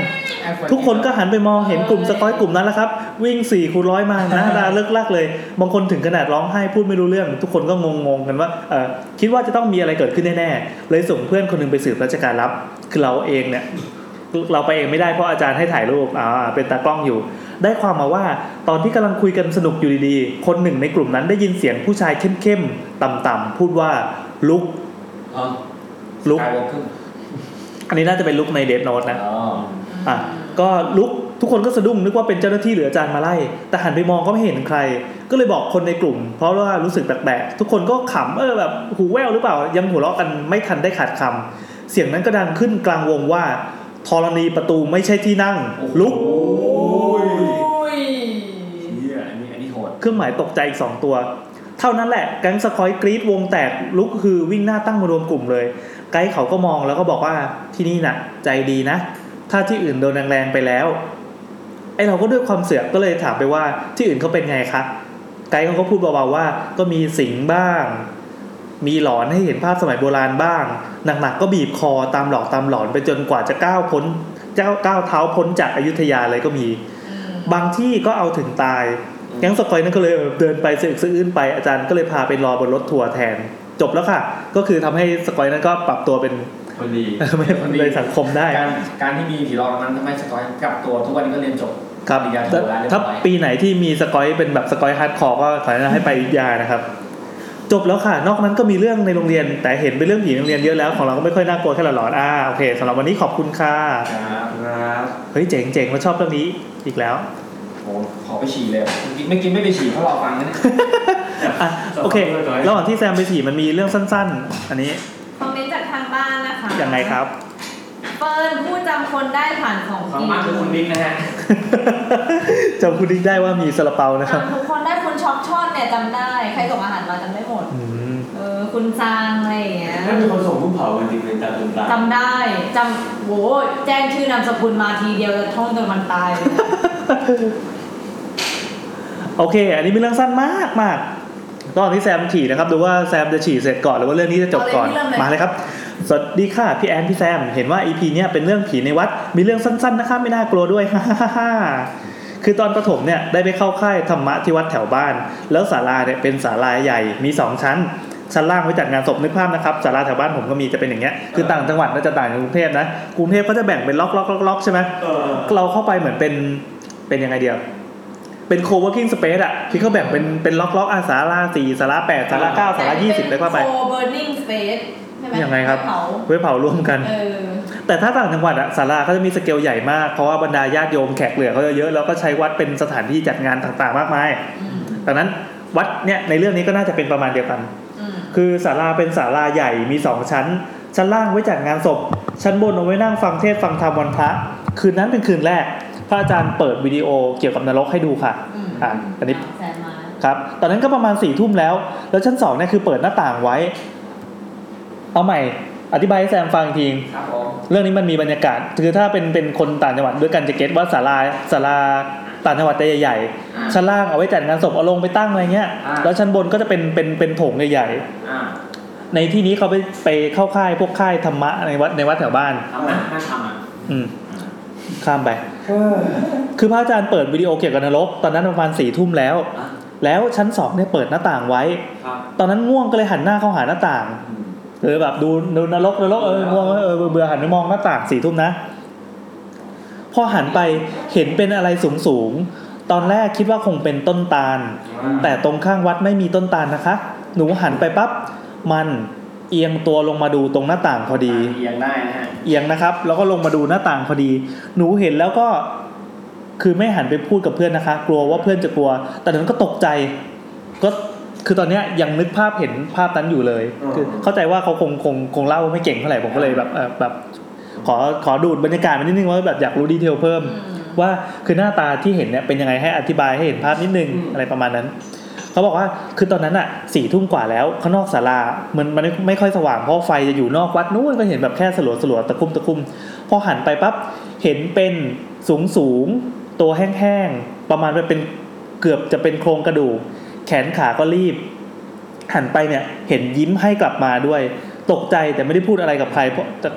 ทุกคนก็หันไปมองเห็นกลุ่มสกอยกลุ่มนั้นแล้วครับ วิ่งสี่คูร้อยมาหน้าตาเลิกลักเลย บางคนถึงขนาดร้องไห้พูดไม่รู้เรื่อง ทุกคนก็งงๆกันว่าเออคิดว่าจะต้องมีอะไรเกิดขึ้นแน่ๆเลยส่งเพื่อนคนหนึงไปสืบราชการลับ คือเราเองเนี่ย เราไปเองไม่ได้เพราะอาจารย์ให้ถ่ายรูปอ่าเป็นตากล้องอยู่ ได้ความมาว่าตอนที่กำลังคุยกันสนุกอยู่ดีๆ คนหนึ่งในกลุ่มนั้นได้ยินเสียงผู้ชายเข้มๆต่ำๆพูดว่าลุกลุก อันนี้น่าจะเป็นลุกในเดทโนตนะอ่ะก็ลุกทุกคนก็สะดุ้งนึกว่าเป็นเจ้าหน้าที่หรืออาจารย์มาไล่ แต่หันไปมองก็ไม่เห็นใคร ก็เลยบอกคนในกลุ่ม เพราะว่ารู้สึกแปลกๆทุกคนก็ขำเออแบบหูแว่วหรือเปล่า ยังหัวเราะกันไม่ทันได้ขาดคำเสียงนั้นก็ดังขึ้นกลางวงว่าธรณีประตูไม่ใช่ที่นั่ง ลุก
อันนี้อันนี้โหด
เครื่องหมายตกใจอีกสองตัว เท่านั้นแหละแก๊งสคอยกรีดวงแตกลุกคือวิ่งหน้าตั้งมารวมกลุ่มเลย ไกด์เขาก็มองแล้วก็บอกว่าที่นี่น่ะ ใจดีนะ ถ้าที่อื่นโดนแรงๆไปแล้วไอเราก็ด้วยความเสือกก็เลยถามไปว่าที่อื่นเขาเป็นไงคะไกด์เขาก็พูดเบาๆว่า ก็มีสิงบ้าง มีหลอนให้เห็นภาพสมัยโบราณบ้างหนักๆก็บีบคอตามหลอกตามหลอนไปจนกว่าจะก้าวพ้นเจ้าก้าวเท้าพ้นจากอายุทยาเลยก็มี บางที่ก็เอาถึงตาย แก๊งสกอยนั่นก็เลยเดินไปซื้อซื้ออื่นไปอาจารย์ก็เลยพาไปรอบนรถทัวร์แทน จบแล้วค่ะ ก็คือทำให้สกอยนั้นก็ปรับตัวเป็น
คนดี
เป็นในสังคมได้
การการที่มีผีหลอกนั้นทำให้สกอยกลับตัวทุกวันนี้ก็เรียนจบ
ครับ
ปริญญาโท
แต่
แล้วเรียบ
ถ้า
ร้อย
ปีไหนที่มีสกอยเป็นแบบสกอยฮาร์ดคอร์ก็ขอแนะนำให้ไปอยุธยานะครับ จบแล้วค่ะ นอกนั้นก็มีเรื่องในโรงเรียน แต่เห็นเป็นเรื่องผีในโรงเรียนเยอะแล้วของเราก็ไม่ค่อยน่ากลัวแค่หลอนๆอ่าโอเคสำหรับวันนี้ขอบคุณค่ะ
ครับ
เฮ้ยเจ๋งเจ๋งเราชอบเรื่องนี้อีกแล้ว
โอ้ขอไปฉี่เลยเมื่อกี้ไม่ไปฉี่เพราะรอฟังนะเนี่ย
โอเคระหว่างที่แซมไปฉี่มันมีเรื่องสั้น ๆ อันนี้
คอมเมนต์จากทางบ้านนะคะ
ยังไงครับ
เฟิร์นผู้จำคนได้ผ่านของ
ความ
กิน
มากคือคุณนิกนะฮะ
จำคุณดิ๊กได้ว่ามีซาลาเปานะครับ
ทุกคนได้คุณช็อปช่อนเนี่ยจำได้ ใครส่งอาหารมาจำได้หมด
อืม
เออคุณจางอะไรอย่างเงี้ย
ถ้ามีคนส่งรูปเผาจริงๆเลยจำจนตาย
จำได้จำโหแจ้งชื่อนามสกุลมาทีเดียวจะท่องจนมันตายเลย
โอเค อันนี้เป็นเรื่องสั้นมากมากตอนที่แซมฉี่นะครับดูว่าแซมจะฉี่เสร็จก่อนหรือว่าเรื่องนี้จะจบก่อน
เอาเลย
มาเลยครับ สวัสดีค่ะพี่แอนพี่แซม เห็นว่า EP เนี้ยเป็นเรื่องผีในวัด มีเรื่องสั้นๆนะคะไม่น่ากลัวด้วย ฮ่าฮ่าฮ่าคือตอนประถมเนี่ยได้ไปเข้าค่ายธรรมะที่วัดแถวบ้าน แล้วศาลาเนี่ยเป็นศาลาใหญ่ มีสองชั้น ชั้นล่างไว้จัดงานศพนึกภาพนะครับศาลาแถวบ้านผมก็มีจะเป็นอย่างเงี้ย คือต่างจังหวัดน่าจะต่างจากกรุงเทพนะ กรุงเทพก็จะแบ่งเป็นล็อกล็อกล็อกล็อกใช่ไหม เราเข้าไปเหมือนเป็น เป็นยังไงเดียว เป็น co-working space อะที่เขาแบ่งเป็น เป็นล็อกล็อกอาสาลาสี่สาลาแปดสาลาเก้าสาลายี่สิบแล้วก็ไป
โฟเบิร์นิงสเปซใช่ไหม
ยังไงครับ
เผา
ไว้เผารวมกัน
เออ
แต่ถ้าต่างจังหวัดอะศาลาเขาจะมีสเกลใหญ่มาก เพราะว่าบรรดาญาติโยมแขกเหลือเขาจะเยอะแล้วก็ใช้วัดเป็นสถานที่จัดงานต่างๆ มากมายดังนั้นวัดเนี่ยในเรื่องนี้ก็น่าจะเป็นประมาณเดียวกัน คือศาลาเป็นศาลาใหญ่มีสองชั้น ชั้นล่างไว้จัดงานศพ ชั้นบนเอาไว้นั่งฟังเทศน์ฟังธรรมวันพระ คืนนั้นเป็นคืนแรก พระอาจารย์เปิดวิดีโอเกี่ยวกับนรกให้ดูค่ะอ่าอันนี้
แซมมา
ครับตอนนั้นก็ประมาณสี่ทุ่มแล้ว แล้วชั้นสองเนี่ยคือเปิดหน้าต่างไว้ เอาใหม่ อธิบายให้แซมฟังอีกที
ครับผม
เรื่องนี้มันมีบรรยากาศ คือถ้าเป็นเป็นคนต่างจังหวัดด้วยกันจะเก็ตว่าศาลาศาลาต่างจังหวัดจะใหญ่
อ่า
ๆชั้นล่างเอาไว้จัดงานศพเอาลงไปตั้งอะไรเงี้ย
อ่า
แล้วชั้นบนก็จะเป็นเป็นเป็นโถงใหญ่
อ่า
ๆในที่นี้เขาไปไปเข้าค่ายพวกค่ายธรรมะในวัดในวัดแถวบ้าน
ทำนะน่าทำอ่ะ
อืมข้ามไป คือพระอาจารย์เปิดวิดีโอเกี่ยวกับนรก ตอนนั้นประมาณสี่ทุ่มแล้ว แล้วชั้นสองเนี่ยเปิดหน้าต่างไว้
ครับ
ตอนนั้นง่วงก็เลยหันหน้าเข้าหาหน้าต่างเออแบบดูดูนรกนรกเออง่วงเออเออเบื่อหันไปมองหน้าต่างสี่ทุ่มนะ พอหันไปเห็นเป็นอะไรสูงสูงๆตอนแรกคิดว่าคงเป็นต้นตาล แต่ตรงข้างวัดไม่มีต้นตาลนะคะ หนูหันไปปั๊บมันเอียงตัวลงมาดูตรงหน้าต่างพอดี
เรียงได้นะฮะ
เอียงนะครับ แล้วก็ลงมาดูหน้าต่างพอดี หนูเห็นแล้วก็คือไม่หันไปพูดกับเพื่อนนะคะ กลัวว่าเพื่อนจะกลัว แต่นั้นก็ตกใจ ก็คือตอนเนี้ยยังนึกภาพเห็นภาพนั้นอยู่เลย คือเข้าใจว่าเขาคงคงคงเล่าไม่เก่งเท่าไหร่ผมก็เลยแบบเอ่อแบบ ขอขอดูดบรรยากาศมันนิดนึงว่าแบบอยากรู้ดีเทลเพิ่ม ว่าคือหน้าตาที่เห็นเนี่ยเป็นยังไงให้อธิบายให้เห็นภาพนิดนึงอะไรประมาณนั้น เขาบอกว่าคือตอนนั้นอะสี่ทุ่มกว่าแล้วข้างนอกศาลามันมันไม่ค่อยสว่างเพราะไฟจะอยู่นอกวัดนู้นก็เห็นแบบแค่สลัวสลัวๆตะคุ่มตะคุ่มพอหันไปปั๊บเห็นเป็นสูงสูงๆตัวแห้งๆประมาณว่าเป็นเกือบจะเป็นโครงกระดูก แขนขาก็รีบ หันไปเนี่ยเห็นยิ้มให้กลับมาด้วย ตกใจแต่ไม่ได้พูดอะไรกับใครเพราะจะ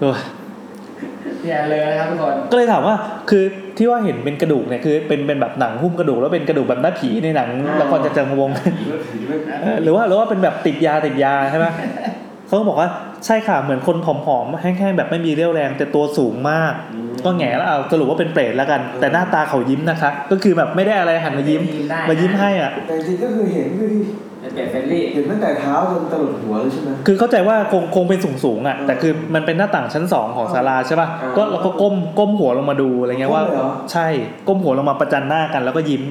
เออ
อย่าเลยนะครับทุกคน
ก็เลยถามว่า คือที่ว่าเห็นเป็นกระดูกเนี่ยคือเป็นเป็นแบบหนังหุ้มกระดูกแล้วเป็นกระดูกแบบหน้าผีในหนังละครจะจังวง เออหรือว่า หรือว่าเป็นแบบติดยาติดยาใช่ไหม เขาก็บอกว่าใช่ค่ะเหมือนคนผอมๆแห้งๆแบบไม่มีเรี่ยวแรงแต่ตัวสูงมาก ก็แหงแล้วเอาสรุปว่าเป็นเปรตแล้วกัน แต่หน้าตาเขายิ้มนะคะ ก็คือแบบไม่ได้อะไรหันมายิ้มมายิ้มให้อ่ะ
แต่จริงก็คือเห็นคือ
เป็นแบบเฟรนลี่
เห็นตั้งแต่เท้าจนตลดหัวเลยใช่ไหม
คือเข้าใจว่าคงคงเป็นสูงสูงๆอ่ะแต่คือมันเป็นหน้าต่างชั้นสองของศาลาใช่ป่ะก็เราก็ก้มก้มหัวลงมาดูอะไรเงี้ยว่า ใช่ก้มหัวลงมาประจันหน้ากันแล้วก็ยิ้ม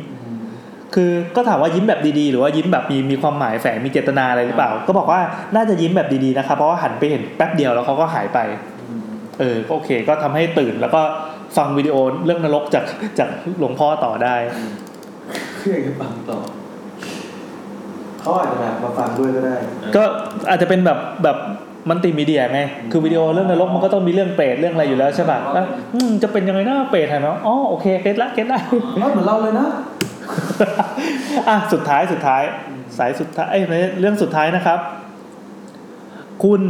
คือก็ถามว่ายิ้มแบบดีๆ หรือว่ายิ้มแบบมีมีความหมายแฝงมีเจตนาอะไรหรือเปล่า ก็บอกว่าน่าจะยิ้มแบบดีๆนะคะเพราะว่าหันไปเห็นแป๊บเดียวแล้วเขาก็หายไป เออก็โอเค ก็ทำให้ตื่นแล้วก็ฟังวิดีโอเรื่องนรกจากจากหลวงพ่อต่อได้
เพื่อจะฟังต่อเขาอาจจะแบบมาฟังด้วยก็ได้
ก็อาจจะเป็นแบบแบบมันติมีเดียไง คือวิดีโอเรื่องนรกมันก็ต้องมีเรื่องเปรตเรื่องอะไรอยู่แล้วใช่ป่ะแล้วอืมจะเป็นยังไงนะเปรตหันมาอ๋อโอเคเก็ตละเก็ตละ
เหมือนเราเลยนะ
อ่ะสุดท้ายสุดท้าย สายสุดท้ายเอ้ยไม่ใช่เรื่องสุดท้ายนะครับ คุณ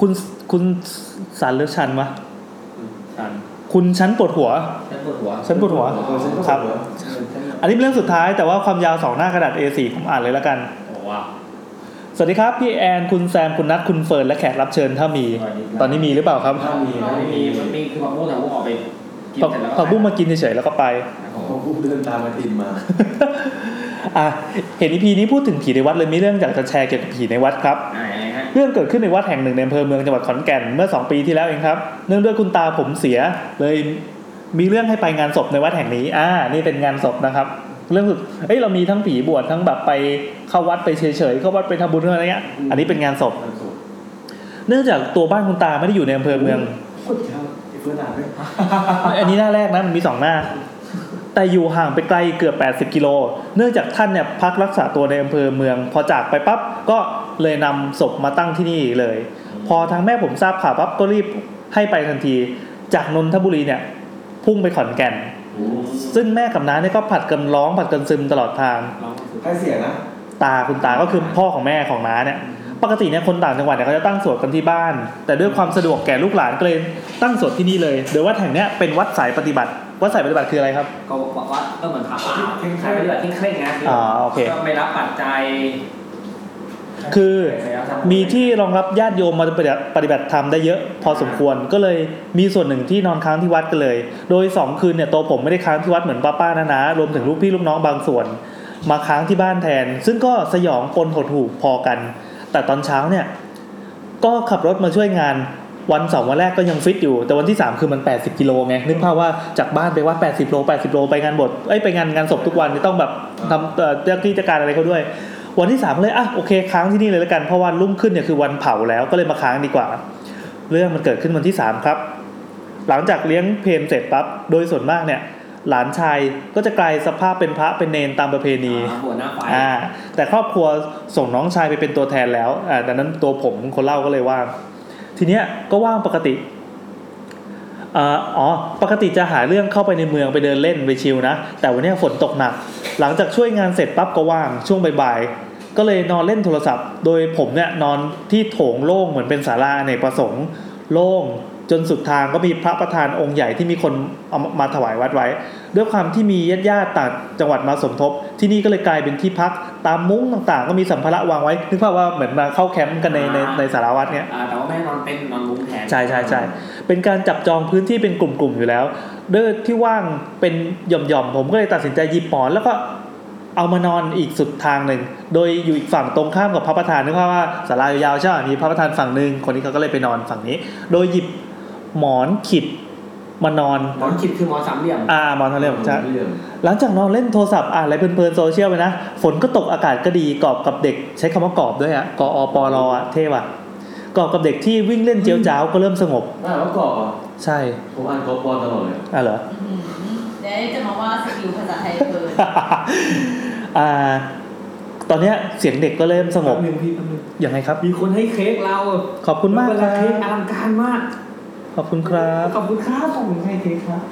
คุณคุณสันหรือชันวะ
ชัน
คุณชั้นปวดหัว
ฉันปวดหัว
ฉันปวดหัวครับ อันนี้เป็นเรื่องสุดท้ายแต่ว่าความยาวสองหน้ากระดาษ A4 ผมอ่านเลยละกัน
ว้าว
สวัสดีครับ พี่แอนคุณแซมคุณนัทคุณเฟิร์นและแขกรับเชิญถ้ามี ตอนนี้มีหรือเปล่าครับ
ถ้ามีไม่มีมันมีคือผักบุ้งแต่ผักบุ้งออกไปกิน
ผัก
เสร็จแล้ว
ผักบุ้งมากินเฉยๆแล้วก็ไป
ผมกูเดินตามมาตินมา
อ่ะเห็นอีพีนี้พูดถึงผีในวัดเลยมีเรื่องอยากจะแชร์เกี่ยวกับผีในวัดครับ
อ่ายังไงฮะ
เรื่องเกิดขึ้นในวัดแห่งหนึ่งในอำเภอเมืองจังหวัดขอนแก่นเมื่อ 2 ปีที่แล้วเองครับ เนื่องด้วยคุณตาผมเสีย เลยมีเรื่องให้ไปงานศพในวัดแห่งนี้ อ่า นี่เป็นงานศพนะครับ เรื่องสุดเอ้ยเรามีทั้งผีบวชทั้งแบบไปเข้าวัดไปเฉยๆเข้าวัดไปทำบุญอะไรเงี้ย อันนี้เป็นงานศพ เนื่องจากตัวบ้านคุณตาไม่ได้อยู่ในอำเภอเมือง
คนเช้าไอ้เพื่อนอ่านด้วย
อันนี้หน้าแรกนะมันมีสองหน้า แต่อยู่ห่างไปไกลเกือบ 80 กิโล เนื่องจากท่านเนี่ยพักรักษาตัวในอำเภอเมือง พอจากไปปั๊บก็เลยนำศพมาตั้งที่นี่เลย พอทางแม่ผมทราบข่าวปั๊บก็รีบให้ไปทันที จากนนทบุรีเนี่ย พุ่งไปขอนแก่น ซึ่งแม่กับน้าเนี่ยก็ผัดกันร้องผัดกันซึมตลอดทาง
ใครเสียนะ
ตาคุณตาก็คือพ่อของแม่ของน้าเนี่ย ปกติเนี่ยคนต่างจังหวัดเนี่ยเขาจะตั้งสวดกันที่บ้าน แต่ด้วยความสะดวกแก่ลูกหลานก็เลยตั้งสวดที่นี่เลยโดยวัดแห่งเนี้ยเป็นวัดสายปฏิบัติ วัดสายปฏิบัติคืออะไรครับ
ก็บอกว่าก็เหมือนผับป่าเคร่งเคร่งปฏิบัติเคร่งเคร่งนะ
อ่าโอเค
ก็ไม่รับปัจจัย
คือมีที่รองรับญาติโยมมาปฏิบัติปฏิบัติธรรมได้เยอะ พอสมควรก็เลยมีส่วนหนึ่งที่นอนค้างที่วัดกันเลย โดย 2 คืนเนี่ยตัวผมไม่ได้ค้างที่วัดเหมือนป้าป้านะนะรวมถึงลูกพี่ลูกน้องบางส่วน มาค้างที่บ้านแทน ซึ่งก็สยองปนหดหู่พอกัน แต่ตอนเช้าเนี่ย ก็ขับรถมาช่วยงานวันสองวันแรกก็ยังฟิตอยู่ แต่วันที่ 3 คือมัน 80 กิโลไงนึกภาพว่าจากบ้านไปวัด80 โล 80 โลไปงานบทเอ้ยไปงานงานศพทุกวันจะต้องแบบทำเอ่อเจ้าหน้าที่จัดการอะไรเขาด้วย วันที่ 3 เลยอ่ะโอเคค้างที่นี่เลยแล้วกันเพราะวันรุ่งขึ้นเนี่ยคือวันเผาแล้วก็เลยมาค้างดีกว่า เรื่องมันเกิดขึ้นวันที่ 3 ครับ หลังจากเลี้ยงเพลมเสร็จปั๊บโดยส่วนมากเนี่ย หลานชายก็จะกลายสภาพเป็นพระเป็นเนนตามประเพณี
บวชหน้าไฟ
อ่าแต่ครอบครัวส่งน้องชายไปเป็นตัวแทนแล้วอ่าดังนั้นตัวผมคนเล่าก็เลยว่าง ทีเนี้ยก็ว่างปกติอ่าอ๋อ ปกติจะหาเรื่องเข้าไปในเมืองไปเดินเล่นไปชิลนะ แต่วันเนี้ยฝนตกหนัก หลังจากช่วยงานเสร็จปั๊บก็ว่างช่วงบ่ายๆ ก็เลยนอนเล่นโทรศัพท์ โดยผมเนี่ยนอนที่โถงโล่งเหมือนเป็นศาลาในประสงค์ โล่งจนสุดทางก็มีพระประธานองค์ใหญ่ที่มีคนเอามาถวายวัดไว้ ด้วยความที่มีญาติญาติๆต่างจังหวัดมาสมทบ ที่นี่ก็เลยกลายเป็นที่พักตามมุ้งต่างๆ ก็มีสัมภาระวางไว้นึกภาพว่าเหมือนมาเข้าแคมป์กันในในในสารวัตรเนี่ย
อ่าแต่ว่าแม่นอนเต้นท์นอนมุ้งแทน
ใช่ใช่ใช่เป็นการจับจองพื้นที่เป็นกลุ่มๆอยู่แล้วด้วยที่ว่างเป็นหย่อมๆ ผมก็เลยตัดสินใจหยิบหมอนแล้วก็เอามานอนอีกสุดทางหนึ่ง โดยอยู่อีกฝั่งตรงข้ามกับพระประธานนึกภาพว่าสารายาวๆใช่ไหมมีพระประธานฝั่งหนึ่งคนนี้เขาก็เลยไปนอนฝั่งนี้ โดยหยิบหมอนขิดมานอน
หมอนขิดคือหมอนสามเหลี่ยม
อ่าหมอนทะเลผมใช่หลังจากนอนเล่นโทรศัพท์อ่านอะไรเพลินๆโซเชียลไปนะ ฝนก็ตกอากาศก็ดีกอบกับเด็ก ใช้คำว่ากอบด้วยอะกอปรอะเท่ว่ะกอบกับเด็กที่วิ่งเล่นเจียวจ้าวก็เริ่มสงบ
อ่านว่ากรอบอ่ะ
ใช่
ผมอ่านกรอบปอนตลอดเลย
อ่ะเหรอ
เดี๋ยวจะมาว่าสกิลภาษาไทยเกิน
อ่า ตอนเนี้ยเสียงเด็กก็เริ่มสงบยังไงครับ
มีคนให้เค้กเรา
ขอบคุณมาก
เป็น
ค
รา
รับ
เค้กอลังการมาก
ขอบคุณครับ
ขอบคุณครับขอบคุณให้เค้กครับ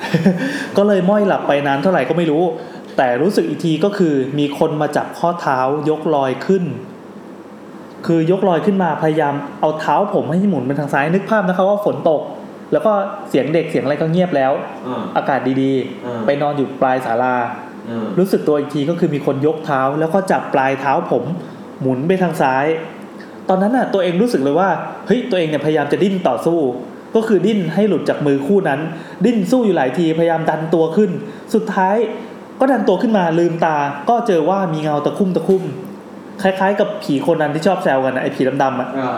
ก็เลยม้อยหลับไปนานเท่าไหร่ก็ไม่รู้ แต่รู้สึกอีกทีก็คือมีคนมาจับข้อเท้ายกลอยขึ้น คือยกลอยขึ้นมาพยายามเอาเท้าผมให้หมุนไปทางซ้ายนึกภาพนะครับว่าฝนตก แล้วก็เสียงเด็กเสียงอะไรก็เงียบแล้ว
อ่า
อากาศดี
อ่า
ๆ ไปนอนอยู่ปลายศาลา
อืม
รู้สึกตัวอีกทีก็คือมีคนยกเท้า แล้วก็จับปลายเท้าผมหมุนไปทางซ้าย ตอนนั้นน่ะตัวเองรู้สึกเลยว่าเฮ้ยตัวเองเนี่ยพยายามจะดิ้นต่อสู้ ก็คือดิ้นให้หลุดจากมือคู่นั้น ดิ้นสู้อยู่หลายทีพยายามดันตัวขึ้น สุดท้ายก็ดันตัวขึ้นมาลืมตา ก็เจอว่ามีเงาตะคุ่มตะคุ่มคล้าย ๆ กับผีคนนั้นที่ชอบแซวกันนะไอ้ผีดำๆอ่ะ
อ่า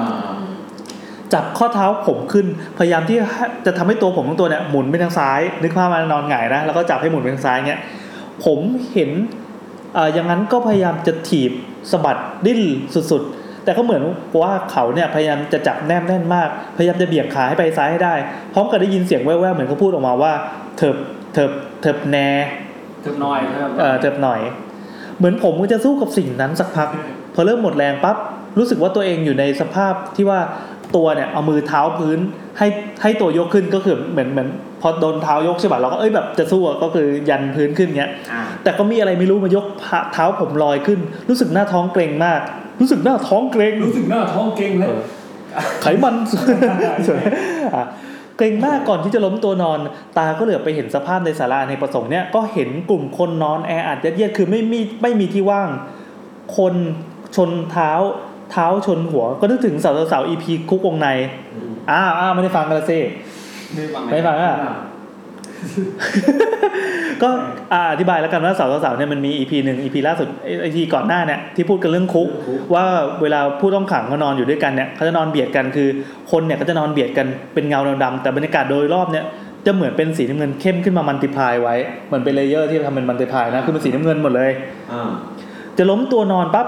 จับข้อเท้าผมขึ้น พยายามที่จะทำให้ตัวผมทั้งตัวเนี่ยหมุนไปทางซ้าย นึกภาพมันนอนหงายนะแล้วก็จับให้หมุนไปทางซ้ายเงี้ยผมเห็นเอ่ออย่างนั้นก็พยายามจะถีบสะบัดดิ้นสุดๆ แต่ก็เหมือนว่าเขาเนี่ยพยายามจะจับแนบแน่นมาก พยายามจะเบี่ยงขาให้ไปซ้ายให้ได้ พร้อมกับได้ยินเสียงแว่วๆเหมือนเขาพูดออกมาว่าเถิบเถิบเถิบแน
ถึงน้อยใช่ไหม
เออเจ็บหน่อย เหมือนผมก็จะสู้กับสิ่งนั้นสักพัก พอเริ่มหมดแรงปั๊บรู้สึกว่าตัวเองอยู่ในสภาพที่ว่าตัวเนี่ยเอามือเท้าพื้นให้ให้ตัวยกขึ้นก็คือเหมือนเหมือนพอโดนเท้ายกใช่ป่ะเราก็เอ้ยแบบจะสู้อะก็คือยันพื้นขึ้นเงี้ย แต่ก็มีอะไรไม่รู้มายกเท้าผมลอยขึ้น รู้สึกหน้าท้องเกรงมาก รู้สึกหน้าท้องเกรงรู้สึกหน้าท้องเกรงเลย ไขมัน อ่ะเกรงมากก่อนที่จะล้มตัวนอน ตาก็เหลือบไปเห็นสภาพในศาลาในประสงค์เนี่ยก็เห็นกลุ่มคนนอนแออัดยัดเยียดคือไม่มีไม่มีที่ว่าง คนชนเท้าเท้าชนหัว ก็นึกถึงสาวสาวอีพีคุกวงในอ้าวอ้าวไม่ได้ฟังกันละสิ ไม่ฟังอ่ะ ก็อ่าอธิบายแล้วกันว่าสาวสาวเนี่ยมันมีอีพีหนึ่งอีพีล่าสุดไอพีก่อนหน้าเนี่ยที่พูดกันเรื่องคุก ว่าเวลาผู้ต้องขังเขานอนอยู่ด้วยกันเนี่ยเขาจะนอนเบียดกันคือ คนเนี่ยก็จะนอนเบียดกันเป็นเงาดำๆแต่บรรยากาศโดยรอบเนี่ยจะเหมือนเป็นสีน้ำเงินเข้มขึ้นมามันติพายไว้เหมือนเป็นเลเยอร์ที่ทำเป็นมันติพายนะคือเป็นสีน้ำเงินหมดเลย
อ่า
จะล้มตัวนอนปั๊บ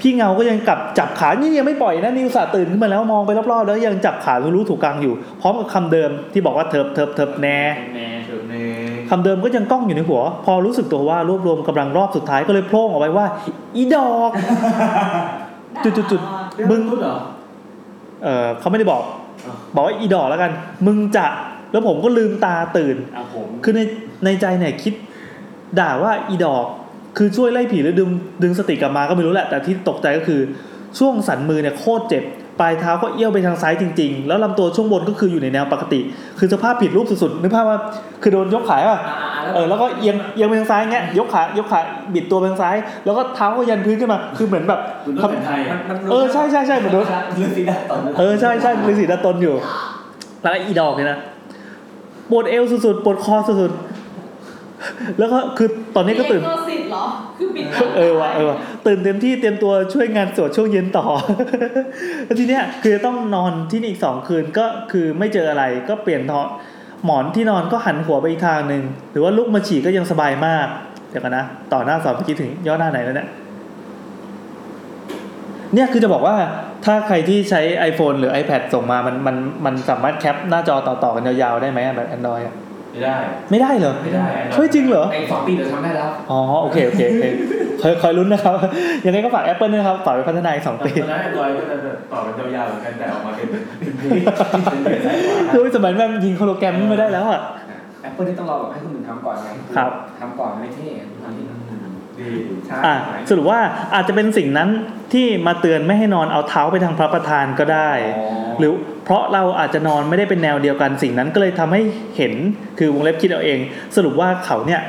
พี่เงาก็ยังกลับจับขานี่ยังไม่ปล่อยนะนิวสาห์ตื่นขึ้นมาแล้วมองไปรอบๆแล้วยังจับขาทุรู้ถูกกลางอยู่ พร้อมกับคำเดิมที่บอกว่าเถิบเถิบเถิบแน่
แม่เถิดแม่
คำเดิมก็ยังก้องอยู่ในหัว พอรู้สึกตัวว่ารวบรวมกำลังรอบสุดท้ายก็เลยโพล่งออกไปว่า อีดอก จุดจุดจุดมึงเออเขาไม่ได้บอก บอกว่าอีดอกแล้วกัน มึงจะแล้วผมก็ลืมตาตื่น
อ่ะผม
คือในในใจเนี่ยคิด ด่าว่าอีดอก คือช่วยไล่ผีหรือดึงดึงสติกลับมาก็ไม่รู้แหละ แต่ที่ตกใจก็คือ ช่วงสันมือเนี่ยโคตรเจ็บ ปลายเท้าก็เอี้ยวไปทางซ้ายจริงๆ แล้วลำตัวช่วงบนก็คืออยู่ในแนวปกติ คือสภาพผิดรูปสุดๆนึกภาพว่าคือโดนยกขาป่ะเออแล้วก็เอียงเอียงไปทางซ้ายเงี้ยยกขายกขาบิดตัวไปทางซ้าย แล้วก็เท้าก็ยันพื้นขึ้นมาคือเหมือนแบบ
ต้นไทยอะ
เออใช่ใช่ใช่เหมือนโดน
เรื่องสีดาตอนนั้น
เออใช่ใช่ฤาษีตาตนอยู่ แล้วก็อีดอกเนี่ยนะปวดเอวสุดๆปวดคอสุดๆแล้วก็คือตอนนี้ก็ตื่น
เรียตัวสิทธิ์เหรอ คือปิดตา
เออว่ะเออว่ะตื่นเต็มที่เตรียมตัวช่วยงานสวดช่วงเย็นต่อ แล้วทีเนี้ยคือจะต้องนอนที่นี่อีกสองคืนก็คือไม่เจออะไรก็เปลี่ยนเถาะหมอนที่นอนก็หันหัวไปอีกทางหนึ่งหรือว่าลุกมาฉี่ก็ยังสบายมาก เดี๋ยวกันนะ ต่อหน้าสอบเมื่อกี้ถึงย่อหน้าไหนแล้วเนี่ยเนี่ยคือจะบอกว่าถ้าใครที่ใช้ iPhone หรือ iPad ส่งมามันมันมันสามารถแคปหน้าจอต่อๆกันยาวๆได้ไหมอะแบบ Android อะ
ไม่ได้
ไม่ได้เหรอ
ไม่ได้
เฮ้ยจริงเหรอ
ไอ้สองปีเดี๋ยวทำได้แล้ว
อ๋อโอเคโอเคโอเคคอยคอยลุ้นนะครับ ยังไงก็ฝาก Apple ด้วยนะครับฝากไปพัฒนาอีกสองปี
ตอนนั้นไอ้ตัวก็จะต่อเป็นยาวๆเหมือนกันแต่ออกมาเป็นเป็นเพลงเป็นเพลงสายขวา
คือสมัยนั้นยิงโฮโลแกรมไม่ได้แล้วอ่ะ
แอปเปิลที่ต้องรอแบบให้คนอื่นทำก่อนไง
ครับ
ทำก่อนไม่เท่ทำที่
ดี
ช้า
อ่ะสรุปว่าอาจจะเป็นสิ่งนั้นที่มาเตือนไม่ให้นอนเอาเท้าไปทางพระประธานก็ได้ หรือเพราะเราอาจจะนอนไม่ได้เป็นแนวเดียวกันสิ่งนั้นก็เลยทำให้เห็นคือวงเล็บคิดเอาเอง สรุปว่าเขาเนี่ย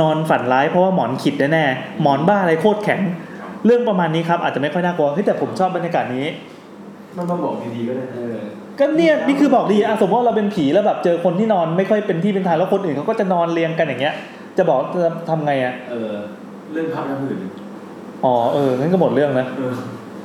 นอนฝันร้ายเพราะว่าหมอนขิดแน่ๆหมอนบ้าอะไรโคตรแข็ง เรื่องประมาณนี้ครับอาจจะไม่ค่อยน่ากลัวเฮ้ยแต่ผมชอบบรรยากาศนี้
มันมาบอกดีๆก็ได้นะ
ก็เนี่ยนี่คือบอกดีอะสมมติว่าเราเป็นผีแล้วแบบเจอคนที่นอนไม่ค่อยเป็นที่เป็นทางแล้วคนอื่นเขาก็จะนอนเรียงกันอย่างเงี้ย จะบอกจะทำไงอะ
เออ
เรื่องภาพน้ำหื่น
อ๋อเอองั้นก็หมดเรื่องนะ
เออ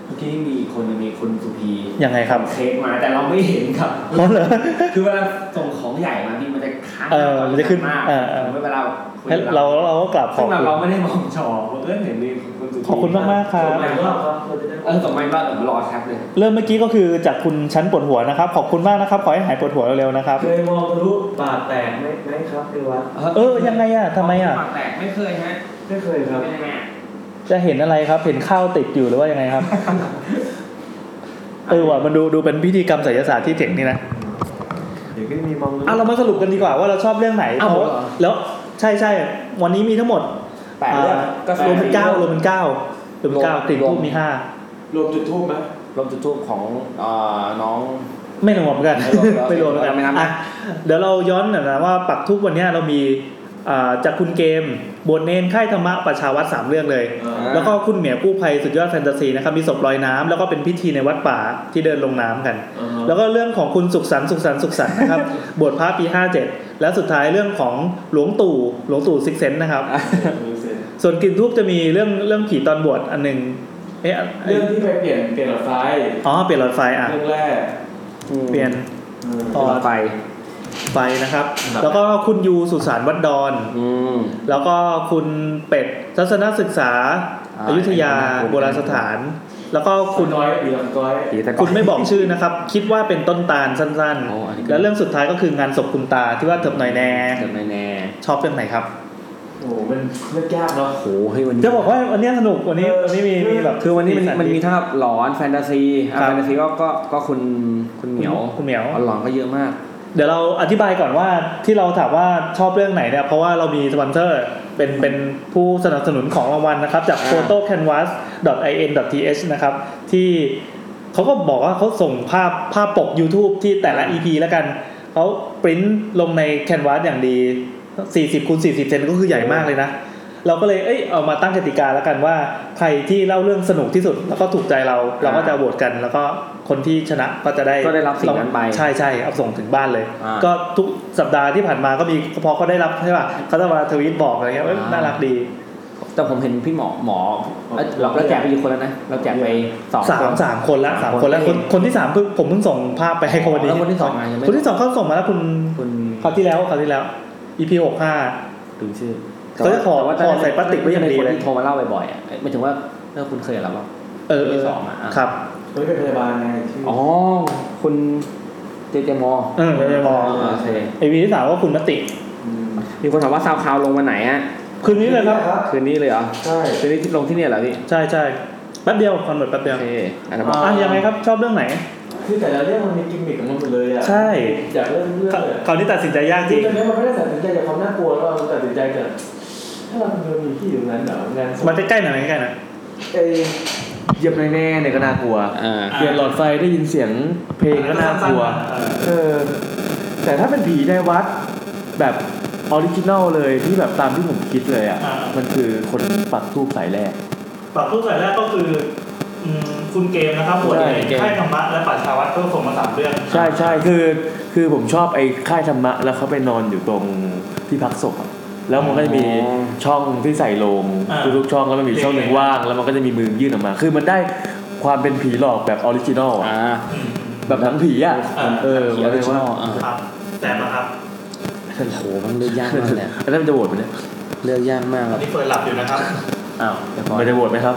เมื่อกี้มีอีกคนหนึ่งมีคุณสุพี
ยังไงครับ
เค้กมาแต่เราไม่เห็นครับ
อ๋อเหรอ
คือเวลาส่งของใหญ่มาพี่มันจะค้าง
เออมันจะขึ้น
มาก
เออเออ
ไม่เวลาคุย
ให้เราเราก็กลับขอ
ซึ่
บ
งเรา
คุณ
เราไม่ได้มองจอเออเห็นมีคุณสุพี
ขอบคุณมากๆครับ
ส่ง
ห
ไล
ลาย
น์
ร
ว่
อบครับเราจะได้
เออส่งไมค์ว่าเออรอแท็บเลย
เริ่มเมื่อกี้ก็คือจากคุณชั้นปวดหัวนะครับ ขอบคุณมากนะครับ ขอให้หายปวดหัวเร็วๆนะครับ
เคยมองทะลุบาดแตกไหมไหมครับในวัด
เออยังไงอะทำไมอะ
ปากแตกไม่เคยฮะ
ไม่เคยครับ
เป็นยังไงอะ
จะเห็นอะไรครับ เห็นข้าวติดอยู่หรือว่ายังไงครับเออว่ะมันดูดูเป็นพิธีกรรมไสยศาสตร์ที่เจ๋งนี่นะ
เดี๋ยวก็มีมองทะลุ
อ่ะเรามาสรุปกันดีกว่าว่าเราชอบเรื่องไหน
อ้าว
เพราะ
เหรอ
แล้วใช่ใช่วันนี้มีทั้งหมด
แปดเรื่อง
อ่ารวมเป็นเก้ารวมเป็นเก้ารวมเป็นเก้าติดทูบมีห้าร
วมจุดทูบไหม
ร่มจุดทูบของเอ่อน้อง
ไม่รวมกัน
ไม่
ไม่
ร
ร
ว
ว
ม
ม
แล้ว
กัน
ไม่นับนะ
อ่ะเดี๋ยวเราย้อนหน่อยนะว่าปักทุกวันเนี้ยเรามีอ่าจากคุณเกมบวชเนนค่ายธรรมะประชาวัดสามเรื่องเลย แล้วก็คุณเหมียวกู้ภัยสุดยอดแฟนตาซีนะครับมีศพลอยน้ำแล้วก็เป็นพิธีในวัดป่าที่เดินลงน้ำกัน แล้วก็เรื่องของคุณสุขสันต์สุขสันต์สุขสันต์นะครับ บวชพระปี 57 แล้วสุดท้ายเรื่องของหลวงตู่หลวงตู่ซิกเซนนะครับ ส่วนกลินทูบจะมีเรื่องเรื่องผีตอนบวชอันหนึ่งเอ๊ะ
เรื่องที่ไปเปลี่ยนเปลี่ยนหลอดไฟ
อ๋อเปลี่ยนหลอดไฟอ่ะ
เรื่องแรก
เปลี่ยน
เปลี่ยนหลอดไฟ
ไฟนะครับ แล้วก็คุณยูสุสานวัดดอนแล้วก็คุณเป็ดทัศนศึกษาอายุทยาโบราณสถาน แล้วก็คุณ
น้อยปีลำก้อย
คุณไม่บอกชื่อนะครับ คิดว่าเป็นต้นตาลสั้นๆ แล้วเรื่องสุดท้ายก็คืองานศพคุณตาที่ว่าเถิบหน่อยแน่
เถิบหน่อยแน่
ชอบเรื่องไหนครับ
โอ้โหมันเรื่องยากเนาะ
โอ้โหเฮ้ยวันนี้
จะบอกว่าวันนี้สนุกวันนี้วันนี้มีมีแบบ
คือวันนี้มันมันมีทั้งแบบหลอนแฟนตาซี
ค
อ่ะ
รับ
แฟนตาซีก็ก็ก็คุณคุณเหมียว
คุณเหมียว
หลอนก็เยอะมาก
เดี๋ยวเราอธิบายก่อนว่าที่เราถามว่าชอบเรื่องไหนเนี่ยเพราะว่าเรามีสปอนเซอร์เป็นเป็นผู้สนับสนุนของรางวัลนะครับ จาก
อ่า
photo canvas in th นะครับ ที่เขาก็บอกว่าเขาส่งภาพภาพปก YouTube ที่แต่ละ EP แล้วกัน เขาปริ้นลงใน canvas อย่างดี 40คูณ40 เซนก็คือใหญ่มากเลยนะ เราก็เลยเอ้ยเอามาตั้งกติกาแล้วกันว่า ใครที่เล่าเรื่องสนุกที่สุด แล้วก็ถูกใจเราเราก็จะโหวตกัน แล้วก็คนที่ชนะก็จะได้
ก็ได้รับสิ่งนั้นไป
ใช่ใช่เอาส่งถึงบ้านเลย
อ่า
ก็ทุกสัปดาห์ที่ผ่านมาก็มีพอเขาได้รับใช่ป่ะเขาจะมาทวีตบอกอะไรเงี้ยเอ้ยน่ารักดี
แต่ผมเห็นพี่หมอหมอเอ้ยเราเราแจกไปกี่คนแล้วนะ เราแจกไปสอง
สาม
คน
สามคนละสาม
สาม
คนละ
ค
คน นคนที่สามเพิ่งผมเพิ่งส่งภาพไปให้เขาวันนี้
แล้วคนที่สองอ่ะยังไม่
คนที่สองเขาส่งมาแล้วคุณคราวที่แล้วคราวที่แล้ว EP หกห้า
ถึงชื่อ
เขาจะขอขอใส่พลาสติกไว้อย่างดี
เล
เลย ย
โทรมาเล่าบ่อยๆอ่ะเอ้ยหมายถึงว่าเออคุณเคยแล้วหรอ
เออ
ที่สองอ่ะอ่ะ
ครับ
เฮ้ยเป็นพยาบาลไงชื่อ
อ๋อคุณเจเจมอ
เออเจเจมอ
โอเค
ไอวีที่สามก็คุณมติ
มีคนถามว่าซาวคลาวลงวันไหนอ่ะ
คืนนี้เลยครับ
คืนนี้เลยเหรอ
ใช่
คืนนี้ที่ลงที่เนี่ยเหรอพี่
ใช่ใช่แป๊บเดียวคอนเวิร์ตแป๊บเดียว
โอเคอันนั้นบอก
อ่ะยังไงครับชอบเรื่องไหน
คือแต่ละเรื่องมันมีกิมมิคของมันหมดเลยอ่ะ
ใช่
อยากเรื่องเรื่องเลย
คราวนี้ตัดสินใจยากจ
จริ
ริ
ง
ง
ตอนนี้มันไม่ได้ตัดสินใจจากความน่ากลัวแล้วมันตัดสินใจจากถ้าเราเป็นมีที่อยู่นั้นเหรองานศพ
มันใกล้ๆหน่อยใกล้ๆหน่อย
เอ้ยเหยียบแน่ๆเนี่ยก็น่ากลัว
อ่า
เปลี่ยนหลอดไฟได้ยินเสียงเพลงก็น่ากลัว เออ แต่ถ้าเป็นผีในวัดแบบออริจินัลเลยที่แบบตามที่ผมคิดเลยอ่ะ
อ่ามั
มันคือคนปักทูบสายแรก
ปรับทุกสายแรกก็คืออืมคุณเกมนะครับบวชใน
ใช่เกม
ค่ายธรรมะและป่าชาวัดก็ส่งมาสามเรื่อง
ใช่ใช่คือคือผมชอบไอ้ค่ายธรรมะ แล้วเขาไปนอนอยู่ตรงที่พักศพอะแล้วมันก็จะมีช่องที่ใส่โลง
อ่า
ทุกๆช่องแล้วมันมีช่องหนึ่งว่าง แล้วมันก็จะมีมือยื่นออกมา คือมันได้ความเป็นผีหลอกแบบออริจินอลอะแบบหนังผีอ่ะเออ
ผี original อ่า
ครับแต่มาครับ
โอ้โหมันเลือกยากมากเลยอะ
แล้วมันจะโหวตไหมเนี่ย
เลือกยากมากครับ
นี่เปิดหลับอยู่นะครับ
อ้าวเดี๋ยวก่อน
มันจะโหวตไหมครับ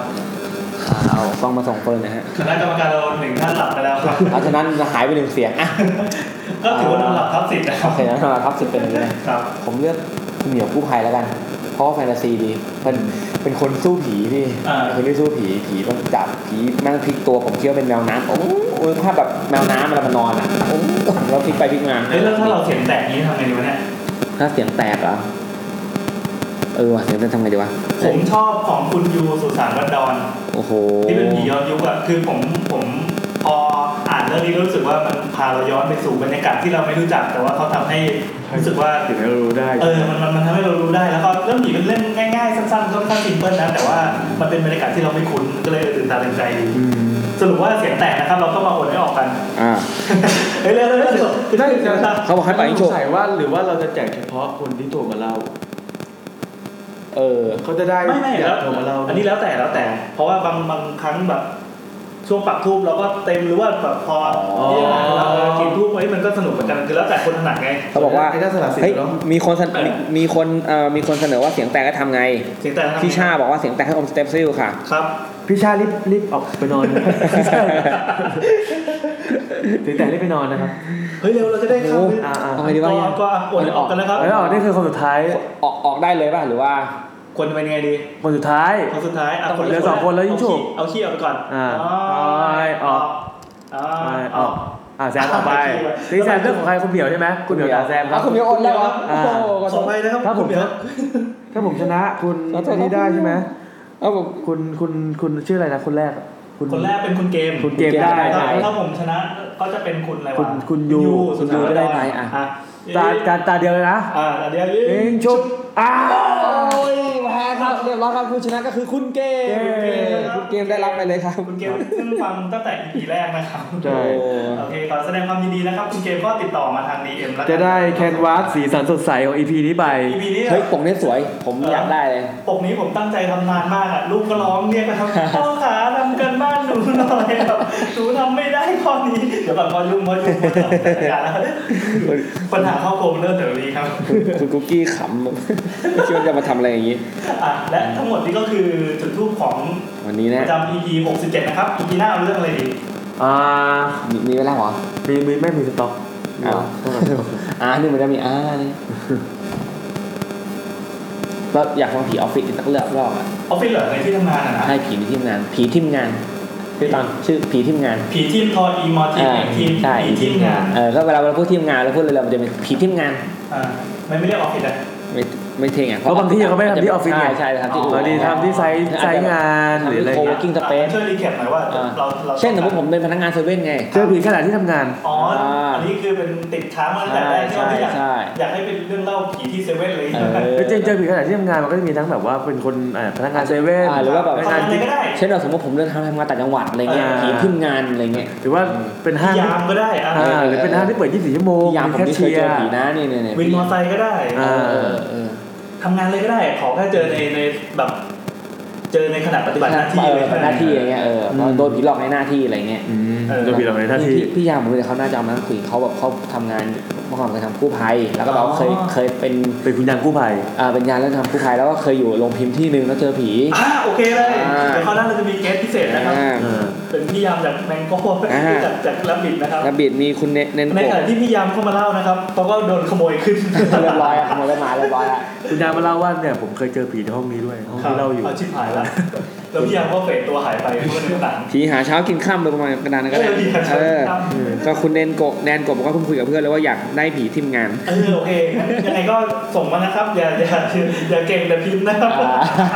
อ้าวต้องมาส่งเฟิร์นนะฮะ
คณะกรรมการเราหนึ่งท่านหลับไปแล้วครับ
เพราะฉะนั้นหายไปหนึ่งเสียงอ่ะ
ก็ถือว่าเราหลับทับสิทธิ์นะค
โอ
รับ
เคนะสำหรับท็อปสิบเป็นอย่างนี้นะ
ครับ
ผมเลือกเหนียวกู้ภัยแล้วกัน เพราะว่าแฟนตาซีดีเป็นเป็นคนสู้ผีพี่
อ่า
เป็นคนที่สู้ผี ผีต้องจับ ผีนั่งพลิกตัวผมเชื่อเป็นแมวน้ำโอ้โหโอ้ยภาพแบบแมวน้ำมันมันนอนอ่ะโอ้โหแล้วพลิกไปพลิกมา
เฮ้ยแล้วถ้าเราเสียงแตกนี้ทำไงดีวะเนี่ย
ถ้าเสียงแตกเหรอ เออว่ะเสียงแตกทำไงดีวะ
ผมชอบของคุณยูสุสานวัดดอน
โอ้โห
ที่เป็นผีย้อนยุคอะคือผมผมพออ่านเรื่องนี้ก็รู้สึกว่ามันพาเราย้อนไปสู่บรรยากาศที่เราไม่รู้จัก แต่ว่าเขาทำให้รู้สึกว่า
ถึงจะรู้ได้
เออมันมันมันทำให้เรารู้ได้แล้วก็เรื่องผีเป็นเรื่องง่ายๆสั้นๆก็ไม่ค่อนข้างซิมเพิลนะแต่ว่ามันเป็นบรรยากาศที่เราไม่คุ้นก็เลยตื่นตาตื่นใจดีสรุปว่าเสียงแตกนะครับ เราก็มาอดไม่ออกกัน
อ่า
เฮ้ยเรื่องเรื่องเรื่องคือ
น่า
น่า
จะ
จะเสียงตา
เขาบอกให้ไปให้
ส
โช
ง
ว์
สัยว่าหรือว่าเราจะแจกเฉพาะคนที่โทรมาเล่า
เออ
เขาจะได้
ไม่ไม่
อยา
แล้ว
กโทรมาเล่า
อันนี้แล้วแต่แล้วแต่ เพราะว่าบางบางครั้งแบบ ช่วงปักทูบเราก็เต็มหรือว่าแบบพอที่จะเรากินทูบไว้มันก็สนุกเหมือนกันคือแล้วแต่คนถนัดไง
เขาบอกว่า
ไอ้น่าสละสิท
เฮ้ย
ธิ์เนาะ
มีคนเสนมีมีคนเอ่อมีคนเสนอว่าเสียงแตกก็ทำไง
เสียงแต่ละ
พี่ชาบอกว่าเสียงแตกให้อมสเต็ปซิลค่ะ
ครับ
พี่ชารีบรีบออกไปนอน ถึงแต่รีบไปนอนนะครับ
เฮ้ยเร็วเราจะได้เข้า
โอ้
อ่าอ่า
เอาไงดีวะ
ก็ก็อดออกกันแล้วครับ
แล้วออกนี่คือคนสุดท้าย
ออกออกได้เลยป่ะหรือว่า
คนเป็นไงดี
คนสุดท้าย
คนสุดท้ายอ่ะ
เหลือสองคนแล้วยิ่งฉุก
เอาขี้เอาขี้ออกไปก่อน
อ่าออก
อ๋อ
ออกอ่าแซมออกไปนี่แซมเรื่องของใครคุณเหมียวใช่ไหมคุณเหมียวด่าแซมครับ
อ่ะคุณเหมียวอดแล้วเหรอ
อ่า
โอ้โหขอโท
ส่
ษ
งไปนะครับ
ถ้าผม
เดี๋ยว
ถ้าผมชนะคุณ
ขอโทษครับ
นี่ได้ใช่ไหม
เอาผม
คุณคุณคุณชื่ออะไรนะคนแรกอะ
คนแรกเป็นคุณเกม
คุณเกมได้ได้
ถ้าผมชนะก็จะเป็นคุณอะไร
คุ
วะ
ณคุณยู
สุดท้าย
ก็ได้ไปอ่ะตาตาตาเดียวเลยนะ
อ่าเดี๋ยวยื
เองชุบอ้าว
โอ้ยแพ้ครับเรียบร้อยครับผู้ชนะก็คือคุณเกมคุณเกมได้รับไปเลยครับ
คุณเกมเพิ่งฟังตั้งแต่ EP แรกนะครับ
ใช่
โอเคขอแสดงความยินดีนะครับ คุณเกมก็ติดต่อมาทาง DM แล้วกัน
จะได้แคนวาสสีสันสดใสของ EP นี้ไป
EP นี้อะเฮ้ยปกนี้สวย ผมอยากได้เลย ปกนี้ผมตั้งใจทำนานมากอ่ะ ลูกก็ร้องเรียกนะครับ พ่อขาทำกันบ้านหนูหน่อยแบบหนูทำไม่ได้ข้อนี้ เดี๋ยวก่อนพอยุ่งพอยุ่งพอยุ่งจัดการแล้วปัญหาครอบครัวมันเริ่มเดี๋ยวนี้ครับ
คุณกุ๊กกี้ขำไม่คิดว่าจะมาทำอะไรอย่างนี้
อ่ะและทั้งหมดนี้ก็คือจุดทูปของ
วันนี้
ป
นะ
ระจำ EP 67 นะครับ EP หน้าเอาเรื่องอะไรดี
อ่า
มีมีเวลาเหรอ
มีมีไม่มีสต็อก
อ้าวอ่านี่มันจะมีอ่านี่เราอยากฟังผีออฟฟิศอีกสักเรื่องรอบอ่ะ
ออฟฟิศเหรอในที่ทำงานอ่ะนะ
ให้ผีในที่ทำงาน ผีที่ทำงานชื่อตอนชื่อผีที่ทำงาน
ผีทีมทออีมอทีม
อ่า
เอกทีม
ใช่
ผีทีมงาน
เออก็เวลาเราพูดทีมงานเราพูดเลยเราจะเป็นผีทีมงาน
อ่ามันไม่เรียกออฟฟิศอ่ะ
ไม่ไม่เท่ไง
เพราะบางที่เขาไม่ทำที่ออฟฟิศไง
ใช่ใช่ทำที่อื่น
บางทีทำที่ไซต์ไซต์งานหรืออะไร
โคเว
เงี้ย
กิ้งสเปซ
ช่วยรีแคปหน่อยว่าเราเรา
เช่นสมมติผมเป็นพนักงานเซเว่นไง
เจอผีขณะที่ทำงาน
อ๋ออันนี้คือเป็นติดค้างมาตั้งแต่แรกที่ว่าไม่อยาก
ใช่ใช่
อยากให้เป็นเรื่องเล่าผีที่เซเว่นเลย
เออเจอเจอผีขณะที่ทำงานมันก็จะมีทั้งแบบว่าเป็นคนอ่าพนักงานเซเว่น
อ่าหรือว่าแบบ
พนัก
ทำ
งาน
อะไร
ที่
ก็ได้
เช่นเราสมมติผมเดินทางทำงานต่างจังหวัดอะไรเงี้ย
อ่า
ผีทีมงานอะไรเงี้ย
หรือว่าเป็นห้าง
ยามก็ได้อ่ะ
อ่าหรือเป็นห้างที่เปิด 24 ชั่วโมง
ยาม
มี
ผม
แคช
ที่เค
เชี
ย
ย
เจอ
ร์
ผีนะนี่เนี่ยเนี่ย
วินมอไซค์ก็ได้
อ่า
เออเออ
ทำงานเลยก็ได้ ขอแค่เจอในในแบบ เจอในขณะปฏิบัติหน้าที่
เออ
เลย
เป็นหน้าที่อะไรเงี้ยเออเพราะโดนผีหลอกในหน้าที่อะไรเงี้ย
เออ
โดนผีหลอกในหน้าที่
พี่พี่ยามผมเลยเขาน่าจะเอามานั่งคุยเขาแบบเขาทำงานเมื่อก่อนเคยทำกู้ภัย แล้วก็แบบว่าเคยเคยเป็น
เป็นคุณยามกู้ภัย
อ่าเป็นยานแล้วทำกู้ภัยแล้วก็เคยอยู่โรงพิมพ์ที่หนึ่งแล้วเจอผี
อ่ะโอเคเลย
อ่า
เดี๋ยวคราวหน้าเราจะมีเกสพิเศษนะครับ
อ่า
เป็นพี่ยามจากแมงโก้
อ่า
จากจากรับบิดนะครับ
ระเบียดมีคุณเนเน้น
ใน
โกะ
ขณะที่พี่ยามเข้ามาเล่านะครับเขาก็โดนขโมยขึ้น
เรียบร้อยอะขโมยได้มาเรียบร้อยอะ
คุณยามมาเล่าว่าเนี่ยผมเคยเจอผีในห้องนี้ด้วยห้องที่เล่าอยู่
เอาชิบหายละแล้วพี่ยามก็เฟดตัวหายไปเพราะว่าในหนัง
ผีหาเช้ากินข้ามเลยประมาณกระดานนั้นก็ได้
เออผีหาเช้า
เออ
กินค่ำ
เออก็คุณเนนโกะแนนโกะบอกว่าเพิ่งคุยกับเพื่อนแล้วว่าอยากได้ผีทีมงาน
เออโอเคงั้นยังไงก็ส่งมานะครับ อย่าอย่าอย่าเก่งแต่พิมพ์นะครับ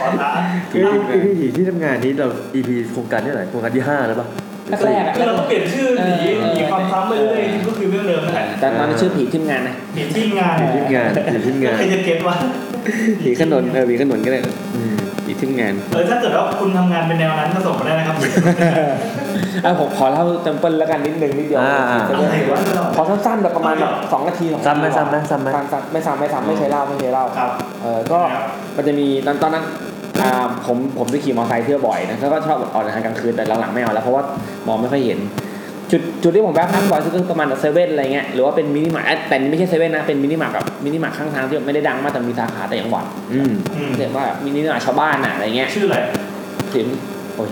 ขอท้า
คือผีที่ทำงานนี้เรา EP โครงการที่เท่าไหนโครงการที่ 5 แล้วป่ะ
แรกๆอะ
คือเราก็เปลี่ยนชื่อหนีหนีความซ้ำไปเรื่อยๆก็คือเรื่องเดิมนั่นแหละ
แต่ตอนนั้นชื่อผีทีมงานนะ
ผีที่งาน
ผีที่ทำงานผีที่ทำงาน
ใครจะเก็ตวะ
ผีขนนเออผีขนนก็ได้
อืม
ผีทีมงาน
เออถ้าเกิดว่าคุณทำงานเป็นแนวนั้นก็ส่งมาได้นะครับ
อ่ะผมขอเล่าเต็มเปิลแล้วกันนิดนึงนิดเดียว
อ่า
อะไรวะ
ขอสั้นๆแบบประมาณแบบสองนาทีสองนาที
ซ้ำไหมซ้ำไหมซ้ำไหม
ซ้ำๆไม่ซ้ำไม่ซ้ำไม่เคยเล่าไม่เคยเล่า
ครับ
เออก็มันจะมีตอนตอนนั้นอ่าผมผมจะขี่มอเตอร์ไซค์เที่ยวบ่อยนะแล้วก็ชอบออกเดินทางกลางคืนแต่หลังๆไม่เอาแล้วเพราะว่ามองไม่ค่อยเห็น จุดจุดที่ผมแวะพักบ่อยสุดก็คือประมาณเซเว่นอะไรเงี้ยหรือว่าเป็นมินิมาร์ทอ่ะแต่นี่ไม่ใช่เซเว่นนะเป็นมินิมาร์ทแบบมินิมาร์ทข้างทางที่แบบไม่ได้ดังมากแต่มีสาขาแต่ยังหวัด
อืม
อืม
เรียกว่ามินิมาร์ทชาวบ้านอะอะไรเงี้ย
ชื่ออะไร
สีโอ้ย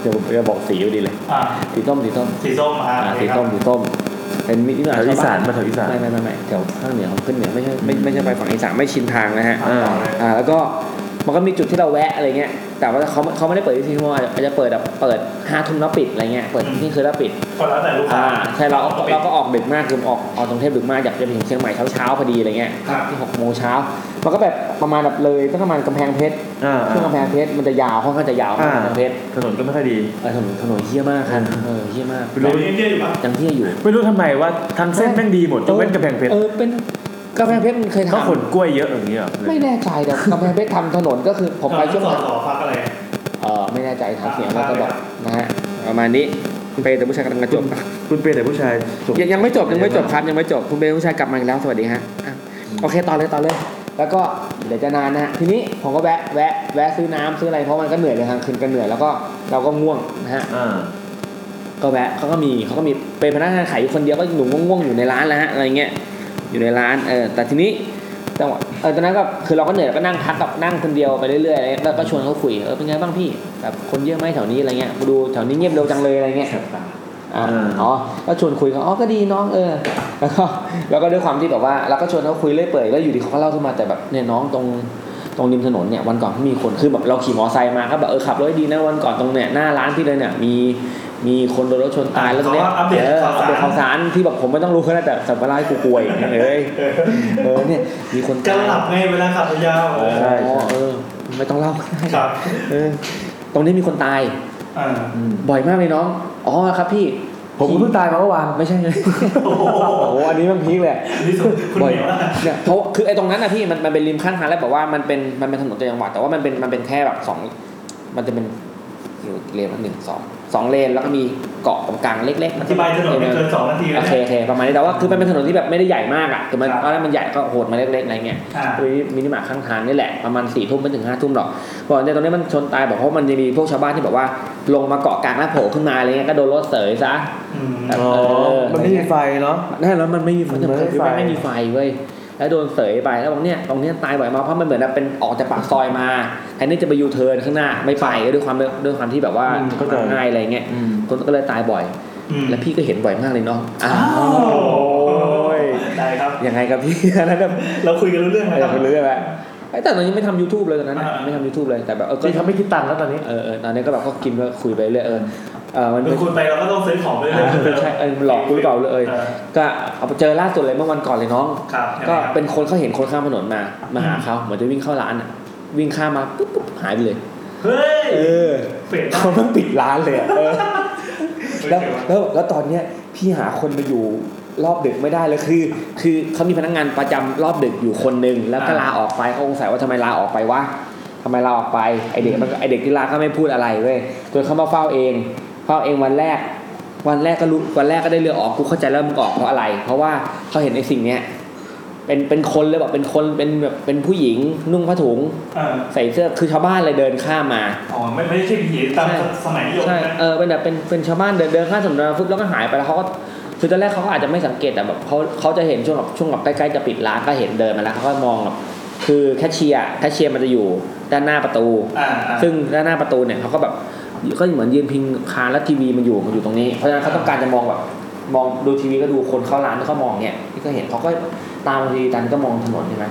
เดี๋ยวผมจะบอกสีอยู่ดีเลย
อ่า
สีส้มสีส้ม
สีส้มอ่า
อ่า
โอเค
สี
ครับ
ส้มสีส้ม เป็นมิตรหน่อย
แถวอีสานมาแถวอีสาน
ไม่ไม่ไม่ไม่แถวข้างเหนือของขึ้นเหนือไม่ใช่ไม่ไม่ใช่ไปฝั่งอีสานไม่ชินทางนะฮะ
อ่า
อ่าแล้วก็มันก็มีจุดที่เราแวะอะไรเงี้ย แต่ว่าเขาเขาไม่ได้เปิดที่ทีมัวอาจจะเปิดแบบเปิดห้าทุ่มแล้วปิดอะไรเงี้ย เปิด
อืม
นี่คือแล้วปิด
ก็แล้วแต่ลูกค้า
อ่าใช่เราเราก็ออกดึกมากคือออกออกกรุงเทพดึกมากอยากจะไปถึงเชียงใหม่เช้าเช้าๆพอดีอะไรเงี้ย
ครับ
ที่หกโมงเช้า มันก็แบบประมาณแบบเลยตั้งประมาณกำแพงเพชร
อ่าอ่า
ช่วงกำแพงเพชรมันจะยาวค่อนข้างจะยาว
อ่า
กำแพงเพชร
ถนนก็ไม่ค่อยดี
เออถนนถนนเฮี้ยมาก ครับเออเฮี้ยมาก
ไม่รู้
เรียกอยู่ปะ
ยังเฮี้ยอยู่
ไม่รู้ทำไมว่าทางเส้นแม่งดีหมดยกเว้นกำแพงเพชร
เออเป็นกำแพงเพชรมันเคย
ก็ขน
ทำ
กล้วยเยอะอย่างเงี้ยเหรอ
ไม่แน่ใจแต่กำแพงเพชรทำถนนก็คือผมไปช่วง
ต่อ
หลัง
ต่อพักอะไร
เออไม่แน่ใจทางเสียงแล้วก็บอกนะฮะประมาณนี้คุณเปย์แต่ผู้ชายกำลังจะจบ
คุณเป็นแต่ผู้ชายส่ง
ยังยังไม่จบยังไม่จบครับยังไม่จบคุณเปย์ผู้ชายกลับมาอีกแล้วสวัสดีฮะอ่ะโอเคต่อเลยต่อเลย แล้วก็เดี๋ยวจะนานนะฮะทีนี้ผมก็แวะแวะแวะซื้อน้ำซื้ออะไรเพราะมันก็เหนื่อยเลยทางคืนก็เหนื่อยแล้วก็เราก็ง่วงนะฮะ
อ่า
ก็แวะเขาก็มีเขาก็มีเป็นพนักงานขายอยู่คนเดียวก็หนุ่มง่วงๆอยู่ในร้านแล้วฮะอะไรเงี้ยอยู่ในร้านเออแต่ทีนี้จังหวะเออตอนนั้นก็คือเราก็เหนื่อยก็นั่งพักกับนั่งคนเดียวไปเรื่อยๆอะไรเงี้ยแล้วก็ชวนเขาคุยเออเป็นไงบ้างพี่แบบคนเยอะไหมแถวนี้อะไรเงี้ยดูแถวนี้เงียบเร็วจังเลยอะไรเงี้ยอ่า
อ่า
อ๋อก็ชวนคุยเขาอ๋อก็ดีน้องเออแล้วก็แล้วก็ด้วยความที่แบบว่าเราก็ชวนเขาคุยเรื่อยเปื่อยแล้วอยู่ดีเขาก็เล่าขึ้นมาแต่แบบเนี่ยน้องตรง ตรงริมถนนเนี่ยวันก่อนมีคนคือแบบเราขี่มอไซค์มาครับแบบเออขับรถให้ดีนะวันก่อนตรงเนี่ยหน้าร้านพี่เลยเนี่ยมีมีคนโดนรถชนตายแล้วเนี่ย
เขาอัปเดต
เออ
ข่าวสาร
อัปเดตข่าวสารที่แบบผมไม่ต้องรู้ก็ได้แต่สัมภาระให้กูป่วยเอ้ยเออเนี่ยมีคน
จะ
ตาย
หลับไงเวลาขับยาวๆ
อ๋อเออไม่ต้องเล่าก็ได้
ครับ
เออตรงนี้มีคนตาย บ่อยมากเลยน้อง อ๋อครับพี่ ผมเพิ่งตายมาเมื่อวานไม่ใช่เลยโอ้โหอันนี้มันพีคเลยบ่อยเนี่ยเพราะคือไอ้ตรงนั้นนะพี่มันมันเป็นริมข้างทางแล้วแบบว่ามันเป็นมันเป็นถนนจังหวัดแต่ว่ามันเป็นมันเป็นแค่แบบสองมันจะเป็นอยู่เลนละหนึ่งสองสองเลนแล้วก็มีเกาะตรงกลางเล็กๆ
อธิบายถนนไม่เกินสองนาทีนะ
โอเคโอเคประมาณนี้แต่ว่าคือมันเป็นถนนที่แบบไม่ได้ใหญ่มากอ่ะคือมันตอนแรกมันใหญ่ก็โหดมาเล็กๆอะไรเงี้ย
อ่า
มินิมาร์ทข้างทางนี่แหละประมาณสี่ทุ่มไปถึงห้าทุ่มหรอกบอกว่าเนี่ยตรงนี้มันชนตายบอกเพราะมันจะมีพวกชาวบ้านที่แบบว่า ลงมาเกาะกลางหน้าโผล่ขึ้นมาอะไรเงี้ยก็โดนรถเสยซะ
อ๋อมันไม่มีไฟเนาะ
นั่นแล้วมันไม่มีไฟมันไม่มีไฟเว้ยแล้วโดนเสยไปแล้วบอกเนี่ยตรงเนี้ยตายบ่อยมากเพราะมันเหมือนแบบเป็นออกจากปากซอยมาแทนที่จะไปยูเทิร์นข้างหน้าไม่ไปด้วยความด้วยความที่แบบว่าง่ายอะไรเงี้ยคนก็เลยตายบ่อย แล้วพี่ก็เห็นบ่อยมากเลยเนาะอ้าว
ได้ครับ
ยังไงครับพี่ อันนั้น แบบ
เราคุยกันรู้เรื่องไหม
ครับรู้เรื่องไหมไอ้แต่ตอนนี้ไม่ทำ YouTube เลยตอนนั้นน่ะไม่ทำ YouTube เลยแต่แบบเออก็ทำไม่คิดตังค์แล้วตอนนี้เออเออตอนนี้ก็แบบก็กินก็คุยไปเรื่อยเออเออมัน
คื
เป็
อน คุณไปเราก็ต้องซื้อของไปเรื่
อ่า
อยๆ
ใช่เออมันหลอกกูหรือเปล่าเลยเออก็เอาไปเจอล่าสุดเลยเมื่อวันก่อนเลยน้อง
ครับ
ก็เป็นคนเขาเห็นคนข้ามถนนมามาหาเขาเหมือนจะวิ่งเข้าร้านอ่ะวิ่งข้ามมาปุ๊บปุ๊บหายไปเลย
เฮ้ย
เออเขาต้องปิดร้านเลยอะเออแล้วแล้วแล้วตอนเนี้ยพี่หาคนมาอยู่รอบดึกไม่ได้เลยคือ คือเขามีพนักงานประจำรอบดึกอยู่คนหนึ่งแล้วก็ลาออกไปเขาสงสัยว่าทำไมลาออกไปวะทำไมลาออกไปไอเด็กมันก็ไอเด็กที่ลาก็ไม่พูดอะไรเว้ยจนเขามาเฝ้าเองเฝ้าเองวันแรก วันแรกก็รู้วันแรกก็ได้เรือออกกูเข้าใจแล้วมึงออกเพราะอะไร เพราะว่าเขาเห็นไอสิ่งเนี้ยเป็นเป็นคนเลยบอกเป็นคนเป็นแบบเป็นผู้หญิงนุ่งผ้าถุง
เออ
ใส่เสื้อคือชาวบ้านเลยเดินข้ามมา
อ๋อไม่ไม่ใช่ผีตามสมัยนิยม
ใช่
นะ
เออ เป็นแบบเป็นเป็นชาวบ้านเดินเดินข้ามถนนมาฟึบแล้วก็หายไปแล้วเขาก็คือตอนแรกเขาก็อาจจะไม่สังเกตแต่แบบเขาเขาจะเห็นช่วงแบบช่วงแบบใกล้ๆจะปิดร้านก็เห็นเดินมาแล้วเขาก็มองแบบคือแคชเชียร์แคชเชียร์มันจะอยู่ด้านหน้าประตู
อ่าอ่า
ซึ่งด้านหน้าประตูเนี่ยเขาก็แบบก็เหมือนยืนพิงคานแล้วทีวีมันอยู่มันอยู่ตรงนี้ เพราะฉะนั้นเขาต้องการจะมองแบบมองดูทีวีก็ดูคนเข้าร้านแล้วก็มองเนี่ยที่ก็เห็นเขาก็ตามทีตันก็มองถนนใช่ไหม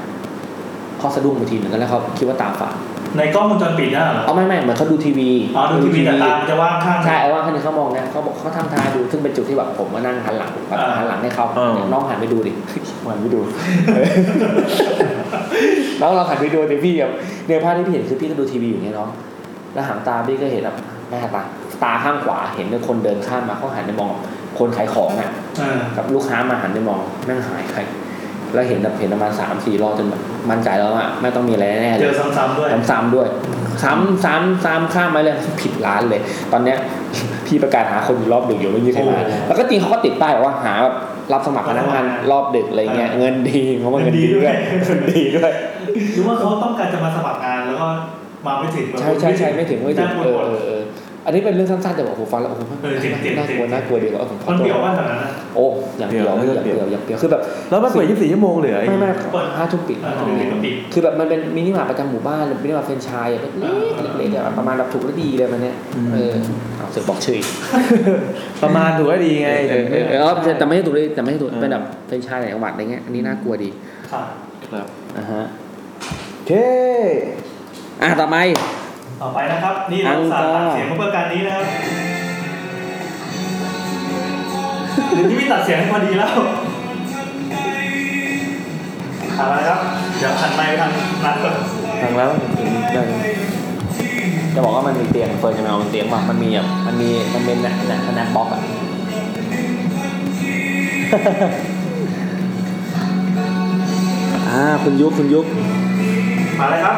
เขาสะดุ้งไปทีหนึ่งแล้วเขาคิดว่าตาฝาด
ในกล้องวงจรปิดน่ะเหรอ
เอาไม่ไม่เหมือนเขาดูทีวี
อ๋อดูทีวีแต่ตามันจะว่างข้าง
ใช่เอาว่างข้างหนึงเขามองไงเขาบอกเขาทำทาดูซึ่งเป็นจุดที่แบบผมมานั่งหันหลังแบบ
อ่า
หันหลังให้เขาเนี่ยน้องหันไปดูดิ หันไปดู น้องเราหันไปดูดิพี่แบบเนี่ยภาพที่พี่เห็นคือพี่ก็ดูทีวีอยู่เนี่ยน้องแล้วหางตาพี่ก็เห็นแบบแม่ตาตาข้างขวาเห็นเป็นคนเดินข้ามมาเขาหันไปมองคนขายของอ่ะ
อ่า
กับลูกค้ามาหันไปมองแม่งหายใครแล้วเห็นแบบเห็นประมาณสามสี่รอบจนแบบมั่นใจแล้วว่าไม่ต้องมีอะไรแน่ๆเลย
เจอซ้ำๆด้วย
ซ้ำๆด้วยซ้ำซ้ำซ้ำข้ามไปเลยผิดร้านเลย ตอนเนี้ย พี่ประกาศหาคนอยู่รอบดึกอยู่ไม่มีใครมาแล้วก็จริงเขาก็ติดป้ายบอกว่าหาแบบรับสมัครพนักงานรอบดึกอะไรเงี้ยเงินดีเขาว่าเงินดีด้วยเงินดีด้วย
หรือว่าเขาต้องการจะมาสมัครงานแล้วก็มาไม่ถึง
ใช่ใช่ใช่ไม่ถึงไม่ถึง
น่ากลั
เอ
ว
อเออเอออันนี้เป็นเรื่องสั้นๆแต่บอกโอ้โหฟังแล้วโอ้โห
เออเจ๋งๆเจ๋งๆ
น่ากลัวน่ากลัวดีกว่าเออผมขอ
มัน
โทษ
เปรียวว่าแถวนั้นนะ
โอ้อย่างเดียวอย่างเดียวอย่างเดียวคือแบบ
แล้วมันเปิด24ชั่วโมงเหลืออีก
ไม่ไม่ห้าทุ่มปิด
ห้าทุ่มปิด
คือแบบมันเป็นมินิมาร์ทประจำหมู่บ้านหรือมินิมาร์ทแฟรนไชส์อะเล็กๆเล็กๆอะประมาณแบบถูกและดีเลยมันเนี้ยเออเอาเสือบอกชื่ ออีก
ประมาณถูกและดีไง
เออเออเออแต่แต่ไม่ใช่ถูกและดีแต่ไม่ใช่ถูกเป็นแบบแฟรนไชส์ในจังหวัดอะไรเงี้ยอันนี้น่ากลัวดี
ครับ
ครับ
อ่าฮะโอเคอ่ะต่อไป
ต่อไปนะครับ นี่เราสารง
อักา
เสียงเพื่อการนี้นะครับหรือที่พี่ตัดเสียงให้พอดีแล้วเอาละครับ เดี๋ยวหันไปทางนัดก่อน
ฟังแล้วถึงดังจะบอกว่ามันมีเตียงเฟิร์นจะมาเอาเตียงว่ะมันมีแบบมันมีมันเป็นหนักหนักหนักบล็อกอะ อ่าคุณยุคคุณยุค
มาเลยครับ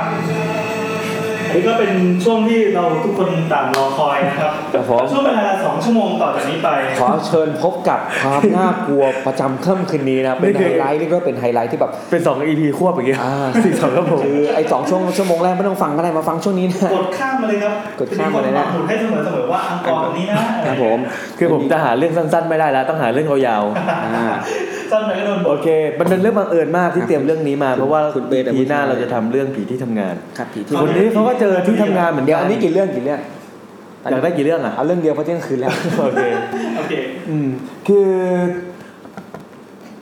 อันนี้ก็เป็นช่วงที่เราทุกคนต่างรอคอยนะครับ
ครับผม
ช่วงเวลาสองชั่วโมงต่อจากนี้ไป
ขอเชิญพบกับความน่ากลัวประจำค่ำคืนนี้นะเป็นไฮไลท์เรียกว่าเป็นไฮไลท์ที่แบบ
เป็น2 EP ควบอย่างเงี้ย
สี่สองครับผมคือไอ้สองช่วงชั่วโมงแรกไม่ต้องฟังก็ได้มาฟังช่วงนี้นะ
กดข้ามมาเลยครับ
กดข้ามมาเลยนะ
จะมีคนปักหมุดให้เสมอเสมอว่าอังกอร์แบบนี้นะ
ครับผม คือผมจะหาเรื่องสั้นๆ ไม่ได้แล้ว ต้องหาเรื่องยาวๆ
สั้นไปก็โดน
โอเค มันเป็นเรื่องบังเอิญมากที่เตรียมเรื่องนี้มา เพราะว่าปีหน้าเราจะทำเรื่องผีที่ทำงาน
ครับผีที่
คนนี้เขาก็เจอที่ทำงานเหมือน
เดี๋ยวอันนี้กี่เรื่องกี่เรื่อง
อยากได้กี่เรื่องอ่ะ
เอาเรื่องเดียวเพราะเที่ยงคืนแล้ว
โอเค
โอเค
อืม คือ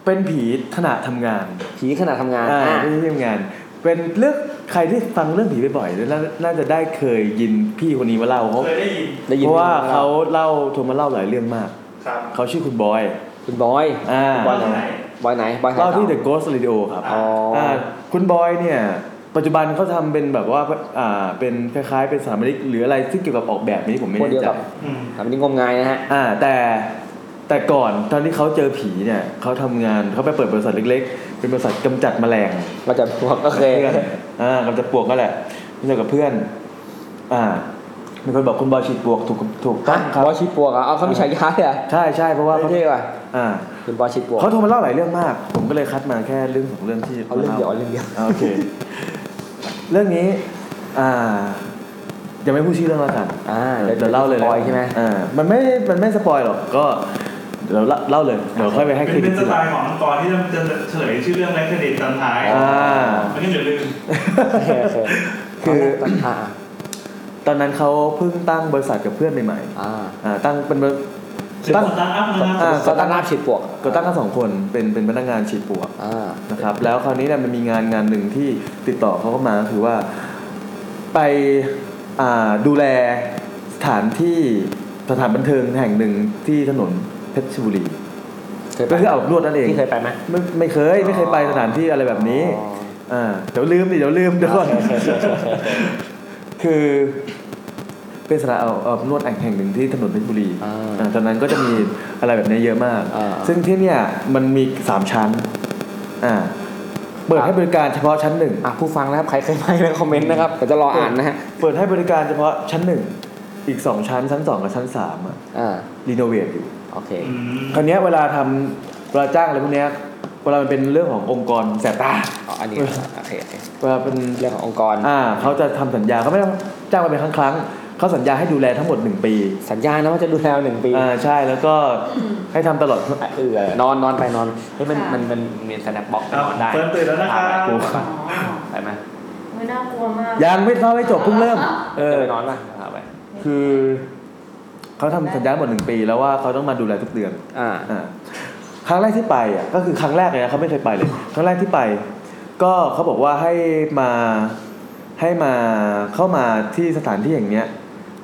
เป็นผีขณะทำงาน
ผีขณะทำงาน
อ่า
อ่า
เป็นผีทำงาน เป็นเรื่องใครที่ฟังเรื่องผีบ่อยๆน่าน่าจะได้เคยยินพี่คนนี้มาเล่าเขา
เคยได้ยิน
ได้ยิน
เพราะว่า
พี่คนนี้มาเล่า
เขาเล่าโทรมาเล่าหลายเรื่องมาก
ครับ
เขาชื่อคุณบอย
คุณบอย
อ่า
บอยไหนบอยไหนบอยไหน
เล่าที่
ต่
The Ghost Radio ครับ
อ๋ออ่
าคุณบอยเนี่ย โต ปัจจุบันเขาทำเป็นแบบว่าอ่าเป็นคล้ายๆเป็นสถาปนิกหรืออะไรที่เกี่ยวกับออกแบบนี้ผมไม่
พวก
แน่
เดียว
ใจ
กับสถาปนิกงมงายนะฮะ
อ่าแต่แต่ก่อนตอนที่เขาเจอผีเนี่ยเขาทำงานเขาไปเปิดบริษัทเล็ก ๆ เป็นบริษัทกำจัดแมลง
กำจัดพวกก็เคย
อ่ากำจัดปลวกก็แหละเจอกับเพื่อน อ่ามีคนบอกคุณบอยฉีดปลวกถูกถูกต้องครับ
บอชิปวกอ่ะเอาเขามีฉายาเลย
ใช่ใช่เพราะว่า
เท่ว่ะ
อ่า
คุณบอชิปวก
เขาโทรมาเล่าหลายเรื่องมาก ผมก็เลยคัดมาแค่เรื่องของเรื่องที่
เอาเรื่องเดียวเอาเรื่องเดียว
าโอเค เรื่องนี้ อ่ายังไม่พูดชื่อเรื่องแล้วกัน
อ่า
เดี๋ยวเดี๋ยวเล่าเลย
สปอยใช่ไหม
อ่ามันไม่มันไม่สปอยหรอกก็เดี๋ยวเล่าเล่าเลยเดี๋ยวค่อยไปให้เคร
เป็น
ดิต
เป็นส
ทีห
ไต
ลัง
ล์ขององค์กรที่จะเฉลยชื่อเรื่องและเครดิตตอนท้าย
อ่า
ไม่งั้นเดี๋ยวลืม
โอเคโอเค
คือ
อ่า
ตอนนั้นเขาเพิ่งตั้งบริษัทกับเพื่อนใหม่
ๆอ่า
ๆอ่า ตั้งเป็นบริตั้ง
สตาร์ทอัพนะครับ
อ่า
สตาร์ทอัพฉีดปวก
ก็ตั้งกันสองคนเป็นเป็นพนักงานฉีดปลวก
อ่า
นะครับแล้วคราวนี้เนี่ยมันมีงานงานหนึ่งที่ติดต่อเขาเข้ามาก็คือว่าไปอ่าดูแลสถานที่สถานบันเทิงแห่งหนึ่งที่ถนนเพชรบุรี
เคยไป
ก็คืออาบอบนวดนั่นเอง
ที่เคยไปไหม
ไม่ไม่เคยไม่เคยไปสถานที่อะไรแบบนี้อ่าเดี๋ยวลืมดิเดี๋ยวลืม เดี๋ยวก่อน คือเป็นสถานเอาเอานวดแห่งหนึ่งที่ถนนเพชรบุรีอ่าตอนนั้นก็จะมีอะไรแบบนี้เยอะมาก ซึ่งที่เนี่ยมันมีสามชั้น อ่า เปิดให้บริการเฉพาะชั้นหนึ่ง
อ่ะผู้ฟังนะครับใครเคยไปในคอมเมนต์นะครับเดี๋ยวจะรออ่านนะฮะ
เปิดให้บริการเฉพาะชั้นหนึ่ง อีกสองชั้น ชั้นสองกับชั้นสามอ่ะ
อ่า
รีโนเวทอยู่
โอเค
คราวเนี้ยเวลาทำเวลาจ้างอะไรพวกเนี้ยเวลามันเป็นเรื่องขององค์กรแสบตา
อ๋ออันนี้โอเคโอเค
เวลาเป็น
เรื่องขององค์กร
อ่าเขาจะทำสัญญาเขาไม่ได้จ้างมาเป็นครั้งครั้งๆเขาสัญญาให้ดูแลทั้งหมดหนึ่งปี
สัญญานะว่าจะดูแลหนึ่งปี
อ่าใช่แล้วก็ให้ทำตลอด
เออนอนนอนไปนอนเฮ้ยมันมันมันมีสแนปบอกไปนอนได้
เฟิร์นตื่นแล้วนะครับ
ไปไหม
ไม่น่ากลัวมาก
ยังไม่เข้าไม่จบเพิ่งเริ่ม เออ
ไปนอนป่ะเอาไป
คือเขาทำสัญญาหมดหนึ่งปีแล้วว่าเขาต้องมาดูแลทุกเดือน
อ่า
อ่าครั้งแรกที่ไปอ่ะก็คือครั้งแรกเลยนะเขาไม่เคยไปเลย ครั้งแรกที่ไป ก็เขาบอกว่าให้มาให้มาเข้ามาที่สถานที่อย่างเนี้ย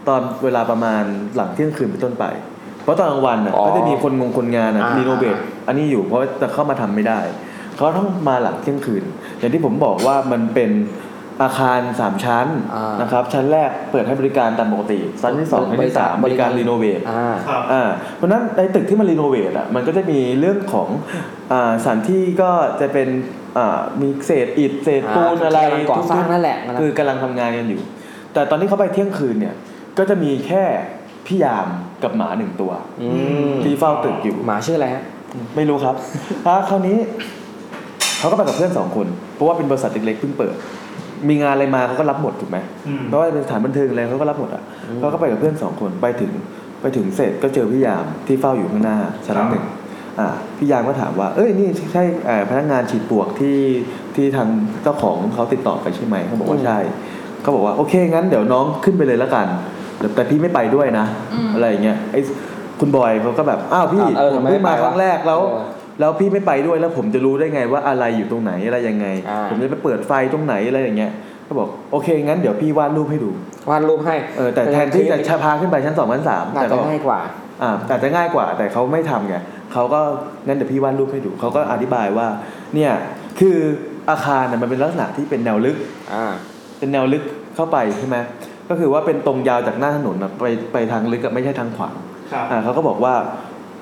ตอนเวลาประมาณหลังเที่ยงคืนเป็นต้นไป เพราะตอนกลางวันอ่ะก็จะมีคนงงคนงานอ่ะ
อ่า
รีโนเวทอันนี้อยู่เพราะจะเข้ามาทำไม่ได้เขาต้องมาหลังเที่ยงคืน อย่างที่ผมบอกว่ามันเป็นอาคารสามชั้นนะครับ ชั้นแรกเปิดให้บริการตามปกติชั้นที่สองชั้นที่สามบริการรีโนเวท
อ่า
อ่าเพราะฉะนั้นในตึกที่มันรีโนเวทอ่ะมันก็จะมีเรื่องของอ่าสถานที่ก็จะเป็นอ่ามีเศษอิฐเศษปูน
อ่า
อะไร
กำลังก่อสร้างนั่นแหละ
คือกำลังทำงานกันอยู่ แต่ตอนที่เขาไปเที่ยงคืนเนี่ยก็จะมีแค่พี่ยามกับหมาหนึ่งตัว
อืม
ที่เฝ้าตึกอยู่
หมาชื่ออะไรฮะ
ไม่รู้ครับอ่าคราวนี้เขาก็ไปกับเพื่อนสองคน เพราะว่าเป็นบริษัทเล็กๆเพิ่งเปิด มีงานอะไรมาเขาก็รับหมดถูกไหม เพราะว่าเป็นสถานบันเทิงอะไรเขาก็รับหมดอ่ะเขาก็ไปกับเพื่อนสองคนไปถึงไปถึงเสร็จก็เจอพี่ยามที่เฝ้าอยู่ข้างหน้าชั้นหนึ่งอ่าพี่ยามก็ถามว่า เอ้ยนี่ใช่เอ่อพนักงานฉีดปลวกที่ที่ทางเจ้าของเขาติดต่อไปใช่ไหมเขาบอกว่าใช่เขาบอกว่าโอเคงั้นเดี๋ยวน้องขึ้นไปเลยละกันแต่แต่พี่ไม่ไปด้วยนะ อะไรอย่างเงี้ยไอ้คุณบอยเขาก็แบบอ้าวพี่
อ่าเออ
ผม
ทำไมไม่
เพิ่งมา
ไปวะ
ครั้งแรกแล้ว
เออ
แล้วพี่ไม่ไปด้วยแล้วผมจะรู้ได้ไงว่าอะไรอยู่ตรงไหนอะไรยังไง ผมจะไปเปิดไฟตรงไหนอะไรอย่างเงี้ยก็บอกโอเคงั้นเดี๋ยวพี่วาดรูปให้ดู
วาดรูปให้
เออแต่แทนที่จะชาพาขึ้นไปชั้นสองชั้นสาม
น่า
แต่
จะ
ก็
ง่ายกว่า
อ่าแต่จะง่ายกว่า แต่เขาไม่ทำไงเขาก็งั้นเดี๋ยวพี่วาดรูปให้ดูเขาก็อธิบายว่า เนี่ยคืออาคารน่ะมันเป็นลักษณะที่เป็นแนวลึกเป็นแนวลึกเข้าไปใช่ไหมก็คือว่าเป็นตรงยาวจากหน้าถนนน่ะไปไปทางลึกอะไม่ใช่ทางขวาง
ครับ
อ่าเขาก็บอกว่า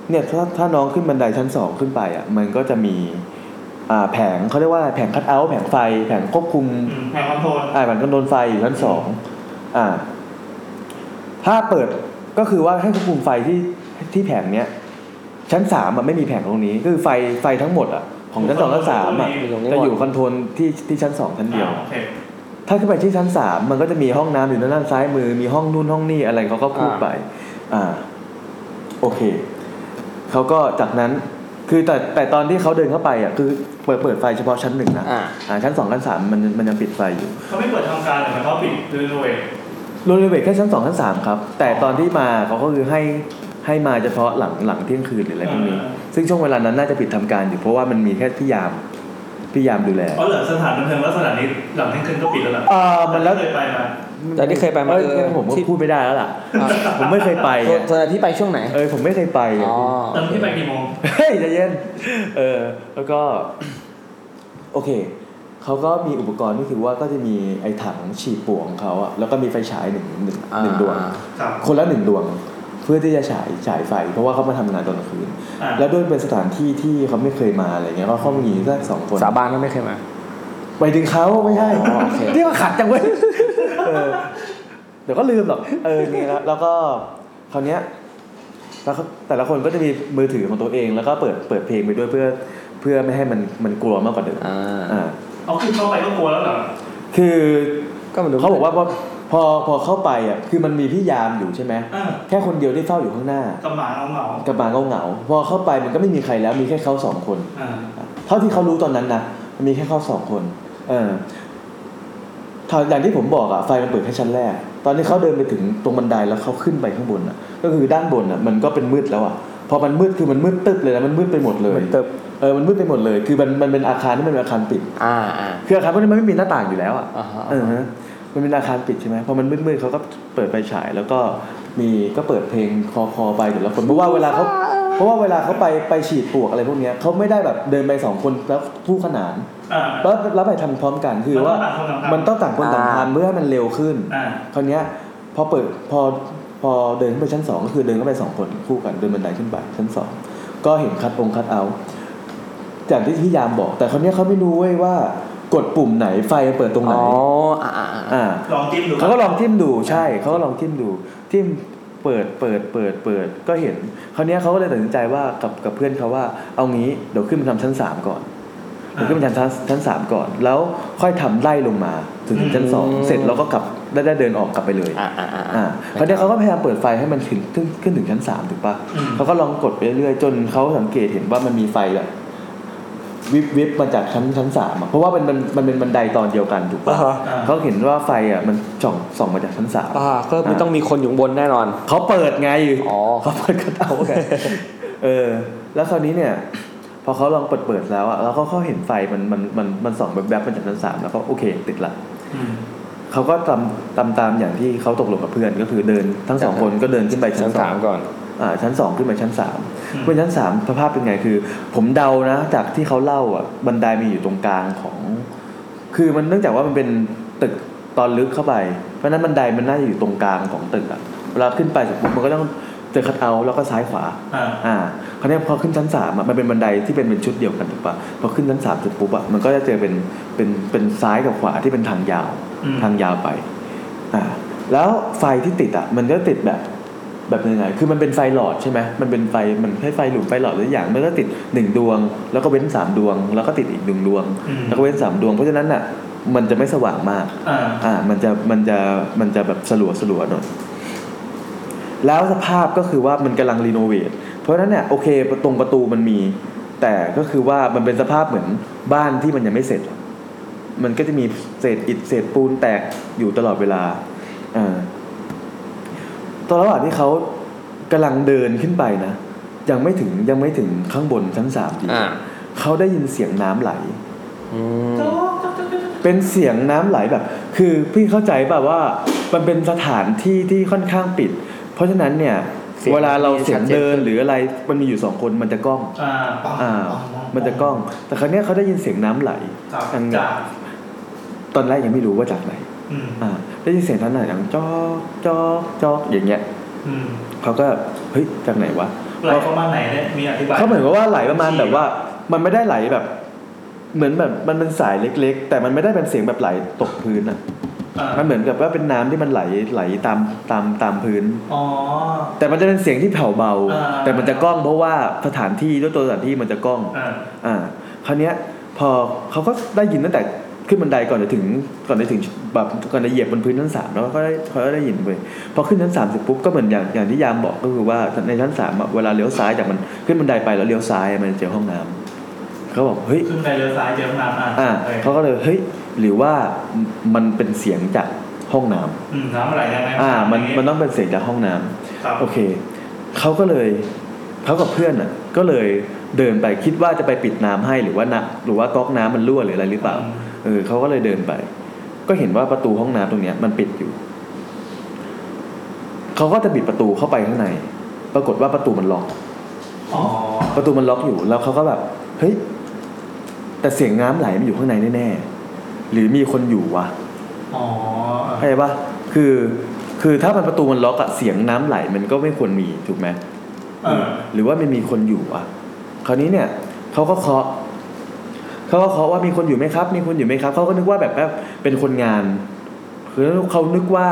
เนี่ยถ้าถ้าน้องขึ้นบันไดชั้นสองขึ้นไปอ่ะมันก็จะมีอ่าแผงเขาเรียกว่าอะไรแผงคัดเอาท์แผงไฟแผงควบคุม
แผงคอนโทรล
อ่ามันก็โดนไฟอยู่ชั้นสอง อ่า ถ้าเปิดก็คือว่าให้ควบคุมไฟที่ที่แผงเนี้ย ชั้นสามอ่ะไม่มีแผงตรงนี้ คือไฟไฟทั้งหมดอ่ะของชั้นสองชั้นสามอ่ะ
อยู่ตรงนี้หมด
จะอยู่คอนโทรลที่ที่ชั้นสองชั้นเดียว
โอเค
ถ้าขึ้นไปที่ชั้นสามมันก็จะมีห้องน้ำอยู่ด้านล่างซ้ายมือ มีห้องนู่นห้องนี่อะไรเขาก็พูดไป อ่า โอเค เขาก็จากนั้น คือแต่แต่ตอนที่เขาเดินเข้าไปอ่ะคือเปิดเปิดไฟเฉพาะชั้นหนึ่งนะอ่าชั้นสองชั้นสามมันมันยังปิดไฟอยู่
เขาไม่เปิดทำการแต่เขาปิดรีโนเวท
โรเลเวทแค่ชั้นสองชั้นสามครับ แต่ตอนที่มาเขาก็คือให้ให้มาเฉพาะหลังหลังเที่ยงคืนหรืออะไรพวกนี้ ซึ่งช่วงเวลานั้นน่าจะปิดทำการอยู่เพราะว่ามันมีแค่พี่ยามพี่ยามดูแล
เพราะเหลือสถานบันเทิงลักษณะนี้หลังเที่ยงคืนก็ปิดแล้วเหรอ
อ่ามันแล้ว
เคยไปมา
แต่ที่เคยไปมา
เออ
เออ
ผมก็
ที่
พูดไม่ได้แล้วล่ะ ผมไม่เคยไป
เธอเธอที่ไปช่วงไหน
เออผมไม่เคยไปอ่ะ
อ๋อ
ตอนที่ ไปกี่โมง
เฮ้ยใจเย็น เออ แล้วก็ โอเค เขาก็มีอุปกรณ์ที่คือว่าก็จะมีไอ้ถังฉีดปลวกของเขาอะแล้วก็มีไฟฉายหนึ่งหนึ่งหนึ่งดวง
ครับ
คนละหนึ่งดวง เพื่อที่จะฉายฉายไฟ เพราะว่าเขามาทำงานตอนกลางคืน
อ่า
แล้วด้วยเป็นสถานที่ที่เขาไม่เคยมาอะไรเงี้ยก็เขามีสักสองคนสา
บานก็ไม่เคยมา
ไปถึงเขาไม่ใช่
อ๋อโอเค
เรียกว่าขัดจังเว้ยเออเดี๋ยวก็ลืมหรอกเออนี่แล้วแล้วก็คราวเนี้ยแล้วก็แต่ละคนก็จะมีมือถือของตัวเอง แล้วก็เปิดเปิดเพลงไปด้วยเพื่อเพื่อไม่ให้มันมันกลัวมากกว่าเดิมอ่า
เอาขึ้นเข้าไปก็กลัวแล้วเหรอ
คือเขาบอกว่าพอพอพอเข้าไปอ่ะคือมันมีพี่ยามอยู่ใช่ไหม
อ่า
แค่คนเดียวที่เฝ้าอยู่ข้างหน้า
กระหมาเอาเหงา
กระบางก็เหงาพอเข้าไปมันก็ไม่มีใครแล้วมีแค่เขาสองคน
อ่า
เท่าที่เขารู้ตอนนั้นนะมันมีแค่เขาสองคน เออถ้าอย่างที่ผมบอกอะไฟมันเปิดแค่ชั้นแรก ตอนที่เขาเดินไปถึงตรงบันไดแล้วเขาขึ้นไปข้างบนอะก็คือด้านบนอะมันก็เป็นมืดแล้วอะพอมันมืดคือมันมืดตึ๊บเลยนะมันมืดไปหมดเลยเออมันมืดไปหมดเลย คือมันมันเป็นอาคารที่มันเป็นอาคารปิด
อ่าอ่า
คืออาคารพวกนี้มันไม่มีหน้าต่างอยู่แล้วอ่ะเออฮะมันเป็นอาคารปิดใช่ไหมพอมันมืดๆเขาก็เปิดไฟฉาย แล้วก็มีก็เปิดเพลงคอคอไปแต่ละคนเพราะว่าเวลาเขาเพราะว่าเวลาเขาไปไปฉีดปลวกอะไรพวกเนี้ยเขาไม่ได้แบบเดินไปสองคนแล้วคู่ขนาน
อ่า
แล้วแล้วไปทำพร้อมกันคือว่า
มั
มัน
นต้
ต้อ
อง ง
ต่า
ต่าง ง
ค
คนน
ต่างทำเพื่อให้มันเร็วขึ้น
อ่า
คราวเนี้ยพอเปิดพอพอเดินขึ้นไปชั้นสองก็คือเดินเข้าไปสองคนคู่กันเดินบันไดขึ้นไปชั้นสองก็เห็นคัดองค์คัดเอา อย่างที่พี่ยามบอก แต่คนเนี้ยเขาไม่รู้เว้ยว่ากดปุ่มไหนไฟมันเปิดตรงไหนอ๋ออ่า
ลองจิ้มดู
เขาก็ลองทิมดูใช่เขาก็ลองทิมดูทิมเปิดเปิดเปิดเปิดก็เห็นคราวเนี้ยเขาก็เลยตัดสินใจว่ากับกับเพื่อนเขาว่าเอางี้เดี๋ยวขึ้นไปทำชั้นสามก่อนเดี๋ยวขึ้นไปทำชั้นชั้นสามก่อน แล้วค่อยทำไล่ลงมาถึงถึงชั้นสอง
อืม
เสร็จเราก็กลับได้ได้เดินออกกลับไปเลย อ่าเขาเนี่ยเขาก็พยายามเปิดไฟให้มันถึงขึ้นขึ้นถึงชั้นสามถูกปะ
อืม
เขาก็ลองกดไปเรื่อยๆจนเขาสังเกตเห็นว่ามันมีไฟแบบวิบวิบมาจากชั้นชั้นสามอะเพราะว่ามันมันมันเป็นบันไดตอนเดียวกันถูกปะ
อ่าฮะ
เขาเห็นว่าไฟอ่ะมันส่องส่องมาจากชั้นสาม
อ่าก็ไม่ต้องมีคนอยู่ข้างบนแน่นอน
เขาเปิดไงอ๋อเขาเปิดกระเอาไงเออ แล้วคราวนี้เนี่ย พอเขาลองเปิดเปิดแล้วอ่ะแล้วเขาเขาเห็นไฟมันมันมันมันส่องแบบแบบๆมาจากชั้นสามแล้วก็โอเคติดละ เขาก็ตามตามตามอย่างที่เขาตกลงกับเพื่อนก็คือเดินทั้งสองคนก็เดินขึ้นไปชั้นสามก่อนอ่าชั้นสองขึ้นไปชั้นสามบนชั้นสามสภาพเป็นไงคือ ผมเดานะ จากที่เขาเล่าอ่ะบันไดมีอยู่ตรงกลางของ คือมันเนื่องจากว่ามันเป็นตึกตอนลึกเข้าไป เพราะฉะนั้นบันไดมันน่าจะอยู่ตรงกลางของตึกอ่ะเวลาขึ้นไปเสร็จปุ๊บมันก็ต้องเจอคัดเอาท์แล้วก็ซ้ายขวา
อ่า
อ่าคราวเนี้ยพอขึ้นชั้นสามอ่ะมันเป็นบันไดที่เป็นเป็นชุดเดียวกันถูกปะพอขึ้นชั้นสามเสร็จปุ๊บอ่ะมันก็จะเจอเป็นเป็นเป็นซ้ายกับขวาที่เป็นทางยาว
อืม
ทางยาวไปอ่าแล้วไฟที่ติดอ่ะมันก็ติดแบบแบบยังไงคือมันเป็นไฟหลอดใช่ไหมมันเป็นไฟมันให้ไฟหลุมไฟหลอดหรืออย่างมันก็ติดหนึ่งดวง แล้วก็เว้นสามดวง แล้วก็ติดอีกหนึ่งดวง
อืม
แล้วก็เว้นสามดวงเพราะฉะนั้นอ่ะมันจะไม่สว่างมาก
อ่า
อ่ามันจะมันจะมันจะแบบสลัวสลัวหน่อยแล้วสภาพก็คือว่ามันกำลังรีโนเวทเพราะฉะนั้นเนี่ยโอเคตรงประตูมันมี แต่ก็คือว่ามันเป็นสภาพเหมือนบ้านที่มันยังไม่เสร็จ มันก็จะมีเศษอิฐเศษปูนแตกอยู่ตลอดเวลาอ่าตอนระหว่างที่เขากำลังเดินขึ้นไปนะยังไม่ถึงยังไม่ถึงข้างบนชั้นสามดีเขาได้ยินเสียงน้ำไหล เป็นเสียงน้ำไหลแบบ คือพี่เข้าใจแบบว่ามันเป็นสถานที่ที่ค่อนข้างปิด เพราะฉะนั้นเนี่ย
เสียง
เวลาเราเสียงเดินหรืออะไรมันมีอยู่สองคนมันจะกล้อง
อ่า
อ่า มันจะกล้อง แต่ครั้งนี้ยเขาได้ยินเสียงน้ำไหล
จาก
อัน
จาก
ตอนแรกยังไม่รู้ว่าจากไหน
อืม
อ่าได้ยินเสียงน้ำไหลดังจอกจอกจอกอย่างเงี้ย
อืม
เขาก็เฮ้ยจากไหนวะ
ไหลประมาณไหนเนี่ยมีอธิบาย
เขาเหมือนกับว่าไหลประมาณแบบว่า มันไม่ได้ไหลแบบ เหมือนแบบมันเป็นสายเล็ก ๆ แต่มันไม่ได้เป็นเสียงแบบไหลตกพื้นอ่ะมันเหมือนกับว่าเป็นน้ำที่มันไหลไหลตามตามตามพื้น
อ๋อ
แต่มันจะเป็นเสียงที่แผ่วเบา
อ่า
แต่มันจะก้องเพราะว่าสถานที่ด้วยตัวสถานที่มันจะก้อง
อ่า
อ่าคราวเนี้ยพอเขาก็ได้ยินตั้งแต่ขึ้นบันไดก่อนจะถึงก่อนจะถึงแบบก่อนจะเหยียบบนพื้นชั้นสามแล้วก็ได้เขาก็ได้ยินไปพอขึ้นชั้นสามเสร็จปุ๊บก็เหมือนอย่างอย่างที่ยามบอกก็คือว่าในชั้นสามอะเวลาเลี้ยวซ้ายจากมันขึ้นบันไดไปแล้วเลี้ยวซ้ายมันจะเจอห้องน้ำเขาบอกเฮ้ย
ขึ้นไปเลี้ยวซ้ายเจอห้องน้ำอ่ะ
อ่า
เออ
เขาก็เลยเฮ้ยหรือว่ามันเป็นเสียงจากห้องน้ำ
อืมน้ำอะไรยังไง
อ่ามันมั
ย่าง
น
งี้
ต้องเป็นเสียงจากห้องน้ำ
ครับ
โอเค เขาก็เลยเขากับเพื่อนอ่ะ ก็เลยเดินไปคิดว่าจะไปปิดน้ำให้หรือว่านะหรือว่าก๊อกน้ำมันรั่วหรืออะไรหรือเปล่า เออเขาก็เลยเดินไป ก็เห็นว่าประตูห้องน้ำตรงเนี้ยมันปิดอยู่ เขาก็จะบิดประตูเข้าไปข้างใน ปรากฏว่าประตูมันล็อก
อ๋อ
ประตูมันล็อกอยู่ แล้วเขาก็แบบ เฮ้ย แต่เสียงน้ำไหลมันอยู่ข้างในแน่ๆ หรือมีคนอยู่วะ
อ๋อ
เข้าใจปะคือ คือถ้ามันประตูมันล็อกอะเสียงน้ำไหลมันก็ไม่ควรมีถูกไหม
เออ
หรือว่ามันมีคนอยู่อะคราวนี้เนี่ยเขาก็เคาะเขาก็เคาะว่ามีคนอยู่ไหมครับ มีคนอยู่ไหมครับเขาก็นึกว่าแบบแบบเป็นคนงาน คือเขานึกว่า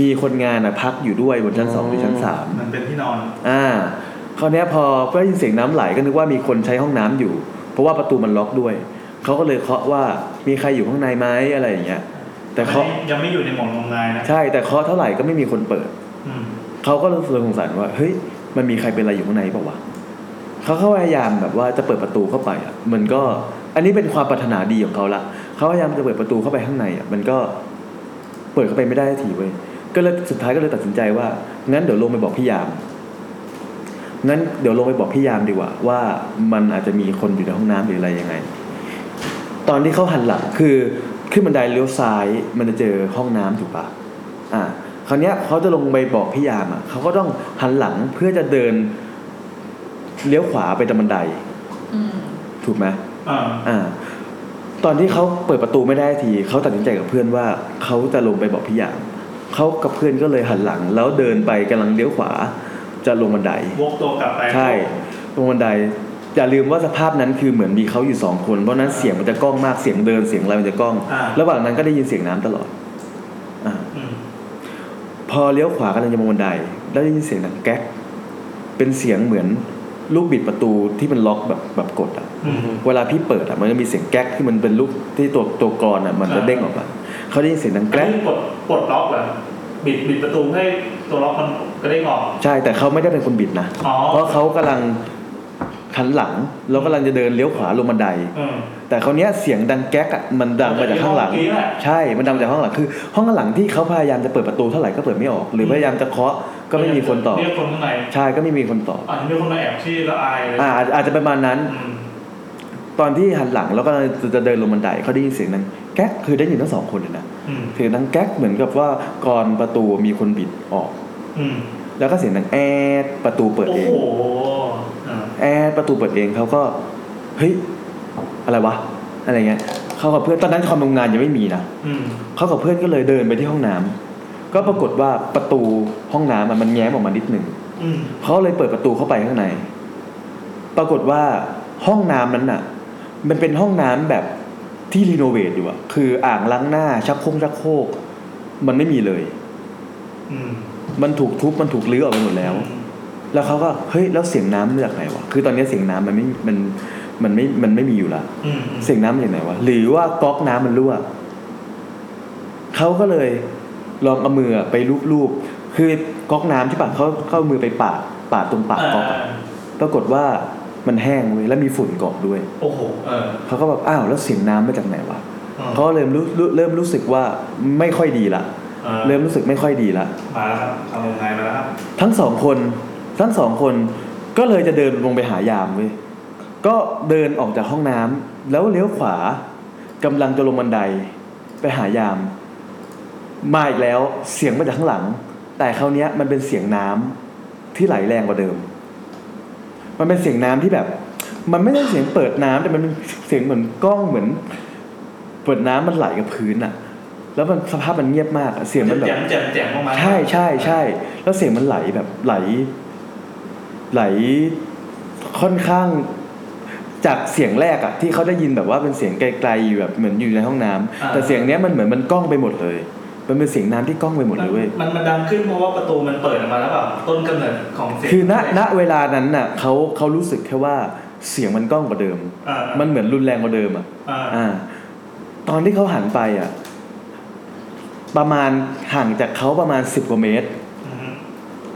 มีคนงานอะพักอยู่ด้วยบนชั้นสองหรือชั้นสาม
มันเป็นที่นอน
อ่าคราวเนี้ยพอได้ยินเสียงน้ำไหลก็นึกว่ามีคนใช้ห้องน้ำอยู่ เพราะว่าประตูมันล็อกด้วย เขาก็เลยเคาะว่ามีใครอยู่ข้างในไหมอะไรอย่างเงี้ย แต่เคาะ
ยังไม่อยู่ในหมองงมงายนะ
ใช่แต่เคาะเท่าไหร่ก็ไม่มีคนเปิด
อืม
เขาก็รู้สึกสงสัยว่าเฮ้ยมันมีใครเป็นอะไรอยู่ข้างในเปล่าวะเขาก็พยายามแบบว่าจะเปิดประตูเข้าไปอ่ะมันก็ อันนี้เป็นความปรารถนาดีของเขาละเขาพยายามจะเปิดประตูเข้าไปข้างในอ่ะมันก็เปิดเข้าไปไม่ได้สักทีเว้ยก็เลยสุดท้ายก็เลยตัดสินใจว่างั้นเดี๋ยวลงไปบอกพี่ยามงั้นเดี๋ยวลงไปบอกพี่ยามดีกว่า ว่ามันอาจจะมีคนอยู่ในห้องน้ำหรืออะไรยังไง ตอนที่เขาหันหลังคือขึ้นบันไดเลี้ยวซ้าย มันจะเจอห้องน้ำถูกปะ อ่าคราวเนี้ยเขาจะลงไปบอกพี่ยามอ่ะเขาก็ต้องหันหลังเพื่อจะเดินเลี้ยวขวาไปตามบันได ถูกไหม
อ่า
อ่า ตอนที่เขาเปิดประตูไม่ได้ทีเขาตัดสินใจกับเพื่อนว่าเขาจะลงไปบอกพี่ยามเขากับเพื่อนก็เลยหันหลัง แล้วเดินไปกำลังเลี้ยวขวา จะลงบันได
วกตัวกลับไป
ใช่ลงบันไดอย่าลืมว่าสภาพนั้นคือเหมือนมีเขาอยู่สองคนเพราะฉะนั้นเสียงมันจะก้องมากเสียงเดินเสียงอะไรมันจะก้อง
อ่า
ระหว่างนั้นก็ได้ยินเสียงน้ำตลอดอ่าพอเลี้ยวขวากำลังจะมองบันได แล้วได้ยินเสียงดังแก๊กเป็นเสียงเหมือนลูกบิดประตูที่มันล็อกแบบแบบกดอ่ะ เวลาพี่เปิดอ่ะมันจะมีเสียงแก๊กที่มันเป็นลูกที่ตัวตัวกรอนอ่ะมันจะเด้งออกมาเขาได้ยินเสียงดังแก๊ก
กดปลดล็อกเหรอบิดบิดประตูให้ตัวล็อกมันกระเด้งออก
ใช่แต่เขาไม่ได้เป็นคนบิดนะ
อ๋อ
เพราะเขากำลังหันหลังแล้วกำลังจะเดินเลี้ยวขวาลงบันได
อืม
แต่คราวเนี้ยเสียงดังแก๊กอ่ะมันดังมาจากข้างหลัง
เมื่อกี้แหละ
ใช่มันดังมาจากข้างหลังคือ ห้องข้างหลังที่เขาพยายามจะเปิดประตูเท่าไหร่ก็เปิดไม่ออก หรือพยายามจะเคาะก็ไม่มีคนตอบ
เรียกคนข้างใน
ใช่ก็ไม่มีคนตอบ
อาจจะมีคนมาแอบที่ละอายเลย
อ่าอาจอาจจะประมาณนั้น ตอนที่หันหลังแล้วก็จะเดินลงบันไดเขาได้ยินเสียงดังแก๊กคือได้ยินทั้งสองคนเลยนะ
อืม
เสียงดังแก๊กเหมือนกับว่ากรอนประตูมีคนบิดออก
อืม
แล้วก็เสียงดังแอดประตูเปิด
โอ้
เอง
โหอ่า
แอร์ประตูเปิดเองเขาก็เฮ้ยอะไรวะอะไรเงี้ยเขากับเพื่อนตอนนั้นความโรงงานยังไม่มีนะ
อืม
เขากับเพื่อนก็เลยเดินไปที่ห้องน้ำก็ปรากฏว่าประตูห้องน้ำอะมันแง้มออกมานิดหนึ่ง
อืม
เขาเลยเปิดประตูเข้าไปข้างใน ปรากฏว่าห้องน้ำนั้นน่ะ มันเป็นห้องน้ำแบบที่รีโนเวทอยู่อะคืออ่างล้างหน้าชักโครกชักโครกมันไม่มีเลย
อืม
มันถูกทุบมันถูกรื้อออกไปหมดแล้ว แล้วเขาก็เฮ้ยแล้วเสียงน้ำมาจากไหนวะคือตอนนี้เสียงน้ำมันไม่มันมันไม่มันไม่มีอยู่ละ
อืม
เสียงน้ำมาจากไหนวะหรือว่าก๊อกน้ำมันรั่วเขาก็เลยลองเอามือไปลูบๆคือก๊อกน้ำใช่ปะเขาเขาเอามือไปปาดปาดตรงปากก๊อกอะปรากฏว่ามันแห้งเว้ยแล้วมีฝุ่นเกาะด้วย
โอ้โห เออ
เขาก็แบบอ้าวแล้วเสียงน้ำมาจากไหนวะ
อ่า
เขาเริ่มรู้รู้เริ่มรู้สึกว่าไม่ค่อยดีละ
อ่า
เริ่มรู้สึกไม่ค่อยดีละ
มาแล้วครับทำโรงงานมาแล้วครับ
ทั้งสองคนทั้งสองคนก็เลยจะเดินลงไปหายามเว้ยก็เดินออกจากห้องน้ำแล้วเลี้ยวขวากำลังจะลงบันไดไปหายาม มาอีกแล้วเสียงมาจากข้างหลัง แต่คราวเนี้ยมันเป็นเสียงน้ำที่ไหลแรงกว่าเดิม มันเป็นเสียงน้ำที่แบบ มันไม่ได้เสียงเปิดน้ำแต่มันเป็นเสียงเหมือนกล้องเหมือน เปิดน้ำมันไหลกับพื้นอะแล้วมันสภาพมันเงียบมากอะเสียงมันแบบ
แจ่มแจ่มแจ่มออกมา
ใช่ใช่ใช่แล้วเสียงมันไหลแบบไหล ไหลค่อนข้างจากเสียงแรกอะที่เขาได้ยินแบบว่าเป็นเสียงไกลๆอยู่แบบเหมือนอยู่ในห้องน้ำ
อ่า
แต่เสียงเนี้ยมันเหมือนมันก้องไปหมดเลย มันเป็นเสียงน้ำที่ก้องไปหมดเลยเว้ย
มันมันดังขึ้นเพราะว่าประตูมันเปิดออกมาแล้วแบบต้นกำเนิดของเสียง
คือณณเวลานั้นน่ะเขาเขารู้สึกแค่ว่าเสียงมันก้องกว่าเดิม
อ่า
มันเหมือนรุนแรงกว่าเดิมอะ
อ่า
อ่า ตอนที่เขาหันไปอ่ะ ประมาณห่างจากเขาประมาณสิบกว่าเมตร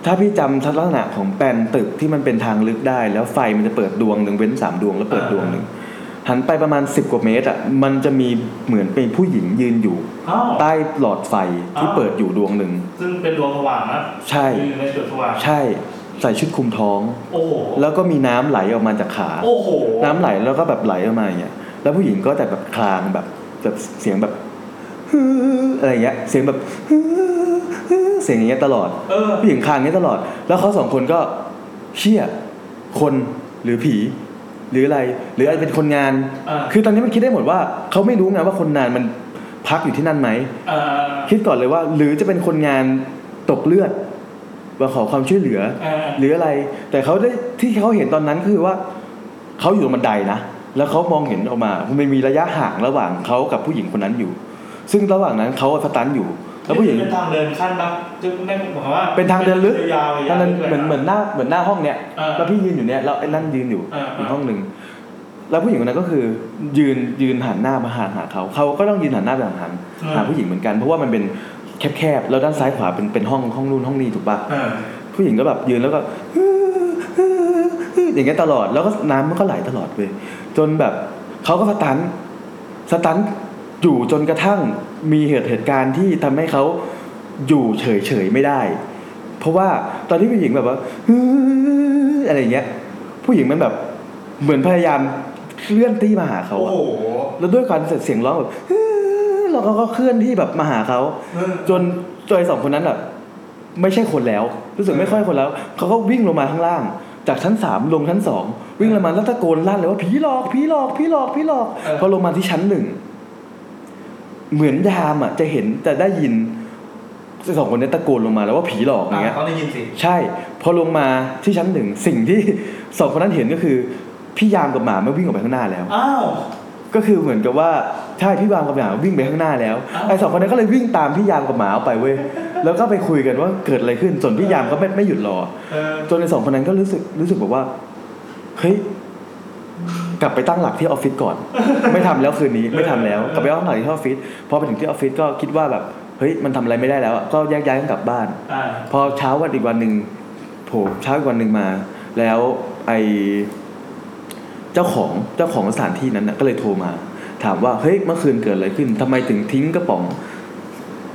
ถ้าพี่จำทัศนลักษณะของแปลนตึกที่มันเป็นทางลึกได้ แล้วไฟมันจะเปิดดวงหนึ่งเว้นสามดวงแล้วเปิดดวงหนึ่งหันไปประมาณสิบกว่าเมตรอ่ะมันจะมีเหมือนเป็นผู้หญิงยืนอยู่
อ้าว
ใต้หลอดไฟที่
อ้าว
เปิดอยู่ดวงหนึ่ง
ซึ่งเป็นดวงสว่างนะ
ใช่
อยู่ในจุดสว่าง
ใช่ใส่ชุดคลุมท้อง
โอ้โห
แล้วก็มีน้ำไหลออกมาจากขา
โอ้โห
น้ำไหลแล้วก็แบบไหลออกมาอย่างเงี้ย แล้วผู้หญิงก็แต่แบบคลางแบบแบบเสียงแบบ อะไรเงี้ย เสียงแบบ เสียงอย่างเงี้ยตลอด
เออ
ผู้หญิงคลางอย่างเงี้ยตลอด แล้วเขาสองคนก็เชี่ยคนหรือผี หรืออะไร หรืออาจจะเป็นคนงาน
อ่า
คือตอนนี้มันคิดได้หมดว่าเขาไม่รู้ไงว่าคนงานมัน พักอยู่ที่นั่นไหม
เอ่อ
คิดก่อนเลยว่า หรือจะเป็นคนงานตกเลือดมาขอความช่วยเหลือ
เออ
หรืออะไร แต่เขาได้ที่เขาเห็นตอนนั้นคือว่าเขาอยู่ตรงบันไดนะแล้วเขามองเห็นออกมามันมีระยะห่างระหว่างเขากับผู้หญิงคนนั้นอยู่ ซึ่งระหว่างนั้นเขาสตันอยู่ แล้วผู้หญิง
เป็นทางเดินขั้นแบบจึงนั่นหมายความว่า
เป็นทางเดินลึก
ยาวๆ
ทางเดิน
ยาวๆ
เหมือนเหมือนหน้าเหมือนหน้าห้องเนี่ย
เออ
แล้วพี่ยืนอยู่เนี่ยแล้วไอ้นั่นยืนอยู่
เออเออ
อีกห้องหนึ่งแล้วผู้หญิงคนนั้นก็คือ ยืนยืนหันหน้ามาหาหาเขาเขาก็ต้องยืนหันหน้าไปหาหัน
เออ
หาผู้หญิงเหมือนกันเพราะว่ามันเป็นแคบๆแล้วด้านซ้ายขวาเป็นเป็นห้องห้องนู่นห้องนี้ถูกปะ
เออ
ผู้หญิงก็แบบยืนแล้วก็ อย่างเงี้ยตลอดแล้วก็น้ำมันก็ไหลตลอดเว้ยจนแบบเขาก็สตันสตันอยู่จนกระทั่งมีเหตุเหตุการณ์ที่ทำให้เขาอยู่เฉยเฉยๆไม่ได้ เพราะว่าตอนที่ผู้หญิงแบบว่า อะไรอย่างเงี้ย ผู้หญิงมันแบบเหมือนพยายามเคลื่อนที่มาหาเขาอะแล้วด้วยการเสียงร้องแบบ แล้วเขาก็เคลื่อนที่แบบมาหาเขา จนจอยสองคนนั้นแบบไม่ใช่คนแล้ว รู้สึกไม่ค่อยคนแล้ว เขาก็วิ่งลงมาข้างล่าง จากชั้นสามลงชั้นสองวิ่งลงมาแล้วตะโกนลั่นเลยว่าผีหลอกผีหลอกผีหลอกผีหลอกพอลงมาที่ชั้นหนึ่งเหมือนยามอ่ะจะเห็นจะได้ยินสองคนนี้ตะโกนลงมาแล้วว่าผีหลอกอย่างเงี้ย
เขาได้ยินสิ
ใช่ พอลงมาที่ชั้นหนึ่งสิ่งที่ สองคนนั้นเห็นก็คือ พี่ยามกับหมาไม่วิ่งออกไปข้างหน้าแล้ว
อ้าว
ก็คือเหมือนกับว่าใช่พี่ยามกับหมาวิ่งไปข้างหน้าแล้วไอ้สองคนนั้นก็เลยวิ่งตามพี่ยามกับหมาออกไปเว้ ยแล้วก็ไปคุยกันว่าเกิดอะไรขึ้นส่วนพี่ยามก็ไม่ไม่หยุดรอ
เออ
จนในสองคนนั้นก็รู้สึกรู้สึกแบบว่าเฮ้ยกลับไปตั้งหลักที่ออฟฟิศก่อน ไม่ทำแล้วคืนนี้ไม่ทำแล้วกลับไปตั้งหลักที่ออฟฟิศพอไปถึงที่ออฟฟิศก็คิดว่าแบบเฮ้ยมันทำอะไรไม่ได้แล้วอะก็แยกย้ายกันกลับบ้าน
อ่า
พอเช้าวันอีกวันหนึ่งโผล่เช้าอีกวันหนึ่งมา แล้วไอเจ้าของเจ้าของสถานที่นั้นนะก็เลยโทรมา ถามว่าเฮ้ยเมื่อคืนเกิดอะไรขึ้นทำไมถึงทิ้งกระป๋อง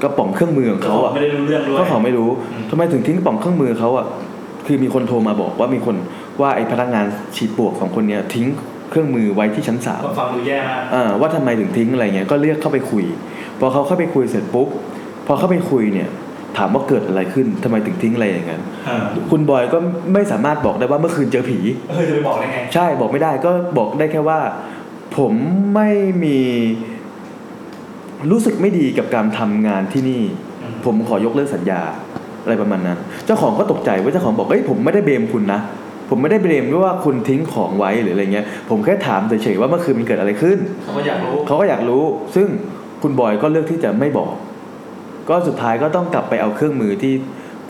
กระป๋องเครื่องมือของเขาอะ
ไม่ได้รู้เรื่องด้วย
เจ้าของไม่รู้ทำไมถึงทิ้งกระป๋องเครื่องมือเขาอะคือมีคนโทรมาบอกว่ามีคนว่าไอพนักงานฉีดปลวกของคนเนี้ยทิ้งเครื่องมือไว้ที่ชั้นสาม
ฟังดูแย่มาก
อ่าว่าทำไมถึงทิ้งอะไรเงี้ยก็เรียกเข้าไปคุย พอเขาเข้าไปคุยเสร็จปุ๊บพอเข้าไปคุยเนี่ย ถามว่าเกิดอะไรขึ้นทำไมถึงทิ้งอะไรอย่างนั้น
อ่า
คุณบอยก็ไม่สามารถบอกได้ว่าเมื่อคืนเจอผี
เออจะไปบอกได้ไง
ใช่บอกไม่ได้ก็บอกได้แค่ว่า ผมไม่มีรู้สึกไม่ดีกับการทำงานที่นี่ ผมขอยกเลิกสัญญาอะไรประมาณนั้น เจ้าของก็ตกใจว่าเจ้าของบอกเอ้ยผมไม่ได้เบลมคุณนะผมไม่ได้เบลมด้วยว่าคุณทิ้งของไว้หรืออะไรเงี้ย ผมแค่ถามเฉยๆว่าเมื่อคืนมันเกิดอะไรขึ้น
เขาก็อยากรู้
เขาก็อยากรู้ ซึ่งคุณบอยก็เลือกที่จะไม่บอก ก็สุดท้ายก็ต้องกลับไปเอาเครื่องมือที่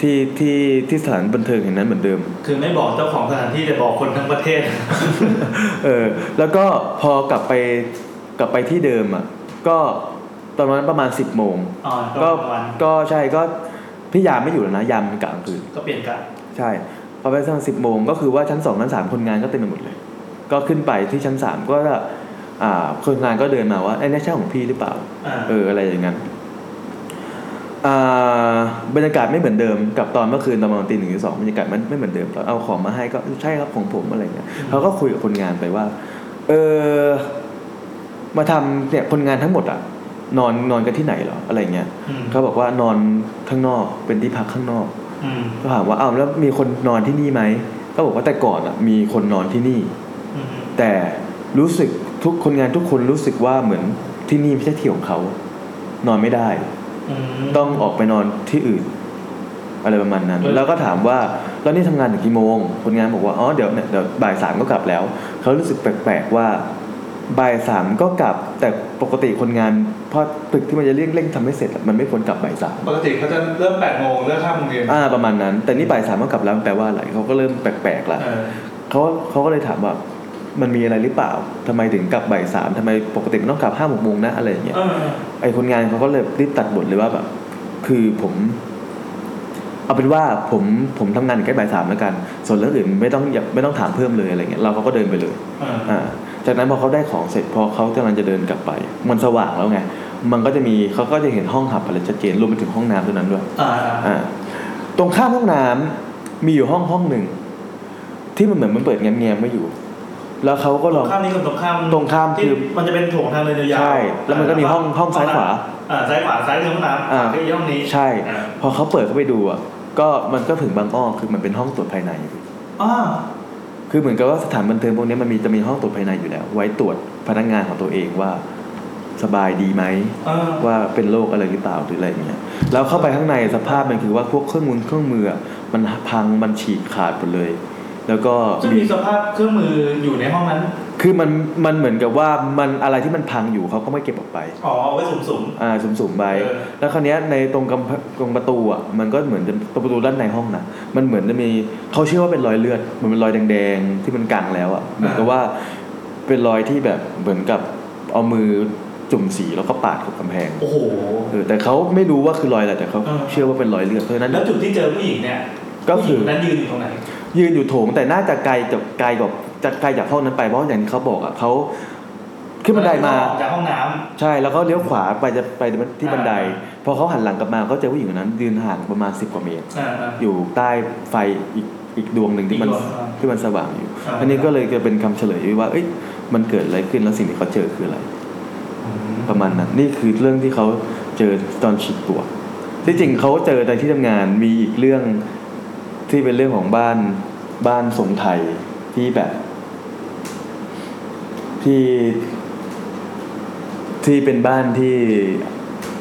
ที่ที่ที่สถานบันเทิงแห่งนั้นเหมือนเดิม
คือไม่บอกเจ้าของสถานที่แต่บอกคนทั้งประเทศ
เออ แล้วก็พอกลับไปกลับไปที่เดิมอ่ะ ก็ตอนนั้นประมาณสิบโมง
อ๋อ
ก็
ก็วัน
ก็ใช่ ก็พี่ยามไม่อยู่แล้วนะ ยามมันกะกลางคืน
ก็เปลี่ยนกะ
ใช่ พอไปสักสิบโมงก็คือว่าชั้นสองชั้นสามคนงานก็เต็มไปหมดเลย ก็ขึ้นไปที่ชั้นสามก็จะอ่า คนงานก็เดินมาว่าไอ้นี่ใช่ของพี่หรือเปล่า
อ่า
เอออะไรอย่างนั้นอ่าบรรยากาศไม่เหมือนเดิมกับตอนเมื่อคืนตอนประมาณตีหนึ่งหรือสองบรรยากาศมันไม่เหมือนเดิมตอนเอาของมาให้ก็ใช่ครับของผมอะไรเงี้ยเขาก็คุยกับคนงานไปว่า เออมาทำเนี่ยคนงานทั้งหมดอ่ะ นอนนอนกันที่ไหนเหรออะไรเงี้ย
อืม
เขาบอกว่านอนข้างนอกเป็นที่พักข้างนอก
อืม
ก็ถามว่าอ้าวแล้วมีคนนอนที่นี่ไหมก็บอกว่าแต่ก่อนอ่ะมีคนนอนที่นี่
อืม
แต่รู้สึกทุกคนงานทุกคนรู้สึกว่าเหมือนที่นี่ไม่ใช่ที่ของเขา นอนไม่ได้
อืม
ต้องออกไปนอนที่อื่น อะไรประมาณนั้น
เออ
แล้วก็ถามว่าแล้วนี่ทำงานถึงกี่โมง คนงานบอกว่าอ๋อเดี๋ยวเนี่ยเดี๋ยวบ่ายสามก็กลับแล้ว เขารู้สึกแปลกๆว่าบ่ายสามก็กลับ แต่ปกติคนงานเพราะตึกที่มันจะเร่งเร่งทำให้เสร็จอะมันไม่ควรกลับบ่ายสาม
ปกติเขาจะเริ่มแปดโมงเลิกห้าโมงเย็น
อ่าประมาณนั้น แต่นี่บ่ายสามก็กลับแล้วมันแปลว่าอะไรเขาก็เริ่มแปลกๆละ
เออ
เขาเขาก็เลยถามว่า มันมีอะไรหรือเปล่าทำไมถึงกลับบ่ายสามทำไมปกติมันต้องกลับห้าหกโมงนะอะไรอย่างเงี้ย
เออ
ไอคนงานเขาก็เลยรีบตัดบทเลยว่าแบบคือผม เอาเป็นว่าผมผมทำงานถึงใกล้บ่ายสามแล้วกัน ส่วนเรื่องอื่นไม่ต้องอย่าไม่ต้องถามเพิ่มเลยอะไรเงี้ยเราเขาก็เดินไปเลย
เออ
อ่าจากนั้นพอเขาได้ของเสร็จพอเขากำลังจะเดินกลับไป มันสว่างแล้วไง มันก็จะมีเขาก็จะเห็นห้องหับอะไรชัดเจนรวมไปถึงห้องน้ำตรงนั้นด้วย
อ่า
อ่าตรงข้ามห้องน้ำมีอยู่ห้องห้องหนึ่ง ที่มันเหมือนมันเปิดแง้มๆไม่อยู่ แล้วเขาก็ลอง
ข้ามนี้กับตรงข้าม
ตรงข้าม
ที่
คือ
มันจะเป็นโถงทางเดินยาวๆ
ใช่แล้วมันก็มีห้องห้องซ้ายขวา
อ่าซ้ายขวาซ้ายคือห้องน้ำข
อ่าว
าคือห้องนี้
ใช่ พอเขาเปิดเข้าไปดูอ่ะก็มันก็ถึงบางอ้อคือมันเป็นห้องตรวจภายใน
อ้า
คือเหมือนกับว่าสถานบันเทิงพวกนี้มันมีจะมีห้องตรวจภายในอยู่แล้ว ไว้ตรวจพนักงานของตัวเองว่า สบายดีไหม
เออ
ว่าเป็นโรคอะไรหรือเปล่าหรืออะไรอย่างเงี้ยแล้วเข้าไปข้างในสภาพมันคือว่าพวกเครื่องมือเครื่องมืออะมันพังมันฉีกขาดหมดเลย แล้วก็
ซึ่งมีสภาพเครื่องมืออยู่ในห้องนั้น
คือมันมันเหมือนกับว่ามันอะไรที่มันพังอยู่เขาก็ไม่เก็บออกไป
อ๋อเอาไว้สุ่ม
อ่าสุ่มๆไป
เออ
แล้วคราวเนี้ยในตรงกำแพงตรงประตูอ่ะมันก็เหมือนจะตรงประตูด้านในห้องนะมันเหมือนจะมีเขาเชื่อว่าเป็นรอยเลือดเหมันเป็นรอยแดงๆที่มันกางแล้วอ่ะเหมือนกับว่าเป็นรอยที่แบบเหมือนกับเอามือจุ่มสีแล้วก็ปาดกับกำแพง
โอ้โห
เออแต่เขาไม่รู้ว่าคือรอยอะไรแต่เขาเชื่อว่าเป็นรอยเลือดเพราะฉะนั้น
แล้วจุดที่เจอผู้หญิงเนี่ย
ก็คือ
ผู้หญิงนั้นยืนอยู่ตรงไหน
ยืนอยู่โถงแต่น่าจะไกลจากไกลกว่าจากไกลจากห้องนั้นไปเพราะอย่างที่เขาบอกอ่ะเขาขึ้นบันไดมา
ออกจากห้องน้ำ
ใช่แล้วก็เลี้ยวขวาไปจะไปที่บันได
อ่
พอเขาหันหลังกลับมาก็เจอผู้หญิงคนนั้นยืนห่างประมาณสิบกว่าเมตร
อ่าอ่า
อยู่ใต้ไฟอีกอีกดวงหนึ่งที่มัน
อีกดวงอ่า
ที่มันสว่างอยู่
อ่า
อันนี้ก็เลยจะเป็นคำเฉลยว่า เอ้ยมันเกิดอะไรขึ้นแล้วสิ่งที่เขาเจอคืออะไร ประมาณนั้นนี่คือเรื่องที่เขาเจอตอนฉีดตัวที่จริงเขาเจอในที่ทำงานมีอีกเรื่องที่เป็นเรื่องของบ้านบ้านทรงไทยที่แบบ ที่ที่เป็นบ้านที่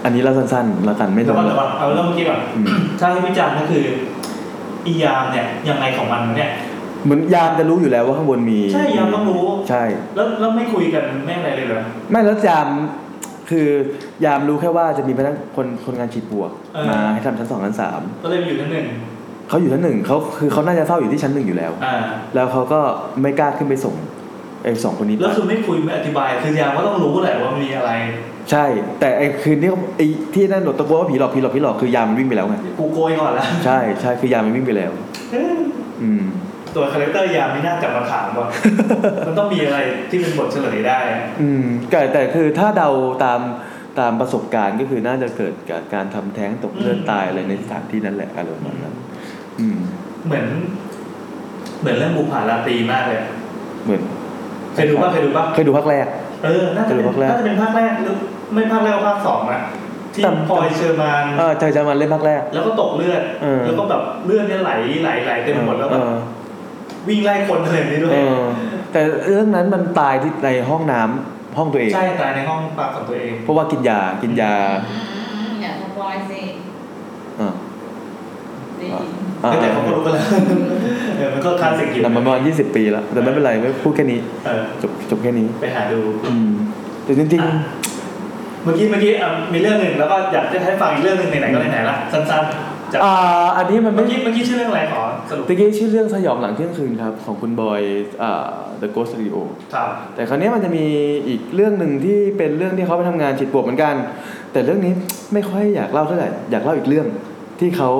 อันนี้เล่าสั้นๆและกันไม่
เดี๋
ต้
ยว
อง
ก่อนเดี๋ยวก่อนเอาเริ่มเมื่อกี้ก่อนถ้าให้วิจารณ์ก็คือ อียามเนี่ยยังไงของมันเนี่ย
เหมือนยามจะรู้อยู่แล้วว่าข้างบนมี
ใช่ยามต้องรู้
ใช่
แล้วแล้วไม่คุยกันไม่อะไรเลยเหรอ
ไม่แล้วยามคือยามรู้แค่ว่าจะมีพนักคนคนงานฉีดปลวก
เออ
มาให้ทำชั้นสองชั้นสาม
ก็เลยไปอยู่ชั้นหนึ่ง
เขาอยู่ชั้นหนึ่งเขาคือเขาน่าจะเฝ้าอยู่ที่ชั้นหนึ่งอยู่แล้ว
อ่า
แล้วเขาก็ไม่กล้าขึ้นไปส่งไอ้สองคนนี้ไป
แล้วคือไม่คุยไม่อธิบายคือยามก็ต้องรู้แหละว่ามีอะไร
ใช่ แต่ไอ้คืนที่เขาไอ้ที่นั่นโดดตะโกนว่าผีหลอกผีหลอกผีหลอกคือยามมันวิ่งไปแล้วไง
กูโกยก่อนละ
ใช่ใช่คือยามมันวิ่งไปแล้ว
เอ้ย
อืม
ตัวคาแรคเตอร์ยามไม่น่าจับมาถาม ว่ะ มันต้องมีอะไรที่เป็นบทเฉลยได้
อืมแต่แต่คือถ้าเดาตามตามประสบการณ์ก็คือน่าจะเกิดจากการทำแท้งตกเลือดตายอะไรในสถานที่นั้นแหละอะไรประมาณนั้นอืม
เหมือน เหมือนเรื่องบุพาราตรีมากเลยอะ
เหมือน
เคยดูป่ะเคยดูป่ะ
เคยดูภาคแรก
เออ น่าจะเป็น
เคยดูภาคแรก
น่าจะเป็นภาคแรกหรือไม่ภาคแรกก็ภาคสองอะที่พลอยเชอร์มาน
เออเจอจะมาเล่นภาคแรก
แล้วก็ตกเลือด
เออ
แล้วก็แบบเลือดเนี่ยไหลไหลไหลเต็มไปหมดแล้ว
เอ
แบบ
อ
วิ่งไล่คนอะไรแบบนี้ด้ว
เอย อแต่เรื่องนั้นมันตายที่ในห้องน้ำห้องตัวเอง
ใช่ตายในห้องปากของตัวเอง
เพราะว่ากินยากินยา
อย่าทำวายสิ
อ่า
ดี
อ่า
แต่เขาก็รู้กันแล้วเออมันก็คลาสสิกอยู่
แต่มันประมาณยี่สิบปีแล้ว แต่ไม่เป็นไรไม่พูดแค่นี้
เออ
จบจบแค่นี้
ไปหาดู
อืม แต่จริง
เมื่อกี้เมื่อกี้อ่ะมีเรื่องหนึ่งแล้วก็อยากจะให้ฟังอีกเรื่องหนึ่งไหนๆก็ไหนๆละสั้นๆจาก
ๆ อ่า อันนี้มันไม่
เมื่อกี้เมื่อกี้ชื่อเรื่องอะไรขอสรุป
ตะกี้ชื่อเรื่องสยองหลังเที่ยงคืนครับ ของคุณบอยอ่า The Ghost Radio
ครับ
แต่คราวเนี้ยมันจะมีอีกเรื่องหนึ่งที่เป็นเรื่องที่เขาไปทำงานจิตปวกเหมือนกัน แต่เรื่องนี้ไม่ค่อยอยากเล่าเท่าไหร่อยากเล่าอีกเรื่องที่เขา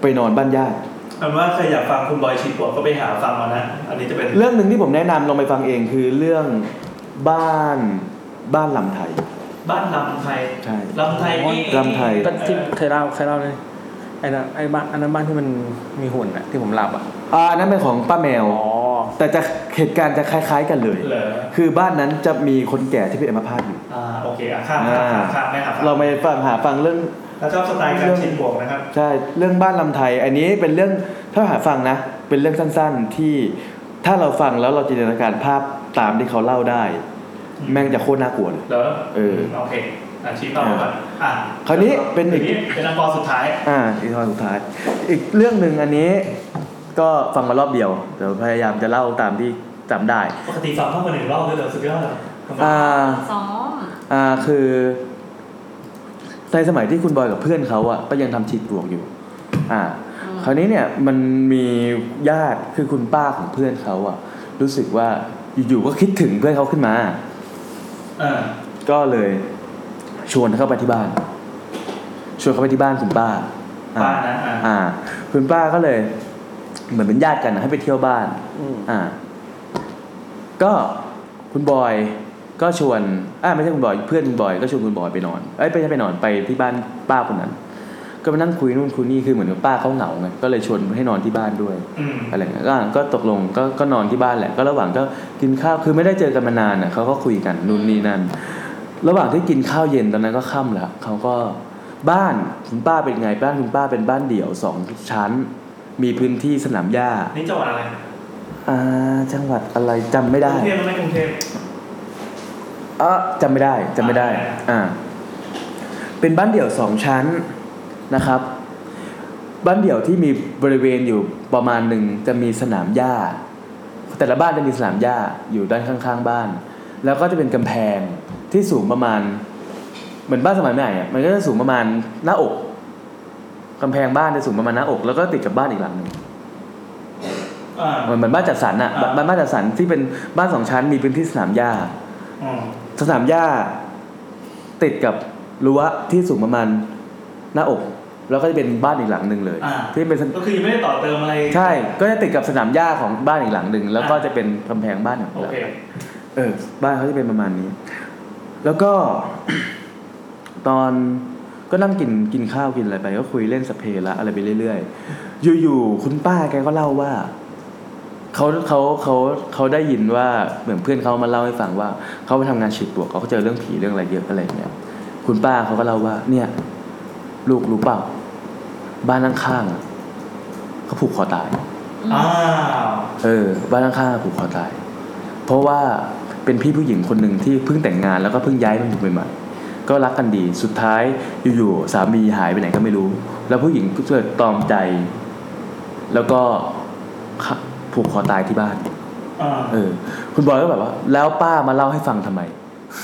ไปนอนบ้านญาติ
อันว่าใครอยากฟังคุณบอยชีปวดก็ไปหาฟังมานะ อันนี้จะเป็น
เรื่องหนึ่งที่ผมแนะนำลองไปฟังเองคือเรื่องบ้านบ้านลำไทย
บ้านลำไทย
ใช่
ลำไทยนี่
ลำไทย
ก็ที่เคยเล่าเคยเล่าเลยไอ้นั่นไอ้บ้านอันนั้นบ้านที่มันมีหุ่นอะที่ผมหลับอะ
อ่าอันนั้นเป็นของป้าแมว แต่จะเหตุการณ์จะคล้าย ๆ กันเลย
เหรอ
คือบ้านนั้นจะมีคนแก่ที่เป็นอัมพาตอยู่
อ่าโอเคอ่ะข้ามข้ามข้ามข้ามไม่หาฟัง
เราไปฟังหาฟังเรื่อง
แล้วชอบสไตล์การชีปวดนะครับ
ใช่เรื่องบ้านลำไทย อันนี้เป็นเรื่องถ้าหาฟังนะ เป็นเรื่องสั้นๆที่ถ้าเราฟังแล้วเราจินตนาการภาพตามที่เขาเล่าได้ แม่งจะโคตรน่ากลัวเลย
เหรอ
เออ
โอเคอ่ะชี้ต่อก่อนอ่ะ
คราวนี้เป็น
ที
อีก
นี้เป็นอังกอร์สุดท้าย
อ่าอีกตอนสุดท้าย อีกเรื่องหนึ่งอันนี้ ก็ฟังมารอบเดียวเดี๋ยวพยายามจะเล่าตามที่จำได้
ปกติฟังเข้ามาหนึ่งรอบเลยเหรอสุดยอด
อ่า
ซ้อม
อ่าคือในสมัยที่คุณบอยกับเพื่อนเขาอะก็ยังทำฉีดบวกอยู่ อ่า คราวนี้เนี่ยมันมีญาติคือคุณป้าของเพื่อนเขาอะรู้สึกว่าอยู่ๆก็คิดถึงเพื่อนเขาขึ้นมา
เออ
ก็เลยชวนเข้าไปที่บ้าน ชวนเข้าไปที่บ้านคุณป้าอ่า
บ้านนะอ่ะ
อ่า คุณป้าก็เลย เหมือนเป็นญาติกันนะให้ไปเที่ยวบ้าน อ่า ก็คุณบอยก็ชวนอ่าไม่ใช่คุณบอยเพื่อนคุณบอยก็ชวนคุณบอยไปนอนเอ้ยไปใช่ไปนอนไปที่บ้านป้าคนนั้น ก็ไปนั่งคุยนู่นคุยนี่คือเหมือนกับป้าเขาเหงาไงก็เลยชวนให้นอนที่บ้านด้วย
อืม
อะไรเงี้ยก็ก็ตกลงก็ก็นอนที่บ้านแหละ ก็ระหว่างก็กินข้าวคือไม่ได้เจอกันมานานอ่ะเขาก็คุยกันนู่นนี่นั่น ระหว่างที่กินข้าวเย็นตอนนั้นก็ค่ำละเขาก็บ้านคุณป้าเป็นไงบ้านคุณป้าเป็นบ้านเดี่ยวสองชั้น มีพื้นที่สนามหญ้า
นี่จังหวัดอะไร
อ่าจังหวัดอะไรจำไม่
ก
ได้
รุงเทพหรือไม่กรุงเทพ
เออจำไม่ได้จำไม่ได้ อ่า เป็นบ้านเดี่ยวสองชั้นนะครับ บ้านเดี่ยวที่มีบริเวณอยู่ประมาณหนึ่งจะมีสนามหญ้า แต่ละบ้านจะมีสนามหญ้าอยู่ด้านข้าง ๆ บ้าน แล้วก็จะเป็นกำแพงที่สูงประมาณ เหมือนบ้านสมัยใหม่อะมันก็จะสูงประมาณหน้าอกกำแพงบ้านจะสูงประมาณหน้าอก แล้วก็ติดกับบ้านอีกหลังหนึ่ง
อ่า
เหมือนเหมือนบ้านจัดสรรอ่ะบ้านบ้านจัดสรรที่เป็นบ้านสองชั้นมีพื้นที่สนามหญ้า
อืม
สนามหญ้าติดกับรั้วที่สูงประมาณหน้าอก แล้วก็จะเป็นบ้านอีกหลังหนึ่งเลย
อ่า
ที่เป็นสน
ก็คือยังไม่ได้ต่อเติมอะไร
ใช่ ก็จะติดกับสนามหญ้าของบ้านอีกหลังหนึ่งแล้วก็จะเป็นกำแพงบ้านอีกหลัง
โอเค
เออ บ้านเขาจะเป็นประมาณนี้ แล้วก็ ตอนก็นั่งกินกินข้าวกินอะไรไป ก็คุยเล่นสพเพละอะไรไปเรื่อยๆอยู่ๆคุณป้าแกก็เล่าว่าเขาเขาเขาเขาได้ยินว่าเหมือนเพื่อนเขามาเล่าให้ฟังว่าเขาไปทำงานฉีดปลวกเขาก็เจอเรื่องผีเรื่องอะไรเยอะอะไรอย่างเงี้ยคุณป้าเขาก็เล่าว่า เนี่ย ลูกรู้เปล่าบ้านข้างๆอะเขาผูกคอตาย
อ้าว
เออบ้านข้างๆผูกคอตาย เพราะว่าเป็นพี่ผู้หญิงคนหนึ่งที่เพิ่งแต่งงานแล้วก็เพิ่งย้ายมาอยู่ใหม่ๆก็รักกันดีสุดท้ายอยู่ๆสามีหายไปไหนก็ไม่รู้ แล้วผู้หญิงก็เกิดตรอมใจ แล้วก็ฆ่าผูกคอตายที่บ้าน
อ่า
เออ คุณบอยก็แบบว่า แล้วป้ามาเล่าให้ฟังทำไม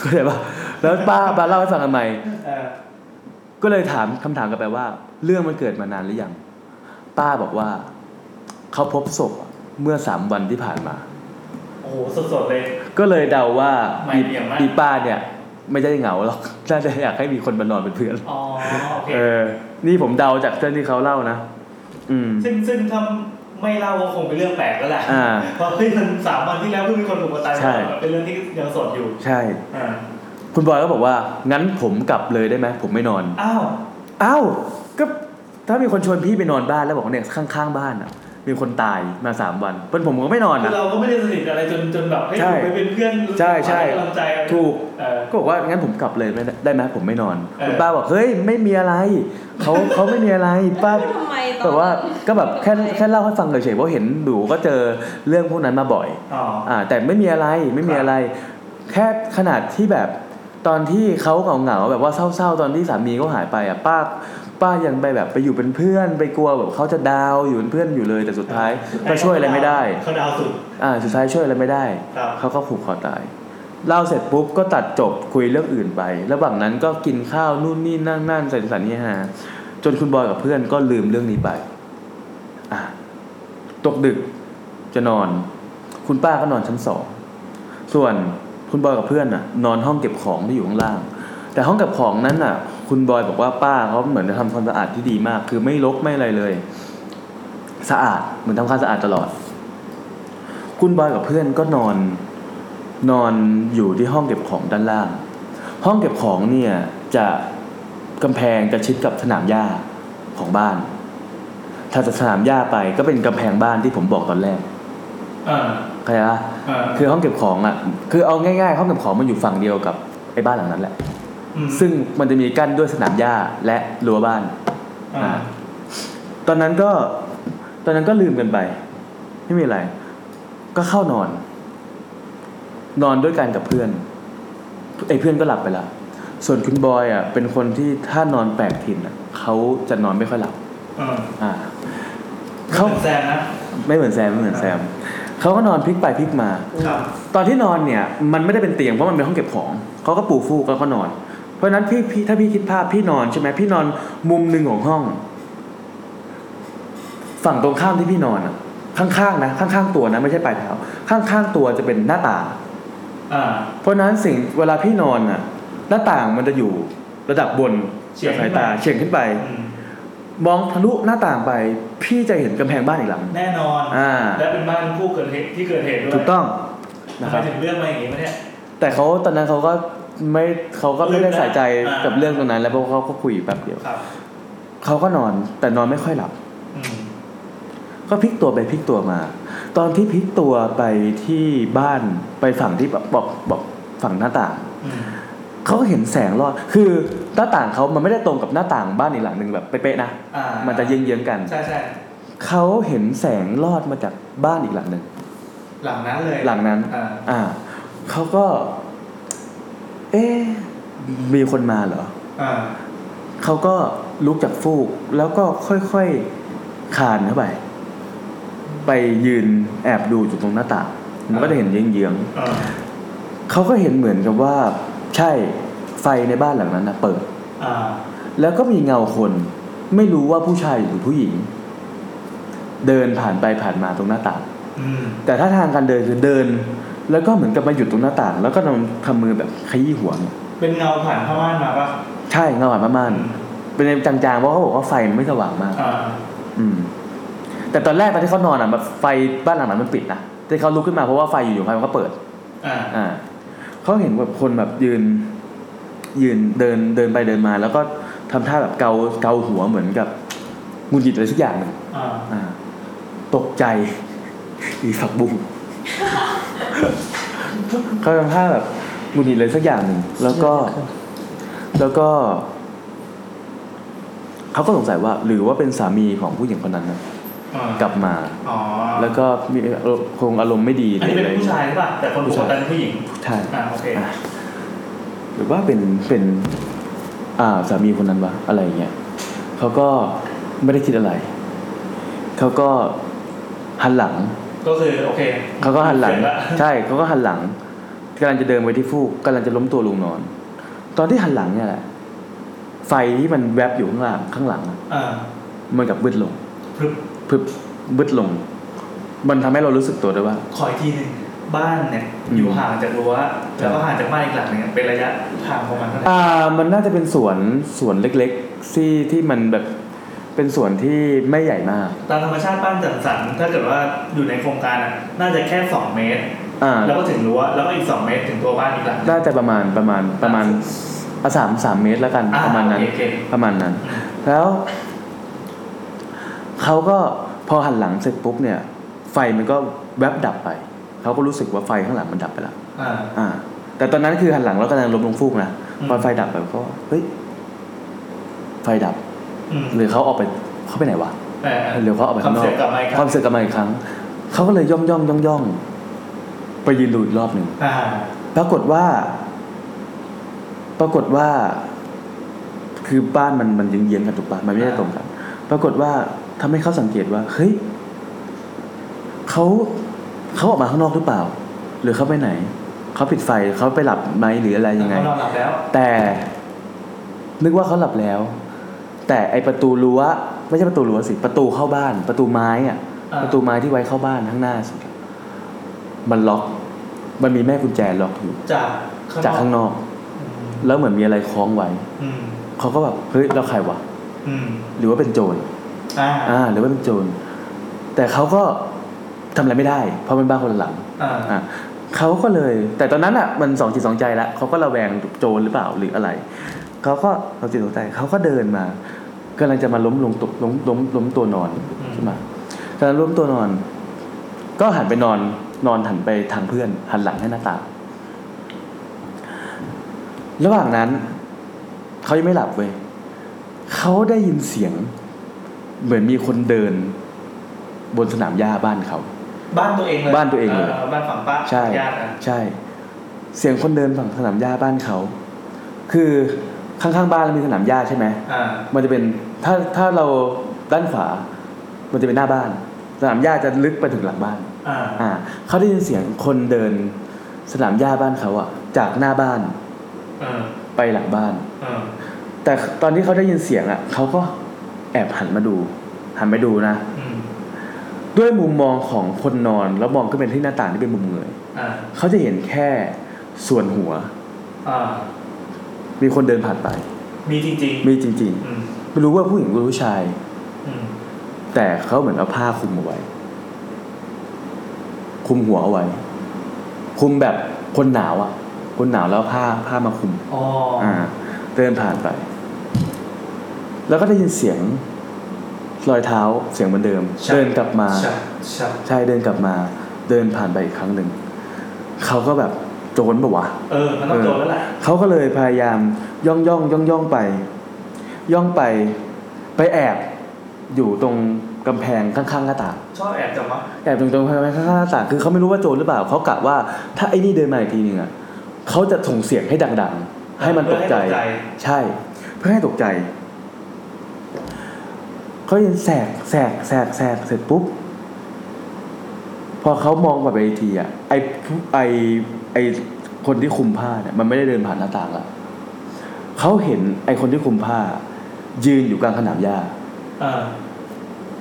ก็เลยว่า แล้วป้ามาเล่าให้ฟังทำไม
เออ
ก็เลยถามคำถามกลับไปว่า เรื่องมันเกิดมานานหรือยัง ป้าบอกว่า เขาพบศพเมื่อสามวันที่ผ่านมา
โอ้โห สดๆเลย
ก็เลยเดาว่า
ไม่
อี
เบี่ยงมาก
อีป้าเนี่ย ไม่ได้เหงาหรอกน่าจะอยากให้มีคนมานอนเป็นเพื่อน
อ๋อ โอเค
เออ นี่ผมเดาจากเรื่องที่เขาเล่านะอืม
ซึ่งซึ่งถ้าไม่เล่าก็คงเป็นเรื่องแปลกแล้วแหละ
อ่า
เพราะเฮ้ยมันสามวันที่แล้วเพิ่งมีคนผูกคอตาย
ใช่
เป็นเรื่องที่ยังสดอยู่
ใช่
อ่า
คุณบอยก็บอกว่า งั้นผมกลับเลยได้ไหมผมไม่นอน
อ้าว
อ้าว ก็ถ้ามีคนชวนพี่ไปนอนบ้านแล้วบอกว่าเนี่ยข้างๆบ้านอ่ะ มีคนตายมาสามวันเป็นผมผมก็ไม่นอน
คือ
อ่ะ
เราก็ไม่ได้สนิทอะไรจนจนแบบให้ย
ใช่
อยู่ไปเป็นเพื่อนรู้สึก
ใช่ใช่
ให้กำลังใจอะไร
ถูก
เออ
ก็บอกว่างั้นผมกลับเลยไม่ได้ได้ไหมผมไม่นอน
เออ
คุณป้าบอกเฮ้ยไม่มีอะไร เขาเขาไม่มีอะไรป้า
ทำไมตอน
แต่ว่าก็แบบแค่แค่เล่าให้ฟังเฉยๆเพราะเห็นหนูก็เจอเรื่องพวกนั้นมาบ่อย
อ๋อ
อ่า แต่ไม่มีอะไรไม่มีอะไร แค่ขนาดที่แบบตอนที่เขาเหงาๆแบบว่าเศร้าๆตอนที่สามีเขาหายไปอ่ะป้าป้ายังไปแบบไปอยู่เป็นเพื่อนไปกลัวแบบเขาจะดาวอยู่เป็นเพื่อนอยู่เลยแต่สุดท้ายก็ช่วยอะไรไม่ได้
เขาดาวสุด
อ่าสุดท้ายช่วยอะไรไม่ได้
ครับ
เขาก็ผูกคอตายเล่าเสร็จปุ๊บก็ตัดจบคุยเรื่องอื่นไประหว่างนั้นก็กินข้าวนู่นนี่นั่งนั่นใส่สันนี่ฮาจนคุณบอยกับเพื่อนก็ลืมเรื่องนี้ไป อ่ะตกดึกจะนอน คุณป้าก็นอนชั้นสองส่วนคุณบอยกับเพื่อนน่ะ นอนห้องเก็บของที่อยู่ข้างล่าง แต่ห้องเก็บของนั้นน่ะ คุณบอยบอกว่าป้าเขาเหมือนจะทำความสะอาดที่ดีมาก คือไม่รกไม่อะไรเลย สะอาดเหมือนทำความสะอาดตลอด คุณบอยกับเพื่อนก็นอน นอนอยู่ที่ห้องเก็บของด้านล่าง ห้องเก็บของเนี่ยจะกำแพงจะชิดกับสนามหญ้าของบ้าน ถ้าจะสนามหญ้าไปก็เป็นกำแพงบ้านที่ผมบอกตอนแรก
อ่า
เข้าใจปะ
อ่า
คือห้องเก็บของอ่ะ คือเอาง่ายๆ ห้องเก็บของมันอยู่ฝั่งเดียวกับไอ้บ้านหลังนั้นแหละ
อืม
ซึ่งมันจะมีกั้นด้วยสนามหญ้าและรั้วบ้าน
อ่า
ตอนนั้นก็ ตอนนั้นก็ลืมกันไป ไม่มีอะไร ก็เข้านอน นอนด้วยกันกับเพื่อนไอ้เพื่อนก็หลับไปละส่วนคุณบอยอ่ะ เป็นคนที่ถ้านอนแปลกถิ่นอ่ะเขาจะนอนไม่ค่อยหลับ
อ่า
อ่าเขา
แซมนะ
ไม่เหมือนแซมไม่เหมือนแซมเขาก็นอนพลิกไปพลิกมา
ครับ
ตอนที่นอนเนี่ย มันไม่ได้เป็นเตียงเพราะมันเป็นห้องเก็บของเขาก็ปูฟูกแล้วก็นอน เพราะฉะนั้นพี่พี่ถ้าพี่คิดภาพพี่นอนใช่ไหมพี่นอนมุมหนึ่งของห้อง ฝั่งตรงข้ามที่พี่นอนอะข้างๆนะข้างๆตัวนะไม่ใช่ปลายเท้าข้างๆตัวจะเป็นหน้าต่าง
อ่า
เพราะฉะนั้นสิ่งเวลาพี่นอนน่ะ หน้าต่างมันจะอยู่ระดับบน
เฉียงขึ้
สาย
นไป
ตาเฉียงขึ้นไป มองทะลุหน้าต่างไป พี่จะเห็นกำแพงบ้านอีกหลัง
แน่นอน
อ่า
และเป็นบ้านผู้เกิดเหตุที่เกิดเหตุด้วย
ถูกต้องนะ
ทำ
ค
ไม
รับ
ถึงเรื่องมาอย่างนี้มาเนี่ย
แต่เขาตอนนั้นเขาก็ไม่เขาก็ไม่ได้ใส่ใจกับเรื่องตรงนั้น แล้วเพราะเขาก็คุยแป๊บเดียว
ครับ
เขาก็นอนแต่นอนไม่ค่อยหลับ
อืม
ก็พลิกตัวไปพลิกตัวมา ตอนที่พลิกตัวไปที่บ้านไปฝั่งที่แบบบอกบอกฝั่งหน้าต่าง
อืม
เขาก็เห็นแสงลอด คือหน้าต่างเขามันไม่ได้ตรงกับหน้าต่างบ้านอีกหลังหนึ่งแบบเป๊ะๆนะ
อ่า
มันจะเยื้องๆกัน
ใช่ใช่
เขาเห็นแสงลอดมาจากบ้านอีกหลังหนึ่ง
หลังนั้นเลย
หลังนั้น
อ่า
อ่าเขาก็ เอ๊ะมีคนมาเหรอ
อ่า
เขาก็ลุกจากฟูกแล้วก็ค่อยๆคลานเข้าไป ไปยืนแอบดูอยู่ตรงหน้าต่างมันก็จะเห็นเยื้อง
อ่า
ๆเขาก็เห็นเหมือนกับว่า ใช่ไฟในบ้านหลังนั้นนะเปิด
อ่า
แล้วก็มีเงาคน ไม่รู้ว่าผู้ชายหรือผู้หญิง เดินผ่านไปผ่านมาตรงหน้าต่าง
อืม
แต่ถ้าทางการเดินคือเดิน แล้วก็เหมือนกับมาหยุดตรงหน้าต่าง แล้วก็ทำทำมือแบบขยี้หัวเนี่ย
เป็นเงาผ่านผ้าม่านมาปะ
ใช่เงาหวานมากๆเป็นจางๆเพราะเขาบอกว่าไฟมันไม่สว่างมาก
อ่า
อืม แต่ตอนแรกตอนที่เขานอนอ่ะมันไฟบ้านหลังนั้นมันปิดนะแต่เขาลุกขึ้นมาเพราะว่าไฟอยู่ๆไฟมันก็เปิด
อ่า
อ่าเขาเห็นแบบคนแบบยืน ยืนเดินเดินไปเดินมา แล้วก็ทำท่าแบบเกาเกาหัวเหมือนกับหงุดหงิดอะไรสักอย่างหนึ่ง
อ่า
อ่า ตกใจ อีฝักบุงเขาทำท่าแบบหงุดหงิดอะไรสักอย่างหนึ่งแล้วก็ แล้วก็ เขาก็สงสัยว่า หรือว่าเป็นสามีของผู้หญิงคนนั้นนะ
อ่าก
ลับมา
อ๋อ
แล้วก็มีอารมณ์คงอารมณ์ไม่ดี
อันนี้
หรื
เป็
อน อะไร
ผู้ชายหรือเปล่าแต่คนผูกกันเป็นผู้หญิง
ใช่
อ่า โอเค
หรือว่าเป็นเป็น อ่าสามีคนนั้นวะอะไรอย่างเงี้ยเขาก็ไม่ได้คิดอะไร เขาก็หันหลัง
ก็คือโอเค
เขาก็หันหลัง
เสร็จะ
ใช่เขาก็หันหลังกำลังจะเดินไปที่ฟูกกำลังจะล้มตัวลงนอน ตอนที่หันหลังเนี่ยแหละไฟที่มันแวบอยู่ข้างหลังข้างหลังอะ
อ่า
มันกับมืดลง
พรึบ
พึบมืดลง มันทำให้เรารู้สึกตัวด้วยว่า
ขออีกทีหนึ่งบ้านเนี่ย อยู่ห่างจากรั้วแล้วก็ห่างจากบ้านอีกหลังหนึงเป็นระยะทางประมาณเท่าไหร่
อ่ามันน่าจะเป็นสวนสวนเล็กๆที่ที่มันแบบเป็นสวนที่ไม่ใหญ่มาก
ตามธรรมชาติบ้านจัดสรรถ้าเกิดว่าอยู่ในโครงการอ่ะน่าจะแค่สองเมตร
อ่า
แล้วก็ถึงรั้วแล้วก็อีกสองเมตรถึงตัวบ้านอีกหลัง
น่าจะประมาณประมาณประมาณอ่ะสามสามเมตรแล้วกัน
อ่า
ประมาณนั้น
โอเคโอเค
ประมาณนั้น แล้วเขาก็พอหันหลังเสร็จปุ๊บเนี่ย ไฟมันก็แวบดับไปเขาก็รู้สึกว่าไฟข้างหลังมันดับไปแล้ว
อ่า
อ่า แต่ตอนนั้นคือหันหลังแล้วกำลังล้มลงฟูกนะ
อืม
พอไฟดับไปก็เฮ้ยไฟดับ
อืม
หรือเขาออกไปเขาไปไหนวะ
แต่
เดี๋ยวเขาออกไปข้างน
คำ
อ
เสีย
ก
กลับมาอีกค
ค
รั้
วาง มเสื่อมกลับมาอีกครั้ง เขาก็เลยย่องย่องย่องย่องไปยืนดูอีกรอบหนึ่ง
อ่า
ปรากฏว่า ปรากฏว่า คือบ้านมันมันเยื้องๆกันถูกปะมันไม่ได้ตรงกัน ปรากฏว่าทำให้เขาสังเกตว่า เฮ้ยเขาเขาออกมาข้างนอกหรือเปล่า หรือเขาไปไหน เขาปิดไฟเขาไปหลับไหมหรืออะไรยังไง
เขานอนหลับแล้ว
แต่นึกว่าเขาหลับแล้ว แต่ไอประตูรั้วไม่ใช่ประตูรั้วสิ ประตูเข้าบ้าน ประตูไม้อะ
อ่า
ประตูไม้ที่ไว้เข้าบ้านข้างหน้าสุดอะมันล็อก มันมีแม่กุญแจล็อกอยู่
จาก
จากข้างนอก แล้วเหมือนมีอะไรคล้องไว้
อืม
เขาก็แบบเฮ้ยเราใครวะ
อืม
หรือว่าเป็นโจร
อ่า
อ่า หรือว่าเป็นโจรแต่เขาก็ทำอะไรไม่ได้ เพราะมันบ้านคนละหลัง
อ่า
อ่ะเขาก็เลย แต่ตอนนั้นอ่ะมันสองจิตสองใจละเขาก็ระแวงโจรหรือเปล่าหรืออะไรเขาก็สองจิตสองใจเขาก็เดินมากำลังจะมาล้มลงตกล้มล้มล้มตัวนอนใช่ไหมกำลังล้มตัวนอน ก็หันไปนอนนอนหันไปทางเพื่อน หันหลังให้หน้าต่างระหว่างนั้นเขายังไม่หลับเว้ยเขาได้ยินเสียง เหมือนมีคนเดิน บนสนามหญ้าบ้านเขา
บ้านตัวเองเลย
บ้านตัวเองเลย
บ้านฝั่งป้า
ใช่
ญาติอ่ะ
ใช่ เสียงคนเดินฝั่งสนามหญ้าบ้านเขา คือข้างๆบ้านเรามีสนามหญ้าใช่ไหม
อ่า
มันจะเป็นถ้าถ้าเราด้านขวา มันจะเป็นหน้าบ้าน สนามหญ้าจะลึกไปถึงหลังบ้าน
อ่า
อ่าเขาได้ยินเสียงคนเดินสนามหญ้าบ้านเขาอะจากหน้าบ้าน
อ่า
ไปหลังบ้าน
อ่า
แต่ตอนที่เขาได้ยินเสียงอะเขาก็แอบหันมาดู หันไปดูนะ
อืม
ด้วยมุมมองของคนนอนแล้วมองขึ้นไปที่หน้าต่างที่เป็นมุมเงย
อ่า
เขาจะเห็นแค่ส่วนหัว
อ่า
มีคนเดินผ่านไป
มีจริง
มีจริง
ๆ อืม
ๆ ไม่รู้ว่าผู้หญิงหรือผู้ชาย
อืม
แต่เขาเหมือนเอาผ้าคลุมเอาไว้ คลุมหัวเอาไว้ คลุมแบบคนหนาวอ่ะ คนหนาวแล้วเอาผ้าผ้ามาคลุม
อ๋อ
อ่า เดินผ่านไป แล้วก็ได้ยินเสียงรอยเท้าเสียงเหมือนเดิม เดินกลับมา
ใช่ใช่
ใช่เดินกลับมา เดินผ่านไปอีกครั้งหนึ่ง เขาก็แบบโจรปะวะ
เออ มันต้องโจรแล้วแหละ
เขาก็เลยพยายามย่องย่องย่องย่องไป ย่องไปไปแอบอยู่ตรงกำแพงข้างๆหน้าต่าง
ชอบแอบจังวะ
แอบตรงตรงกำแพงข้างๆหน้าต่างคือเขาไม่รู้ว่าโจรหรือเปล่าเขากะว่าถ้าไอ้นี่เดินมาอีกทีหนึ่งอ่ะ เขาจะส่งเสียงให้ดังๆ ให้มันตกใจ
เพื่อให้ตกใจ
ใช่ เพื่อให้ตกใจเขายินแสกแสกแสกแสกเสร็จปุ๊บ พอเขามองผ่านไปอีกทีอ่ะไอไอไอคนที่คุมผ้าเนี่ยมันไม่ได้เดินผ่านหน้าต่างละเขาเห็นไอคนที่คุมผ้า ยืนอยู่กลางขนามหญ้า
อ่า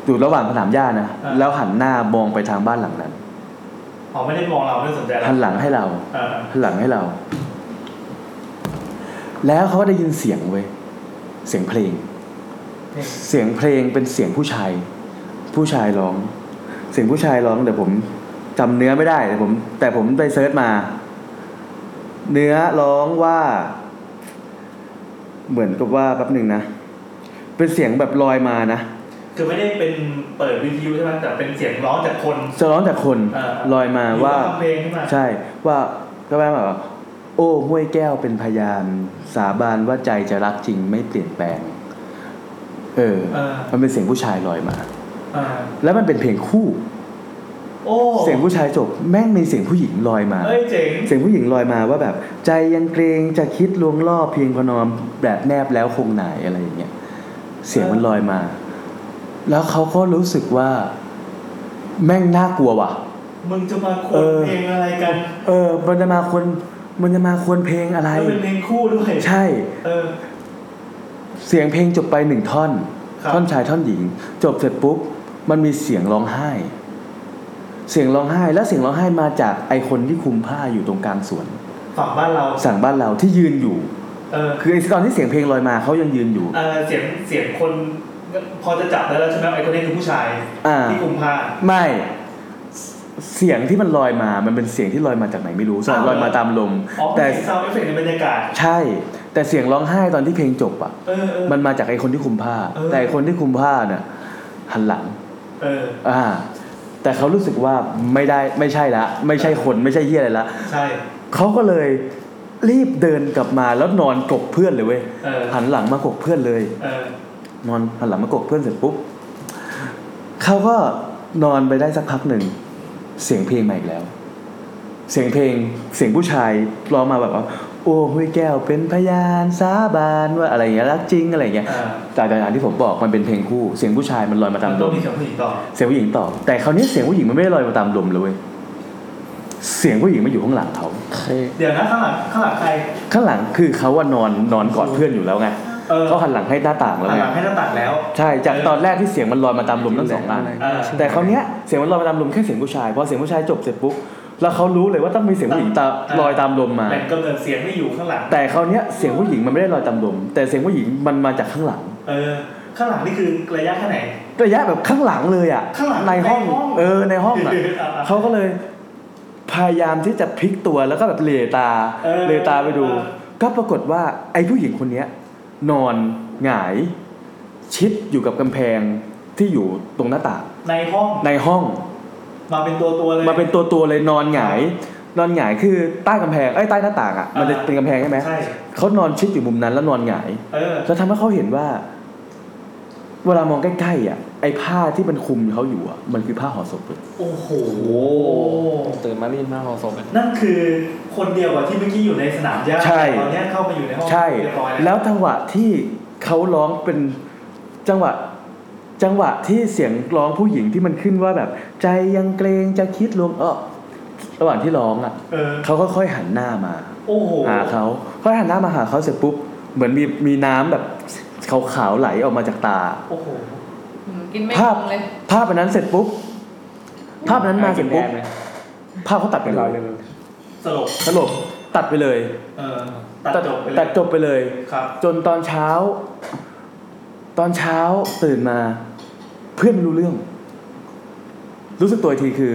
อยู่ระหว่างขนามหญ้านะ
อ่า
แล้วหันหน้ามองไปทางบ้านหลังนั้น
อ๋อไม่ได้มองเราไม่ได้สนใจเรา
หันหลังให้เรา
อ่า
หันหลังให้เรา แล้วเขาก็ได้ยินเสียงเว้ยเสียงเพลง เสียงเพลงเป็นเสียงผู้ชาย ผู้ชายร้อง เสียงผู้ชายร้องเดี๋ยวผมจำเนื้อไม่ได้แต่ผม แต่ผมไปเซิร์ชมา เนื้อร้องว่า เหมือนกับว่าแป๊บหนึ่งนะเป็นเสียงแบบลอยมานะ
คือไม่ได้เป็นเปิดวิทยุใช่ไหมแต่เป็นเสียงร้องจากคน
จะร้อนจากคน
อ่า
ลอยมา
หรือ
ว่า
ว่าทำเพลงขึ้นมา
ใช่ว่าก็แปลว่าโอ้ห้วยแก้วเป็นพยาน สาบานว่าใจจะรักจริงไม่เปลี่ยนแปลง เออ
เออ
มันเป็นเสียงผู้ชายลอยมา
อ่า
แล้วมันเป็นเพลงคู่
โอ้
เสียงผู้ชายจบแม่งมีเสียงผู้หญิงลอยมา
เอ้ยเจ๋ง
เสียงผู้หญิงลอยมาว่าแบบ ใจยังเกรงจะคิดลวงล่อเพียงพนอมแบบแนบแล้วคงไหนอะไรอย่างเงี้ยเสียงมันลอยมา แล้วเขาก็รู้สึกว่า แม่งน่ากลัวว่ะ
มึงจะมาควนเพลงอะไรกัน
เออ มันจะมาควรมันจะมาควรเพลงอะไร
แล้วเป็นเพลงคู่ด้วย
ใช่
เออ
เสียงเพลงจบไปหนึ่งท่อน
ครับ
ท่อนชายท่อนหญิง จบเสร็จปุ๊บ มันมีเสียงร้องไห้ เสียงร้องไห้ และเสียงร้องไห้มาจากไอคนที่คลุมผ้าอยู่ตรงกลางสวน
ฝั่งบ้านเรา
สั่งบ้านเราที่ยืนอยู่
เออ
คือไอตอนที่เสียงเพลงลอยมาเขายังยืนอยู่
เออเสียงเสียงคนพอจะจับได้แล้วใช่ไหมไอ้คนนี้คือผู้ชาย
อ่า
ที่คุมผ้า
ไม่เสียงที่มันลอยมา มันเป็นเสียงที่ลอยมาจากไหนไม่รู้
อ้าวเหรอ
ลอยมาตามลม
อ๋อเป็
แต่
นซาวด์เอฟเฟกต์ในบรรยากาศ
ใช่ แต่เสียงร้องไห้ตอนที่เพลงจบอะ
เออเออ
มันมาจากไอ้คนที่คุมผ้า
เออ
แต่ไอ้คนที่คุมผ้าเนี่ยหันหลัง
เออ
อ่า แต่เขารู้สึกว่าไม่ได้ไม่ใช่ละ ไม่ใช่คนไม่ใช่เฮียอะไรละ
ใช่
เขาก็เลยรีบเดินกลับมาแล้วนอนกบเพื่อนเลยเว้ย
เออ
หันหลังมากบเพื่อนเลย
เออ
นอนหันหลังมากบเพื่อนเสร็จปุ๊บเขาก็นอนไปได้สักพักหนึ่งเสียงเพลงมาอีกแล้ว เสียงเพลงเสียงผู้ชายร้องมาแบบว่า โอ้ห้วยแก้วเป็นพยานสาบานว่าอะไรอย่างเงี้ยรักจริงอะไรอย่างเงี้ยแต่อย่างที่ผมบอกมันเป็นเพลงคู่ เสียงผู้ชายมันลอยมาตามล
ต้อง
ม
มีเสียงผู้หญิงต่อ
เสียงผู้หญิงตอบแต่คราวนี้เสียงผู้หญิงมันไม่ได้ลอยมาตามลมเลยเว้ยเสียงผู้หญิงมาอยู่ข้างหลังเขา
เดี๋ยวนะข้างหลังข้างหลังใคร
ข้างหลังคือเขาว่านอนนอนกอดเพื่อนอยู่แล้วไง
เออ
เขาหันหลังให้หน้าต่างแล้ว
ข้าง
ไง
หลังให้หน้าต่างแล้ว
ใช่จากตอนแรกที่เสียงมันลอยมาตามลมทั้งสองอัน
เออ
แต่คราวเนี้ยเสียงมันลอยมาตามลมแค่เสียงผู้ชายพอเสียงผู้ชายจบเสร็จปุ๊บแล้วเขารู้เลยว่าต้องมีเสียงผู้หญิงตามลอยตามลมมา
แหล่งกำเนิดเสียงไม่อยู่ข้างหลัง
แต่คราวเนี้ยเสียงผู้หญิงมันไม่ได้ลอยตามลมแต่เสียงผู้หญิงมันมาจากข้างหลัง
เออ ข้างหลังนี่คือระยะแค่ไหน
ระยะแบบข้างหลังเลยอ่ะ
ข้างหลัง
ในห้อง
ในห้อง
เออในห้อง อะ
อ่า
เขาก็เลยพยายามที่จะพลิกตัวแล้วก็แบบเหลตา
เออ
เหลตาไปดู ก็ปรากฏว่าไอ้ผู้หญิงคนเนี้ย นอนหงาย ชิดอยู่กับกำแพงที่อยู่ตรงหน้าต่าง
ในห้อง
ในห้อง
มาเป็นตัวตัวๆเลย
มาเป็นตัวตัวๆเลยนอนหงาย นอนหงายคือใต้กำแพงไอ้ยใต้หน้าต่างอ่ะมันจะเป็นกำแพงใช่ไหม
ใช่
เขานอนชิดอยู่มุมนั้นแล้วนอนหงาย
เออ
แล้วทำให้เขาเห็นว่า เวลามองใกล้ๆอ่ะไอ้ผ้าที่มันคลุมเขาอยู่อ่ะมันคือผ้าห่อศพเลย
โอ้โห
ตื่นมาได้ยินมากพอสม
นั่นคือคนเดียวกับที่เมื่อกี้อยู่ในสนามหญ้า
ใช่
ตอนเนี้ยเข้ามาอยู่ในห้อง
ใช่
เรียบร้อยแล้ว
แล้วจังหวะที่เขาร้องเป็นจังหวะ จังหวะที่เสียงร้องผู้หญิงที่มันขึ้นว่าแบบ ใจยังเกรงจะคิดลวงเออระหว่างที่ร้องอ่ะ
เออ
เขาก็ค่อยหันหน้ามา
โอ้โห
หาเขาค่อยหันหน้ามาหาเขาเสร็จปุ๊บเหมือนมีมีน้ำแบบขาวๆไหลออกมาจากตา
โอ้โห
กินไม่
ภาพ
ลงเลย
ภาพอันนั้นเสร็จปุ๊บภาพอันนั้นมาเสร็จปุ๊บภาพเขาตัดไปเลย
สลบ
สลบตัดไปเลย
เออตัดจบไปเลย
ตัดจบไปเลย
ครับ
จนตอนเช้า ตอนเช้าตื่นมา เพื่อนไม่รู้เรื่อง รู้สึกตัวอีกทีคือ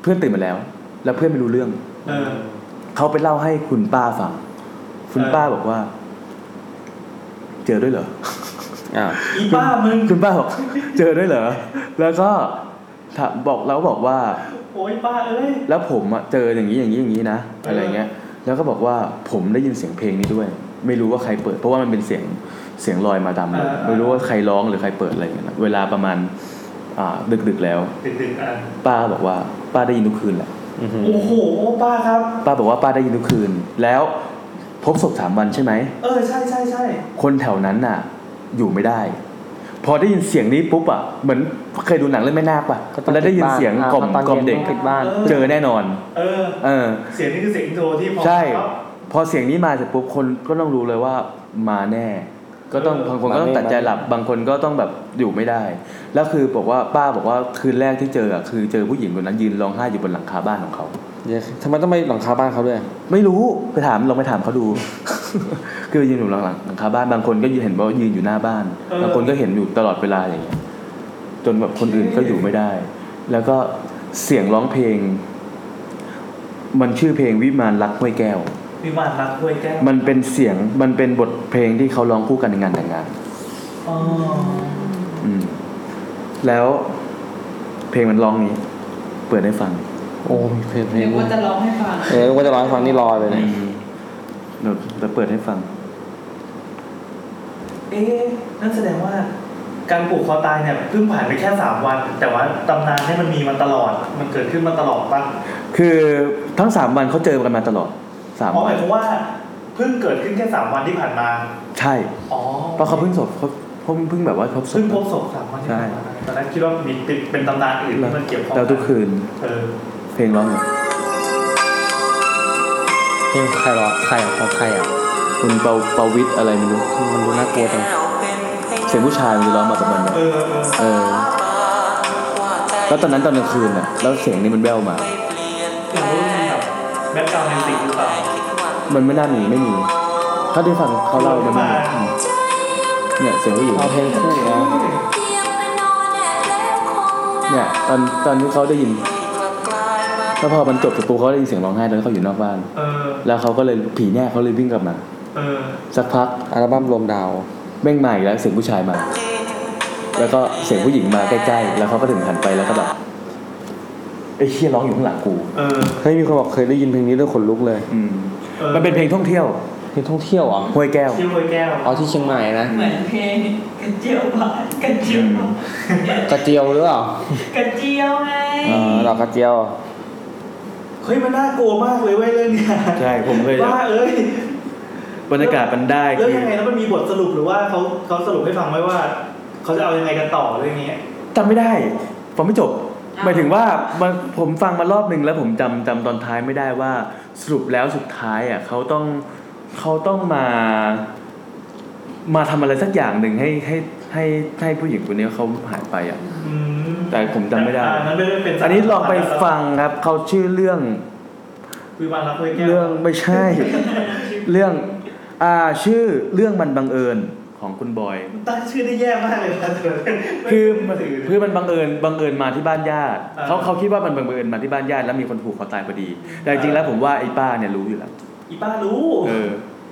เพื่อนตื่นมาแล้ว แล้วเพื่อนไม่รู้เรื่อง
เออ
เขาไปเล่าให้คุณป้าฟัง คุณ
เออ
ป้าบอกว่า เจอด้วยเหรออ่า
อีป้ามึง
คุณป้าบอก เจอด้วยเหรอ แล้วก็ถามบอกแล้วบอกว่า
โอ้ยป้าเอ้ย
แล้วผมอะเจออย่างนี้อย่างนี้อย่างนี้นะอะไรเงี้ย แล้วก็บอกว่าผมได้ยินเสียงเพลงนี้ด้วย ไม่รู้ว่าใครเปิด เพราะว่ามันเป็นเสียงเสียงลอยมาตามลม
อ่า
ไม่รู้ว่าใครร้องหรือใครเปิดอะไรเงี้ยนะเวลาประมาณ อ่าดึกดึกๆแล้ว
ดึกดึกๆอ่ะ
ป้าบอกว่า ป้าได้ยินทุกคืนแหละ อือหือ
โอ้โหป้าครับ
ป้าบอกว่าป้าได้ยินทุกคืน แล้วพบศพสามวันใช่ไหม
เออใช่ใช่ใช่
คนแถวนั้นน่ะ อยู่ไม่ได้ พอได้ยินเสียงนี้ปุ๊บอ่ะเหมือนเคยดูหนังเรื่องแม่นาคป่ะ
ก็ต้อง
แล้วได้ยิน
ปิดบ้าน
เสียง
อ่าก
ล่อม
ตอนเย็น
กล่อมเด็ก
ต้องปิดบ้าน
เจอแน่นอน
เออ
เออ
เสียงนี้คือเสียงอินโทรที่พอ
ใช่
เขา
พอเสียงนี้มาเสร็จปุ๊บคนก็ต้องรู้เลยว่ามาแน่ ก็ต้องบางคนก็ต้อง
มาแน่
ตัดใจหลับ บางคนก็ต้องแบบอยู่ไม่ได้ แล้วคือบอกว่าป้าบอกว่าคืนแรกที่เจออ่ะคือเจอผู้หญิงคนนั้นยืนร้องไห้อยู่บนหลังคาบ้านของเขา
ทำไมต้องไปหลังคาบ้านเขาด้วย
ไม่รู้ไปถามลองไปถามเขาดู คือยืนอยู่หลังหลังหลังคาบ้านบางคนก็ยืนเห็นว่ายืนอยู่หน้าบ้าน
เออ
บางคนก็เห็นอยู่ตลอดเวลาอย่างเงี้ยจนแบบคนอื่นก็อยู่ไม่ได้ แล้วก็เสียงร้องเพลง มันชื่อเพลงวิมานรักห้วยแก้ว
วิมานรักห้วยแก้ว
มันเป็นเสียงมันเป็นบทเพลงที่เขาร้องคู่กันในงานแต่งงาน
อ๋อ
อืม แล้วเพลงมันร้องนี้ เปิดให้ฟัง
โอ้เพลงเพลง
นึกว่าจะร้องให้ฟัง
เออว่าจะร้องให้ฟังนี่รอเลยเนี่ย
เดี๋ยวจะเปิดให้ฟัง
เอ๊ะนั่นแสดงว่า การผูกคอตายเนี่ยเพิ่งผ่านไปแค่สามวัน แต่ว่าตำนานเนี่ยมันมีมาตลอด มันเกิดขึ้นมาตลอดป่ะ
คือทั้งสามวันเขาเจอกันมาตลอดสาม
อ๋อห
วั
มาน ยความว่าเพิ่งเกิดขึ้นแค่สามวันที่ผ่านมา
ใช่
อ๋อ
เพราะเขาเพิ่งศพเขาเขาเพิ่งแบบว่าพบศพ
เพิ่งพบศพสามวันที่ผ่านมาตอนแรกคิดว่ามีติดเป็นตำนานอื่นที่มันเกี่ยวข้อง
แล้วทุกคืน
เออ
เพลงร้องอยู่
เพลงใครร้องใครอ่ะของใครอ่ะ
คุณเปาเปาวิทย์อะไรไม่รู้
มันดูน่ากลัวจัง
เสียงผู้ชายมันจะร้องมาประมาณเนี้ย
เออเออ
เออ แล้วตอนนั้นตอนกลางคืนน่ะ แล้วเสียงนี้มันแว่วมา
อยากรู้ว่ามันแบบแบ็คกราวด์ในสิ่งหรือเปล่า
มันไม่น่ามีไม่มีเขาได้ฟังเขาเล่ามันไม่มีอืมเนี่ยเสียงผู้หญิง
เอาเพลงคู่นะ
เนี่ยตอนตอนที่เขาได้ยินแล้วพอมันจบเสร็จปุ๊บเขาได้ยินเสียงร้องไห้ตอนที่เขาอยู่นอกบ้าน
เออ
แล้วเขาก็เลยผีแน่เขาเลยวิ่งกลับมา
เออ
สักพัก
อัลบั้มรวมดาว
แม่งมาอีกแล้วเสียงผู้ชายมา แล้วก็เสียงผู้หญิงมาใกล้ๆ แล้วเขาก็ถึงหันไปแล้วก็แบบไอ้เฮียร้องอยู่ข้างหลังกู
เออ
เฮ้ยมีคนบอกเคยได้ยินเพลงนี้ด้วยขนลุกเลย
อืม
เออ
มันเป็นเพลงท่องเที่ยว
เพลงท่องเที่ยวเหรอ่ะ
ห้วยแก้ว
ที่ห้วยแก้ว
อ๋อที่เชียงใหม่นะ
เหมือนเพลงกระเจียวบานกระเจียวบาน
กระเจียวหรือเปล่าก
ระเจียวไง
เออดอกกระเจียว
เฮ้ยมันน่ากลัวมากเลยเว้ยเรื่องเนี้ย
ใช่ผมเคย
ว่าเอ้ย
บรรยากาศมันได้
แล้ว
คือ
ยังไงแล้วมันมีบทสรุปหรือว่าเขาเขาสรุปให้ฟังไหมว่า เขาจะเอายังไงกันต่อเรื่องนี้
จำไม่ได้ฟังไม่จบหมายถึงว่ามันผมฟังมารอบหนึ่งแล้วผมจำจำตอนท้ายไม่ได้ว่า สรุปแล้วสุดท้ายอ่ะเขาต้องเขาต้องมา มาทำอะไรสักอย่างหนึ่งให้ให้ให้ให้ผู้หญิงคนนี้เขาหายไปอ่ะ
อืม
แต่ผมจำไม่ได้
อันนั้นไม่ได้เป็น
อันนี้ลองไปฟังครับเขาชื่อเรื่อง
วิมานรักห้วยแก้ว
เรื่องไม่ใช่ เรื่องอ่าชื่อเรื่องมันบังเอิญของคุณบอย
ตั้งชื่อได้แย่มากเลยนะเธอ
คือ
ไม่ตื่น
คือมันบังเอิญบังเอิญมาที่บ้านญาติ
อ่า
เขาเขาคิดว่ามันบังเอิญมาที่บ้านญาติแล้วมีคนผูกคอตายพอดี แต่จริงๆแล้วผมว่าไอ้ป้าเนี่ยรู้อยู่แล้ว
อีป้ารู้
เออ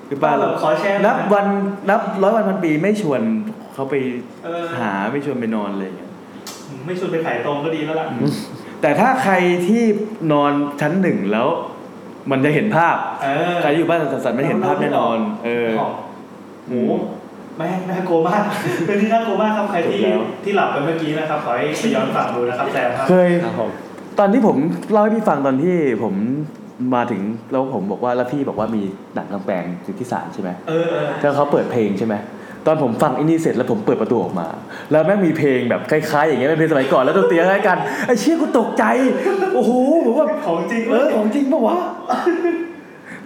คือป้า
แบบขอแชร์
นับวันนับร้อยวันพันปีไม่ชวนเขาไป
เออ
หาไม่ชวนไปนอนอะไรอย่างเงี้ย
ไม่ชวนไปขายตรงก็ดีแล้วล่ะ
แต่ถ้าใครที่นอนชั้นหนึ่งแล้ว มันจะเห็นภาพ
เออ
ใครอยู่บ้านสันสันมันเห็นภาพแน่นอน เออ
หมูแม่งน่ากลัวมากเป็นที่น่ากลัวมากครับใครที่ที่หลับไปเมื่อกี้นะครับขอให้ไปย้อนฟังดูนะครับแซมครับ
เคย ตอนที่ผมเล่าให้พี่ฟังตอนที่ผมมาถึงแล้วผมบอกว่าแล้วพี่บอกว่ามีหนังกลางแปลงอยู่ที่ศาลใช่ไหม
เออเออ
แล้วเขาเปิดเพลงใช่ไหมตอนผมฟังไอินี่เสร็จแล้วผมเปิดประตูออกมา แล้วแม่งมีเพลงแบบคล้ายๆอย่างเงี้ยเป็นเพลงสมัยก่อนแล้วดนตรีคล้ายๆกันไอ้เชี่ยกูตกใจโอ้โหผมว่า
ของจริง
เออของจริงปะวะ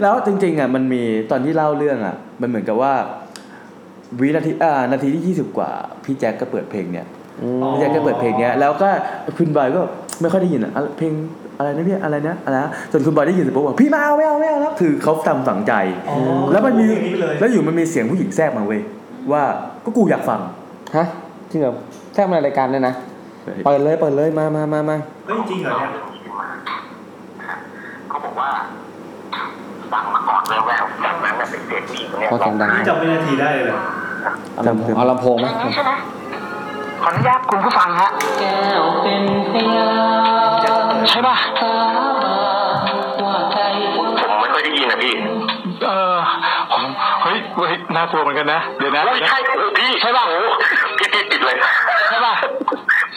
แล้วจริงๆอ่ะมันมีตอนที่เล่าเรื่องอ่ะ มันเหมือนกับว่าวินาทีอ่านาทีที่ยี่สิบกว่า พี่แจ็คก็เปิดเพลงเนี่ย
อ๋อ
พี่แจ็คก็เปิดเพลงเนี้ยแล้วก็คุณบอยก็ไม่ค่อยได้ยินอ่ะอะไรเพลงอะไรนะพี่อะไรนะอะไรนะจนคุณบอยได้ยินเสร็จปุ๊บบอกพี่ไมาเอาไม่เอาไม่เอาแล้วคือเขาทำฝังใจ
อ๋อ
แล้วมันมี
อย่างนี้เลย
แล้วอยู่มันมีเสียงผู้หญิงแทรกมาเว้ยว่าก็กูอยากฟัง
ฮะจริงเหรอแทรกมาในรายการด้วยนะเปิดเลยเปิดเลยมามามามา
เฮ้ยจริงเหรอเนี่ย
พอเสียงดัง
นี่จำวินาทีได้เลยเหรอ
เอาลำโพงเอาลำโพงไหม
ขออนุญาตคุณผู้ฟังฮะใช่ป่ะผมไม่ค่อยได้ยินนะพี่ เออผมเฮ้ยเฮ้ยน่ากลัวเหมือนกันนะ เดี๋ยวนะใช่พี่ใช่ป่ะพี่พี่ปิดเลยใช่ป่ะ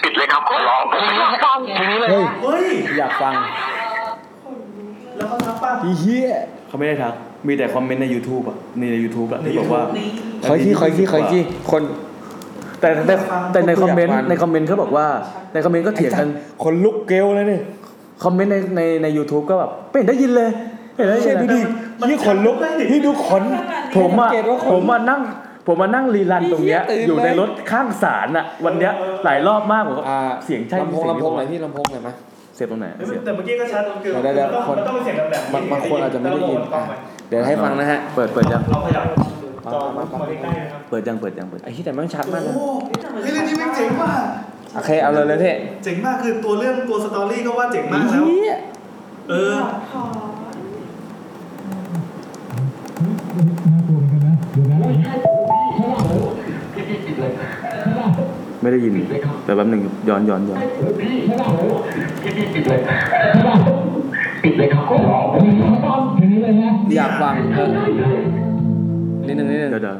ปิดเลยครับขอร้องทีนี้ทีนี้เลย
เฮ้ย
เฮ้ย
อยากฟัง
เฮียเขาไม่ได้ทัก มีแต่คอมเมนต์ใน YouTube อ่ะในใน YouTube อ่ะที่บอกว่า
ขออีกทีขออีกทีขออีกทีคน
แต่แต่แต่ในคอมเมนต์ในคอมเมนต์เขาบอกว่าในคอมเมนต์ก็เถียงกัน
คนลุกเกลเลยนี่
คอมเมนต์ในในใน YouTube ก็แบบไม่เห็นได้ยินเลยไม่เห็นได้ยิน
เชี่ยดูดิ
ยี่ขนลุกที่ดูขนผมอ่ะผมมานั่ง ผมมานั่งรีรันตรงเนี้ย
เหี้ยตื่น
อยู่ใน
เลย
รถข้างศาลอ่ะวันเนี้ยหลายรอบมากผมก็เสียงใช่
ลำโพง
เสีย
ลำโพงไหน
ที่
พี่ลำโพงไหนอยไหม
เสียบตรงไหนเสียบ
แต่เมื่อกี้ก็ชัดคือ
เดี๋ยวเดี๋ยว
มันต้องมันต้
คน
องเป็นเสียงแบบ
บางบางคนอาจจะไม่ได้ยินอ่ะเดี๋ยวให้ฟังนะฮะ
เปิดเปิดยัง
เราขยับจอมาใกล้ๆนะครับ
เปิดยังเปิดยังเปิด
ไอ้ที่แต่แม่งชัดมากนะ
โอ้โหเฮ้ยเรื่องนี้แม่งเจ๋งมาก
โอเคเอาเลยเลยพี่
เจ๋งมากคือตัวเรื่องตัวสตอรี่ก็ว่าเจ๋งมากแล้ว เออ
ไม่ได้ยินแต่แป๊บหนึงย้อนย้อนย้อน
อยากฟังเออนิดนึงนิดนึง
เดี๋ยวเดี๋ยว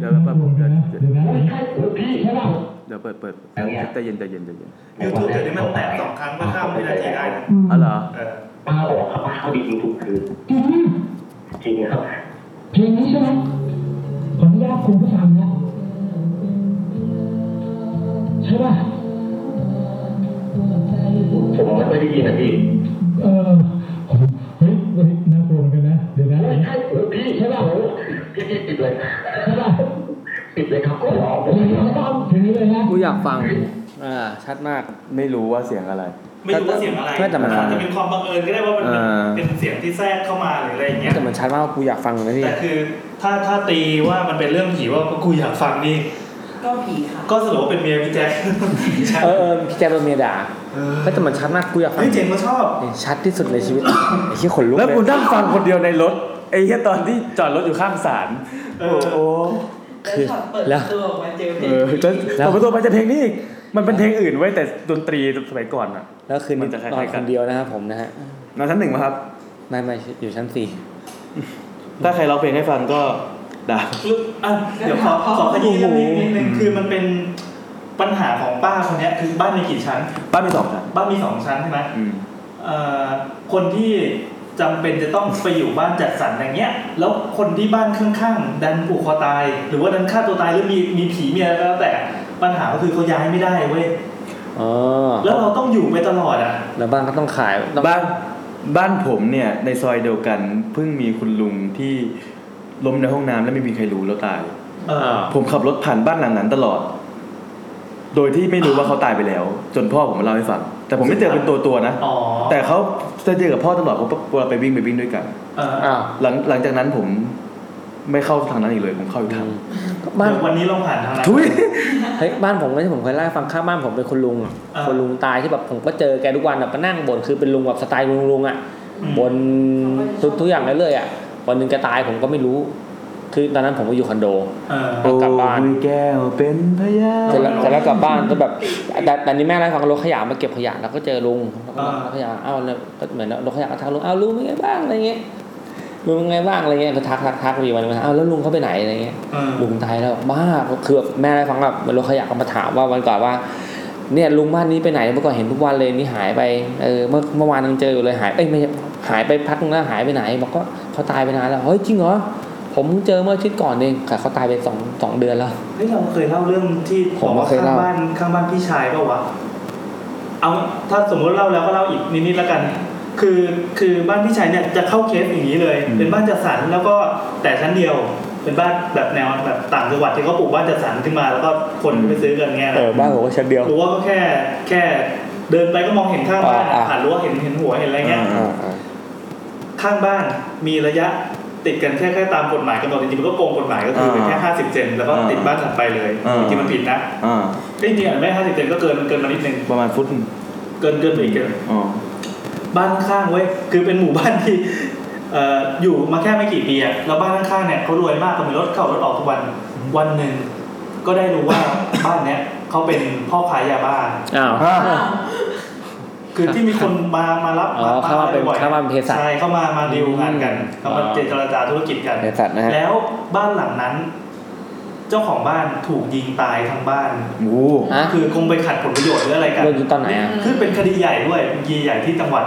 เดี๋ยวแป๊บเดี๋ยวเดี๋ยวเดี๋ยวเปิดเปิดใจเย็นใจเย็นใจเย็น
ยูทูบเดี๋ยวนี้มันแตะสองครั้งก็ข้ามวินาทีได้นะ
อ๋อเหรอ
ป้าบอกครับว่าเขาดีจริงๆคือจริงครับ
เพลงนี้ใช่ไหมขออนุญาตคุณผู้ฟังนะใช่ป่ะ
ผมไม่ค่อยได้ยินนะพี่
เออเฮ้ยเฮ้ยน่ากลัวเหมือนกันนะ เดี๋ยวนะใช่ป่ะ
พี่พี่ปิดเลย
ใช่ป่ะ
ปิดเลยครับ
เพลงนี้ต้องถึงนี้เลยนะ
กูอยากฟังอ่าชัดมาก
ไม่รู้ว่าเสียงอะไร
ไม่รู้ว่าเสียงอะไร
ไม่แต่มัน
อาจจะเป็นความบังเอิญก็ได้ว่ามันเป็น
อ่า
เป็นเสียงที่แทรกเข้ามาหรืออะไรอย่างเงี้ย
แต่มันชัดมากว่ากูอยากฟังเลยพี่
แต่คือถ้าถ้าตีว่ามันเป็นเรื่องผีว่ากูอยากฟังนี่
ก็ผีค่ะ
ก็สรุปว่าเป็นเมียพี่แจ๊ค
เออเออพี่แกโดนเมียด่าเฮ้ยแต่มันชัดมากกูอยากฟัง
เฮ้ยเจ๋งมาชอบ
นี่ชัดที่สุดในชีวิตไอ้ที่ขนลุก
แล้ว
เลย
กูนั่งฟังคนเดียวในรถไอ้แค่ตอนที่จอดรถอยู่ข้างศาลโอ้โห
แล้วช็อตเปิดประตัวออกมาเจอ
เอ
ผี
อแล้วแล้วตัวไปจะเพลงนี้อีกมันเป็นเพลงอื่นไว้ยแต่ดนตรีสมัยก่อนอ่ะ
แล้วคืน
มั
นี้
นจะคล้ายๆ
นอน
กัน
คนเดียวนะครับผมนะฮะ
นอนชั้นหนึ่งมาครับ
ไม่ไม่อยู่ชั้นสี่
ถ้าใครร้องเพลงให้ฟังก็ด่า
อ่ะเดี๋ยวขอขอขอขยี้เรื่องนี้นิดนึงคือมันเป็นปัญหาของป้าคนเนี้ยคือบ้านมีกี่ชั้น
บ้านมีสองชั้น
บ้านมีสองชั้นใช่ไหม
อืม
เอ่อคนที่จำเป็นจะต้องไปอยู่บ้านจัดสรรอย่างเงี้ย แล้วคนที่บ้านข้างๆ ดันผูกคอตาย หรือว่าดันฆ่าตัวตายหรือมีมีผีมีอะไรก็แล้วแต่ปัญหาก็คือเขาย้ายไม่ได้เว้ย
อ๋อ
แล้วเราต้องอยู่ไปตลอดอ่ะ
แล้วบ้านก็ต้องขายต้อง
บ้านบ้านผมเนี่ยในซอยเดียวกันเพิ่งมีคุณลุงที่ล้มในห้องน้ำแล้วไม่มีใครรู้แล้วตาย
เออ
ผมขับรถผ่านบ้านหลังนั้นตลอด โดยที่ไม่รู้ว่าเขาตายไปแล้ว จนพ่อผมมาเล่าให้ฟัง แต่ผมไม่เจอเป็นตัวตัวๆนะ
อ๋อ
แต่เขาจะเจอกับพ่อตลอดเพราะเราไปวิ่งไปวิ่งด้วยกัน
เออ
อ้าว
หลังหลังจากนั้นผมไม่เข้าทางนั้นอีกเลย ผมเข้าอีกทาง
บ้าน
เดี๋ยววันนี้ลองผ่านทางไหน
ทุย
เฮ้ยบ้านผมเลยที่ผมเคยเล่าให้ฟังข้างบ้านผมเป็นคนลุงอะ
อ่า
คนลุงตายที่แบบผมก็เจอแกทุกวันแบบมานั่งบ่นคือเป็นลุงแบบสไตล์ลุงลุงๆอ่ะบ่นทุกทุกอย่างเรื่อยๆอ่ะวันหนึ่งแกตายผมก็ไม่รู้ คือตอนนั้นผมก็อยู่คอนโด
เออ
แล้วกลับบ้าน
โอ้ยแก้วเป็นพยาน
เสร็จแล้วเสร็จแล้วกลับบ้านก็แบบแต่แต่นี้แม่ไล่าให้ฟังรถขยะมาเก็บขยะแล้วก็เจอลุงแล้วก็
อ่า
รถขยะอ้าวแล้วก็เหมือนรถขยะก็ทักลุงอ้าวลุงเป็นไงบ้างอะไรเงี้ยลุงเป็นไงบ้างอะไรเงี้ยก็ทักทักทักมีวันหนึงอ้าวแล้วลุงเขาไปไหนอะไรเงี้ย
เออ
ลุงตายแล้วบ้าคือแบบแม่ได้ฟังแบบรถขยะก็มาถามว่าวันก่อนว่า เนี่ยลุงบ้านนี้ไปไหนเมื่อก่อนเห็นทุกวันเลยนี่หายไปเออเมื่อเมื่อวานยังเจออยู่เลยหายเอ้ยไม่ใช่หายไปพักนึงแล้วหายไปไหนบอกก็เขาตายไปนานแล้วเฮ้ยจริงเหรอผมเจอเมื่ออาทิตย์ก่อนเองค่ะเขาตายไปสองสองเดือนแล้ว
เฮ้ยเราเคยเล่าเรื่องที่
ผม
บอก
ว่า
ว่า
เคย
ข้า
เล่า
งบ้านข้างบ้านพี่ชายเปล่าวะ เอาถ้าสมมติเล่าแล้วก็เล่าอีกนิดๆแล้วกัน คือคือบ้านพี่ชายเนี่ยจะเข้าเคสอย่างนี้เลย เป็นบ้านจัดสรรแล้วก็แต่ชั้นเดียว เป็นบ้านแบบแนวแบบต่างจังหวัดที่เขาปลูกบ้านจัดสรรขึ้นมาแล้วก็คนไปซื้อกันเงี้ยนะ
เออบ้านผมก็ชั้นเดียว
หรือว่าก็แค่แค่เดินไปก็มองเห็นข้างบ้าน
อ่า
ผ่านรั้วเห็นเห็นหัวเห็นอะไรเงี้ย
อ่าอ่า
ข้างบ้านมีระยะติดกันแค่แค่ตามกฎหมายกำหนดจริงๆมันก็โกงกฎหมายก็คือเป็นแค่
อ่า
ห้าสิบเซนแล้วก็
อ่า
ติดบ้านถัดไปเลย
อ่า
จริงๆมันผิดนะ
อ่า
เอ้ยจริงๆอ่ะไม่ห้าสิบเซนก็เกินเกินมานิดนึง
ประมาณฟุตหนึ่ง
เกินเกินไปอีกเกิน
อ๋อ
บ้านข้างเว้ยคือเป็นหมู่บ้านที่เอ่ออยู่มาแค่ไม่กี่ปีอะแล้วบ้านข้างๆเนี่ยเขารวยมากเขามีรถเข้ารถออกทุกวันวันหนึ่งก็ได้รู้ว่า บ้านเนี้ยเขาเป็นพ่อค้ายาบ้า
อ้าว
คือที่มีคนมามารับ
อ๋อเข้ามาเป็น
บ่อยๆ
เข้ามาเป็นเภสัช
ใช่เข้ามามาดีลงานกันเข้ามาเจรจาธุรกิจกัน
ในสัตว์นะฮะ
แล้วบ้านหลังนั้น เจ้าของบ้านถูกยิงตายทั้งบ้าน
โอ้โห
ฮะ
คือคงไปขัดผลประโยชน์หรืออะไรกัน
โดนยิงตอนไหนอ่ะ
คือเป็นคดีใหญ่ด้วยคดีใหญ่ที่จังหวัด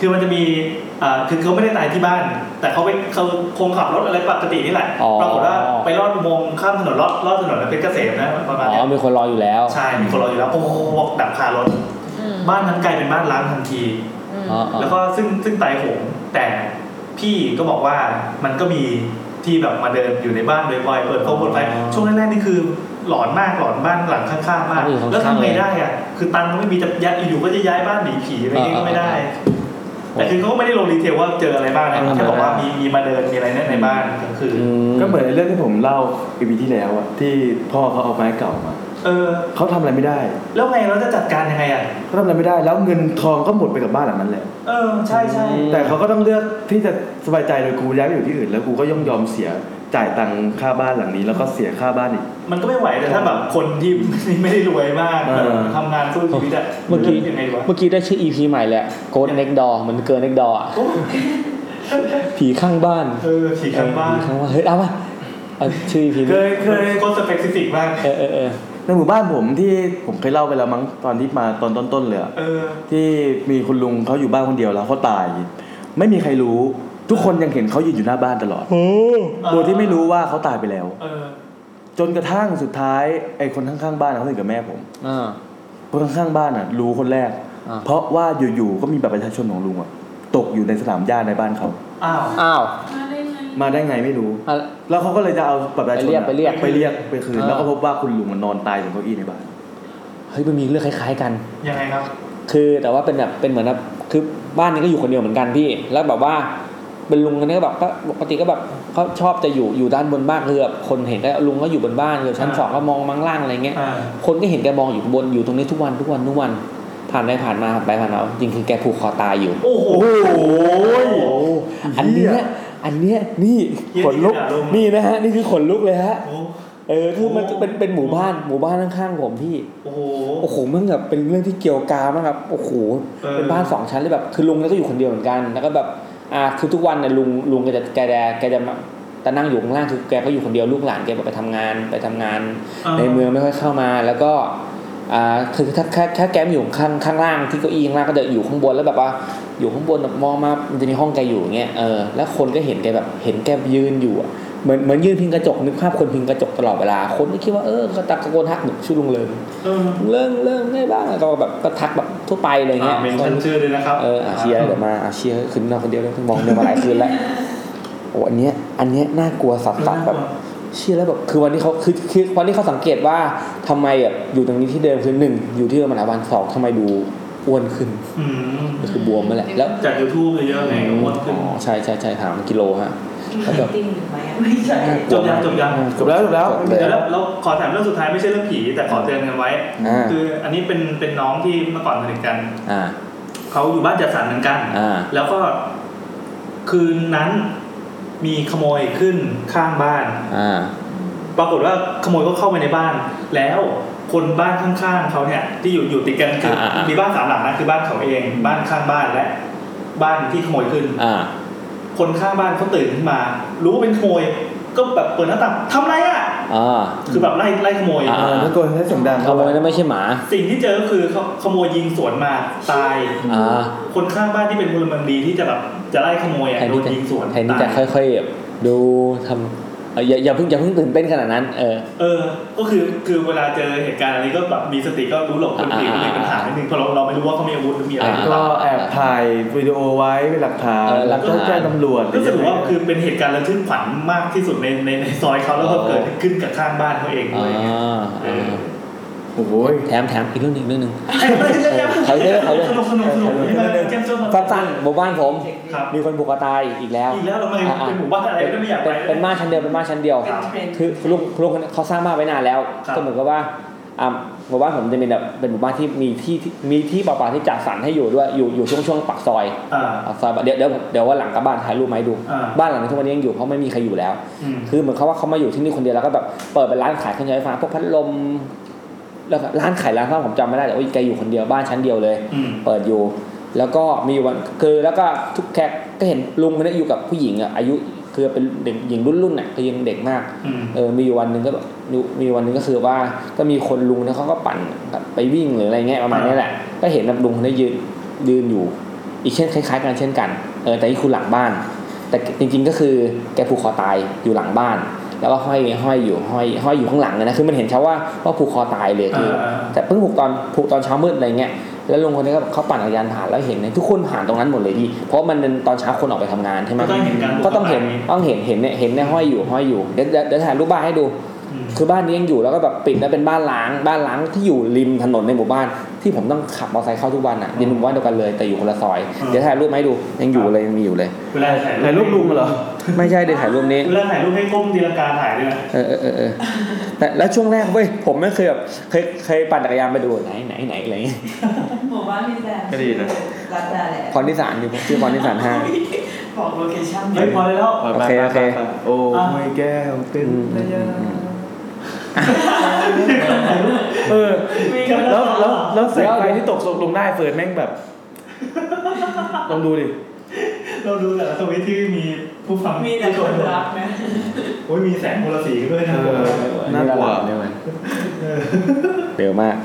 คือมันจะมี อ่าคือเขาไม่ได้ตายที่บ้าน แต่เขาไปเขาคงขับรถอะไรปกตินี่แหละ
อ๋อ
ปรากฏว่าไปลอดอุโมงค์ข้ามถนนลอดลอดถนนแล้วเป็นเกษมนะประมาณ
อ๋
เนี้ย
อมีคนรออยู่แล้ว
ใช่มีคนรออยู่แล้วโอ้โหดับคารถ บ้านนั้นกลายเป็นบ้านร้างทันที
อ๋ออ๋อ
แล้วก็ซึ่งซึ่งตายโหงแต่พี่ก็บอกว่ามันก็มีที่แบบมาเดินอยู่ในบ้านบ่อยๆเปิดโต๊ะเปิดไฟช่วงแรกๆนี่คือหลอนมากหลอนบ้านหลังข้างๆมาก
อ๋ออยู่ข้าง
แล้ว
ๆ
ทำไง
เลย
ได้อ่ะคือตังค์ก็ไม่มีจะย้ายอยู่ก็จะย้ายบ้านหนีผีอะไรเงี้ย
อ่า
ก็ไม่ได้
อ่า
แต่คือเขาก็ไม่ได้ลงดีเทลว่าเจออะไรบ้างนะ
อ่า
แค่บอกว่ามีมีมาเดินมีอะไรเนี่ยในบ้านกลางคืน
ก็เหมือนในเรื่องที่ผมเล่าอีพีที่แล้วอะที่พ่อเขาเอาไม้เก่ามา
เออ
เขาทำอะไรไม่ได้
แล้วไงเราจะจัดการยังไงอ่ะ
เขาทำอะไรไม่ได้ แล้วเงินทองก็หมดไปกับบ้านหลังนั้นแหละ
เออใช่ใช่
แต่เขาก็ต้องเลือกที่จะสบายใจโดยกูย้ายไปอยู่ที่อื่น แล้วกูก็ย่อมยอมเสียจ่ายตังค่าบ้านหลังนี้ แล้วก็เสียค่าบ้านอีก
มันก็ไม่ไหวแต่ถ้าแบบคนที่ ไม่ได้รวยมาก
เออ
แบบทำงานสู้ชีวิตอะ
เมื่อกี้
ลืยังไงวะ
เมื่อกี้ได้ชื่อ EP ใหม่แหละ Ghost Next Door เหมันเกิน Next Door อะผีข้างบ้าน
เออผีข้างบ้าน
ผีข้างบ้านเฮ้ยเอามาเอาชื่อ EP นี้
เคยเคยโคตรสเปกซิฟิกมาก
เออเออเออ
ในหมู่บ้านผมที่ผมเคยเล่าไปแล้วมั้งตอนที่มาตอนต้นๆเลยอะ
เออ
ที่มีคุณลุงเขาอยู่บ้านคนเดียวแล้วเขาตาย ไม่มีใครรู้ ทุกคนยังเห็นเขายืนอยู่หน้าบ้านตลอดโดยที่ไม่รู้ว่าเขาตายไปแล้ว
เออ
จนกระทั่งสุดท้ายไอ้คนข้างๆบ้านอะเขาถึงกับแม่ผมคนข้างๆบ้านอ่ะ รู้คนแรก เพราะว่าอยู่ๆก็มีบัตรประชาชนของลุงอ่ะตกอยู่ในสนามหญ้าในบ้านเขา
อ้าว
อ้าว
มาได้ไงไม่รู้ แล้วเขาก็เลยจะเอาบัตรประชาชนอะ
ไปเรียก
ไป
ไปเรี
เรีย
ย
ก
ก
ไปคืน
เออ
แล้วก็พบว่าคุณลุงมันนอนตายบนเก้าอี้ในบ้าน
เฮ้ยมันมีเรื่องคล้ายๆกัน
ยังไงครับ
คือแต่ว่าเป็นแบบเป็นเหมือนแบบคือบ้านนี้ก็อยู่คนเดียวเหมือนกันพี่ แล้วแบบว่าเป็นลุงคนนี้ก็แบบก็ปกติก็แบบเขาชอบจะอยู่อยู่ด้านบนบ้านคือแบบคนเห็นก็ลุงก็อยู่บนบ้านอยู่ชั้นสองก็มองมังล่างอะไรเงี้ยคนก็เห็นแกมองอยู่บนอยู่ตรงนี้ทุกวันทุกวันทุกวันผ่านไปผ่านมาผ่านไปผ่านมาจริงคือแกผูกคอตายอยู่
โอ้โห
อันเนี้ยอันเนี้ยนี่
เหี้ย
ขนลุก
นี่ขนาดลง
นี่นะฮะนี่คือขนลุกเลยฮะเออคือมัน
โอ้โห
เป็นเป็นหมู่บ้านหมู่บ้านข้างๆผมพี่
โอ้โห
โอ้โหมันแบบเป็นเรื่องที่เกี่ยวกาวมากครับโอ้โห
เออ
เป็นบ้านสองชั้นเลยแบบคือลุงเนี่ยก็อยู่คนเดียวเหมือนกัน แล้วก็แบบอ่าคือทุกวันเนี่ยลุงลุงแกจะแกจะแกจะมาแต่นั่งอยู่ข้างล่างคือแกก็อยู่คนเดียวลูกหลานแกแบบไปทำงานไปทำงาน
เออ
ในเมืองไม่ค่อยเข้ามาแล้วก็อ่าคือถ้าถ้าถ้าแกอยู่ข้างข้างล่างที่เก้าอี้ข้างล่างก็จะอยู่ข้างบนแล้วแบบว่าอยู่ข้างบนแบบมองมามันจะมีห้องแกอยู่อย่างเงี้ยเออแล้วคนก็เห็นแกแบบเห็นแกยืนอยู่อะเหมือนเหมือนยืนพิงกระจกนึกภาพคนพิงกระจกตลอดเวลาคนก็คิดว่าเออก็ตะโกนทักหนูชื่อลุงเลิง
เออ
เรื่องเรื่องได้บ้างอะก็แบบก็ทักแบบทั่วไปอะไร
อ่า
เงี้ย
เป็นชั้นชื่อเลยนะครับ
เอออ่ะเชียร์เดี๋ยวมาอ่ะเชียร์คืนนอนคนเดียวเลยมองเดียวมาหลายคืนแล้วโอ้อันเนี้ยอันเนี้ยน่ากลัวสัสๆแบบเชียร์แล้วแบบคือวันที่เขาคือคือวันที่เขาสังเกตว่าทำไมแบบอยู่ตรงนี้ที่เดิมคือหนึ่งอยู่ที่เดิมมาหลายวันสองทำไมดูอ้วนขึ้น
อืม
ก็คือบวมมาแหละแล้ว
จาก YouTube เยอะๆไงอ้วนขึ้น
อ๋อใช่ใช่ใช่ถามกิโลฮะแล้วแบบ
จริงหรือไม่อะไม่ใช่
จบยังจบยัง
จบแล้วจบแล้ว
เดี๋ยวแล้วเราขอถามเรื่องสุดท้ายไม่ใช่เรื่องผีแต่ขอเตือนกันไว้
อ่า
คืออันนี้เป็นเป็นน้องที่เมื่อก่อนสนิทกัน
อ่า
เขาอยู่บ้านจัดสรรเหมือนกัน
อ่า
แล้วก็คืนนั้นมีขโมยขึ้นข้างบ้าน
อ่า
ปรากฏว่าขโมยก็เข้าไปในบ้าน แล้วคนบ้านข้างๆเขาเนี่ย ที่อยู่อยู่ติดกันคือ
อ่าอ่าอ่ามี
มีบ้านสามหลังนะคือบ้านเขาเอง บ้านข้างบ้านและ บ้านที่ขโมยขึ้น
อ่า
คนข้างบ้านเขาตื่นขึ้นมา รู้ว่าเป็นขโมย ก็แบบเปิดหน้าต่างทำไรอ่ะ
อ่า
คือแบบไล่ไล่ขโมย
อ่าอ่า
ตะโกนให้เสียงดัง
ขโมยนั้นไม่ใช่หมา
สิ่งที่เจอก็คือเขาขโมยยิงสวนมาตาย
อ่า
คนข้างบ้านที่เป็นพลเมืองดีที่จะแบบจะไล่ขโมยอ่ะ
แทน
โดน
ที่จะ
ยิงสวน
แทนที่จะ
ตาย
ค่อยๆแบบดูทำเอ่ออย่าอย่าเพิ่งอย่าเพิ่งตื่นเต้นขนาดนั้น เออ
เออ ก็คือ คือเวลาเจอเหตุการณ์อะไรก็แบบมีสติก็รู้หลบคนผิด
อ่า
มีปัญหาหนึ่งเพราะเราเราไม่รู้ว่าเขามีอาวุธหรือมีอะไร
ก็แอบถ่ายวิดีโอไว้เป็นหลักฐาน
เออหลั
แล้ว
ก
ก็
ฐาน
แจ้งตำรวจ
รู้สึกว่าคือเป็นเหตุการณ์ระทึกขวัญมากที่สุดในในในซอยเขาแล้วก็เกิดขึ้นกับข้างบ้านเขาเอง
อ่
ด้วย
าอ่า
โอ้โห
แถมแถมอีกเรื่องหนึ่งเรื่องหนึ่ง
เขา
เขาเยอะเขาเยอะ
สนุกสนุกสนุกนี่มาเจ้มจ้นมา
สั้นๆหมู่บ้านผม
ครับ
มีคนผูกคอตายอีกแล้ว
อีกแล้วเราไม่
อ่า
เป็นหมู่บ้านอะไรก็ไม่อยากไป
เป็นเป็นบ้านชั้นเดียวเป็นบ้านชั้นเดียว
ครับ
คือลุงลุงคนนั้นเขาสร้างบ้านไว้นานแล้ว
ครับ
ก็เหมือนกับว่าอ่าหมู่บ้านผมจะเป็นแบบเป็นหมู่บ้านที่มีที่ที่มีที่เปล่าๆที่จัดสรรให้อยู่ด้วยอยู่อยู่ช่วงช่วงๆปากซอย
อ่า
ปากซอยเดี๋ยวเดี๋ยวเดี๋ยวว่าหลังกลับบ้านถ่ายรูปมาให้ดู
อ่า
บ้านหลังนี้ทุกวันนี้ยังอยู่เพราะไม่มีใครอยู่แล้ว
อืม
คือเหมือนเขาว่าเขามาอยู่ที่นี่คนเดียวแล้วก็แบบเปิดเป็นร้านขายเครื่องใช้ไฟฟ้าพวกพัดลมแล้วก็ร้านขายร้านข้าวผมจำไม่ได้แต่ว่าแกอยู่คนเดียวบ้านชั้นเดียวเลย
อืม
เปิดอยู่ แล้วก็มีวันคือแล้วก็ทุกแขกก็เห็นลุงคนนี้อยู่กับผู้หญิงอ่ะอายุคือเป็นเด็กหญิงรุ่นรุ่นน่ะคือยังเด็กมาก
อืม
เออมีอยู่วันหนึ่งก็แบบมีวันหนึ่งก็คือว่าก็มีคนลุงเนี่ยเขาก็ปั่นแบบไปวิ่งหรืออะไรเงี้ยประมาณเนี้ยแหละก็เห็นแบบลุงคนนี้ยืนยืนอยู่ อีกเช่นคล้ายๆกันเช่นกันเออแต่นี่คือหลังบ้าน แต่จริงๆก็คือแกผูกคอตายอยู่หลังบ้าน แล้วก็ห้อยห้อยอยู่ห้อยห้อยอยู่ข้างหลังเลยนะคือมันเห็นชัดว่าว่าผูกคอตายเลยคือ
อ่า
แต่เพิ่งผูกตอนผูกตอนเช้ามืดอะไรเงี้ย แล้วลุงคนนี้ก็แบบเขาปั่นจักรยานผ่านแล้วเห็นเนี่ยทุกคนผ่านตรงนั้นหมดเลยพี่ เพราะมันเป็นตอนเช้าคนออกไปทำงานใช่ไหม
ก็ต้องเห็นการผูก
ก็ต้องเห็น
คอตาย
ต้องเห็นเห็นเนี่ยเห็นเนี่ยห้อยอยู่ห้อยอยู่เดี๋ยวเดี๋ยวเดี๋ยวถ่ายรูปบ้านให้ดู คือบ้านนี้ยังอยู่แล้วก็แบบปิดแล้วเป็นบ้านล้าง บ้านล้างที่อยู่ริมถนนในหมู่บ้าน ที่ผมต้องขับมอเตอร์ไซค์เข้าทุกวันอ่ะในหมู่บ้านเดียวกันเลยแต่อยู่คนละซอย เดี๋ยวถ่ายรูปมาให้ดูยังอยู่เลยยังมีอยู่เลย
เวลาถ่าย
ถ่ายรูปลุงเหรอ ไม่ใช่เดี๋ยวถ่ายรูปนี้
เวลาถ่ายรูปให้ก้มตีลังกาถ่ายด้วยนะ
เออเออเออเออแต่แล้วช่วงแรกเว้ยผมไม่เคยแบบเคยเคยปั่นจักรยานไปดูไหนไหนไหนอะไรเงี้ย
หมู่บ้านพี่แซม
ก็ดีนะ
รัตดาแหละ
พรที่สารอยู่ชื่อพรที่สารห้า
บอกโลเคชั่น
เฮ้ยพอแล้ว
โอเคโอเค
โอ้ยแก้วเป็นระยะ เออแล้วแล้วแล้วแสงไฟที่ตกลงหน้าไอ้เฟิร์นแม่งแบบ ลองดูดิ
เราดูแต่ละสวิตช์ที่มีผู้ฟัง
มีแต่คนรักนะ
โอ้ยมีแสงโทรสีด้วยนะ
น่ากลัวเร็วมาก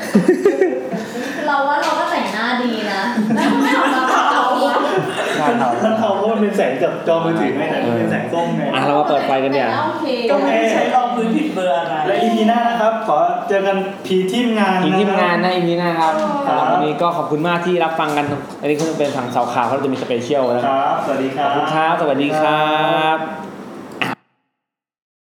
เราว่าเราก็แต่งหน้าดีนะแล้วทำไม่ออกมาเปล่าอ่ะ
ถ้าเราถ้าเราเพราะมันเป็นแสงจากจอมือถือไงแต่นี่เป็นแสงส้มไง
อ่ะเรามาเปิดไฟกันเนี่ย
โอเค
ก็ไม่ได้ใช้รองพื้น
ผิดเบอร์อะไร
และอีพีหน้านะครับ ขอเจอกันพีทีมงาน
อีก
นะครับ
ทีมงานนะอีกนี้นะครับ
ครับ
สำหรับวันนี้ก็ขอบคุณมากที่รับฟังกัน อันนี้ก็จะเป็นฝั่งสาวข่าวเพราะเราจะมีสเปเชียลนะ
ค
ครับ
รับ สวัสดีค
ข
รั
อบคุณ
บ
ครับสวัสดีครับ